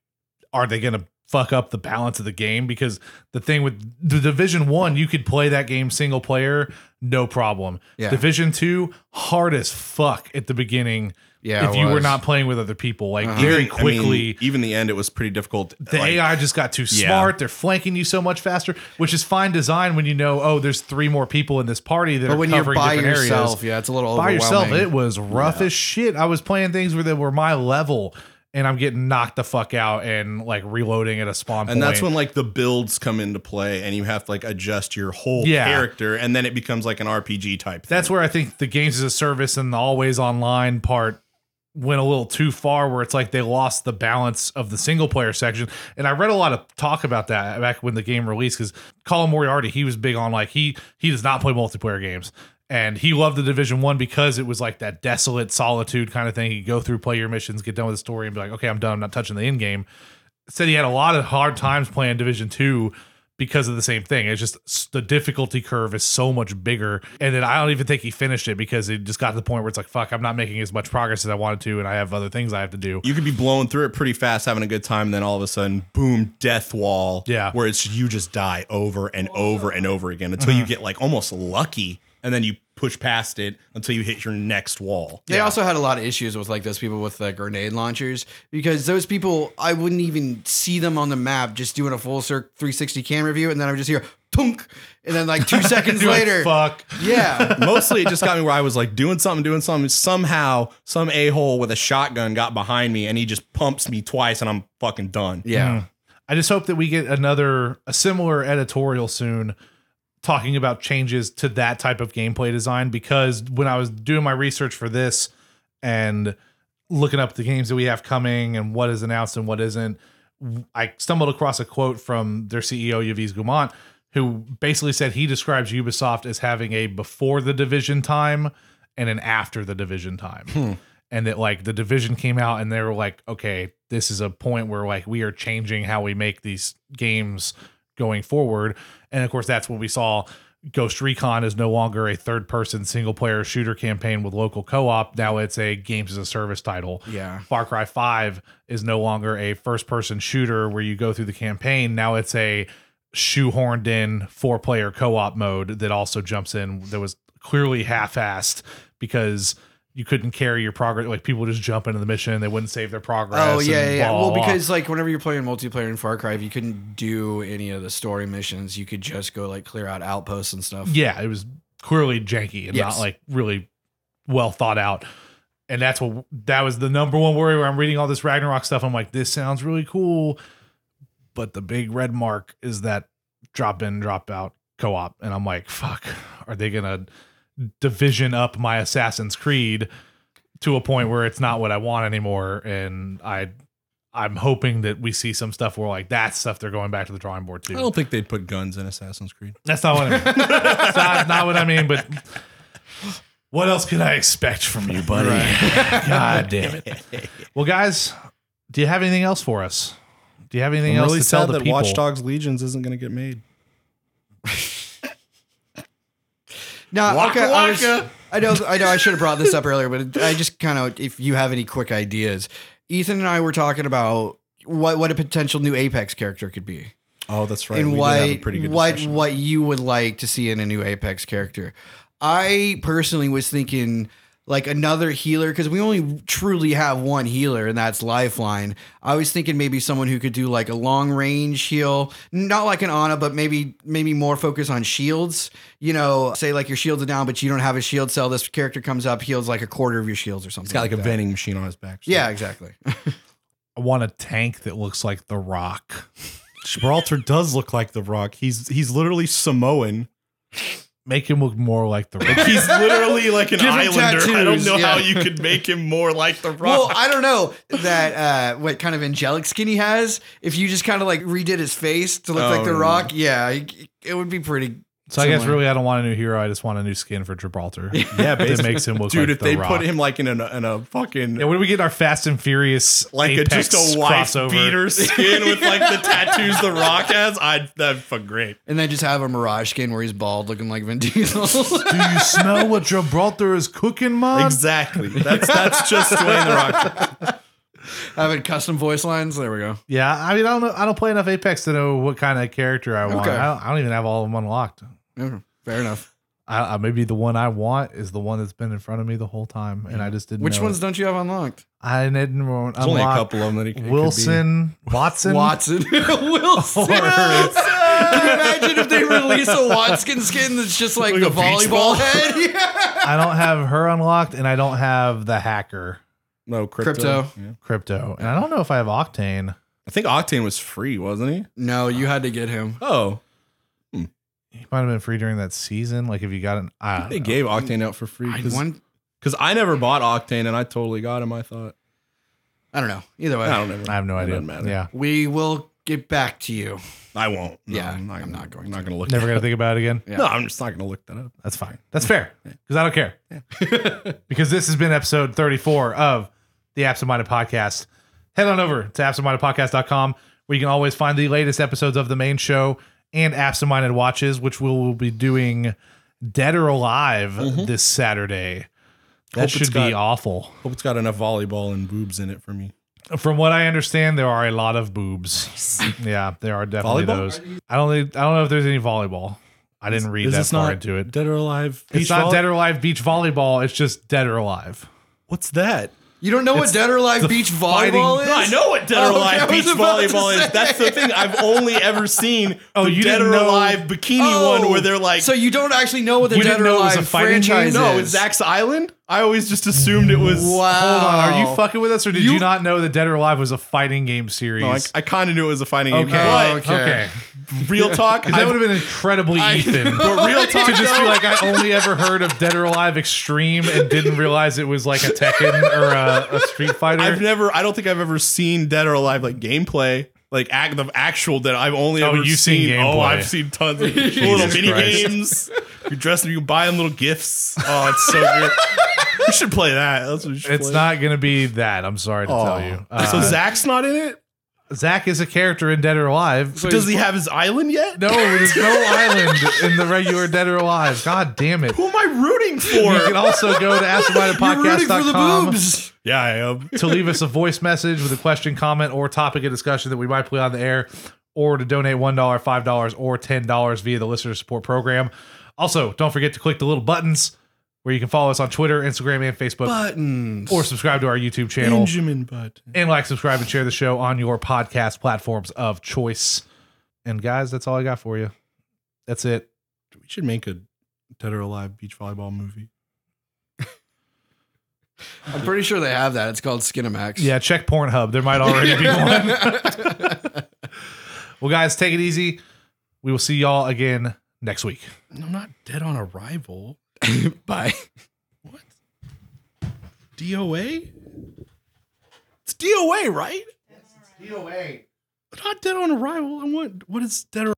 [SPEAKER 1] are they going to fuck up the balance of the game? Because the thing with the Division One, you could play that game single player, no problem.
[SPEAKER 2] Yeah.
[SPEAKER 1] Division Two, hard as fuck at the beginning.
[SPEAKER 2] Yeah,
[SPEAKER 1] if
[SPEAKER 2] it
[SPEAKER 1] you were
[SPEAKER 2] was.
[SPEAKER 1] not playing with other people, like
[SPEAKER 2] Uh-huh.
[SPEAKER 1] very
[SPEAKER 3] I mean,
[SPEAKER 1] quickly.
[SPEAKER 3] even the end, it was pretty difficult.
[SPEAKER 1] the
[SPEAKER 3] like-
[SPEAKER 1] AI just got too
[SPEAKER 3] Yeah.
[SPEAKER 1] smart. They're flanking you so much faster, which is fine design when you know, oh, there's three more people in this party that
[SPEAKER 2] but
[SPEAKER 1] are
[SPEAKER 2] when you're
[SPEAKER 1] covering
[SPEAKER 2] by
[SPEAKER 1] different
[SPEAKER 2] yourself,
[SPEAKER 1] areas
[SPEAKER 2] yeah, it's a little
[SPEAKER 1] by yourself
[SPEAKER 2] overwhelming.
[SPEAKER 1] it was rough as shit i was playing things where they were my level and i'm getting knocked the fuck out and like reloading at a spawn
[SPEAKER 3] And that's when like the builds come into play, and you have to like adjust your whole
[SPEAKER 1] Yeah.
[SPEAKER 3] character, and then it becomes like an RPG type. Thing.
[SPEAKER 1] that's where i think the games as a service and the always online part went a little too far where it's like they lost the balance of the single player section and i read a lot of talk about that back when the game released because colin moriarty he was big on like he he does not play multiplayer games and he loved the division one because it was like that desolate solitude kind of thing you go through play your missions get done with the story and be like okay i'm done i'm not touching the end game said he had a lot of hard times playing division two because of the same thing it's just s- the difficulty curve is so much bigger and then i don't even think he finished it because it just got to the point where it's like fuck i'm not making as much progress as i wanted to and i have other things i have to do
[SPEAKER 3] you could be blowing through it pretty fast, having a good time, and then all of a sudden, boom, death wall.
[SPEAKER 1] Yeah.
[SPEAKER 3] where it's you just die over and over and over again until
[SPEAKER 1] Uh-huh.
[SPEAKER 3] you get like almost lucky, and then you push past it until you hit your next wall.
[SPEAKER 2] They also had a lot of issues with like those people with the grenade launchers because those people I wouldn't even see them on the map just doing a full circ 360 camera view and then I would just hear tunk and then like two seconds
[SPEAKER 1] You're like,
[SPEAKER 2] later
[SPEAKER 1] fuck
[SPEAKER 2] yeah
[SPEAKER 3] Mostly, it just got me where I was like doing something, doing something. Somehow, some a hole with a shotgun got behind me, and he just pumps me twice, and I'm fucking done.
[SPEAKER 2] yeah
[SPEAKER 1] i just hope that we get another a similar editorial soon talking about changes to that type of gameplay design because when i was doing my research for this and looking up the games that we have coming and what is announced and what isn't I stumbled across a quote from their CEO Yves Gumont, who basically said he describes Ubisoft as having a before the division time and an after the division time. And that like the division came out and they were like, okay, this is a point where like we are changing how we make these games going forward. And of course, that's when we saw Ghost Recon is no longer a third person single player shooter campaign with local co op. Now it's a games as a service title.
[SPEAKER 2] Yeah.
[SPEAKER 1] Far Cry 5 is no longer a first person shooter where you go through the campaign. Now it's a shoehorned in four player co op mode that also jumps in that was clearly half assed because you couldn't carry your progress. Like people would just jump into the mission, they wouldn't save their progress.
[SPEAKER 2] Oh yeah, yeah.
[SPEAKER 1] and
[SPEAKER 2] yeah.
[SPEAKER 1] blah,
[SPEAKER 2] Well,
[SPEAKER 1] blah, blah.
[SPEAKER 2] because like whenever you're playing multiplayer in Far Cry, if you couldn't do any of the story missions, you could just go like clear out outposts and stuff.
[SPEAKER 1] yeah, it was clearly janky and
[SPEAKER 2] Yes.
[SPEAKER 1] not like really well thought out. And that's what that was the number one worry where I'm reading all this Ragnarok stuff. I'm like, this sounds really cool, but the big red mark is that drop in, drop out co op. And I'm like, fuck, are they gonna division up my Assassin's Creed to a point where it's not what I want anymore? And I, I'm hoping that we see some stuff where like that stuff they're going back to the drawing board too.
[SPEAKER 3] I don't think they'd put guns in Assassin's Creed.
[SPEAKER 1] That's not what I mean. That's not, not what I mean, but what else could I expect from you, buddy? God damn it. Well, guys, do you have anything else for us? Do you have anything else to tell the people?
[SPEAKER 3] Dogs Legions isn't going to get made.
[SPEAKER 2] No,
[SPEAKER 3] Waka
[SPEAKER 2] okay, I, was-
[SPEAKER 3] waka.
[SPEAKER 2] I know, I know, I should have brought this up earlier, but I just kind of, if you have any quick ideas, Ethan and I were talking about what what a potential new Apex character could be,
[SPEAKER 3] Oh, that's right.
[SPEAKER 2] and
[SPEAKER 3] we
[SPEAKER 2] what
[SPEAKER 3] did have a pretty good
[SPEAKER 2] what
[SPEAKER 3] discussion.
[SPEAKER 2] what you would like to see in a new Apex character. I personally was thinking like another healer because we only truly have one healer, and that's Lifeline. I was thinking maybe someone who could do like a long range heal, not like an Ana, but maybe maybe more focus on shields. You know, say like your shields are down, but you don't have a shield cell. This character comes up, heals like a quarter of your shields or something.
[SPEAKER 3] He's got like a
[SPEAKER 2] that.
[SPEAKER 3] vending machine on his back.
[SPEAKER 2] Yeah, exactly.
[SPEAKER 1] I want a tank that looks like The Rock.
[SPEAKER 7] Gibraltar does look like The Rock. He's he's literally Samoan.
[SPEAKER 1] Make him look more like The Rock.
[SPEAKER 7] He's literally like an
[SPEAKER 2] Give him
[SPEAKER 7] islander. I don't
[SPEAKER 2] tattoos,
[SPEAKER 7] know
[SPEAKER 2] yeah.
[SPEAKER 7] how you could make him more like The
[SPEAKER 2] Well,
[SPEAKER 7] Rock.
[SPEAKER 2] I don't know that uh, what kind of angelic skin he has. If you just kind of like redid his face to look
[SPEAKER 7] Oh,
[SPEAKER 2] like The
[SPEAKER 7] yeah.
[SPEAKER 2] Rock, yeah, it- it would be pretty.
[SPEAKER 1] So I guess
[SPEAKER 2] similar.
[SPEAKER 1] really I don't want a new hero. I just want a new skin for Gibraltar.
[SPEAKER 7] yeah,
[SPEAKER 1] that
[SPEAKER 7] basically.
[SPEAKER 1] makes him look
[SPEAKER 7] Dude,
[SPEAKER 1] like
[SPEAKER 7] if they
[SPEAKER 1] The Rock.
[SPEAKER 7] put him like in a in a fucking
[SPEAKER 1] yeah, when do we get our Fast and Furious
[SPEAKER 7] like a,
[SPEAKER 1] Apex
[SPEAKER 7] just a wife
[SPEAKER 1] crossover?
[SPEAKER 7] beater skin with like the tattoos The Rock has, I'd that'd fuck great.
[SPEAKER 2] And then just have a mirage skin where he's bald, looking like Vin Diesel.
[SPEAKER 1] Do you smell what Gibraltar is cooking, man?
[SPEAKER 7] Exactly. That's that's just Dwayne The Rock.
[SPEAKER 2] Having custom voice lines. There we go.
[SPEAKER 1] Yeah, I mean, I don't know. I don't play enough Apex to know what kind of character I want.
[SPEAKER 2] Okay.
[SPEAKER 1] I, don't, I don't even have all of them unlocked.
[SPEAKER 2] Yeah, Fair enough.
[SPEAKER 1] I, I maybe the one I want is the one that's been in front of me the whole time, and I just didn't.
[SPEAKER 2] Which
[SPEAKER 1] know
[SPEAKER 2] ones
[SPEAKER 1] It.
[SPEAKER 2] don't you have unlocked?
[SPEAKER 1] I didn't unlock
[SPEAKER 3] Mm. There's only a couple of them that he could
[SPEAKER 1] Wilson Watson.
[SPEAKER 2] Watson. Wilson.
[SPEAKER 1] Or-
[SPEAKER 2] Can you imagine if they release a Watson skin that's just like,
[SPEAKER 7] Like
[SPEAKER 2] the
[SPEAKER 7] a beach
[SPEAKER 2] volleyball head? Yeah.
[SPEAKER 1] I don't have her unlocked, and I don't have the hacker
[SPEAKER 3] No crypto.
[SPEAKER 2] Crypto.
[SPEAKER 3] Yeah.
[SPEAKER 1] crypto, and I don't know if I have Octane.
[SPEAKER 3] I think Octane was free, wasn't he?
[SPEAKER 2] No, you had to get him.
[SPEAKER 3] Oh,
[SPEAKER 1] He might have been free during that season. Like if you got an, I don't
[SPEAKER 3] they
[SPEAKER 1] know.
[SPEAKER 3] gave Octane out for free
[SPEAKER 2] I,
[SPEAKER 3] because
[SPEAKER 2] one,
[SPEAKER 3] I never bought Octane and I totally got him. I thought
[SPEAKER 2] I don't know. Either way,
[SPEAKER 3] I don't know.
[SPEAKER 1] I have no
[SPEAKER 3] It
[SPEAKER 1] idea.
[SPEAKER 3] doesn't matter.
[SPEAKER 1] Yeah,
[SPEAKER 2] we will get back to you.
[SPEAKER 3] I won't. No,
[SPEAKER 2] Yeah,
[SPEAKER 3] I'm not,
[SPEAKER 2] I'm
[SPEAKER 3] gonna,
[SPEAKER 2] not going
[SPEAKER 3] I'm not gonna look.
[SPEAKER 1] never
[SPEAKER 3] that
[SPEAKER 1] gonna
[SPEAKER 3] up.
[SPEAKER 1] think about it again.
[SPEAKER 2] Yeah.
[SPEAKER 3] No, I'm just not gonna look that up.
[SPEAKER 1] That's fine. That's fair because I don't care. because this has been episode 34 of the Absent Minded Podcast. Head on over to absentmindedpodcast.com where you can always find the latest episodes of the main show and Absent Minded Watches, which we will be doing Dead or Alive this Saturday.
[SPEAKER 3] Mm-hmm. Hope
[SPEAKER 1] That
[SPEAKER 3] it's
[SPEAKER 1] should
[SPEAKER 3] got-
[SPEAKER 1] be awful.
[SPEAKER 3] Hope it's got enough volleyball and boobs in it for me.
[SPEAKER 1] From what I understand, there are a lot of boobs. yeah, there are definitely
[SPEAKER 3] Volleyball?
[SPEAKER 1] those. I don't think, I don't know if there's any volleyball. I didn't read that far into it.
[SPEAKER 3] Dead or alive?
[SPEAKER 1] It's not Dead or Alive beach volleyball. It's just Dead or Alive.
[SPEAKER 3] What's that?
[SPEAKER 2] You don't know what Dead or Alive Beach Volleyball is?
[SPEAKER 7] No, I know what Dead
[SPEAKER 2] Oh,
[SPEAKER 7] or
[SPEAKER 2] okay,
[SPEAKER 7] Alive
[SPEAKER 2] I was
[SPEAKER 7] beach
[SPEAKER 2] about to
[SPEAKER 7] volleyball
[SPEAKER 2] say.
[SPEAKER 7] is. That's the thing. I've only ever seen
[SPEAKER 1] Oh,
[SPEAKER 7] the
[SPEAKER 1] you
[SPEAKER 7] Dead
[SPEAKER 1] didn't
[SPEAKER 7] or
[SPEAKER 1] know-
[SPEAKER 7] Alive bikini
[SPEAKER 2] Oh,
[SPEAKER 7] one where they're like,
[SPEAKER 2] so you don't actually know what the
[SPEAKER 1] You
[SPEAKER 2] Dead
[SPEAKER 1] didn't
[SPEAKER 2] or
[SPEAKER 1] know it was
[SPEAKER 2] Alive
[SPEAKER 1] a fighting game?
[SPEAKER 2] franchise
[SPEAKER 7] no,
[SPEAKER 2] is.
[SPEAKER 7] it's Zack's Island. I always just assumed it was.
[SPEAKER 2] Wow.
[SPEAKER 1] Hold on, are you fucking with us, or did you,
[SPEAKER 7] Oh. You-
[SPEAKER 1] not know that Dead or Alive was a fighting game series?
[SPEAKER 7] No, I, I kind of knew it was a fighting game.
[SPEAKER 1] okay,
[SPEAKER 7] But
[SPEAKER 1] okay.
[SPEAKER 7] real talk,
[SPEAKER 1] Because that
[SPEAKER 7] I've-
[SPEAKER 1] would have been incredibly Ethan.
[SPEAKER 7] but real talk,
[SPEAKER 1] To just be
[SPEAKER 7] though,
[SPEAKER 1] like, I only ever heard of Dead or Alive Extreme and didn't realize it was like a Tekken or a, a Street Fighter.
[SPEAKER 7] I've never. I don't think I've ever seen Dead or Alive like gameplay.
[SPEAKER 3] Like act, the actual that I've only
[SPEAKER 1] Oh,
[SPEAKER 3] ever
[SPEAKER 1] you've seen
[SPEAKER 3] Oh,
[SPEAKER 1] gameplay.
[SPEAKER 3] I've seen tons of little mini
[SPEAKER 1] Christ.
[SPEAKER 3] games. You dress them, you buy them little gifts. Oh, it's so good. we should play that. That's what we should
[SPEAKER 1] It's
[SPEAKER 3] play.
[SPEAKER 1] not going to be that. I'm sorry to tell you. Uh,
[SPEAKER 3] so Zach's not in it.
[SPEAKER 1] Zach is a character in Dead or Alive.
[SPEAKER 3] Does he have his island yet?
[SPEAKER 1] no, there's no island in the regular Dead or Alive. God damn it.
[SPEAKER 3] Who am I rooting for?
[SPEAKER 1] You can also go to AskMyThePodcast.com
[SPEAKER 3] yeah, I am.
[SPEAKER 1] to leave us a voice message with a question, comment, or topic of discussion that we might play on the air, or to donate $1, $5, or $10 via the listener support program. Also, don't forget to click the little buttons where you can follow us on Twitter, Instagram, and Facebook,
[SPEAKER 3] Buttons.
[SPEAKER 1] or subscribe to our YouTube channel.
[SPEAKER 3] Benjamin Button.
[SPEAKER 1] and like, subscribe, and share the show on your podcast platforms of choice. And guys, that's all I got for you. That's it.
[SPEAKER 3] We should make a Dead or Alive beach volleyball movie.
[SPEAKER 2] I'm pretty sure they have that. It's called Skinamax.
[SPEAKER 1] Yeah, check Pornhub. There might already be one. well, guys, take it easy. We will see y'all again next week.
[SPEAKER 3] I'm not dead on arrival.
[SPEAKER 2] Bye.
[SPEAKER 3] DOA? It's DOA, right? It's DOA. Not dead on arrival. I want what is dead or